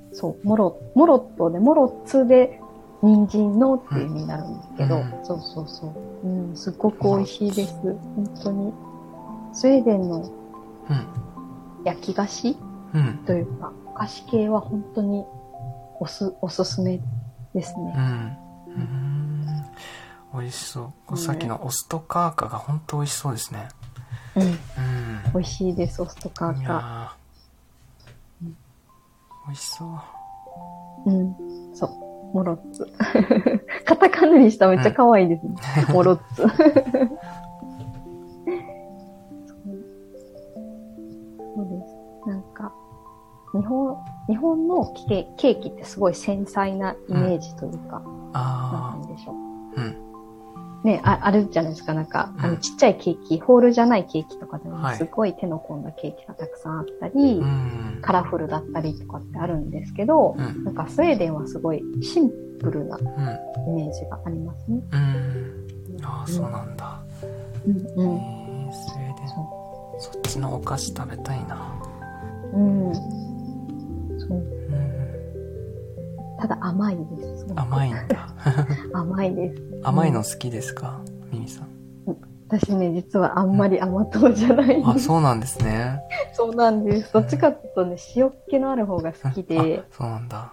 [SPEAKER 2] うん、そう、モロ、モロットで、モロッツで人参のっていう意味になるんですけど、
[SPEAKER 1] うん
[SPEAKER 2] そうそうそう。うん、すっごく美味しいです。本当に。スウェーデンの
[SPEAKER 1] うん。
[SPEAKER 2] 焼き菓子
[SPEAKER 1] うん。
[SPEAKER 2] というか、菓子系は本当におす、おすすめです
[SPEAKER 1] う
[SPEAKER 2] ね。
[SPEAKER 1] ん。うん。美味しそう。こう
[SPEAKER 2] ね
[SPEAKER 1] さっきのオストカーカが本当美味しそうですね。
[SPEAKER 2] うん。
[SPEAKER 1] うん。
[SPEAKER 2] 美味しいです、オストカ
[SPEAKER 1] い
[SPEAKER 2] ーカ。
[SPEAKER 1] やー
[SPEAKER 2] うん
[SPEAKER 1] 美味しそう。
[SPEAKER 2] うん。そう。モロッツ。 カタカナにしたらめっちゃ可愛いですね。モロ ッツ。そうです。なんか、日本、日本のケーキケーキってすごい繊細なイメージというか、なん
[SPEAKER 1] あ
[SPEAKER 2] て言うんでしょう。
[SPEAKER 1] あ。うん。
[SPEAKER 2] ね、ああるじゃないですか、なんか、あ
[SPEAKER 1] う
[SPEAKER 2] の、
[SPEAKER 1] ん
[SPEAKER 2] ちっちゃいケーキ、ホールじゃないケーキとかでも
[SPEAKER 1] はい
[SPEAKER 2] すごい手の込んだケーキがたくさんあったり、
[SPEAKER 1] うん。
[SPEAKER 2] カラフルだったりとかってあるんですけど、
[SPEAKER 1] うん。
[SPEAKER 2] なんかスウェーデンはすごいシンプルな
[SPEAKER 1] うん。
[SPEAKER 2] イメージがありますね。
[SPEAKER 1] うん。ああ、そうなんだ。
[SPEAKER 2] う
[SPEAKER 1] え
[SPEAKER 2] ん
[SPEAKER 1] ー、スウェーデン。そっちのお菓子食べたいな。
[SPEAKER 2] うん。うん。そう。
[SPEAKER 1] うん。
[SPEAKER 2] ただ甘いです。
[SPEAKER 1] 甘いんだ。
[SPEAKER 2] 甘いです。
[SPEAKER 1] 甘いの好きですかミミさん。
[SPEAKER 2] 私ね、実はあんまり甘党じゃないん
[SPEAKER 1] あ、
[SPEAKER 2] です。
[SPEAKER 1] そうなんですね。
[SPEAKER 2] そうなんです。どっちかっていうとね、塩っ気のある方が好きで
[SPEAKER 1] あ、、そうなんだ。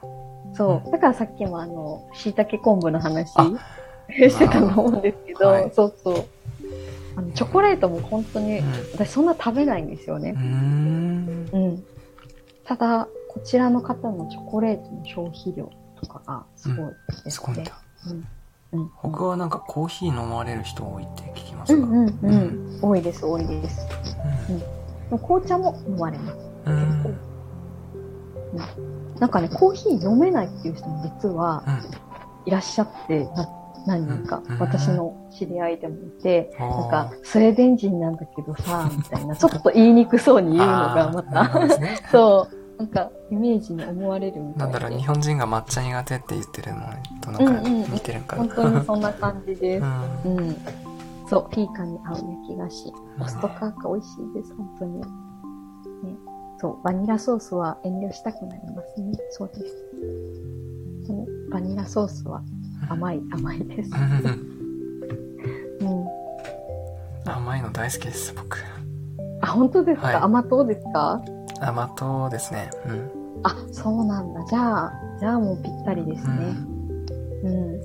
[SPEAKER 2] そう。だからさっきもあの、椎茸昆布の話
[SPEAKER 1] あ
[SPEAKER 2] してたと思うんですけど、
[SPEAKER 1] はい
[SPEAKER 2] そうそう。あの、チョコレートも本当に、私そんな食べないんですよね
[SPEAKER 1] う。ん。
[SPEAKER 2] うん。ただ、こちらの方のチョコレートの消費量とかがすごいですね。
[SPEAKER 1] すごいんだ。
[SPEAKER 2] うん。うん
[SPEAKER 1] 僕はなんかコーヒー飲まれる人多いって聞きま
[SPEAKER 2] う
[SPEAKER 1] すが。
[SPEAKER 2] んうんうん。多いです、多いです。でも紅茶も飲まれます。
[SPEAKER 1] うん。うん。
[SPEAKER 2] なんかね、コーヒー飲めないっていう人も実は
[SPEAKER 1] うん。
[SPEAKER 2] いらっしゃって、な何人か
[SPEAKER 1] うん、
[SPEAKER 2] 私の知り合いでもいて、
[SPEAKER 1] な
[SPEAKER 2] なんか、スウェーデン人なんだけど さ、みたいな、ちょっと言いにくそうに言うのが ま
[SPEAKER 1] あーなるほど
[SPEAKER 2] た、
[SPEAKER 1] ですね
[SPEAKER 2] そう、なんか、イメージに思われるみた
[SPEAKER 1] ないん
[SPEAKER 2] で。
[SPEAKER 1] だろう、日本人が抹茶苦手って言ってるのとなんか
[SPEAKER 2] うんうん
[SPEAKER 1] 似てるんかな。
[SPEAKER 2] 本当にそんな感じです
[SPEAKER 1] う。ん。
[SPEAKER 2] うん。そう、ピーカンに合う焼き菓子。オストカーカ美味しいです、本当に。ね、そう、バニラソースは遠慮したくなりますね。そうです。本当にバニラソースは 甘い、甘いです
[SPEAKER 1] う。ん。
[SPEAKER 2] うん。
[SPEAKER 1] 甘いの大好きです、僕。
[SPEAKER 2] あ、本当ですか、
[SPEAKER 1] はい
[SPEAKER 2] 甘党ですか
[SPEAKER 1] 甘党ですね。うん。
[SPEAKER 2] あ、そうなんだ。じゃあ、じゃあもうぴったりです
[SPEAKER 1] う
[SPEAKER 2] ね。
[SPEAKER 1] ん。
[SPEAKER 2] うん。うん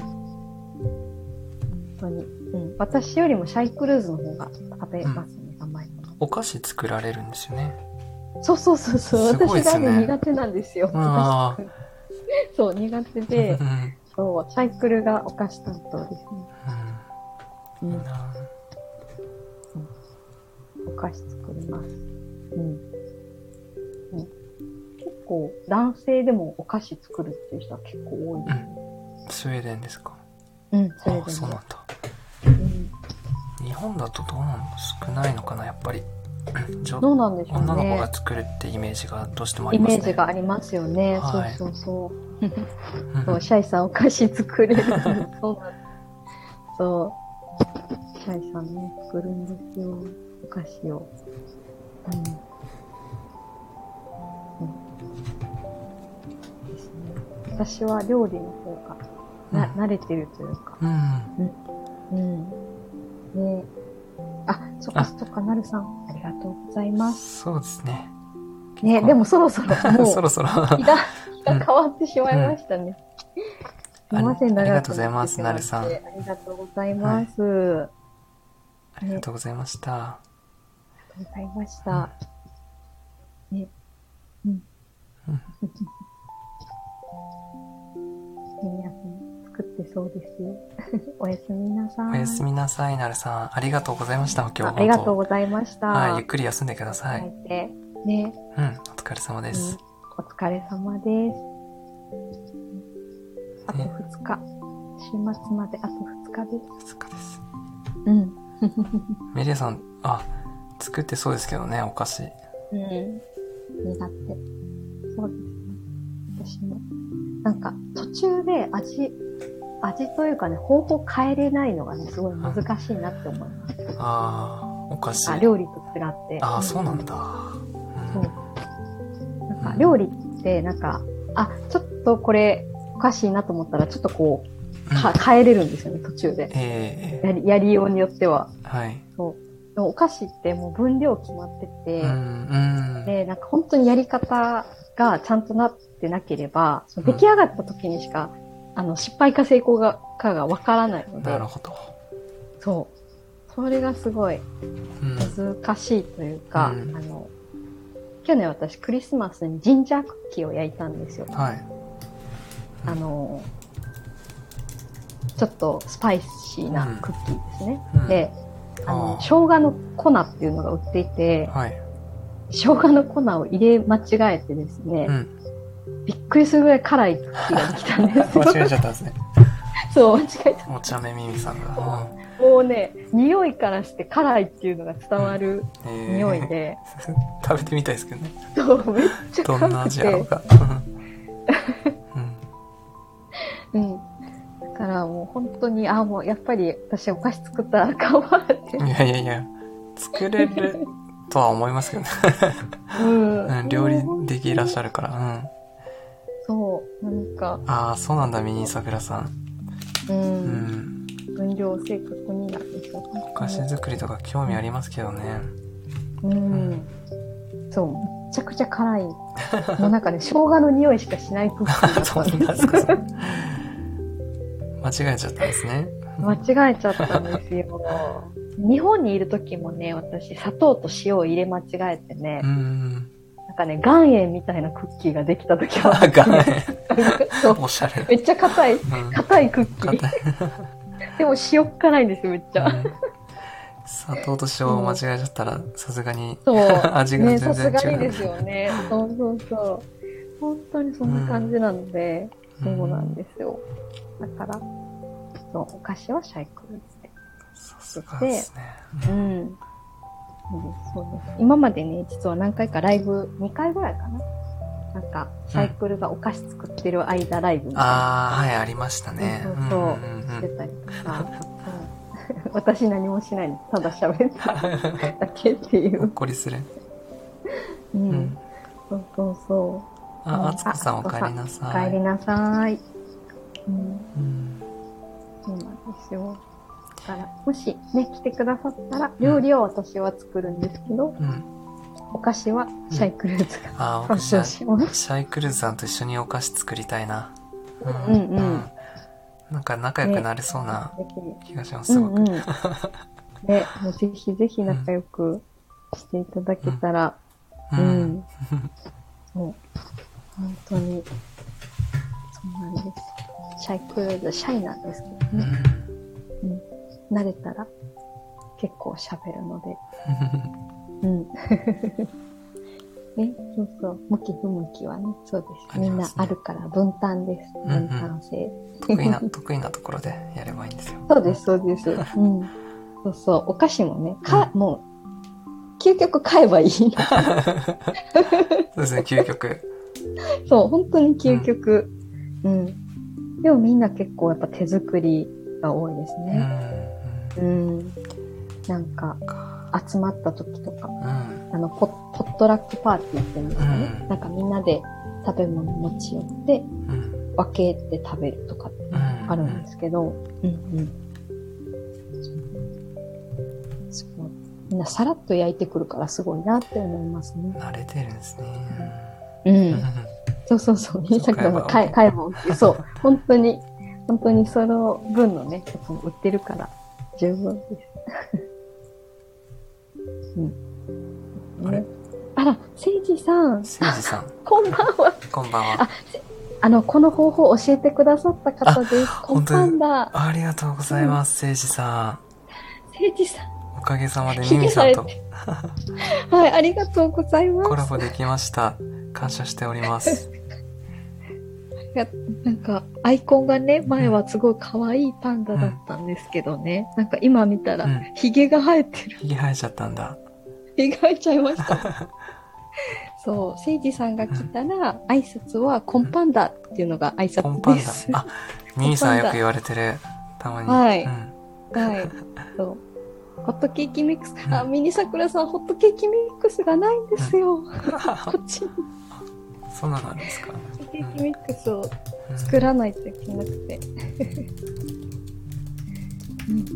[SPEAKER 2] 本当に。うん。私よりもシャイクルーズの方が食べますね、甘いもの。
[SPEAKER 1] お菓子作られるんですよね。
[SPEAKER 2] そうそうそうそう、
[SPEAKER 1] すごいっ
[SPEAKER 2] 私
[SPEAKER 1] す
[SPEAKER 2] が
[SPEAKER 1] ね
[SPEAKER 2] ね苦手なんですよ。
[SPEAKER 1] あ
[SPEAKER 2] そう、苦手
[SPEAKER 1] う
[SPEAKER 2] で、
[SPEAKER 1] ん
[SPEAKER 2] そう、サイクルがお菓子担当ですね。う
[SPEAKER 1] うん。いいな
[SPEAKER 2] ん、お菓子作ります。うん。うん、結構、男性でもお菓子作るっていう人は結構多いですね。
[SPEAKER 1] スウェーデンですか。
[SPEAKER 2] うん、そ
[SPEAKER 1] あ
[SPEAKER 2] れでも。
[SPEAKER 1] あ、そうなんだ。
[SPEAKER 2] うん
[SPEAKER 1] 日本だとどうなの少ないのかな、やっぱり。 女
[SPEAKER 2] どうなんでしょうね。
[SPEAKER 1] 女の子が作るってイメージがどうしてもあ
[SPEAKER 2] イ
[SPEAKER 1] ります
[SPEAKER 2] メ
[SPEAKER 1] ね。
[SPEAKER 2] ージがありますよね。
[SPEAKER 1] はい
[SPEAKER 2] そうそうそう。
[SPEAKER 1] うん
[SPEAKER 2] そう、シャイさんお菓子作れる。そうなんです。そう。シャイさんね、作るんですよ。お菓子を。うん。うん。ですね。私は料理の方が、な、慣れてるというか。
[SPEAKER 1] うん。
[SPEAKER 2] うん。ねあ、そっ
[SPEAKER 1] あ
[SPEAKER 2] かそっか、なるさん、ありがとうございます。
[SPEAKER 1] そうですね。
[SPEAKER 2] ね、
[SPEAKER 1] 結構
[SPEAKER 2] でもそろそろ、も、
[SPEAKER 1] そうろそろ。
[SPEAKER 2] 日が、日が変わってしまいましたね。すいません、
[SPEAKER 1] あり
[SPEAKER 2] 長くなっ
[SPEAKER 1] がと
[SPEAKER 2] てしまって
[SPEAKER 1] うございます、なるさん。
[SPEAKER 2] あ
[SPEAKER 1] あ
[SPEAKER 2] りがとうございます。あ
[SPEAKER 1] りがとうございました。
[SPEAKER 2] りがとうございました。ね。うん。
[SPEAKER 1] うん
[SPEAKER 2] 皆さん、作ってそうですよ。 おやすみなさい。
[SPEAKER 1] おやすみなさい、なるさん。ありがとうございました、今日
[SPEAKER 2] あありがとう
[SPEAKER 1] ご
[SPEAKER 2] ございました。
[SPEAKER 1] はい、ゆっくり休んでください。
[SPEAKER 2] いて。ね。
[SPEAKER 1] うん、お疲れ様です。
[SPEAKER 2] うんお疲れ様です。あと
[SPEAKER 1] ね
[SPEAKER 2] 2日。週末まであと2日です。
[SPEAKER 1] 静かです。
[SPEAKER 2] うん。
[SPEAKER 1] メリアさん、あ、作ってそうですけどね、お菓子。
[SPEAKER 2] うん。苦手。そうですね。私も。なんか、途中で味、味というかね、方法変えれないのがね、すごい難しいなって思います。
[SPEAKER 1] ああ、お菓子。
[SPEAKER 2] あ、料理と違って。
[SPEAKER 1] ああ、そうなんだ。
[SPEAKER 2] そう。なんか、料理って、なんか、あ、ちょっとこれ、かしいなと思ったら、ちょっとこう、か変えれるんですよね、途中で。
[SPEAKER 1] ええ
[SPEAKER 2] やり、やりようによっては。
[SPEAKER 1] はい。
[SPEAKER 2] そう。でもお菓子ってもう分量決まってて、
[SPEAKER 1] うん、うん。
[SPEAKER 2] で、なんか本当にやり方がちゃんとなってなければ、その出来上がった時にしか、あの、失敗か成功が、かがわからないの
[SPEAKER 1] な
[SPEAKER 2] で
[SPEAKER 1] る、ほど。
[SPEAKER 2] そう。それがすごい
[SPEAKER 1] うん。
[SPEAKER 2] 難しいというか、
[SPEAKER 1] うん
[SPEAKER 2] あの、去年私クリスマスにジンジャークッキーを焼いたんですよ。
[SPEAKER 1] はい。
[SPEAKER 2] あの、ちょっとスパイシーなクッキーですね。
[SPEAKER 1] うん
[SPEAKER 2] で、あ
[SPEAKER 1] あ
[SPEAKER 2] の、
[SPEAKER 1] ー
[SPEAKER 2] 生姜の粉っていうのが売っていて、
[SPEAKER 1] はい。
[SPEAKER 2] 生姜の粉を入れ間違えてですね、
[SPEAKER 1] うん。
[SPEAKER 2] びっくりするぐらい辛いクッキーができた んですよ。
[SPEAKER 1] 間違えちゃったんですね。
[SPEAKER 2] そう、間違えた。
[SPEAKER 1] お茶目耳さん が。うん
[SPEAKER 2] もうね、匂いからして辛いっていうのが伝わる
[SPEAKER 1] ええ
[SPEAKER 2] 匂い。で、
[SPEAKER 1] 食べてみたいですけどね。
[SPEAKER 2] そう、めっちゃ
[SPEAKER 1] どんな
[SPEAKER 2] 辛く
[SPEAKER 1] 味やろう
[SPEAKER 2] て。
[SPEAKER 1] か。うん。
[SPEAKER 2] うん。だからもう本当に、あ、もうやっぱり私お菓子作ったらあかんわって。
[SPEAKER 1] うんいやいやいや、作れるとは思いますけど ね。
[SPEAKER 2] うん。
[SPEAKER 1] うん、 料理できいらっしゃるから。うん。
[SPEAKER 2] そう、なんか、
[SPEAKER 1] ああ、そうなんだ、ミニさくらさん。
[SPEAKER 2] う、
[SPEAKER 1] うんん。
[SPEAKER 2] 分量正確になんですよ。
[SPEAKER 1] お菓子作りとか興味ありますけどね。
[SPEAKER 2] うん。そう、めちゃくちゃ辛い。もうなんかね、生姜の匂いしかしないクッキーだ っ
[SPEAKER 1] そ
[SPEAKER 2] た
[SPEAKER 1] うなんん
[SPEAKER 2] で
[SPEAKER 1] ですか。それ間違えちゃったんですね。
[SPEAKER 2] す。間違えちゃったんですよ。日本にいる時もね、私、砂糖と塩を入れ間違えてね
[SPEAKER 1] う、ん。
[SPEAKER 2] なんかね、岩塩みたいなクッキーができた時は
[SPEAKER 1] あ、画面。
[SPEAKER 2] そう
[SPEAKER 1] おしゃれ。
[SPEAKER 2] めっちゃ硬い、
[SPEAKER 1] うん。
[SPEAKER 2] 硬いクッキ
[SPEAKER 1] 硬い。
[SPEAKER 2] ー。でも塩辛いんですよ、めっちゃ。
[SPEAKER 1] うん砂糖と塩を間違えちゃったら、さすがに
[SPEAKER 2] そう。
[SPEAKER 1] 味が
[SPEAKER 2] ね、
[SPEAKER 1] 全
[SPEAKER 2] さす
[SPEAKER 1] 然
[SPEAKER 2] が
[SPEAKER 1] 違
[SPEAKER 2] に
[SPEAKER 1] う。
[SPEAKER 2] ですよね。そうそうそう。本当にそんな感じなので、
[SPEAKER 1] うん
[SPEAKER 2] そうなんですよ。だから、そう、お菓子はシャイクですね。
[SPEAKER 1] さすがですね。
[SPEAKER 2] うん。そうです。今までね、実は何回かライブ、2回ぐらいかな。なんか、サイクルがお菓子作ってる間ライブみた
[SPEAKER 1] ああ、はい、ありましたね。
[SPEAKER 2] そうそうそうん
[SPEAKER 1] ん
[SPEAKER 2] いなの
[SPEAKER 1] ん
[SPEAKER 2] してたりとか。うん私何もしないんです。ただ喋っただけってい
[SPEAKER 1] ほっ
[SPEAKER 2] う。
[SPEAKER 1] こりする。
[SPEAKER 2] う
[SPEAKER 1] うんん。。
[SPEAKER 2] そうそうそう。
[SPEAKER 1] あ、あつこさんお帰りな
[SPEAKER 2] お
[SPEAKER 1] さ
[SPEAKER 2] 帰り
[SPEAKER 1] い。
[SPEAKER 2] なさい。うん、
[SPEAKER 1] うん
[SPEAKER 2] そうなんですよ。だから、もしね、来てくださったら、料理を私は作るんですけど、
[SPEAKER 1] うん。
[SPEAKER 2] お菓子はシャイクルーズ
[SPEAKER 1] あ
[SPEAKER 2] が
[SPEAKER 1] ー、僕
[SPEAKER 2] 発
[SPEAKER 1] シャ
[SPEAKER 2] 祥します。
[SPEAKER 1] シャイクルーズさんと一緒にお菓子作りたいな。うん
[SPEAKER 2] うんうん
[SPEAKER 1] なんか仲良くなれそうな
[SPEAKER 2] ぜひ
[SPEAKER 1] 気がします、すご
[SPEAKER 2] う
[SPEAKER 1] く。
[SPEAKER 2] んうん。ね、もうぜひぜひ仲良くしていただけたら、
[SPEAKER 1] う
[SPEAKER 2] うん。
[SPEAKER 1] ん。
[SPEAKER 2] そう。本当に、そうなんです。シャイクルーズ、シャイなんですけど
[SPEAKER 1] うん
[SPEAKER 2] ね。慣れたら、結構喋るので、うん。 ね、そうそう。向き不向きはね、そうで
[SPEAKER 1] あ
[SPEAKER 2] す。
[SPEAKER 1] り
[SPEAKER 2] みん
[SPEAKER 1] ま
[SPEAKER 2] な
[SPEAKER 1] すね
[SPEAKER 2] あるから分担です。
[SPEAKER 1] うんうん
[SPEAKER 2] 分担制。
[SPEAKER 1] 得意な、得意なところでやればいいんですよ。
[SPEAKER 2] そうです、そうです。うん。そうそう。お菓子もね、か、もう、究極買え ばいい。
[SPEAKER 1] そうですね、究極。
[SPEAKER 2] そう、本当に究極。うん。でもみんな結構やっぱ手作りが多いです
[SPEAKER 1] うん。う
[SPEAKER 2] ね。うん。なんか、集まった時とか、
[SPEAKER 1] ん。
[SPEAKER 2] あのポ、ポットラックパーティーっていうんですかね。
[SPEAKER 1] うん
[SPEAKER 2] なんかみんなで食べ物持ち寄って、
[SPEAKER 1] うん。
[SPEAKER 2] 分けて食べるとかってあるんですけど、うんうん。すごい。みんなさらっと焼いてくるからすごいなって思いますね。
[SPEAKER 1] 慣れてるんですね。
[SPEAKER 2] う
[SPEAKER 1] うん
[SPEAKER 2] ん。そうそうそう。新作の買え、買えば OK そう。本当に、本当にその分のね、やつも売ってるから十分です。うん。
[SPEAKER 1] あれ
[SPEAKER 2] ねあら、せいじさん、
[SPEAKER 1] せいじさん、
[SPEAKER 2] こんばんは。
[SPEAKER 1] こんばんは。
[SPEAKER 2] ああの、この方法を教えてくださった方です。こんばんは。
[SPEAKER 1] ありがとうございます、せいじさ
[SPEAKER 2] せいじさん。
[SPEAKER 1] ん。おかげさまで
[SPEAKER 2] ひ
[SPEAKER 1] ミ
[SPEAKER 2] げ
[SPEAKER 1] ミ
[SPEAKER 2] 生
[SPEAKER 1] さん
[SPEAKER 2] え
[SPEAKER 1] と
[SPEAKER 2] て。はい、ありがとうございます。
[SPEAKER 1] コラボできました。感謝しております。
[SPEAKER 2] なんか、アイコンがね、前はすごい可愛いパンダだったんですけどね。なんか今見たら
[SPEAKER 1] うん、
[SPEAKER 2] ヒゲが生えてる。
[SPEAKER 1] ひ げ生えちゃったんだ。
[SPEAKER 2] ヒゲ生えちゃいました。 そう、せいじさんが来たら、挨拶はコンパンダっていうのが挨
[SPEAKER 1] コン
[SPEAKER 2] 拶
[SPEAKER 1] パ
[SPEAKER 2] で
[SPEAKER 1] ンダ
[SPEAKER 2] す。。
[SPEAKER 1] あ、ミミさんよく言われてる。たまに。
[SPEAKER 2] はい
[SPEAKER 1] うん。
[SPEAKER 2] はい。そう。ホットケーキミックス、あ、ミニサクラさん、ホットケーキミックスがないん ですよ。こっちにホ
[SPEAKER 1] そうなんですか。
[SPEAKER 2] ットケーキミックスを作らないといけなくて。うんね、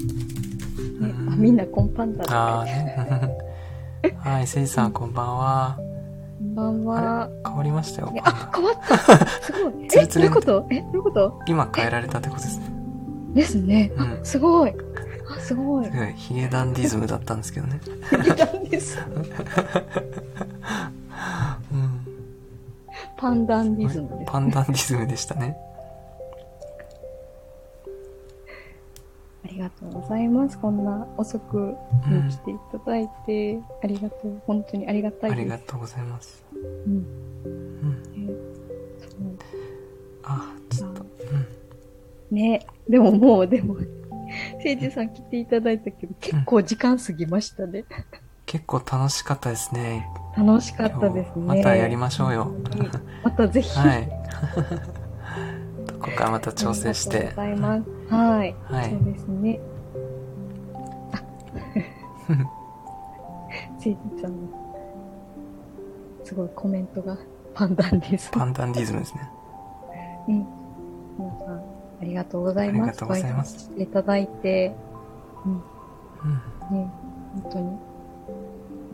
[SPEAKER 2] あみんなこんぱんだって。
[SPEAKER 1] ああね。 はい、せいさん、こんばんは。
[SPEAKER 2] こんばん
[SPEAKER 1] あ
[SPEAKER 2] は。
[SPEAKER 1] れ変わりましたよ。
[SPEAKER 2] えあ、変 わった。すごい。
[SPEAKER 1] ツル
[SPEAKER 2] え、
[SPEAKER 1] ツ
[SPEAKER 2] どう
[SPEAKER 1] ル
[SPEAKER 2] いうことえ、どういうこと
[SPEAKER 1] 今変えられたってことですね。
[SPEAKER 2] ですね。
[SPEAKER 1] う
[SPEAKER 2] あ、
[SPEAKER 1] ん
[SPEAKER 2] すごい。あ、すごい
[SPEAKER 1] す。ごいヒゲダンディズムだったんですけどね。
[SPEAKER 2] なんです。
[SPEAKER 1] うん。
[SPEAKER 2] パンダンディズムです。
[SPEAKER 1] パンダンディズムでしたね。
[SPEAKER 2] ありがとうございます。こんな遅くに来ていただいて、ありがとう。本当にありがた
[SPEAKER 1] あ
[SPEAKER 2] い
[SPEAKER 1] り
[SPEAKER 2] で
[SPEAKER 1] が
[SPEAKER 2] す。
[SPEAKER 1] とうございます。
[SPEAKER 2] うん
[SPEAKER 1] うん。
[SPEAKER 2] そう
[SPEAKER 1] あ、ちょっと。う
[SPEAKER 2] ね、でももう、でも、せいじさん来ていただいたけど、結構時間過ぎましたね。
[SPEAKER 1] ん。結構楽しかったですね。
[SPEAKER 2] 楽しかったですね。
[SPEAKER 1] 今日またやりましょうよ。
[SPEAKER 2] またぜひ。
[SPEAKER 1] はい。 どこかまた調整し
[SPEAKER 2] あり
[SPEAKER 1] て
[SPEAKER 2] が。とうございます。はい。
[SPEAKER 1] はい
[SPEAKER 2] そうで すね。あせいじさんの、すごいコメントがパンダンです。
[SPEAKER 1] パンダンディズムですね。
[SPEAKER 2] うん。皆さん、ありがとうございます。
[SPEAKER 1] ありがとうございます
[SPEAKER 2] ご挨拶していただいて、
[SPEAKER 1] う
[SPEAKER 2] ね、本当に。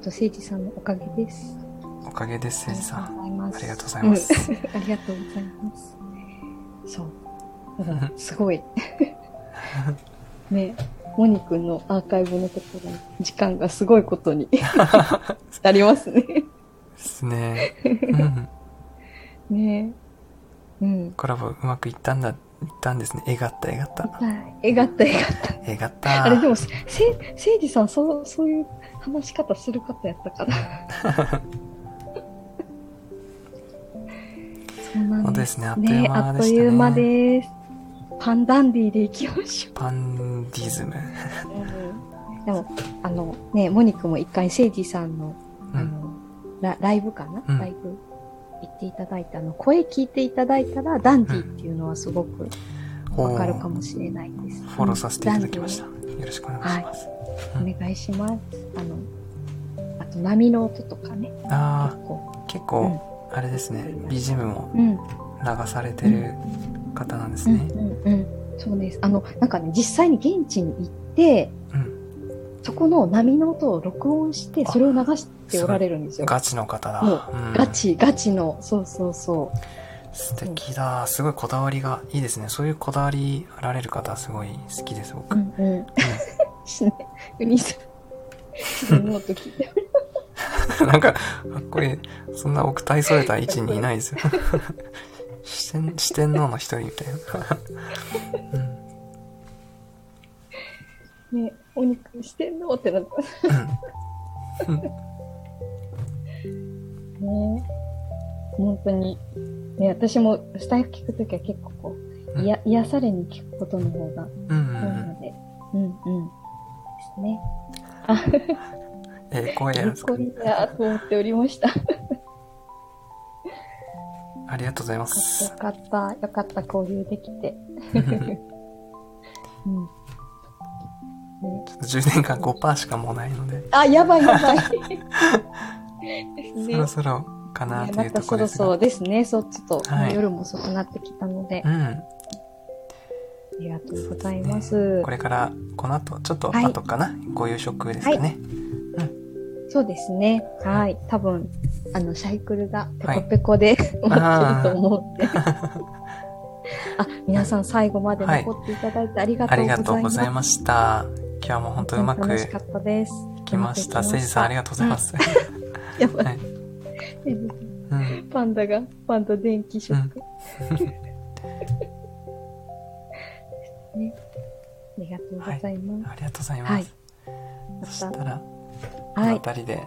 [SPEAKER 2] あと、せいじさんのおかげです。
[SPEAKER 1] ん。おかげです、せいじさん。
[SPEAKER 2] ん
[SPEAKER 1] ありがとうございま。す。
[SPEAKER 2] うん ありがとうございます。そう。だから、すごい。ね、モニ君のアーカイブのところに、時間がすごいこと になりますね。
[SPEAKER 1] ですね。うん。
[SPEAKER 2] ねうん。
[SPEAKER 1] コラボうまくいったんだ、いったんですね。えがった、えがった。
[SPEAKER 2] はい。えがった、えがった。
[SPEAKER 1] えがった。
[SPEAKER 2] あれでも、せ、せいじさん、そう、そういう話し方する方やったから。 そうな
[SPEAKER 1] 本
[SPEAKER 2] ん
[SPEAKER 1] 当
[SPEAKER 2] で。
[SPEAKER 1] ですすね、あっという
[SPEAKER 2] ね、あ
[SPEAKER 1] 間
[SPEAKER 2] っ
[SPEAKER 1] でし
[SPEAKER 2] と
[SPEAKER 1] たね。
[SPEAKER 2] いう間です。パンダンディで行きましょ
[SPEAKER 1] パンディズム。
[SPEAKER 2] う。でも、あの、ね、モニクも一回、せいじさんの、
[SPEAKER 1] う
[SPEAKER 2] あ
[SPEAKER 1] ん。
[SPEAKER 2] の、ラライブかな、
[SPEAKER 1] うん
[SPEAKER 2] ライブ行っていただいたあの、声聞いていただいたら、ダンディっていうのはすごくわかるか
[SPEAKER 1] ほ
[SPEAKER 2] もしれないです。
[SPEAKER 1] うフォローさせていただきました。
[SPEAKER 2] ダン
[SPEAKER 1] よろしくお願いします。
[SPEAKER 2] ディ。お願いします。あの、あと波の音とかね。
[SPEAKER 1] あ
[SPEAKER 2] 結構。
[SPEAKER 1] あ、結構、あれですね、BGM も
[SPEAKER 2] うん。
[SPEAKER 1] 流されてる方なんですね。
[SPEAKER 2] うんうんうん、そうです。あの、なんかね、実際に現地に行って、
[SPEAKER 1] うん。
[SPEAKER 2] そこの波の音を録音して、それを流しておられるんですよ。
[SPEAKER 1] ガチの方だ。
[SPEAKER 2] もう
[SPEAKER 1] うん
[SPEAKER 2] ガチ、ガチの、そうそうそ
[SPEAKER 1] 素敵だ。すごいこだわりがいいですね。そういうこだわりあられる方、すごい好きです、
[SPEAKER 2] う。
[SPEAKER 1] 僕。
[SPEAKER 2] う
[SPEAKER 1] うん
[SPEAKER 2] んうん。 しね、ユ ニさん、ノート聞いて。
[SPEAKER 1] なんか、かっこいい。そんな奥体それた位置にいないですよ。四天四天王の一人みたいな。うん
[SPEAKER 2] ね、お肉してんのってなった。ね本当に。ね、私もスタイフ聞くときは結構こう、いや、癒されに聞くことの方が
[SPEAKER 1] うんうんう
[SPEAKER 2] 多い
[SPEAKER 1] ん。
[SPEAKER 2] ので。うんうん。ですね。
[SPEAKER 1] えー、光栄なん
[SPEAKER 2] ニ
[SPEAKER 1] ですか
[SPEAKER 2] コリだと思っておりました。よ
[SPEAKER 1] ありがとうございます。
[SPEAKER 2] かった、よかった、交流できて。うん。ね
[SPEAKER 1] 充電が5%しかもうないので、
[SPEAKER 2] あ、やばいやばい。です
[SPEAKER 1] そ
[SPEAKER 2] ね。
[SPEAKER 1] ろそろかなって
[SPEAKER 2] ま
[SPEAKER 1] いうと
[SPEAKER 2] た
[SPEAKER 1] こ
[SPEAKER 2] そ
[SPEAKER 1] ろ
[SPEAKER 2] ろ
[SPEAKER 1] ですが。
[SPEAKER 2] そろですね。そう、ちょっと、
[SPEAKER 1] はい
[SPEAKER 2] 夜も遅くなってきたので、
[SPEAKER 1] う
[SPEAKER 2] あ
[SPEAKER 1] ん。
[SPEAKER 2] りがとうございます。
[SPEAKER 1] これから、この後、ちょっと
[SPEAKER 2] はい
[SPEAKER 1] 後かな、ご夕食ですかね。
[SPEAKER 2] そうですね。はい。多分、あの、サイクルがペコペ コで、
[SPEAKER 1] あ
[SPEAKER 2] 待
[SPEAKER 1] ー
[SPEAKER 2] ってると思って。 あ、皆さん最後まで残っていただいてありがと
[SPEAKER 1] あ
[SPEAKER 2] う
[SPEAKER 1] り
[SPEAKER 2] ございます。
[SPEAKER 1] がとうございました。今日はもう本当うまく
[SPEAKER 2] 楽
[SPEAKER 1] い
[SPEAKER 2] しかったです。
[SPEAKER 1] きました。せいじさんあり
[SPEAKER 2] が
[SPEAKER 1] がとうございます。
[SPEAKER 2] とうござ
[SPEAKER 1] はいい
[SPEAKER 2] ます。やばい
[SPEAKER 1] うん。
[SPEAKER 2] パンダが、パンダ電気ショック。ね。ありがとうございま
[SPEAKER 1] ありがとうござい
[SPEAKER 2] は
[SPEAKER 1] ま
[SPEAKER 2] い
[SPEAKER 1] す。そ
[SPEAKER 2] す。
[SPEAKER 1] し
[SPEAKER 2] ま
[SPEAKER 1] たら、
[SPEAKER 2] た、
[SPEAKER 1] この
[SPEAKER 2] は
[SPEAKER 1] あ
[SPEAKER 2] い。
[SPEAKER 1] たりで、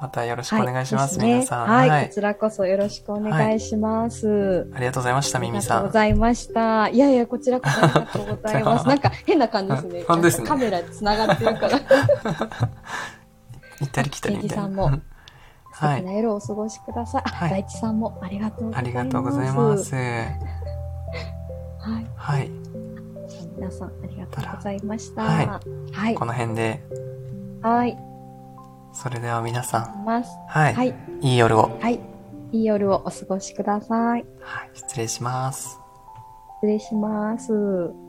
[SPEAKER 1] またよろしくお願いします、
[SPEAKER 2] はい
[SPEAKER 1] 皆さん。
[SPEAKER 2] はい。こちらこそよろしくお願いします。
[SPEAKER 1] ありがとうございました、
[SPEAKER 2] あ
[SPEAKER 1] ミ
[SPEAKER 2] りが
[SPEAKER 1] ミ
[SPEAKER 2] と
[SPEAKER 1] さ
[SPEAKER 2] うご
[SPEAKER 1] ん。
[SPEAKER 2] ざいました。いやいや、こちらこそありがとうござ います。なんか変な感じですね。
[SPEAKER 1] 本当ですね
[SPEAKER 2] なんかカメラ繋がっ てるから。
[SPEAKER 1] 行ったり来たりみたいな。
[SPEAKER 2] せいじさんも
[SPEAKER 1] うん
[SPEAKER 2] 素
[SPEAKER 1] は
[SPEAKER 2] 敵
[SPEAKER 1] い。
[SPEAKER 2] な夜をお過ごしください。
[SPEAKER 1] はい
[SPEAKER 2] あ大地さんもありがとうござ
[SPEAKER 1] あ
[SPEAKER 2] います。
[SPEAKER 1] りがとうございます。は
[SPEAKER 2] はい。
[SPEAKER 1] い。
[SPEAKER 2] 皆さんありがとうございました。
[SPEAKER 1] は
[SPEAKER 2] はい。はい。
[SPEAKER 1] この辺で、
[SPEAKER 2] はい。
[SPEAKER 1] それでは皆さん、
[SPEAKER 2] ます。
[SPEAKER 1] は。
[SPEAKER 2] はいい。
[SPEAKER 1] いい夜を。
[SPEAKER 2] はい。いい夜をお過ごしください。
[SPEAKER 1] はい。失礼します。
[SPEAKER 2] 失礼します。